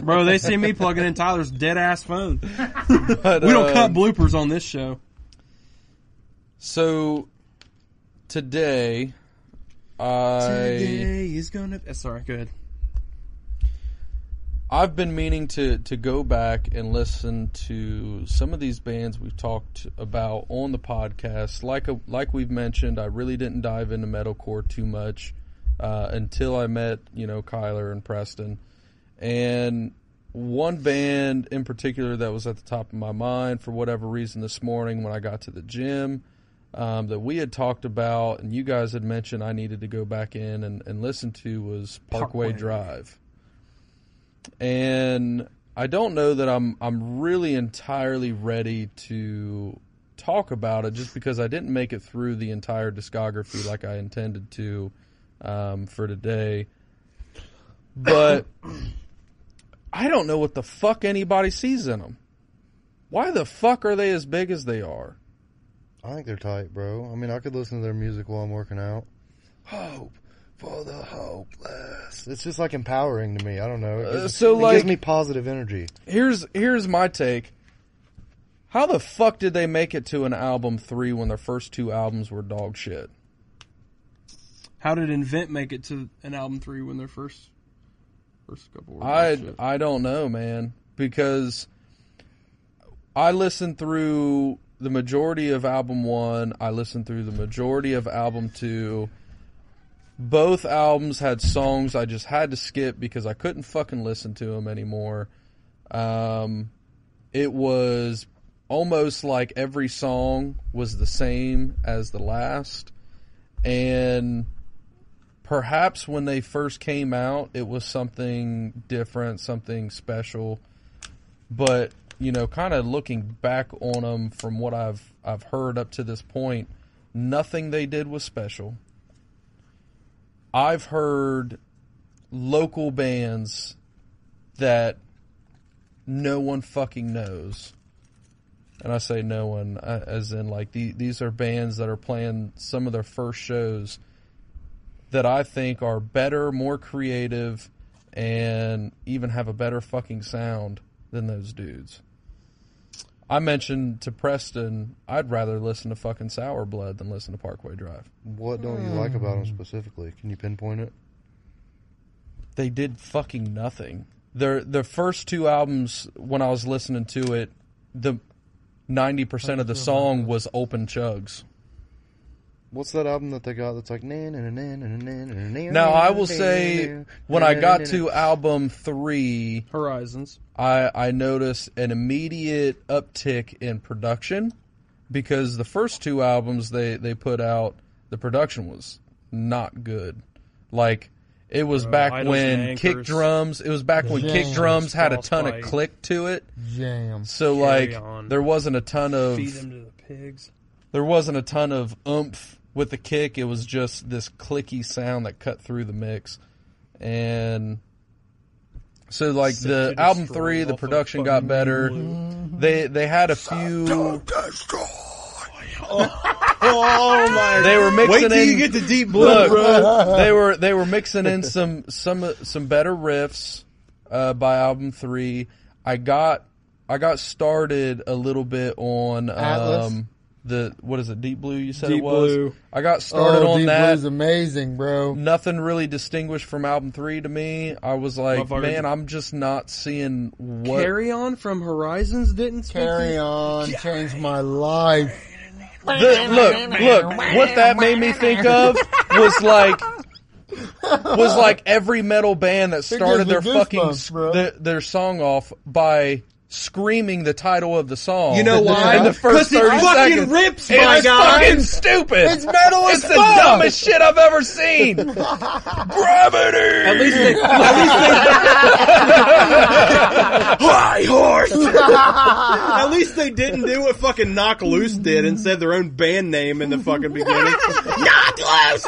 S5: Bro, they see me plugging in Tyler's dead ass phone.
S4: but,
S5: We don't
S4: um,
S5: cut bloopers on this show.
S4: So today, I
S5: is gonna. uh, Sorry, go ahead.
S4: I've been meaning to to go back and listen to some of these bands we've talked about on the podcast. Like a, like we've mentioned, I really didn't dive into metalcore too much uh, until I met you know Kyler and Preston, and one band in particular that was at the top of my mind for whatever reason this morning when I got to the gym um, that we had talked about and you guys had mentioned I needed to go back in and, and listen to was Parkway.
S5: Parkway.
S4: Drive and I don't know that I'm I'm really entirely ready to talk about it just because I didn't make it through the entire discography like I intended to um, for today. But I don't know what the fuck anybody sees in them. Why the fuck are they as big as they are?
S2: I think they're tight, bro. I mean, I could listen to their music while I'm working out. Hope for the hopeless. It's just like empowering to me. I don't know. It gives,
S4: Uh, so,
S2: it gives
S4: like-
S2: me positive energy.
S4: Here's here's my take. How the fuck did they make it to an album three when their first two albums were dog shit?
S5: How did Invent make it to an album three when their first first couple? Were
S4: I
S5: shit?
S4: I don't know, man, because I listened through the majority of album 1, I listened through the majority of album 2. Both albums had songs I just had to skip because I couldn't fucking listen to them anymore. Um it was almost like every song was the same as the last and perhaps when they first came out, it was something different, something special. But you know, kind of looking back on them from what I've I've heard up to this point, nothing they did was special. I've heard local bands that no one fucking knows. And I say no one, uh, as in like the, these are bands that are playing some of their first shows that I think are better, more creative, and even have a better fucking sound than those dudes. I mentioned to Preston, I'd rather listen to fucking Sour Blood than listen to Parkway Drive.
S2: What don't you like about them
S4: Hmm.
S2: specifically? Can you pinpoint it?
S4: They did fucking nothing. Their the first two albums when I was listening to it, the 90% of the song was open chugs.
S2: What's that album that they got that's like na na na na na na na na?
S4: Now, I will say when I got to album 3,
S5: Horizons.
S4: I, I noticed an immediate uptick in production because the first two albums they, they put out, the production was not good. Like, it was back
S5: Idols and
S4: when
S5: Anchors.
S4: kick drums, it was back when kick
S3: Jams,
S4: drums had a ton of
S5: Frostbite.
S4: click to it.
S3: Jam.
S4: So,
S5: Carry
S4: like,
S5: on.
S4: there wasn't a ton of
S5: Feed them to the pigs.
S4: there wasn't a ton of oomph with the kick. It was just this clicky sound that cut through the mix. And so like
S5: Set
S4: the
S5: to
S4: album
S5: destroy
S4: three,
S5: off
S4: the
S5: of
S4: production got
S5: fucking
S4: better.
S5: Blue.
S4: They they had a few
S5: Oh my!
S4: they were mixing
S5: Wait till
S4: in
S5: you get to deep blue,
S4: Look,
S5: bro.
S4: they were they were mixing in some some some better riffs uh, by album three. I got I got started a little bit on
S3: Atlas?
S4: um, the what is it Deep Blue you said it
S5: Deep
S4: was.
S5: Blue.
S4: I got started
S3: oh,
S4: on
S3: Deep
S4: that.
S3: Blue's amazing, bro.
S4: nothing really distinguished from album three to me. I was like,
S5: Motherfucker.
S4: man, I'm just not seeing what.
S5: Carry on from Horizons didn't speak to
S3: Carry on, changed my life.
S4: The- look, look, what that made me think of was like was like every metal band that started
S3: me
S4: their fucking
S3: goosebumps,
S4: s-
S3: bro.
S4: their, their song off by screaming the title of the song.
S1: You know why?
S4: In the
S1: 'Cause
S4: first
S1: it
S4: thirty
S1: fucking
S4: seconds,
S1: rips,
S4: It
S1: my
S4: was
S1: guy.
S4: fucking stupid.
S3: It's metal as
S4: It's the
S3: fuck.
S4: dumbest shit I've ever seen. Gravity.
S1: At least they, at
S4: high horse.
S1: At least they didn't do what fucking Knock Loose did and said their own band name in the fucking beginning. Knock Loose,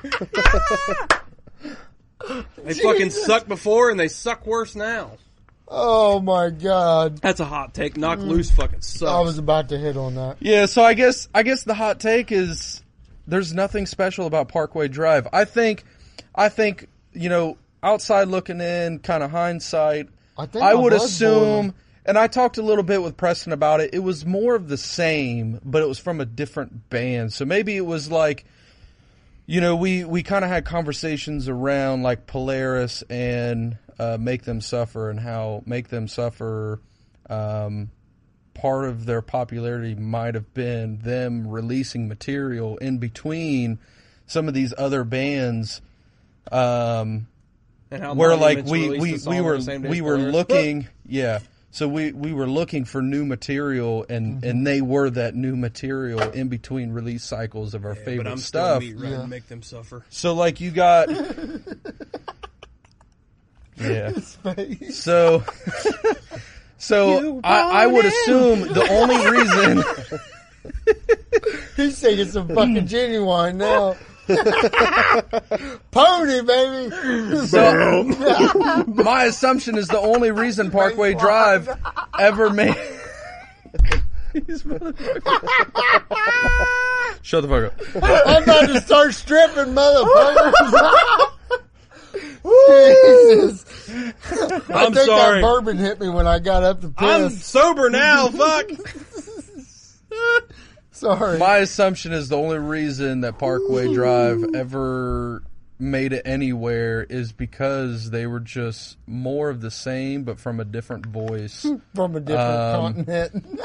S1: motherfucker! they fucking sucked before and they suck worse now.
S3: Oh my god.
S1: That's a hot take. Knock
S4: Mm.
S1: Loose fucking sucks.
S3: I was about to hit on that.
S4: Yeah, so I guess I guess the hot take is there's nothing special about Parkway Drive. I think I think, you know, outside looking in, kind of hindsight,
S3: I
S4: I,
S3: think my
S4: would
S3: blood's boiling.
S4: assume and I talked a little bit with Preston about it. It was more of the same, but it was from a different band. So maybe it was like you know, we, we kind of had conversations around like Polaris and uh, Make Them Suffer and how Make Them Suffer um, part of their popularity might have been them releasing material in between some of these other bands um,
S1: and how
S4: where
S1: Lonnie
S4: like
S1: Mitchell
S4: we
S1: released a song
S4: we, we
S1: on
S4: were
S1: the same day
S4: we
S1: as
S4: were
S1: Polaris.
S4: looking yeah so we, we were looking for new material and,
S1: Mm-hmm.
S4: and they were that new material in between release cycles of our favorite
S1: But I'm stuff.
S4: stuff
S1: still meat right
S3: Yeah.
S1: and make them suffer.
S4: so like you got Yeah. So So I, I would assume the only reason
S3: He's taking some fucking genuine now. Pony, baby.
S4: so my assumption is the only reason Parkway Drive ever made These motherfuckers. Shut the fuck up.
S3: I'm about to start stripping, motherfuckers. Jesus. I
S1: I'm
S3: think
S1: sorry.
S3: that bourbon hit me when I got up to piss.
S1: I'm sober now, fuck!
S3: Sorry.
S4: My assumption is the only reason that Parkway Drive ever made it anywhere is because they were just more of the same, but from a different voice.
S3: from a different
S4: Um,
S3: continent.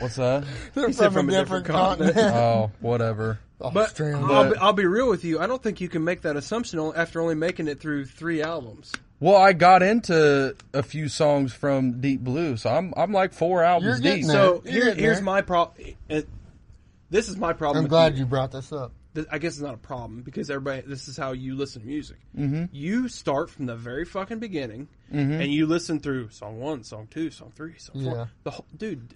S4: What's that?
S3: They're
S1: said from a different continent.
S4: Oh, whatever.
S1: But
S3: Uh, Australia.
S1: I'll, be,
S4: But-
S1: I'll be real with you. I don't think you can make that assumption on- after only making it through three albums.
S4: Well, I got into a few songs from Deep Blue, so I'm I'm like four albums
S3: getting
S4: deep.
S3: there.
S1: So
S3: Yeah,
S1: here,
S3: yeah,
S1: here's
S3: man.
S1: my problem. This is my problem.
S3: I'm
S1: with
S3: glad you brought this up.
S1: th- I guess it's not a problem because everybody. This is how you listen to music. Mm-hmm. You start from the very fucking beginning, and you listen through song one, song two, song three, song
S3: Mm-hmm. Yeah.
S1: four. The whole, dude,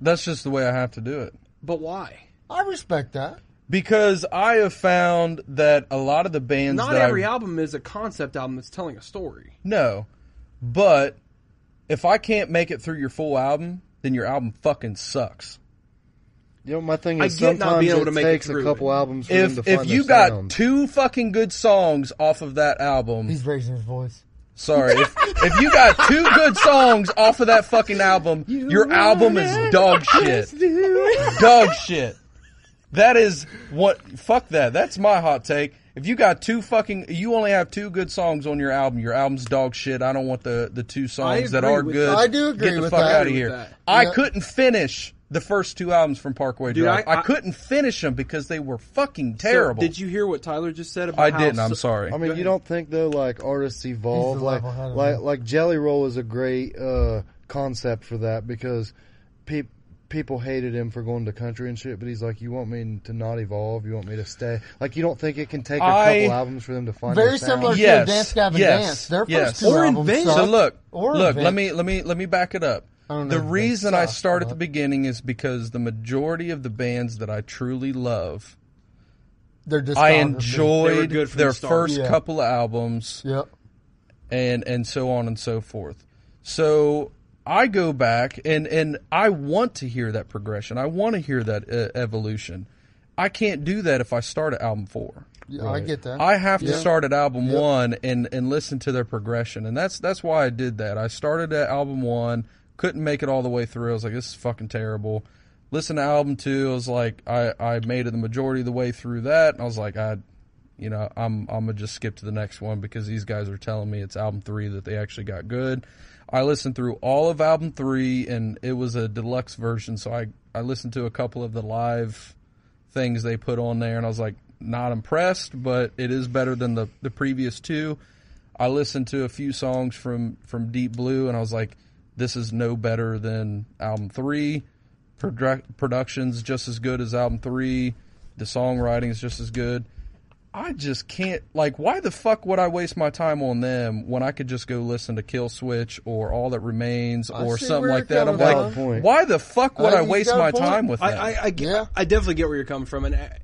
S4: That's just the way I have to do it.
S1: but why?
S3: I respect that.
S4: Because I have found that a lot of the bands
S1: Not
S4: that
S1: every
S4: I,
S1: album is a concept album that's telling a story.
S4: No. But if I can't make it through your full album, then your album fucking sucks.
S2: You know, my thing
S1: I
S2: is
S1: get not
S2: sometimes
S1: being able
S2: it
S1: to make it
S2: takes
S1: through
S2: a couple
S1: it.
S2: albums for them
S4: If
S2: to
S4: if
S2: find
S4: you
S2: their
S4: got
S2: sound.
S4: two fucking good songs off of that album,
S3: He's raising his voice.
S4: sorry, if, if you got two good songs off of that fucking album, your album is dog shit. Dog shit. That is what fuck that. That's my hot take. If you got two fucking you only have two good songs on your album, your album's dog shit. I don't want the the two songs that
S1: agree
S4: are
S1: with
S4: good.
S1: that.
S3: I do agree
S4: Get the
S3: with
S4: fuck
S3: that.
S4: out of
S1: Agree with
S4: here.
S1: that.
S4: I
S3: Yeah.
S4: couldn't finish the first two albums from Parkway
S1: Dude,
S4: Drive.
S1: I-
S4: I,
S1: I-
S4: couldn't finish them because they were fucking
S1: So,
S4: terrible.
S1: did you hear what Tyler just said about?
S4: I
S1: how
S4: didn't. I'm
S1: so-
S4: sorry.
S2: I mean, you don't think though, like artists evolve.
S3: He's the
S2: Like,
S3: level-headed
S2: like,
S3: one.
S2: like Jelly Roll is a great uh, concept for that because pe- people hated him for going to country and shit. But he's like, you want me to not evolve? You want me to stay? Like, you don't think it can take a
S4: I-
S2: couple albums for them to find
S3: Very
S2: their sound?
S3: similar
S4: Yes,
S3: to Dance Gavin
S4: yes,
S3: Dance. Their first
S4: yes.
S3: two
S4: Or
S3: albums
S1: Invade.
S3: sucked.
S4: So look,
S3: Or
S4: look.
S3: Invade.
S4: Let me let me let me back it up.
S3: I don't know
S4: The
S3: if they
S4: reason I
S3: suck,
S4: start at the
S3: but-
S4: beginning is because the majority of the bands that I truly love,
S3: They're just
S4: I
S3: sound-
S1: They were
S4: enjoyed
S1: good from
S4: their
S1: the start.
S4: first
S3: Yeah.
S4: couple of albums,
S3: Yep.
S4: and and so on and so forth. So I go back and and I want to hear that progression. I want to hear that uh, evolution. I can't do that if I start at album four.
S3: Yeah, I get that.
S4: I have to
S3: Yeah.
S4: start at album one and and listen to their progression, and that's that's why I did that. I started at album one, couldn't make it all the way through. I was like, this is fucking terrible. Listen to album two. I was like, I I made it the majority of the way through that, and I was like, I you know, I'm I'm gonna just skip to the next one because these guys are telling me it's album three that they actually got good. I listened through all of album three, and it was a deluxe version, so I I listened to a couple of the live things they put on there, and I was like, not impressed, but it is better than the the previous two. I listened to a few songs from from Deep Blue, and I was like, this is no better than album three. Produ- production's just as good as album three. The songwriting is just as good. I just can't like why the fuck would I waste my time on them when I could just go listen to Kill Switch or All That Remains
S3: I
S4: or
S3: see
S4: something
S3: where
S4: like
S3: you're
S4: that. I'm
S3: coming
S2: from. Valid
S4: like,
S2: point.
S4: why the fuck would
S3: I
S4: I
S3: think
S4: waste
S3: you got
S4: my
S3: a point.
S4: time with
S1: I,
S4: that?
S1: I, I, get-
S3: Yeah.
S1: I definitely get where you're coming from, and I,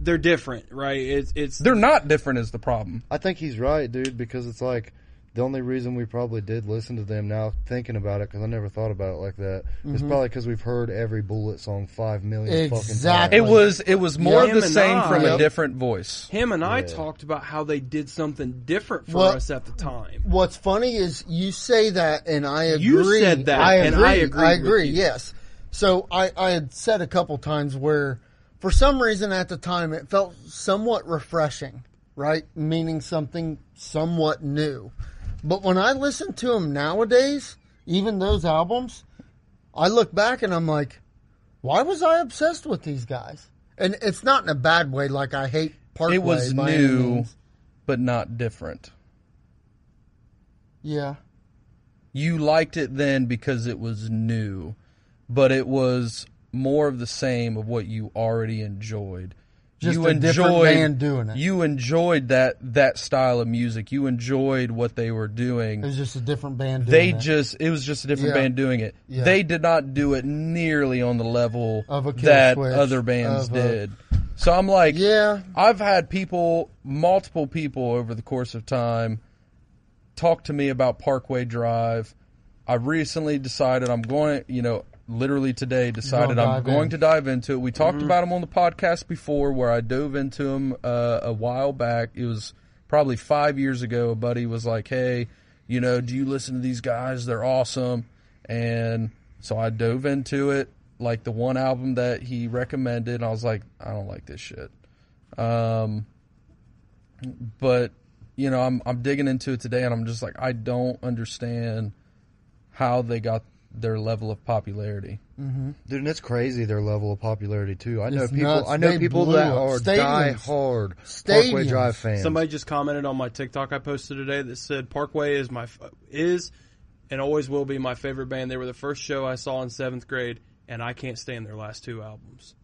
S1: they're different, right? It's it's
S4: They're not different is the problem.
S2: I think he's right, dude, because it's like the only reason we probably did listen to them now, thinking about it, because I never thought about it like that,
S3: Mm-hmm.
S2: is probably because we've heard every Bullet song five million
S3: Exactly.
S2: fucking
S4: It
S2: times.
S3: Like-
S4: was it was more of
S1: Him
S4: the
S1: and
S4: same
S1: I.
S4: from a
S3: Yep.
S4: different voice.
S1: him and I
S2: Yeah.
S1: talked about how they did something different for
S3: Well-
S1: us at the time.
S3: What's funny is you say that, and I agree.
S1: You said that,
S3: I
S1: and
S3: agree.
S1: I agree
S3: I
S1: with
S3: agree.
S1: you.
S3: Yes. So I, I had said a couple times where, for some reason at the time, it felt somewhat refreshing, right? Meaning something somewhat new. But when I listen to them nowadays, even those albums, I look back and I'm like, why was I obsessed with these guys? And it's not in a bad way. Like I hate Parkway.
S4: It was
S3: by any
S4: new,
S3: means.
S4: but not different.
S3: Yeah.
S4: You liked it then because it was new, but it was more of the same of what you already enjoyed.
S3: Just
S4: you
S3: a different band doing it.
S4: You enjoyed that that style of music. You enjoyed what they were doing.
S3: It was just a different band. Doing
S4: they
S3: it.
S4: just it was just a different
S3: Yeah.
S4: band doing it.
S3: Yeah.
S4: They did not do it nearly on the level
S3: Of a Killer
S4: that
S3: Switch,
S4: other bands
S3: of a-
S4: did. So I'm like,
S3: Yeah.
S4: I've had people, multiple people over the course of time, talk to me about Parkway Drive. I recently decided I'm going, you know, literally today decided
S3: gonna
S4: I'm
S3: dive
S4: going
S3: in. Mm-hmm.
S4: to dive into it. We talked about them on the podcast before where I dove into them uh, a while back. It was probably five years ago. A buddy was like, hey, you know, do you listen to these guys? They're awesome. And so I dove into it, like the one album that he recommended. And I was like, I don't like this shit. Um, but you know, I'm I'm digging into it today, and I'm just like, I don't understand how they got their level of popularity.
S2: Dude, and it's crazy their level of popularity too. I know
S3: It's
S2: people.
S3: nuts.
S2: I know
S3: They
S2: people
S3: blew
S2: that
S3: up
S2: are
S3: stadiums.
S2: die hard Parkway
S3: Stadiums.
S2: Drive fans.
S1: Somebody just commented on my TikTok I posted today that said Parkway is my f- is and always will be my favorite band. They were the first show I saw in seventh grade, and I can't stand their last two albums.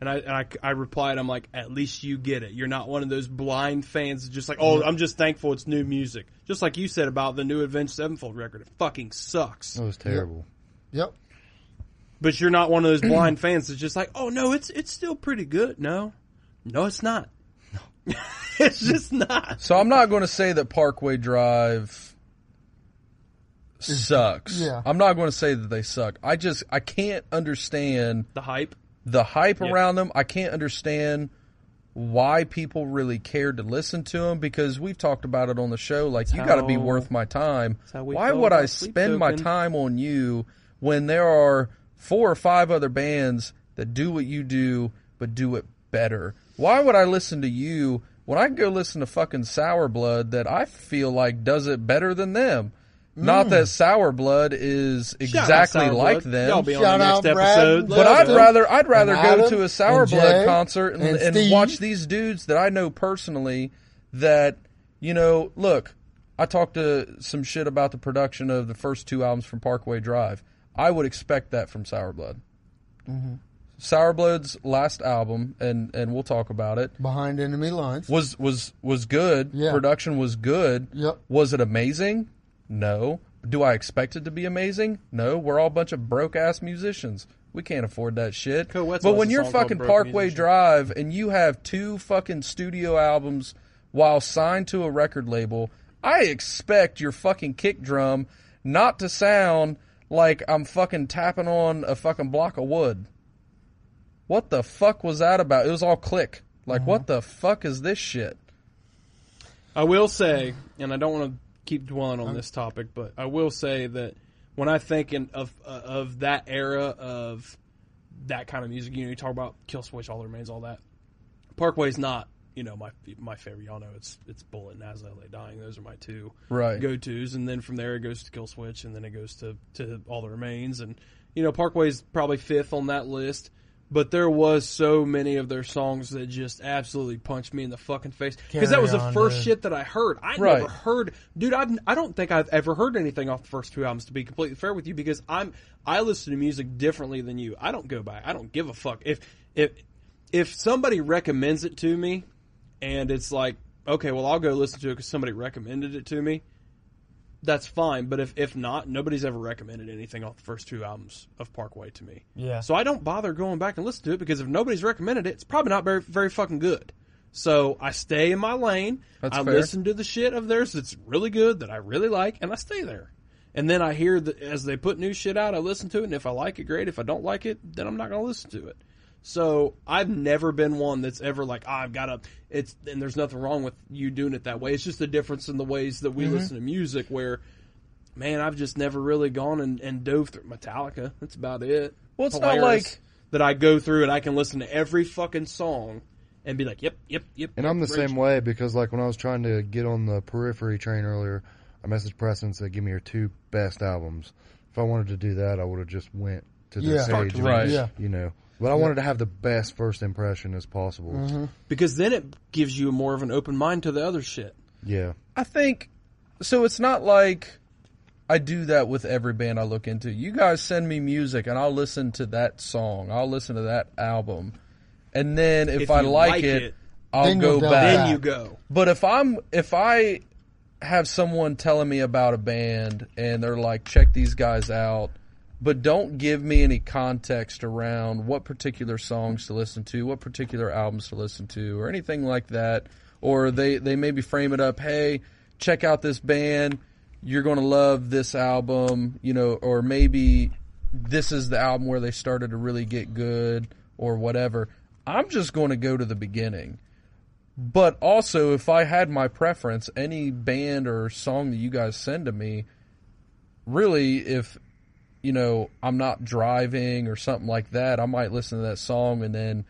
S1: And I and I, I replied, I'm like, at least you get it. You're not one of those blind fans, that's just like, oh, I'm just thankful it's new music. Just like you said about the new Avenged Sevenfold record, it fucking sucks.
S2: it was terrible.
S3: Yep.
S1: But you're not one of those blind fans that's just like, oh no, it's it's still pretty good. No, no, it's not. No, it's just not.
S4: So I'm not going to say that Parkway Drive sucks.
S3: yeah.
S4: I'm not going to say that they suck. I just I can't understand
S1: The hype.
S4: the hype around them. I can't understand why people really cared to listen to them because we've talked about it on the show. Like, you got to be
S1: how-
S4: worth my time.
S1: how we
S4: Why
S1: feel
S4: would
S1: about
S4: I
S1: Sleep
S4: spend my
S1: Token.
S4: time on you when there are four or five other bands that do what you do but do it better? Why would I listen to you when I can go listen to fucking Sour Blood that I feel like does it better than them? Not that Sour Blood is
S1: Mm. Shout out
S4: exactly
S1: Sour
S4: like
S1: Blood.
S4: them.
S1: Y'all be on
S3: Shout
S1: the
S3: out
S1: next
S3: Brad.
S1: episode.
S4: But I'd
S3: Justin,
S4: rather I'd rather
S3: and
S4: go
S3: Adam,
S4: to a Sour
S3: and
S4: Blood
S3: Jay,
S4: concert and,
S3: and
S4: and,
S3: Steve.
S4: watch these dudes that I know personally that you know, look, I talked to some shit about the production of the first two albums from Parkway Drive. I would expect that from Sour Blood.
S3: Mm-hmm.
S4: Sour Blood's last album and and we'll talk about it
S3: Behind enemy lines.
S4: was was was good.
S3: Yeah.
S4: Production was good.
S3: Yep.
S4: Was it amazing? No. Do I expect it to be amazing? No. We're all a bunch of broke ass musicians. We can't afford that shit.
S1: Cool, that's
S4: but
S1: why
S4: when
S1: it's a
S4: you're
S1: song called
S4: fucking
S1: Broke
S4: Parkway
S1: Musician.
S4: Drive and you have two fucking studio albums while signed to a record label, I expect your fucking kick drum not to sound like I'm fucking tapping on a fucking block of wood what the fuck was that about? It was all click. Like,
S1: Mm-hmm.
S4: what the fuck is this shit?
S1: I will say, and I don't want to keep dwelling on this topic, but I will say that when I think in, of uh, of that era of that kind of music, you know, you talk about Kill Switch, All That Remains, all that. Parkway's not you know my my favorite. Y'all know it's it's Bullet and As I Lay Dying. Those are my two
S4: Right.
S1: go tos, and then from there it goes to Kill Switch, and then it goes to to All the Remains, and you know Parkway's probably fifth on that list. But there was so many of their songs that just absolutely punched me in the fucking face because that
S3: Carry
S1: was the
S3: on,
S1: first
S3: dude.
S1: shit that I heard. I
S4: Right.
S1: never heard, dude. I've, I don't think I've ever heard anything off the first two albums. To be completely fair with you, because I'm I listen to music differently than you. I don't go back. I don't give a fuck if if if somebody recommends it to me, and it's like okay, well I'll go listen to it because somebody recommended it to me. That's fine, but if if not, nobody's ever recommended anything off the first two albums of Parkway to me.
S3: Yeah.
S1: So I don't bother going back and listen to it because if nobody's recommended it, it's probably not very very fucking good. So I stay in my lane.
S4: That's
S1: I
S4: fair.
S1: listen to the shit of theirs that's really good that I really like, and I stay there. And then I hear that as they put new shit out, I listen to it, and if I like it, great. If I don't like it, then I'm not gonna listen to it. So I've never been one that's ever like "Ah, I've got to. It's and there's nothing wrong with you doing it that way. It's just the difference in the ways that we
S4: Mm-hmm.
S1: listen to music. Where, man, I've just never really gone and, and dove through Metallica. That's about it.
S4: Well, it's not like-
S1: that I go through and I can listen to every fucking song and be like, yep, yep, yep.
S2: And
S1: yep,
S2: I'm the
S1: Rage
S2: same way because like when I was trying to get on the periphery train earlier, I messaged Preston and said, "Give me your two best albums." If I wanted to do that, I would have just went to the
S3: Yeah. Start
S2: page,
S4: to
S2: and,
S4: write.
S3: Yeah.
S2: you know. But I wanted to have the best first impression as possible.
S1: because then it gives you more of an open mind to the other shit.
S2: Yeah,
S4: I think so. It's not like I do that with every band I look into. You guys send me music, and I'll listen to that song. I'll listen to that album, and then if,
S1: If
S4: I
S1: you
S4: like,
S1: like
S4: it,
S1: it,
S4: I'll
S3: then
S4: go
S3: you'll delve
S4: back.
S3: in.
S1: Then you go.
S4: But if I'm if I have someone telling me about a band and they're like, check these guys out, but don't give me any context around what particular songs to listen to, what particular albums to listen to, or anything like that, or they they maybe frame it up, hey, check out this band, you're going to love this album, you know, or maybe this is the album where they started to really get good or whatever. I'm just going to go to the beginning. But also, if I had my preference, any band or song that you guys send to me, really, if you know I'm not driving or something like that, I might listen to that song and then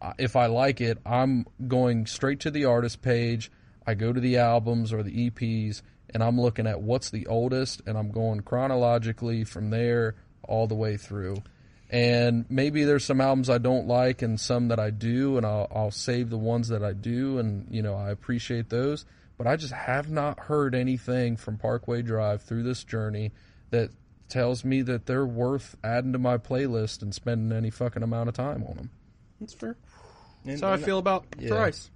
S4: uh, if I like it, I'm going straight to the artist page. I go to the albums or the EPs and I'm looking at what's the oldest and I'm going chronologically from there all the way through. And maybe there's some albums I don't like and some that I do and I'll, I'll save the ones that I do and, you know, I appreciate those. But I just have not heard anything from Parkway Drive through this journey that tells me that they're worth adding to my playlist and spending any fucking amount of time on them.
S1: That's fair.
S6: And-
S1: That's how I
S6: and-
S1: feel about
S2: Yeah.
S1: Thrice.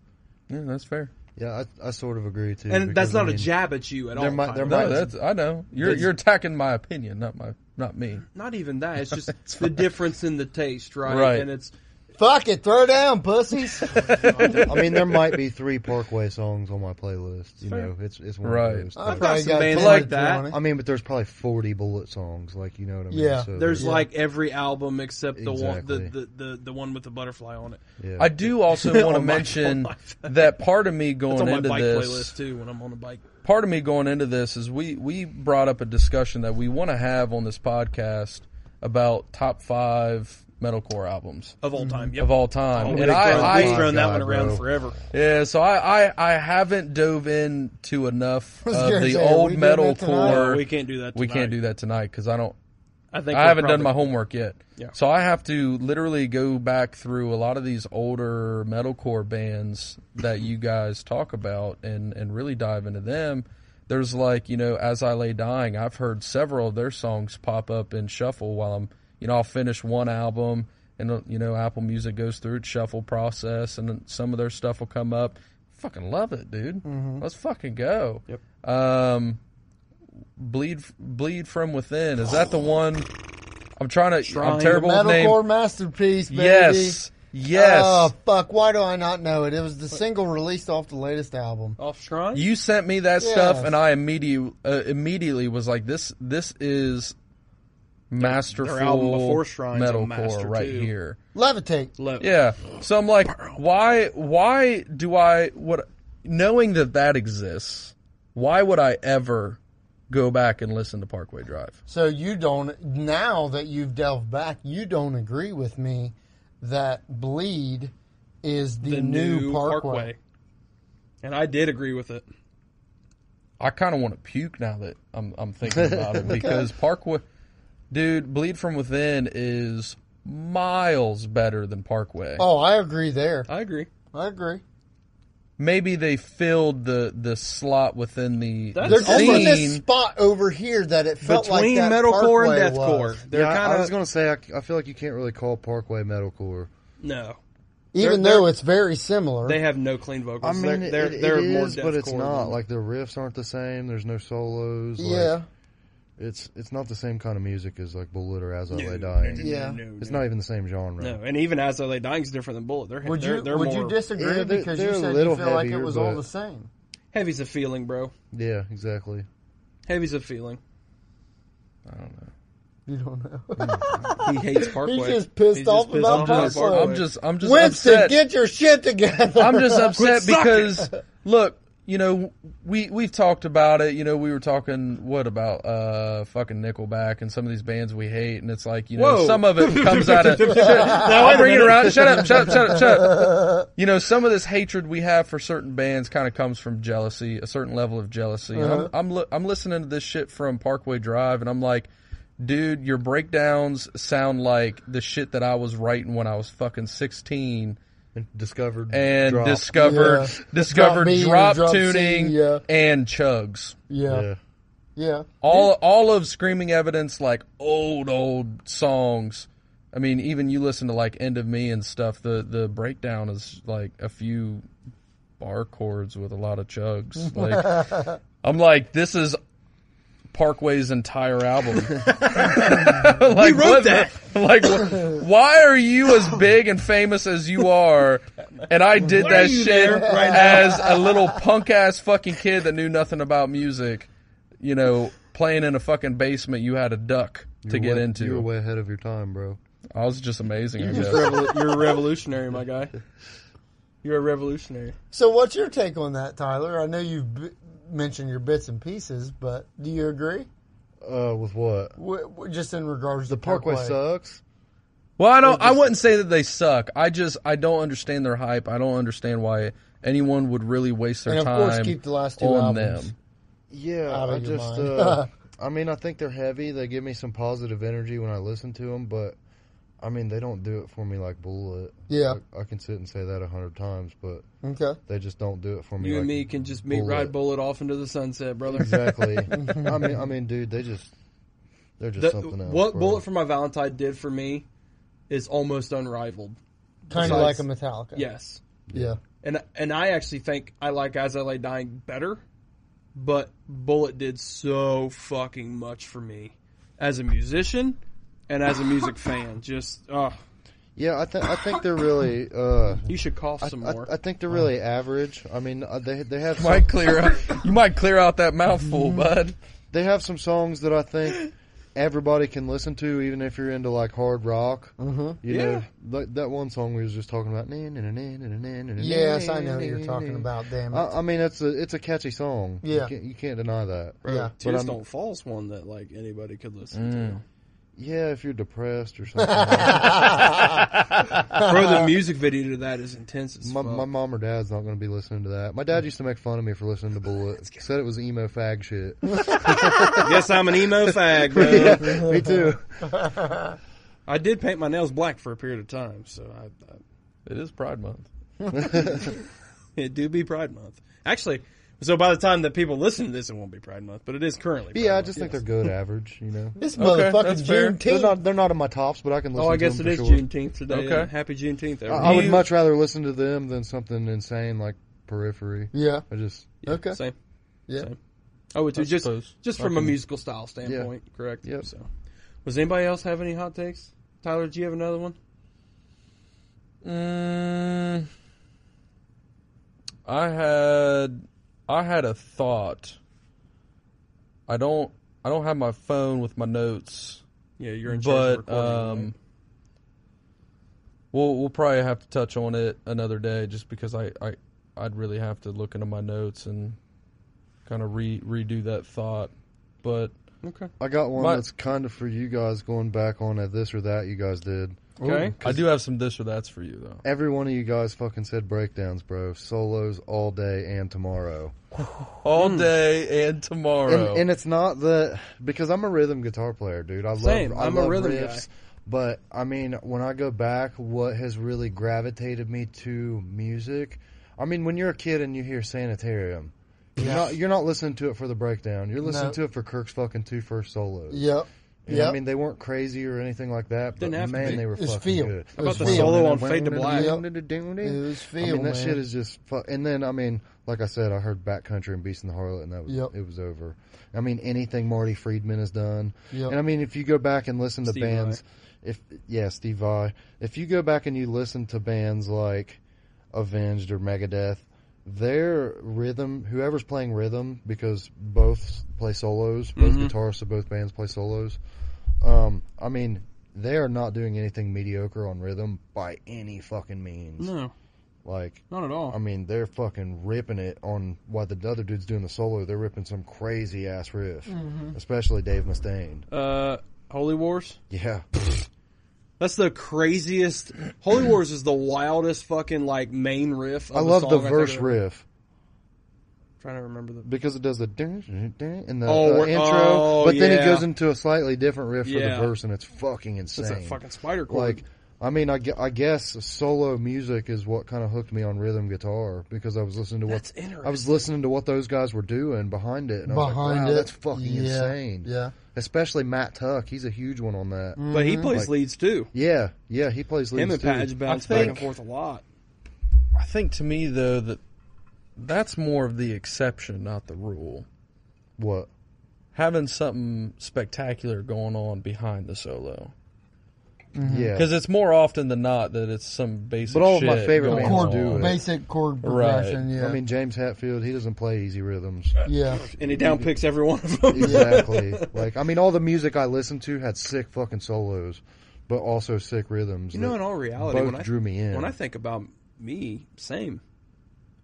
S4: Yeah, that's fair.
S2: yeah, I, I sort of agree too.
S1: And that's
S2: because,
S1: not
S2: I mean,
S1: a jab at you at
S2: there
S1: all.
S2: might-
S1: Kyle.
S2: there
S1: No,
S2: might-
S4: No, that's I know. You're you're attacking my opinion, not my not me.
S1: Not even that. It's just the difference in the taste, right?
S4: Right.
S1: And it's
S3: Fuck it, throw down, pussies.
S2: I mean, there might be three Parkway songs on my playlist. You know, it's it's one
S4: Right.
S2: of those.
S3: I've
S2: things.
S1: got
S3: probably
S1: some
S3: got
S1: bands
S3: 10
S1: like
S3: or
S1: that.
S3: 20.
S2: I mean, but there's probably 40 Bullet songs. Like you know what I mean?
S3: Yeah.
S2: So,
S1: there's
S2: yeah.
S1: like every album except the one the,
S2: Exactly.
S1: the, the, the one with the butterfly on it.
S2: Yeah.
S4: I do also want to
S1: On my-
S4: mention
S1: on my-
S4: that part of me
S1: It's
S4: going
S1: on my
S4: into
S1: bike
S4: this
S1: playlist too when I'm on a bike.
S4: part of me going into this is we we brought up a discussion that we want to have on this podcast about top five metalcore albums
S1: Of all time. Yep.
S4: Mm-hmm. of all time.
S1: We've
S4: and
S1: thrown-
S4: I,
S1: we've
S4: I
S1: thrown that
S2: God,
S1: one around
S2: bro.
S1: forever.
S4: yeah, so I, I I haven't dove into enough
S3: was
S4: of
S3: gonna
S4: the
S3: say, are
S4: old
S3: we doing that tonight?
S4: metalcore.
S1: No, we can't do that.
S4: we can't
S1: tonight.
S4: do that tonight because I don't
S1: I think
S4: I
S1: we're
S4: haven't done
S1: probably-
S4: my homework yet.
S1: Yeah.
S4: So I have to literally go back through a lot of these older metalcore bands that you guys talk about and, and really dive into them. There's like, you know, As I Lay Dying, I've heard several of their songs pop up in shuffle while I'm, you know, I'll finish one album and, you know, Apple Music goes through its shuffle process and then some of their stuff will come up. Fucking love it, dude.
S1: Mm-hmm.
S4: Let's fucking go. Yep. Um, bleed, bleed from within. Is that the one? I'm trying to.
S1: Shrine
S4: I'm
S1: to
S4: terrible with
S3: Metalcore
S4: names.
S3: masterpiece, baby.
S4: Yes, yes.
S3: Oh fuck! Why do I not know it? It was the single released off the latest album.
S1: Off Shrine?
S4: you sent me that
S3: Yes.
S4: stuff, and I immediately uh, immediately was like, "This this is masterful
S1: album before Shrine's a
S4: metalcore
S1: master,
S4: right
S1: too.
S4: here."
S3: Levitate.
S1: Low.
S4: Yeah. So I'm like, why why do I what knowing that that exists? Why would I ever go back and listen to Parkway Drive?
S3: So you don't now that you've delved back, you don't agree with me that Bleed is the, new, parkway.
S1: And I did agree with it.
S4: I kind of want to puke now that I'm I'm thinking about it because Parkway, dude, Bleed from Within is miles better than Parkway.
S3: Oh, I agree there.
S1: I agree.
S3: I agree.
S4: Maybe they filled the the slot within the, the
S3: There's also this
S4: scene.
S3: spot over here that it felt
S1: Between
S3: like that
S1: metalcore
S3: Parkway
S1: and
S3: was.
S1: deathcore, they're
S2: yeah, I- I,
S1: kind
S2: was
S1: of
S2: gonna say I, I feel like you can't really call Parkway metalcore.
S1: no.
S3: Even
S1: They're-
S3: though it's very similar.
S1: They have no clean vocals.
S2: I mean,
S1: they're they're,
S2: it,
S1: they're
S2: it
S1: more
S2: is, but it's
S1: deathcore
S2: not.
S1: than-
S2: Like the riffs aren't the same. There's no solos. like,
S3: yeah,
S2: it's it's not the same kind of music as like Bullet or As I
S1: No, no,
S2: Lay Dying.
S1: no,
S3: Yeah.
S1: no, no,
S2: It's
S1: no.
S2: not even the same genre.
S1: No, and even as though they dying's different than bullet. They're
S3: Would
S1: they're,
S3: you
S1: they're
S3: would
S1: more
S3: you disagree
S2: Yeah, they're-
S3: because
S2: they're
S3: you
S2: a
S3: said you
S2: little
S3: feel like it
S2: heavier,
S3: was all
S2: but-
S3: the same?
S1: heavy's a feeling, bro.
S2: Yeah, exactly.
S1: Heavy's a feeling.
S3: You don't know.
S1: He hates Parkway.
S3: He's just pissed
S1: He's just
S3: off
S1: pissed
S3: about
S1: off about
S3: Parkway.
S1: Parkway.
S4: I'm just I'm just
S3: Winston,
S4: upset.
S3: get your shit together.
S4: I'm just upset
S1: sucking.
S4: because look, you know, we we've talked about it. You know, we were talking what about uh fucking Nickelback and some of these bands we hate, and it's like you know
S1: Whoa.
S4: some of it comes out of. shut, I'll bring it around. Shut up! Shut up! Shut up! Shut up! You know, some of this hatred we have for certain bands kind of comes from jealousy, a certain level of jealousy. And
S1: Uh-huh.
S4: I'm I'm, li- I'm listening to this shit from Parkway Drive, and I'm like. Dude, your breakdowns sound like the shit that I was writing when I was fucking 16
S2: And discovered
S4: and
S2: Drop.
S4: discovered
S3: Yeah.
S4: discovered
S3: Drop B,
S4: drop,
S3: drop C,
S4: tuning
S3: yeah.
S4: and chugs.
S3: yeah,
S2: Yeah.
S3: yeah.
S4: All all of screaming evidence like old old songs. I mean, even you listen to like End of Me and stuff. The the breakdown is like a few bar chords with a lot of chugs. Like I'm like this is Parkway's entire album. like,
S1: wrote
S4: what
S1: that.
S4: the- like, wh- why are you as big and famous as you are? And I did that
S1: you
S4: shit
S1: there right now?
S4: as a little punk ass fucking kid that knew nothing about music. You know, playing in a fucking basement, you had a duck to
S2: You're
S4: get
S2: way-
S4: into.
S2: You were way ahead of your time, bro.
S4: I was just amazing. I guess.
S1: Revolu- you're a revolutionary, my guy. You're a revolutionary.
S3: So, what's your take on that, Tyler? I know you've b- mentioned your bits and pieces, but do you agree?
S2: Uh, with what?
S3: W- w- just in regards
S2: The
S3: to
S2: Parkway,
S3: Parkway,
S2: sucks.
S4: Well, I don't. I wouldn't say that they suck. I just I don't understand their hype. I don't understand why anyone would really waste their
S3: and of
S4: time
S3: course keep the last two
S4: on
S3: albums.
S4: them.
S2: Yeah,
S3: Out of
S2: I
S3: your
S2: just.
S3: mind.
S2: Uh, I mean, I think they're heavy. They give me some positive energy when I listen to them, but I mean, they don't do it for me like Bullet.
S3: Yeah.
S2: I, I can sit and say that a hundred times, but
S3: Okay.
S2: they just don't do it for me.
S1: You and
S2: like
S1: me can just meet
S2: Bullet.
S1: ride bullet off into the sunset, brother.
S2: Exactly. I mean, I mean, dude, they just they're just
S1: The-
S2: something else.
S1: what
S2: bro.
S1: bullet for my Valentine did for me is almost unrivaled.
S3: Kind of like
S1: Besides-
S3: a Metallica.
S1: Yes.
S3: Yeah.
S1: and and I actually think I like As I Lay Dying better, but Bullet did so fucking much for me as a musician and as a music fan. Just uh,
S2: Yeah, I think I think they're really. Uh,
S1: you should cough
S2: I,
S1: some
S2: I,
S1: more.
S2: I think they're really average. I mean, uh, they they have
S4: You might clear out, you might clear out that mouthful,
S3: Mm-hmm.
S4: bud.
S2: they have some songs that I think everybody can listen to, even if you're into like hard rock. Mm-hmm. You know, like that one song we was just talking about. "Nah, nah, nah, nah, nah, nah, nah, nah,
S3: Yes, I know
S2: nah,
S3: what you're
S2: nah,
S3: talking
S2: nah."
S3: about. Damn it.
S2: I, I mean, it's a it's a catchy song.
S3: Yeah.
S2: you can't, you can't deny that.
S3: yeah.
S1: Tears
S2: I'm-
S1: Don't Fall's one that like anybody could listen
S2: Yeah, if you're depressed or something,
S1: to. Bro, the music video to that is intense as
S2: Mm. my,
S1: fuck.
S2: my mom or dad's not going to be listening to that. My dad used to make fun of me for listening to Bullet. Said it was emo fag shit.
S1: Guess I'm an emo fag, bro.
S2: me too.
S1: I did paint my nails black for a period of time, so I, I
S4: It is Pride Month.
S1: it do be Pride Month. Actually, so by the time that people listen to this, it won't be Pride Month, but it is currently. Pride
S2: Yeah, I
S1: Month,
S2: just think
S1: yes.
S2: they're good average. You know,
S3: This
S4: Okay, that's
S3: motherfucking
S4: fair.
S2: they're
S3: Juneteenth.
S2: not they're not in my tops, but I can listen.
S1: Oh, I
S2: to
S1: guess
S2: them
S1: it
S2: for
S1: is
S2: sure.
S1: Juneteenth today.
S4: Okay.
S1: and Happy Juneteenth,
S2: I,
S1: everyone.
S2: I would
S4: You-
S2: much rather listen to them than something insane like Periphery.
S3: Yeah.
S2: I just
S3: Okay.
S1: Same.
S3: Yeah.
S1: Same. I would too.
S4: I
S1: Just,
S4: suppose.
S1: just from a musical style standpoint, correct?
S2: Yep.
S1: So, was anybody else have any hot takes? Tyler, do you have another one?
S4: Mm, I had I had a thought. I don't I don't have my phone with my notes,
S1: Yeah, you're in charge.
S4: but um, we'll we'll probably have to touch on it another day, just because I I I'd really have to look into my notes and kind of re redo that thought, but.
S1: okay.
S2: I got one
S4: My-
S2: that's kind of for you guys going back on a this or that you guys did.
S1: Okay.
S4: I do have some this or that's for you though.
S2: Every one of you guys fucking said breakdowns, bro. Solos all day and tomorrow.
S1: Hmm.
S4: All day and tomorrow.
S2: And, and it's not the because I'm a rhythm guitar player, dude. I
S1: Same.
S2: love I
S1: I'm a
S2: love
S1: rhythm
S2: riffs. But I mean, when I go back, what has really gravitated me to music? I mean, when you're a kid and you hear Sanitarium, you're
S3: Yeah.
S2: not you're not listening to it for the breakdown. You're listening
S3: No.
S2: to it for Kirk's fucking two first solos.
S3: Yep.
S2: You know what I mean, they weren't crazy or anything like that. But
S1: Didn't have to
S2: man,
S1: be.
S2: they were
S3: It's
S2: fucking
S3: feel.
S2: good.
S3: How about
S2: It's
S3: the
S2: feel.
S1: solo on Fade to Black?
S2: Yep.
S3: It was feel,
S2: I mean, that
S3: man.
S2: shit is just. Fu- and then I mean, like I said, I heard Backcountry and Beast and the Harlot, and that was
S3: Yep.
S2: it was over. I mean, anything Marty Friedman has done,
S3: Yep.
S2: and I mean, if you go back and listen to
S1: Steve
S2: bands, if yeah, Steve Vai, if you go back and you listen to bands like Avenged or Megadeth. Their rhythm, whoever's playing rhythm, because both play solos, both
S1: Mm-hmm.
S2: guitarists of both bands play solos. Um, I mean, they are not doing anything mediocre on rhythm by any fucking means.
S1: No,
S2: Like,
S1: not at all.
S2: I mean, they're fucking ripping it on while the other dude's doing the solo. They're ripping some crazy ass riff,
S3: Mm-hmm.
S2: especially Dave Mustaine.
S1: Uh, Holy Wars.
S2: Yeah,
S1: That's the craziest. Holy Wars is the wildest fucking like main riff. Of
S2: I
S1: a
S2: love the
S1: song, I think,
S2: verse
S1: I've-
S2: riff
S1: trying to remember the.
S2: because it does the dun, dun, dun in the,
S1: Oh,
S2: the
S1: we're-
S2: intro,
S1: oh,
S2: but then
S1: yeah.
S2: he goes into a slightly different riff
S1: Yeah.
S2: for the verse, and it's fucking insane.
S1: It's that fucking spider chord.
S2: like I mean, I, gue- I guess solo music is what kind of hooked me on rhythm guitar because I was listening to
S1: That's
S2: what
S1: interesting.
S2: I was listening to what those guys were doing behind it, and I was like,
S3: Behind
S2: wow,
S3: it.
S2: that's fucking
S3: Yeah.
S2: insane.
S3: Yeah.
S2: especially Matt Tuck, he's a huge one on that.
S1: but he plays
S2: Mhm. Like-
S1: leads too.
S2: Yeah, yeah, he plays leads
S1: Him and
S2: too.
S1: Padge bounce
S4: I
S1: back
S4: think-
S1: and forth a lot.
S4: I think to me though that that's more of the exception, not the rule.
S2: What?
S4: Having something spectacular going on behind the solo,
S2: Yeah,
S4: because it's more often than not that it's some basic.
S2: But all of my
S4: shit
S2: favorite
S4: going
S2: bands
S3: Chord,
S2: do
S4: on.
S2: it.
S3: basic chord
S4: Right.
S3: progression. Yeah.
S2: I mean James Hatfield, he doesn't play easy rhythms.
S3: yeah.
S1: And he downpicks every one of them.
S2: Exactly. like I mean, all the music I listened to had sick fucking solos, but also sick rhythms.
S1: You know,
S2: that
S1: in all reality,
S2: both
S1: when I
S2: drew me in.
S1: when I think about me, same.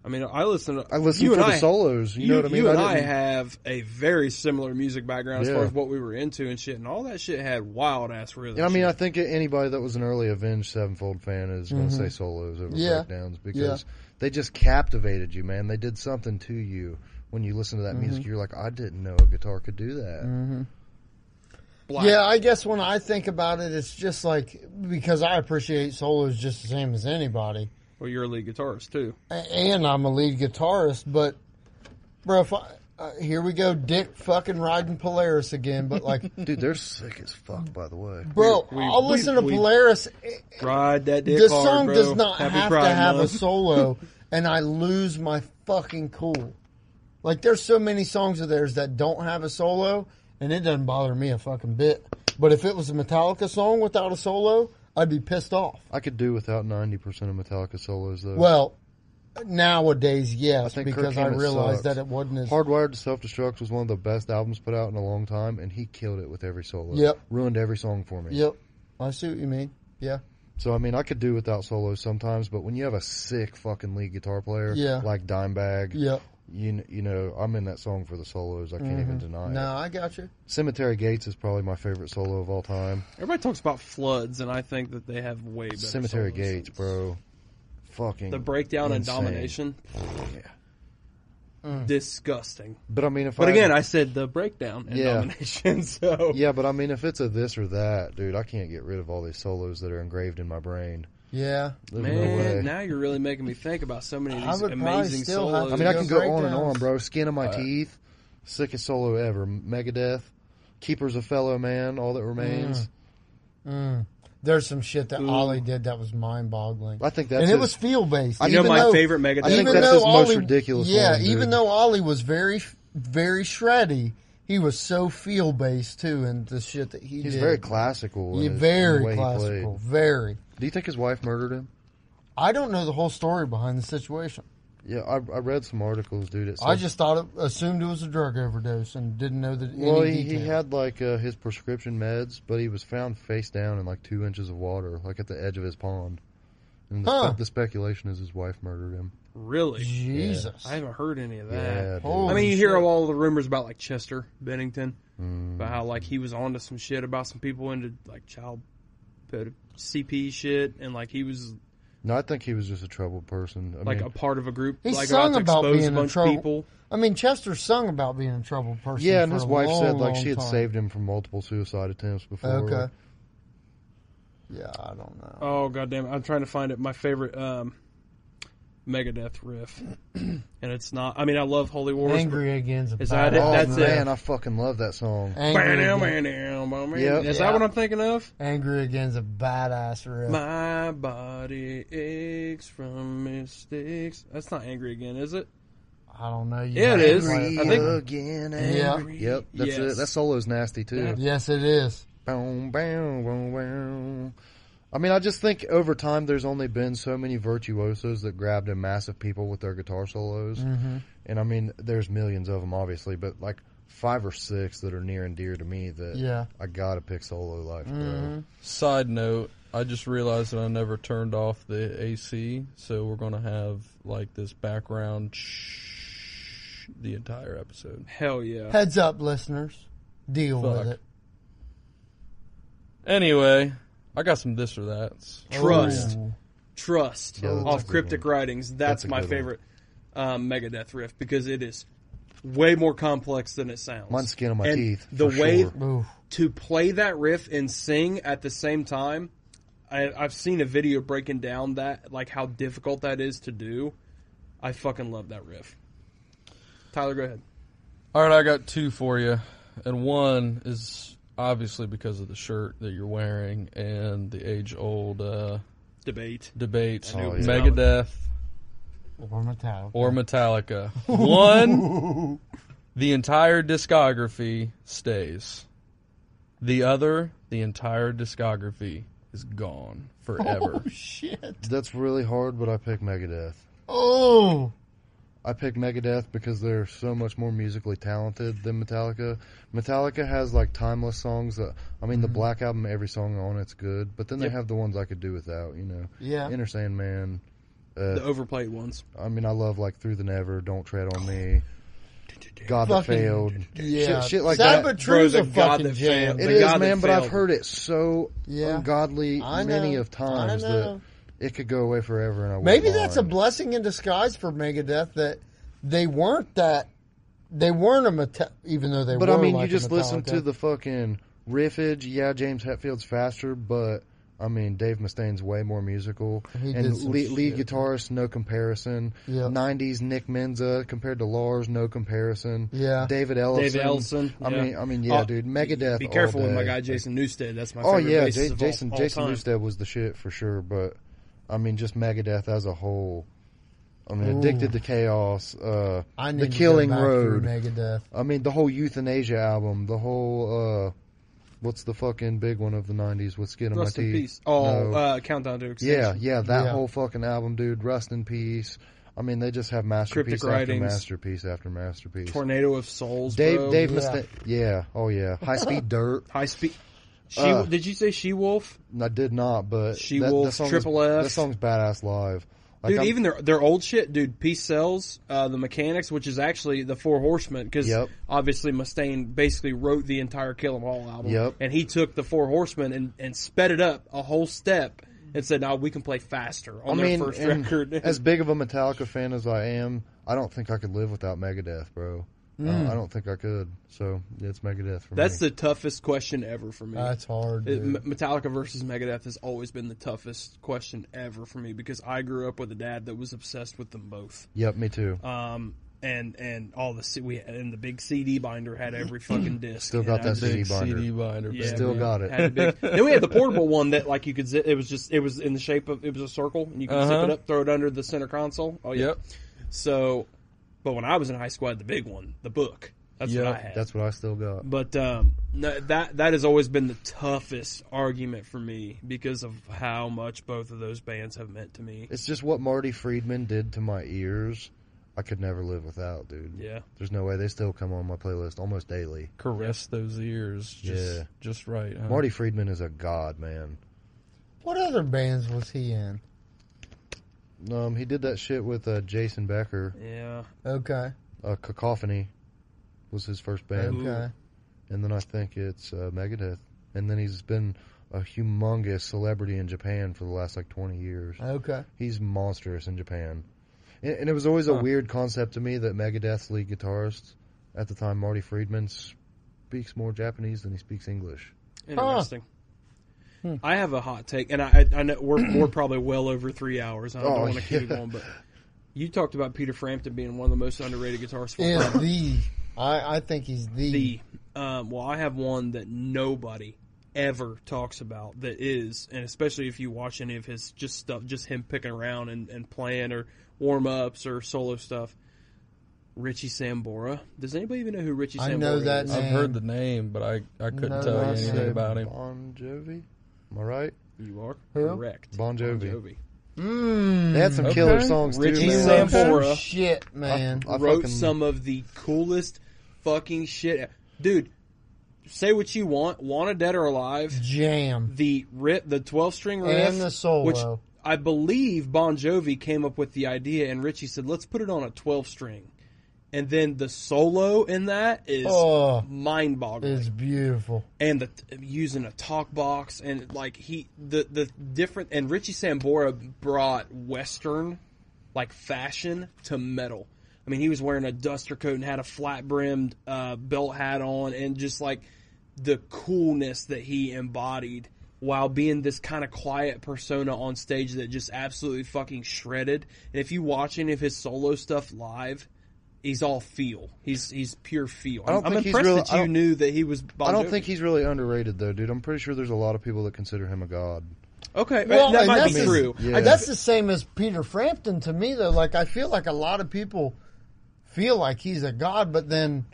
S1: I mean, I listen. To,
S2: I listened
S1: you
S2: for
S1: and
S2: the
S1: I-
S2: solos. You, know what I mean?
S1: You and I,
S2: didn't-
S1: have a very similar music background as
S2: Yeah.
S1: far as what we were into and shit, and all that shit had wild ass rhythms.
S2: And I mean, I think anybody that was an early Avenged Sevenfold fan is going to say solos over
S3: Yeah.
S2: breakdowns because they just captivated you, man. They did something to you when you listen to that music. You're like, I didn't know a guitar could do that.
S1: Black.
S3: Yeah, I guess when I think about it, it's just like because I appreciate solos just the same as anybody,
S1: Well, you're a lead guitarist too.
S3: A- and I'm a lead guitarist. But, bro, if I, uh, here we go, Dick fucking riding Polaris again. But like,
S2: Dude, they're sick as fuck, by the way.
S3: bro,
S1: We- we-
S3: I'll listen
S1: we-
S3: to
S1: we-
S3: Polaris.
S1: Ride that dick
S3: The
S1: hard,
S3: song
S1: bro.
S3: does not
S1: Happy
S3: have to
S1: Pride
S3: have a
S1: Month.
S3: solo, and I lose my fucking cool. Like, there's so many songs of theirs that don't have a solo, and it doesn't bother me a fucking bit. But if it was a Metallica song without a solo, I'd be pissed off.
S2: I could do without 90% of Metallica solos, though.
S3: Well, nowadays, yes,
S2: think Kirk
S3: because I
S2: Hammett
S3: realized
S2: sucks.
S3: that it wasn't as
S2: Hardwired to Self Destruct was one of the best albums put out in a long time, and he killed it with every solo.
S3: Yep.
S2: Ruined every song for me.
S3: Yep, I see what you mean. Yeah,
S2: So I mean, I could do without solos sometimes, but when you have a sick fucking lead guitar player,
S3: Yeah.
S2: like Dimebag,
S3: yeah.
S2: you kn- you know, I'm in that song for the solos. I can't even deny
S3: No,
S2: it.
S3: I got you.
S2: Cemetery Gates is probably my favorite solo of all time.
S1: Everybody talks about floods, and I think that they have way better.
S2: Cemetery
S1: solos.
S2: Gates, bro, fucking
S1: The breakdown
S2: insane.
S1: and domination,
S3: Mm.
S1: disgusting.
S2: But I mean, if
S1: But
S2: I,
S1: again, I said the breakdown and
S2: Yeah.
S1: domination. So
S2: yeah, but I mean, if it's a this or that, dude, I can't get rid of all these solos that are engraved in my brain.
S3: Yeah,
S2: There's no
S1: man,
S2: way.
S1: now you're really making me think about so many of
S3: I
S1: these
S3: would probably
S1: amazing
S3: still have
S1: solos.
S3: to
S2: I mean, I
S3: Those
S2: can go on and
S3: breakdowns.
S2: on, bro. Skin on my teeth, sickest solo ever. Megadeth, Keepers of Fellow Man, All That Remains.
S3: Mm. there's some shit that Ollie did that was mind-boggling.
S2: I think that's
S3: and it
S2: his-
S3: was feel-based.
S2: You
S1: you know,
S3: even
S1: my
S3: though-
S1: favorite Megadeth.
S2: I think
S3: even
S2: that's
S3: though
S2: his most
S3: Ollie-
S2: ridiculous
S3: Yeah,
S2: one,
S3: even
S2: dude.
S3: though Ollie was very, very shreddy, he was so feel based too, and the shit that he
S2: He's
S3: did.
S2: very classical. in
S3: Yeah,
S2: his- in the
S3: very
S2: way he
S3: classical,
S2: played.
S3: very.
S2: Do you think his wife murdered him?
S3: I don't know the whole story behind the situation.
S2: Yeah, I, I read some articles, dude. It
S3: I
S2: said-
S3: just thought, it, assumed it was a drug overdose, and didn't know that.
S2: well,
S3: any
S2: he, he
S3: detail.
S2: had like uh, his prescription meds, but he was found face down in like two inches of water, like at the edge of his pond. And the,
S3: Huh.
S2: spe- the speculation is his wife murdered him.
S1: Really,
S3: Jesus.
S1: I haven't heard any of that.
S2: Yeah, dude.
S3: Holy
S1: I mean, you
S3: shit.
S1: hear all the rumors about like
S2: Mm.
S1: Chester Bennington, about how like he was onto some shit about some people into like child pedo- CP shit, and like he was
S2: No, I think he was just a troubled person. I
S1: like
S2: mean,
S1: a part of a group,
S3: He
S1: like about
S3: sung
S1: to
S3: about
S1: expose
S3: being
S1: a
S3: in
S1: bunch of
S3: trouble.
S1: people.
S3: I mean, Chester sung about being a troubled person.
S2: yeah, and
S3: for
S2: his
S3: a
S2: wife said
S3: long,
S2: like
S3: long
S2: she had
S3: time.
S2: saved him from multiple suicide attempts before.
S3: Okay.
S2: like-
S3: Yeah, I don't know.
S1: Oh goddamn! I'm trying to find it. My favorite um, Megadeth riff, and it's not. I mean, I love Holy Wars. but-
S3: Angry again's a
S1: Is that
S3: bad
S1: it?
S2: oh
S1: That's it.
S2: man, I fucking love that song.
S3: Angry, Again-
S1: Yep.
S2: Yep.
S1: Is
S3: Yeah.
S1: that what I'm thinking of?
S3: Angry again's a badass riff.
S1: My body aches from mistakes. That's not angry again, is it?
S3: I don't know. You
S1: Yeah,
S3: might
S1: it is.
S3: play
S1: I think-
S2: again.
S3: Yeah.
S2: angry. Yep, that's
S1: Yes.
S2: it. That solo's nasty too.
S1: Yeah.
S3: Yes, it is.
S2: Boom, boom, boom, boom. I mean, I just think over time there's only been so many virtuosos that grabbed a mass of people with their guitar solos.
S3: Mm.
S1: Mm-hmm.
S2: And I mean, there's millions of them, obviously, but like five or six that are near and dear to me that
S3: Yeah.
S2: I gotta pick solo life, bro.
S4: Side note, I just realized that I never turned off the AC, so we're gonna have like this background shh the entire episode.
S1: Hell yeah.
S3: Heads up, listeners. Deal
S4: Fuck.
S3: with it.
S4: Anyway, I got some this or that's.
S1: Trust.
S3: Ooh.
S1: Trust
S2: Yeah, that's a
S1: off
S2: good
S1: Cryptic
S2: one.
S1: Writings. That's,
S2: That's a
S1: my
S2: good one.
S1: favorite um, Megadeth riff because it is way more complex than it sounds.
S2: Mine's skin on my
S1: And
S2: teeth.
S1: The
S2: for
S1: way
S2: sure.
S3: Ooh.
S1: to play that riff and sing at the same time. I, I've seen a video breaking down that, like how difficult that is to do. I fucking love that riff. Tyler, go ahead.
S4: All right, I got two for you, and one is obviously because of the shirt that you're wearing and the age-old uh,
S1: Debate.
S4: debate:
S2: knew it was
S4: Megadeth
S3: Or Metallica.
S4: or Metallica. One, the entire discography stays. The other, the entire discography is gone forever.
S3: Oh, shit.
S2: That's really hard, but I pick Megadeth.
S3: Oh.
S2: I pick Megadeth because they're so much more musically talented than Metallica. Metallica has like timeless songs that I mean, the Black Album, every song on it's good, but then they have the ones I could do without. You know,
S3: Yeah.
S2: Inner Sandman.
S1: The
S2: Uh,
S1: overplayed ones.
S2: I mean, I love like Through the Never, Don't Tread on Me, God That
S3: Fucking-
S2: Failed.
S3: Yeah.
S2: Shit, shit like
S3: Sad
S2: that.
S3: But
S1: Bro,
S3: True's
S1: the
S3: a
S1: God
S3: fucking
S1: that
S3: jam.
S1: failed.
S2: It
S1: The
S2: is,
S1: God That
S2: man, but I've
S1: Failed.
S2: heard it so
S3: Yeah.
S2: ungodly
S3: I know.
S2: many of times
S3: I know.
S2: that it could go away forever. And I
S3: Maybe
S2: wouldn't
S3: that's a
S2: mind.
S3: blessing in disguise for Megadeth that they weren't that. They weren't a Meta- even though they
S2: But
S3: were.
S2: I mean,
S3: like
S2: you
S3: a
S2: just listen to
S3: Metallica.
S2: the fucking riffage. Yeah, James Hetfield's faster, but I mean, Dave Mustaine's way more musical.
S3: He did
S2: and
S3: some
S2: lead, lead
S3: shit.
S2: guitarist, no comparison.
S3: Yeah.
S2: 90s Nick Menza compared to Lars, no comparison.
S3: Yeah.
S2: David Ellison.
S1: David Ellison.
S2: I
S1: yeah.
S2: mean, I mean, yeah,
S1: Oh,
S2: dude, Megadeth.
S1: Be
S2: all
S1: careful with my
S2: day.
S1: guy Jason Newstead. That's my
S2: Oh
S1: favorite
S2: yeah,
S1: bassist
S2: Ja-
S1: of all-
S2: Jason
S1: all
S2: Jason
S1: time.
S2: Newstead was the shit for sure. But I mean, just Megadeth as a whole. I mean, addicted to chaos. Uh,
S3: I need
S2: the
S3: to go
S2: Killing
S3: back through
S2: Road.
S3: Megadeth.
S2: I mean, the whole Euthanasia album, the whole, uh, what's the fucking big one of the 90s with Skin on My
S1: Rest in
S2: Teeth?
S1: peace. Oh,
S2: No.
S1: uh, Countdown to Extinction.
S2: yeah, yeah, that
S3: Yeah.
S2: whole fucking album, dude. Rest in Peace. I mean, they just have masterpiece after
S1: Writings.
S2: masterpiece after masterpiece.
S1: Tornado of Souls.
S2: Dave,
S1: bro.
S2: Dave,
S3: Yeah.
S2: yeah. yeah, oh yeah. High Speed Dirt.
S1: High speed. She
S2: Uh,
S1: did you say she wolf?
S2: I did not, but
S1: She
S2: that,
S1: Wolf,
S2: that song is-
S1: Triple F.
S2: That song's badass live. Like,
S1: Dude,
S2: I'm-
S1: even their their old shit, dude. Peace sells uh, the mechanics, which is actually the Four Horsemen, because
S2: Yep.
S1: obviously Mustaine basically wrote the entire Kill 'Em All album,
S2: Yep.
S1: and he took the Four Horsemen and, and sped it up a whole step and said, "Now we can play faster on
S2: I
S1: their
S2: mean,
S1: first
S2: and
S1: record."
S2: as big of a Metallica fan as I am, I don't think I could live without Megadeth, bro. I- I don't think I could. So yeah, it's Megadeth
S1: Mm.
S2: for me.
S1: That's the toughest question ever for me.
S2: Uh,
S3: That's hard.
S1: It-
S3: dude.
S1: M- Metallica versus Megadeth has always been the toughest question ever for me because I grew up with a dad that was obsessed with them both.
S2: Yep, me too.
S1: Um, and and all the C- we had, and the big CD binder had every fucking disc.
S2: Still
S1: and
S2: got
S1: I
S2: that
S1: just-
S2: CD
S4: Big
S2: binder.
S4: CD binder.
S1: Yeah,
S2: Still
S1: man.
S2: got it.
S1: Had a big- then we had the portable one that like you could zip. It was just it was in the shape of it was a circle and you could zip
S4: Uh-huh.
S1: it up, throw it under the center console. Oh yeah.
S4: Yep.
S1: So, but when I was in high school, I had the big one, the book. That's
S4: Yep,
S1: what I had.
S2: That's what I still got.
S1: but um, no, that that has always been the toughest argument for me because of how much both of those bands have meant to me.
S2: It's just what Marty Friedman did to my ears. I could never live without, dude.
S1: Yeah.
S2: There's no way they still come on my playlist almost daily.
S4: Caress those ears, just
S2: Yeah.
S4: just right.
S1: Uh-huh.
S4: Huh?
S2: Marty Friedman is a god, man.
S3: what other bands was he in?
S2: Um, he did that shit with uh, Jason Becker.
S1: Yeah.
S3: Okay.
S2: Uh, Cacophony was his first band,
S3: Okay.
S2: and then I think it's uh, Megadeth, and then he's been a humongous celebrity in Japan for the last like 20 years.
S1: Mm.
S3: Okay.
S2: He's monstrous in Japan. And, and it was always a weird concept to me that Megadeth's lead guitarist at the time, Marty Friedman, speaks more Japanese than he speaks English.
S1: Interesting.
S3: Hmm.
S1: I have a hot take, and I, I I know we're we're probably well over three hours. and I don't
S2: Oh,
S1: want to keep it
S2: yeah.
S1: going, but you talked about Peter Frampton being one of the most underrated guitarists. For
S3: Is the I, I think he's the,
S1: the um, well, I have one that nobody ever talks about that is, and especially if you watch any of his just stuff, just him picking around and, and playing or warm ups or solo stuff. Richie Sambora. Does anybody even know who Richie Sambora
S3: I know that
S1: is?
S4: I've
S3: name.
S4: heard the name, but I, I couldn't
S3: No,
S4: tell you
S3: I
S4: anything
S3: said
S4: Uh, about him.
S2: Bon Jovi? Am I right?
S1: You are
S3: Who?
S1: correct.
S2: Bon Jovi.
S3: Mm,
S2: They had some
S4: Okay.
S2: killer songs
S1: Richie
S2: too.
S3: he's
S2: man.
S1: Sambora. Sambora.
S3: some shit, man.
S2: I
S1: wrote
S2: fucking-
S1: some of the coolest fucking shit. Dude, say what you want. Wanted Dead or Alive.
S3: Jam
S1: The rip, the 12 string riff.
S3: and the solo.
S1: Which I believe Bon Jovi came up with the idea and Richie said, let's put it on a 12 string. And then the solo in that is
S3: oh,
S1: mind boggling
S3: it's beautiful.
S1: and the using a talk box and like he the the different and Richie Sambora brought western like fashion to metal. I mean, he was wearing a duster coat and had a flat brimmed uh, belt hat on, and just like the coolness that he embodied while being this kind of quiet persona on stage that just absolutely fucking shredded. And if you watch any of his solo stuff live, he's all feel. He's he's pure feel. I
S2: don't
S1: am
S2: think he's
S1: impressed
S2: really-
S1: that
S2: I
S1: you
S2: don't-
S1: knew that he was. Bon
S2: I don't
S1: Jovi.
S2: think he's really underrated though, dude. I'm pretty sure there's a lot of people that consider him a god.
S1: Okay,
S3: Well,
S1: that
S3: and
S1: might be
S3: that's-
S1: true.
S2: Yeah.
S3: And That's the same as Peter Frampton to me, though. Like, I feel like a lot of people feel like he's a god, but then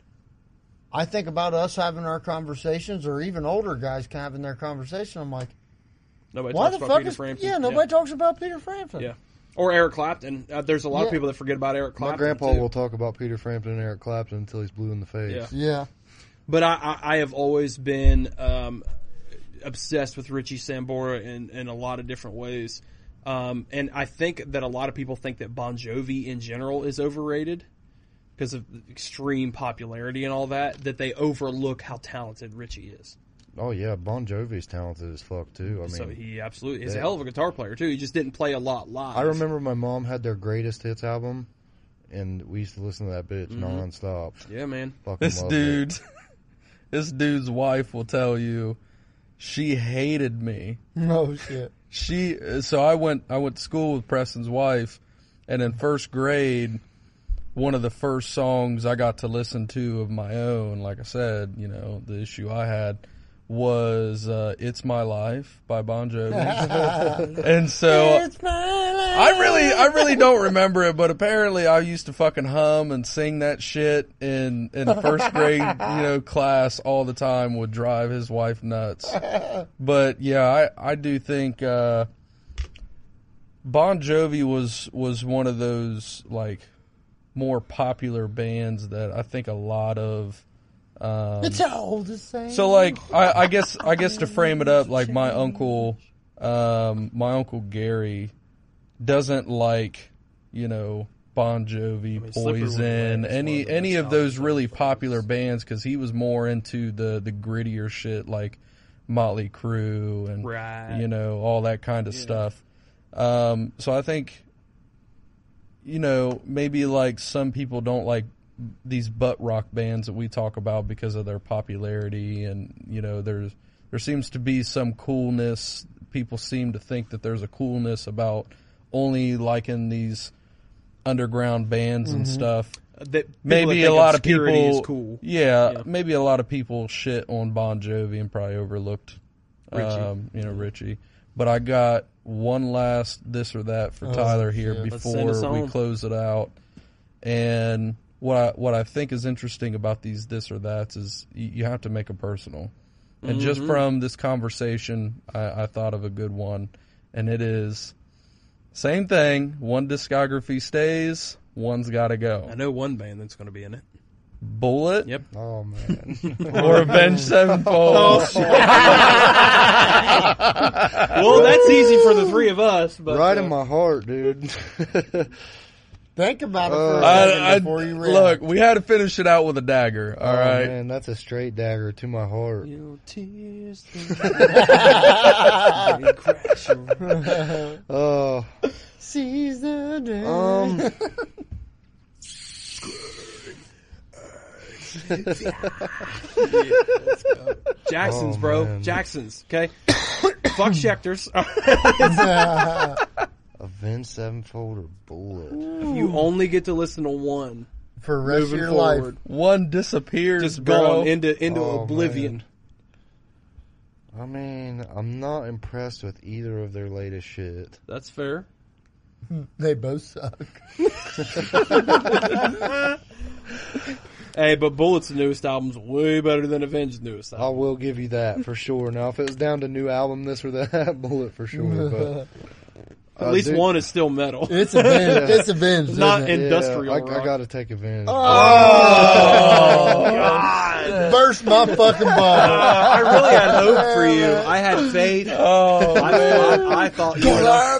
S3: I think about us having our conversations, or even older guys having their conversation. I'm like,
S1: Nobody
S3: why
S1: talks
S3: the
S1: about
S3: fuck
S1: Peter
S3: is
S1: Frampton.
S3: yeah? Nobody talks about Peter Frampton.
S1: Yeah. Or Eric Clapton. Uh, there's a lot of
S3: Yeah.
S1: people that forget about Eric
S2: My
S1: Clapton.
S2: grandpa
S1: too.
S2: will talk about Peter Frampton and Eric Clapton until he's blue in the face.
S1: Yeah.
S3: yeah.
S1: But I, I, I have always been um, obsessed with Richie Sambora in, in a lot of different ways. Um, and I think that a lot of people think that Bon Jovi in general is overrated because of extreme popularity and all that, that they overlook how talented Richie is.
S2: Oh yeah, Bon Jovi's talented as fuck too. I mean,
S1: so he absolutely is a
S2: yeah.
S1: hell of a guitar player, too. He just didn't play a lot live.
S2: I remember my mom had their greatest hits album, and we used to listen to that bitch
S1: Mm-hmm.
S2: nonstop.
S1: Yeah, man.
S2: Fucking
S4: This
S2: loved
S4: dude, this dude's wife will tell you, she hated me.
S3: No Oh, shit.
S4: She so I went I went to school with Preston's wife, and in first grade, one of the first songs I got to listen to of my own, like I said, you know, the issue I had was uh, "It's My Life" by Bon Jovi, and so
S3: It's my life.
S4: I really, I really don't remember it, but apparently I used to fucking hum and sing that shit in in first grade, you know, class all the time. Would drive his wife nuts. But yeah, I I do think uh, Bon Jovi was was one of those like more popular bands that I think a lot of. Um,
S3: It's all the same.
S4: so like I, I guess I guess to frame it up, like my uncle um my uncle Gary doesn't like, you know, Bon
S1: Slippery
S4: Jovi,
S1: When It
S4: Poison,
S1: Rains, one of
S4: any
S1: the
S4: any
S1: most
S4: of those really popular bands cuz he was more into the the grittier shit like Motley Crue and
S1: Right.
S4: you know, all that kind of stuff. Um so I think you know, maybe like some people don't like these butt rock bands that we talk about because of their popularity and you know there's there seems to be some coolness people seem to think that there's a coolness about only liking these underground bands and stuff
S1: That people that
S4: maybe a
S1: think
S4: lot of
S1: obscurity
S4: people
S1: is cool.
S4: yeah, maybe a lot of people shit on Bon Jovi and probably overlooked um you know Richie but I got one last this or that
S1: Oh,
S4: for Tyler here
S3: shit.
S4: before
S1: send us
S4: we
S1: home.
S4: close it out and what I, what I think is interesting about these this or that's is you, you have to make them personal. And just
S1: Mm-hmm.
S4: from this conversation, I, I thought of a good one, and it is same thing. One discography stays, one's got to go.
S1: I know one band that's going to be in it.
S4: Bullet
S1: Yep.
S2: It. Oh man,
S4: or Avenged Sevenfold.
S2: Oh,
S1: Well, that's easy for the three of us. But
S2: right
S1: uh,
S2: in my heart, dude.
S3: Think about it for a
S2: Uh,
S3: second
S4: I, I,
S3: before you
S4: look,
S3: react.
S4: we had to finish it out with a dagger. All
S2: Oh,
S4: right.
S2: man, that's a straight dagger to my heart.
S1: Your tears.
S2: Oh,
S3: Seize the day.
S2: um,
S1: Jackson's,
S2: Oh,
S1: bro.
S2: man.
S1: Jackson's. Okay. Fuck Schecters.
S2: avenge sevenfold or bullet.
S1: you only get to listen to one.
S3: for the rest of
S1: Moving
S3: your life.
S1: forward.
S4: One disappears,
S1: Just
S4: bro.
S1: gone into into
S2: Oh,
S1: oblivion.
S2: I mean, I'm not impressed with either of their latest shit.
S1: That's fair.
S3: They both suck.
S1: Hey, but Bullet's newest album's way better than Avenge's newest
S2: I
S1: album.
S2: will give you that for sure. Now, if it was down to new album, this or that, bullet for sure. But
S1: At least one is still metal.
S3: It's a binge. It's a binge. isn't
S1: Not
S3: it?
S1: in- industrial
S2: I,
S1: rock. Oh,
S2: I gotta take advantage. Oh,
S4: Oh,
S3: burst my fucking bubble.
S1: I really had hope for you. I had faith. Oh, I, thought, I thought you were.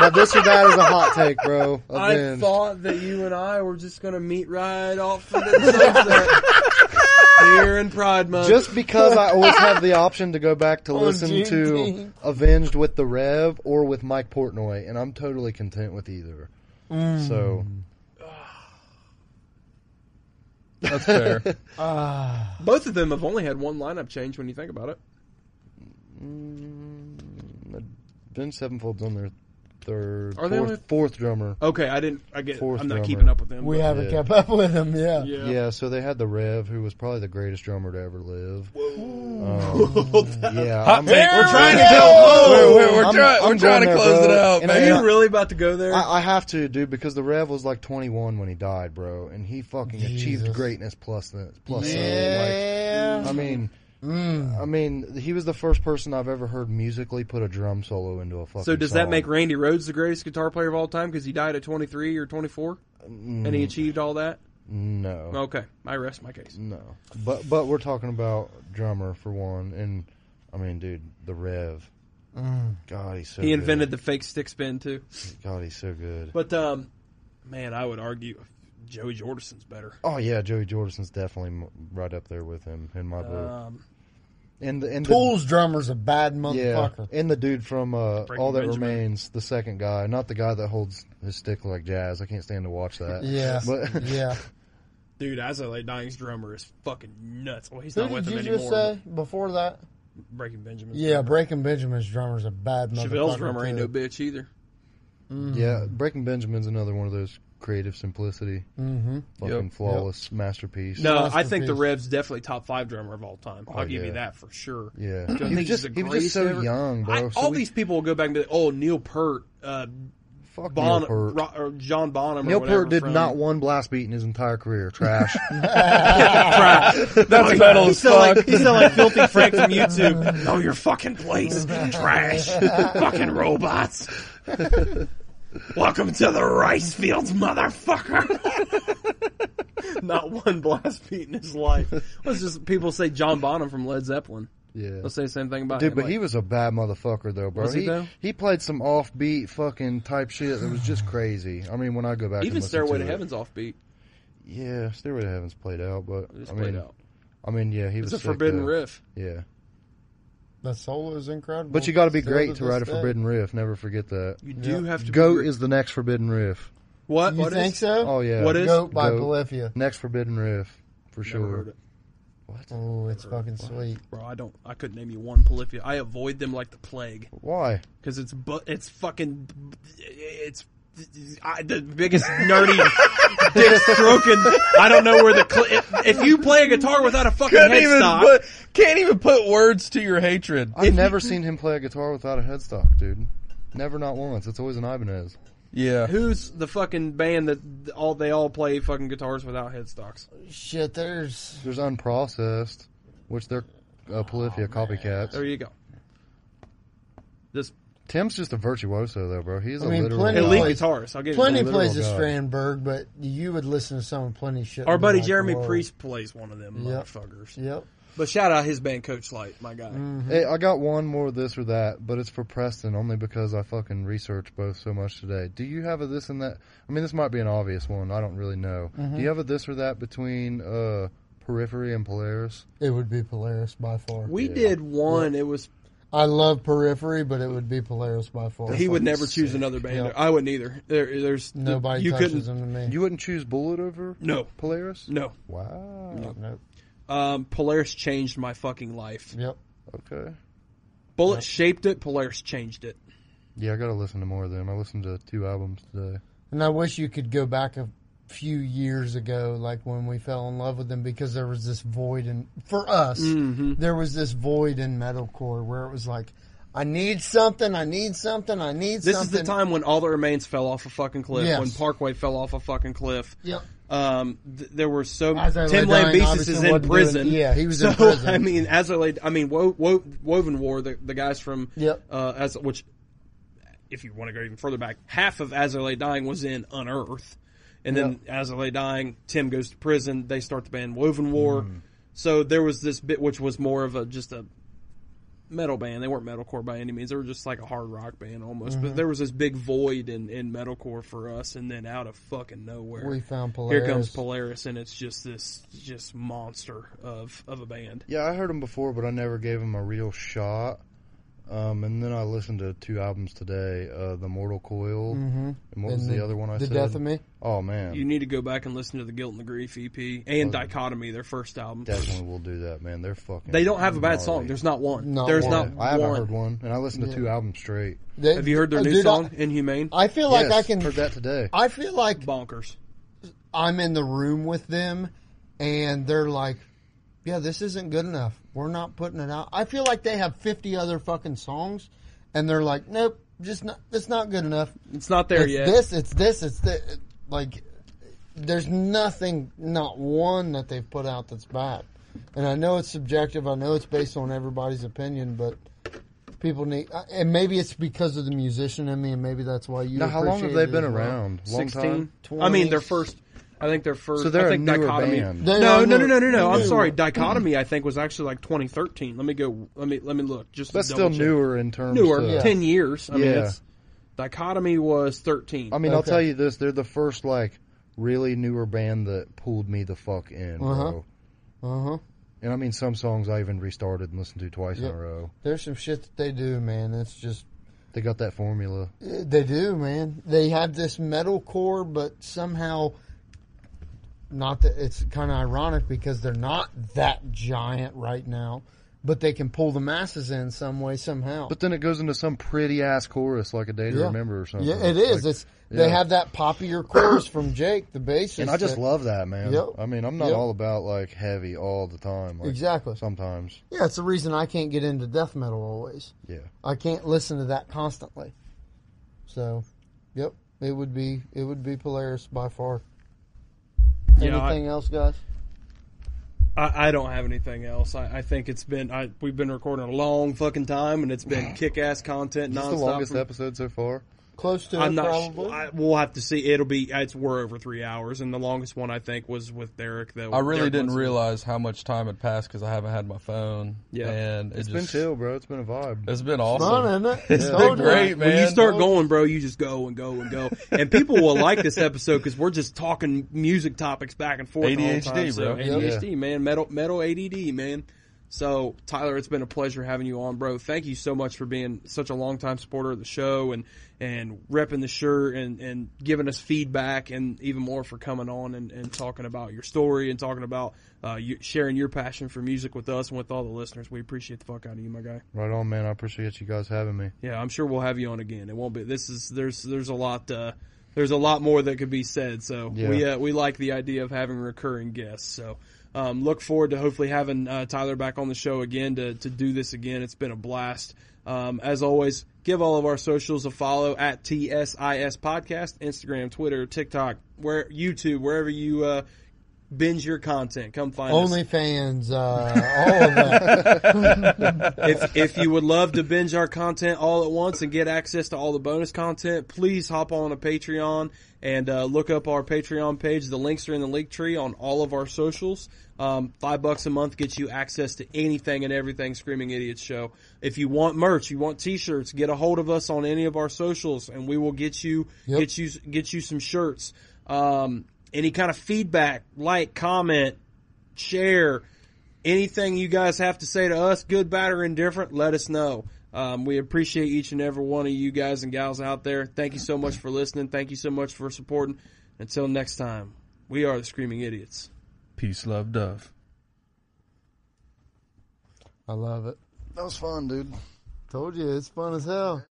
S2: Now, this or that is a hot take, bro.
S1: I
S2: Avenge.
S1: thought that you and I were just gonna meet right off of the sunset here in Pride Month.
S2: just because I always have the option to go back
S1: Oh,
S2: to listen to
S3: Juneteenth.
S2: Avenged with the Rev or with Mike Portnoy, and I'm totally content with either.
S1: Mm.
S2: So
S4: That's fair.
S3: Ah,
S1: both of them have only had one lineup change when you think about it.
S2: Avenged Sevenfold's on their
S1: Are
S2: third, fourth,
S1: they on their-
S2: fourth drummer.
S1: Okay, I didn't. I get.
S2: Fourth
S1: I'm not
S2: drummer.
S1: keeping up with them.
S3: We
S1: but-
S3: haven't
S2: Yeah.
S3: kept up with him. Yeah.
S1: Yeah.
S2: Yeah. so they had the Rev, who was probably the greatest drummer to ever live. Um, yeah, I'm-
S4: we're trying to
S3: we
S4: go.
S3: go.
S4: We're, we're, we're
S2: I'm-
S4: try-
S2: I'm
S4: we're trying
S2: going
S4: to
S2: there,
S4: close
S2: bro.
S4: it out,
S2: And I-
S1: Are
S4: man.
S1: you really about to go there?
S2: I, I have to, dude, because the Rev was like 21 when he died, bro, and he fucking achieved
S3: Jesus.
S2: greatness plus that
S3: uh,
S2: plus some. Like,
S3: Yeah.
S2: I mean,
S3: mm,
S2: I mean, he was the first person I've ever heard musically put a drum solo into a fucking.
S1: so does that
S2: song.
S1: make Randy Rhodes the greatest guitar player of all time because he died at 23 or 24 and he achieved all that?
S2: Mm, no,
S1: Okay, I rest my case.
S2: no? But but we're talking about drummer for one, and I mean, dude, the Rev.
S3: mm.
S2: God, he's so.
S1: He invented the fake stick spin too.
S2: Good. God, he's so good.
S1: But um, man, I would argue Joey Jordison's better.
S2: Oh yeah, Joey Jordison's definitely m- right up there with him in my book.
S1: Um,
S2: and the and the-
S3: Tools drummer's a bad
S2: Yeah,
S3: motherfucker.
S2: and the dude from uh,
S1: Breaking
S2: All That
S1: Benjamin.
S2: Remains, the second guy, not the guy that holds his stick like jazz. I can't stand to watch that.
S3: Yeah.
S2: but
S3: Yeah.
S1: dude, Isolate Dying's drummer is fucking nuts. Well, he's
S3: Who
S1: not with
S3: did
S1: him
S3: you
S1: anymore.
S3: just say before that?
S1: Breaking Benjamin.
S3: Yeah, Breaking Benjamin's drummer's a bad motherfucker.
S1: Cheville's drummer ain't no
S3: too.
S1: bitch either.
S2: yeah, Breaking Benjamin's another one of those creative simplicity, mm-hmm. fucking
S4: Yep.
S2: flawless masterpiece.
S1: No, I
S3: Masterpiece.
S1: think the Rev's definitely top five drummer of all time. I'll give you
S2: Oh, yeah.
S1: that for sure.
S2: Yeah,
S1: Do I
S2: he
S1: think
S2: was
S1: he's
S2: just
S1: the
S2: he was
S1: greatest
S2: just so
S1: ever?
S2: young, bro.
S1: I-
S2: So
S1: all
S2: we-
S1: these people will go back and be like, "Oh, Neil Peart, uh,
S2: fuck
S1: Bon,
S2: Neil Peart.
S1: Ro- or John Bonham." or
S2: Neil
S1: whatever
S2: Peart did
S1: from-
S2: not one blast beat in his entire career. Trash.
S4: That's metal
S1: He
S4: as
S1: sound
S4: fuck.
S1: like he sound like filthy Frank from YouTube. Know your fucking place, trash, fucking robots. Welcome to the rice fields, motherfucker. Not one blast beat in his life. Let's just people say John Bonham from Led Zeppelin.
S2: yeah.
S1: Let's say the same thing about
S2: Dude,
S1: him.
S2: but he
S1: like-
S2: was a bad motherfucker though, bro.
S1: Was he though?
S2: he played some offbeat fucking type shit that was just crazy. I mean, when I go back, and
S1: even
S2: listen
S1: Stairway to
S2: it.
S1: Heaven's offbeat.
S2: Yeah, Stairway to Heaven's played out, but
S1: It's
S2: I mean,
S1: played out.
S2: I mean, yeah, he
S1: It's
S2: was
S1: a
S2: sick,
S1: forbidden
S2: though.
S1: riff.
S2: Yeah,
S3: The solo is incredible.
S2: but you got to be
S3: Still
S2: great to
S3: this
S2: write a
S3: day.
S2: forbidden riff. Never forget that.
S1: You do have to
S2: Goat
S1: be-
S2: is the next forbidden riff.
S1: what?
S3: You
S1: what
S3: think
S1: is-
S3: so?
S2: Oh yeah,
S1: What is-
S3: Goat by
S2: Goat.
S3: Polyphia.
S2: next forbidden riff for
S1: Never
S2: sure?
S1: heard it.
S3: Oh, it's fucking sweet.
S1: Bro, I don't. I couldn't name you one Polyphia. I avoid them like the plague.
S2: Why?
S1: Because it's but it's fucking it's I, the biggest nerdy dick stroking. I don't know where the cl- if, if you play a guitar without a fucking
S4: Couldn't even
S1: headstock,
S4: put, can't even put words to your hatred.
S2: I've never seen him play a guitar without a headstock, dude. Never, not once. It's always an Ibanez.
S4: Yeah.
S1: who's the fucking band that all they all play fucking guitars without headstocks?
S3: Shit, there's
S2: There's unprocessed,
S1: Oh,
S2: which they're uh, Polyphia copycats.
S1: There you go. This
S2: Tim's just a virtuoso though, bro. He's a
S3: I mean,
S2: literal
S3: plenty
S2: god.
S3: of
S1: Elite
S3: Like,
S1: guitarist. I'll give you
S3: Plenty
S1: that.
S2: literal
S3: plays a
S2: god.
S3: Strandberg, but you would listen to someone plenty shit.
S1: Our
S3: and be
S1: buddy
S3: like,
S1: Jeremy
S3: whoa.
S1: Priest plays one of them
S3: Yep.
S1: motherfuckers.
S3: Yep.
S1: But shout out his band Coach Light, my guy.
S3: Mm.
S2: Hey, I got one more this or that, but it's for Preston only because I fucking researched both so much today. Do you have a this and that? I mean, this might be an obvious one. I don't really know. Do you have a this or that between uh, Periphery and Polaris?
S3: It would be Polaris by far.
S1: We did one. It was
S3: I love Periphery, but it would be Polaris by far.
S1: he would never choose another band.
S3: Yep.
S1: I wouldn't either. There, there's
S3: Nobody
S1: you
S3: touches
S1: couldn't.
S3: him to me.
S2: You wouldn't choose Bullet over
S1: No,
S2: Polaris?
S1: no.
S2: Wow.
S3: Nope.
S1: Um, Polaris changed my fucking life.
S3: Yep.
S2: Okay.
S1: Bullet shaped it. Polaris changed it.
S2: Yeah, I gotta listen to more of them. I listened to two albums today.
S3: And I wish you could go back a few years ago, like when we fell in love with them, because there was this void in for us.
S1: Mm-hmm.
S3: There was this void in metalcore where it was like, I need something, I need something, I need
S1: This
S3: something.
S1: is the time when all that remains fell off a fucking cliff.
S3: Yes.
S1: When Parkway fell off a fucking cliff.
S3: Yep.
S1: Um, th- there were so
S3: As I Lay
S1: Tim
S3: Dying
S1: Lambesis
S3: obviously
S1: is
S3: wasn't
S1: in
S3: doing-
S1: prison.
S3: yeah, he was
S1: so,
S3: in prison.
S1: I mean, as I laid, I mean, Wo- Wo- Woven War, the, the guys from
S3: Yep.
S1: uh, as which, if you want to go even further back, half of As I Lay Dying was in Unearth, and then As I Lay Dying, Tim goes to prison. They start the band Woven War. So there was this bit which was more of a just a metal band. They weren't metalcore by any means. They were just like a hard rock band almost. But there was this big void in in metalcore for us, and then out of fucking nowhere,
S3: we found Polaris.
S1: here comes Polaris, and it's just this just monster of of a band.
S2: Yeah, I heard them before, but I never gave them a real shot. Um, and then I listened to two albums today, uh, The Mortal Coil, Mm-hmm. and what was
S3: And
S2: the, other one I
S3: the
S2: said?
S3: Death of Me.
S2: Oh man,
S1: You need to go back and listen to the Guilt and the Grief EP and Dichotomy, their first album.
S2: definitely will do that, man. They're fucking.
S1: They don't have a bad
S2: gnarly.
S1: song. There's not one.
S3: Not
S1: There's
S3: one.
S1: not
S2: I haven't
S1: one.
S2: heard one, and I listened to two albums straight.
S3: They-
S1: Have you heard their new
S3: Uh, Dude, I-
S1: song, Inhumane?
S3: I feel like
S2: Yes,
S3: I can.
S2: heard that today.
S3: I feel like
S1: Bonkers.
S3: I'm in the room with them and they're like, yeah, this isn't good enough. We're not putting it out. I feel like they have 50 other fucking songs and they're like, nope, just not, it's not good enough.
S1: It's not there
S3: it's
S1: yet.
S3: this, it's this, it's this. Like, there's nothing, not one that they've put out that's bad. And I know it's subjective. I know it's based on everybody's opinion, but people need, uh, and maybe it's because of the musician in me, and maybe that's why you.
S2: Now, how long have
S3: appreciate
S2: they
S3: it
S2: been
S3: as well.
S2: around? Long
S1: Sixteen.
S2: time.
S1: I mean, their first. I think their first.
S2: So they're
S1: I
S2: a
S1: think
S2: newer
S1: Dichotomy.
S2: band.
S3: They
S1: No,
S3: are
S1: no, no,
S3: newer-
S1: no, no, no. I'm
S3: newer.
S1: sorry. Dichotomy, I think, was actually like 2013. Let me go. Let me let me look. Just to
S2: That's still
S1: double check.
S2: newer in terms.
S1: Newer.
S2: Of,
S3: Yeah.
S1: Ten years. I mean,
S2: Yeah.
S1: it's, Dichotomy was 13.
S2: I mean, I'll
S3: Okay.
S2: tell you this: they're the first like really newer band that pulled me the fuck in, bro.
S3: Uh huh.
S2: And I mean, some songs I even restarted and listened to twice
S3: Yep.
S2: in a row.
S3: There's some shit that they do, man. It's just
S2: They got that formula.
S3: they do, man. They have this metal core, but somehow not that it's kind of ironic because they're not that giant right now, but they can pull the masses in some way somehow.
S2: But then it goes into some pretty ass chorus, like a day to
S3: Yeah.
S2: remember or something.
S3: yeah, it is.
S2: Like-
S3: it's they
S2: yeah.
S3: have that poppier chorus from Jake, the bassist.
S2: and I just
S3: that-
S2: love that, man.
S3: Yep.
S2: I mean, I'm not
S3: Yep.
S2: all about like heavy all the time. Like,
S3: Exactly.
S2: Sometimes,
S3: Yeah, it's the reason I can't get into death metal always.
S2: yeah.
S3: I can't listen to that constantly. So, yep, it would be it would be Polaris by far.
S1: Yeah, I-
S3: Anything else, guys?
S1: I, I don't have anything else. I, I think it's been I, we've been recording a long fucking time, and it's been kick ass content
S2: Is this
S1: nonstop.
S2: the longest
S1: from-
S2: episode so far?
S3: Close to
S1: I'm
S3: it,
S1: not.
S3: probably.
S1: I, we'll have to see. It'll be. It's we're over three hours, and the longest one I think was with Derek. Though
S4: I really
S1: Derek
S4: didn't
S1: was-
S4: realize how much time had passed because I haven't had my phone.
S1: Yeah.
S4: and it
S2: It's
S4: just,
S2: been chill, bro. It's been a vibe.
S4: It's been
S3: Fun,
S4: awesome.
S3: isn't it?
S4: It's
S3: So
S4: been
S3: do
S4: great,
S3: I.
S4: man.
S1: When you start going, bro, you just go and go and go, and people will like this episode because we're just talking music topics back and forth. the whole time,
S4: ADHD,
S1: so
S4: bro.
S1: ADHD, man. Metal, metal ADD, man. So Tyler, it's been a pleasure having you on, bro. Thank you so much for being such a longtime supporter of the show and and repping the shirt and and giving us feedback and even more for coming on and, and talking about your story and talking about uh, you, sharing your passion for music with us and with all the listeners. We appreciate the fuck out of you, my guy.
S2: Right on, man. I appreciate you guys having me.
S1: Yeah, I'm sure we'll have you on again. It won't be. This is there's there's a lot uh, there's a lot more that could be said. So
S2: Yeah.
S1: we uh, we like the idea of having recurring guests. So um, look forward to hopefully having uh, Tyler back on the show again to to do this again. It's been a blast. Um, as always, give all of our socials a follow at TSIS Podcast, Instagram, Twitter, TikTok, where YouTube, wherever you. Uh, binge your content. Come find us.
S3: OnlyFans, uh, all of that.
S1: if if you would love to binge our content all at once and get access to all the bonus content, please hop on a Patreon and uh, look up our Patreon page. The links are in the link tree on all of our socials. Um, five bucks a month gets you access to anything and everything Screaming Idiots show. If you want merch, you want T-shirts, get a hold of us on any of our socials, and we will get you
S3: Yep.
S1: get you get you some shirts. Um, any kind of feedback, like, comment, share anything you guys have to say to us, good, bad, or indifferent, let us know. Um, we appreciate each and every one of you guys and gals out there. Thank you so much for listening. Thank you so much for supporting. Until next time, we are the Screaming Idiots.
S2: Peace, love, dove.
S3: I love it.
S7: That was fun, dude.
S3: Told you, it's fun as hell.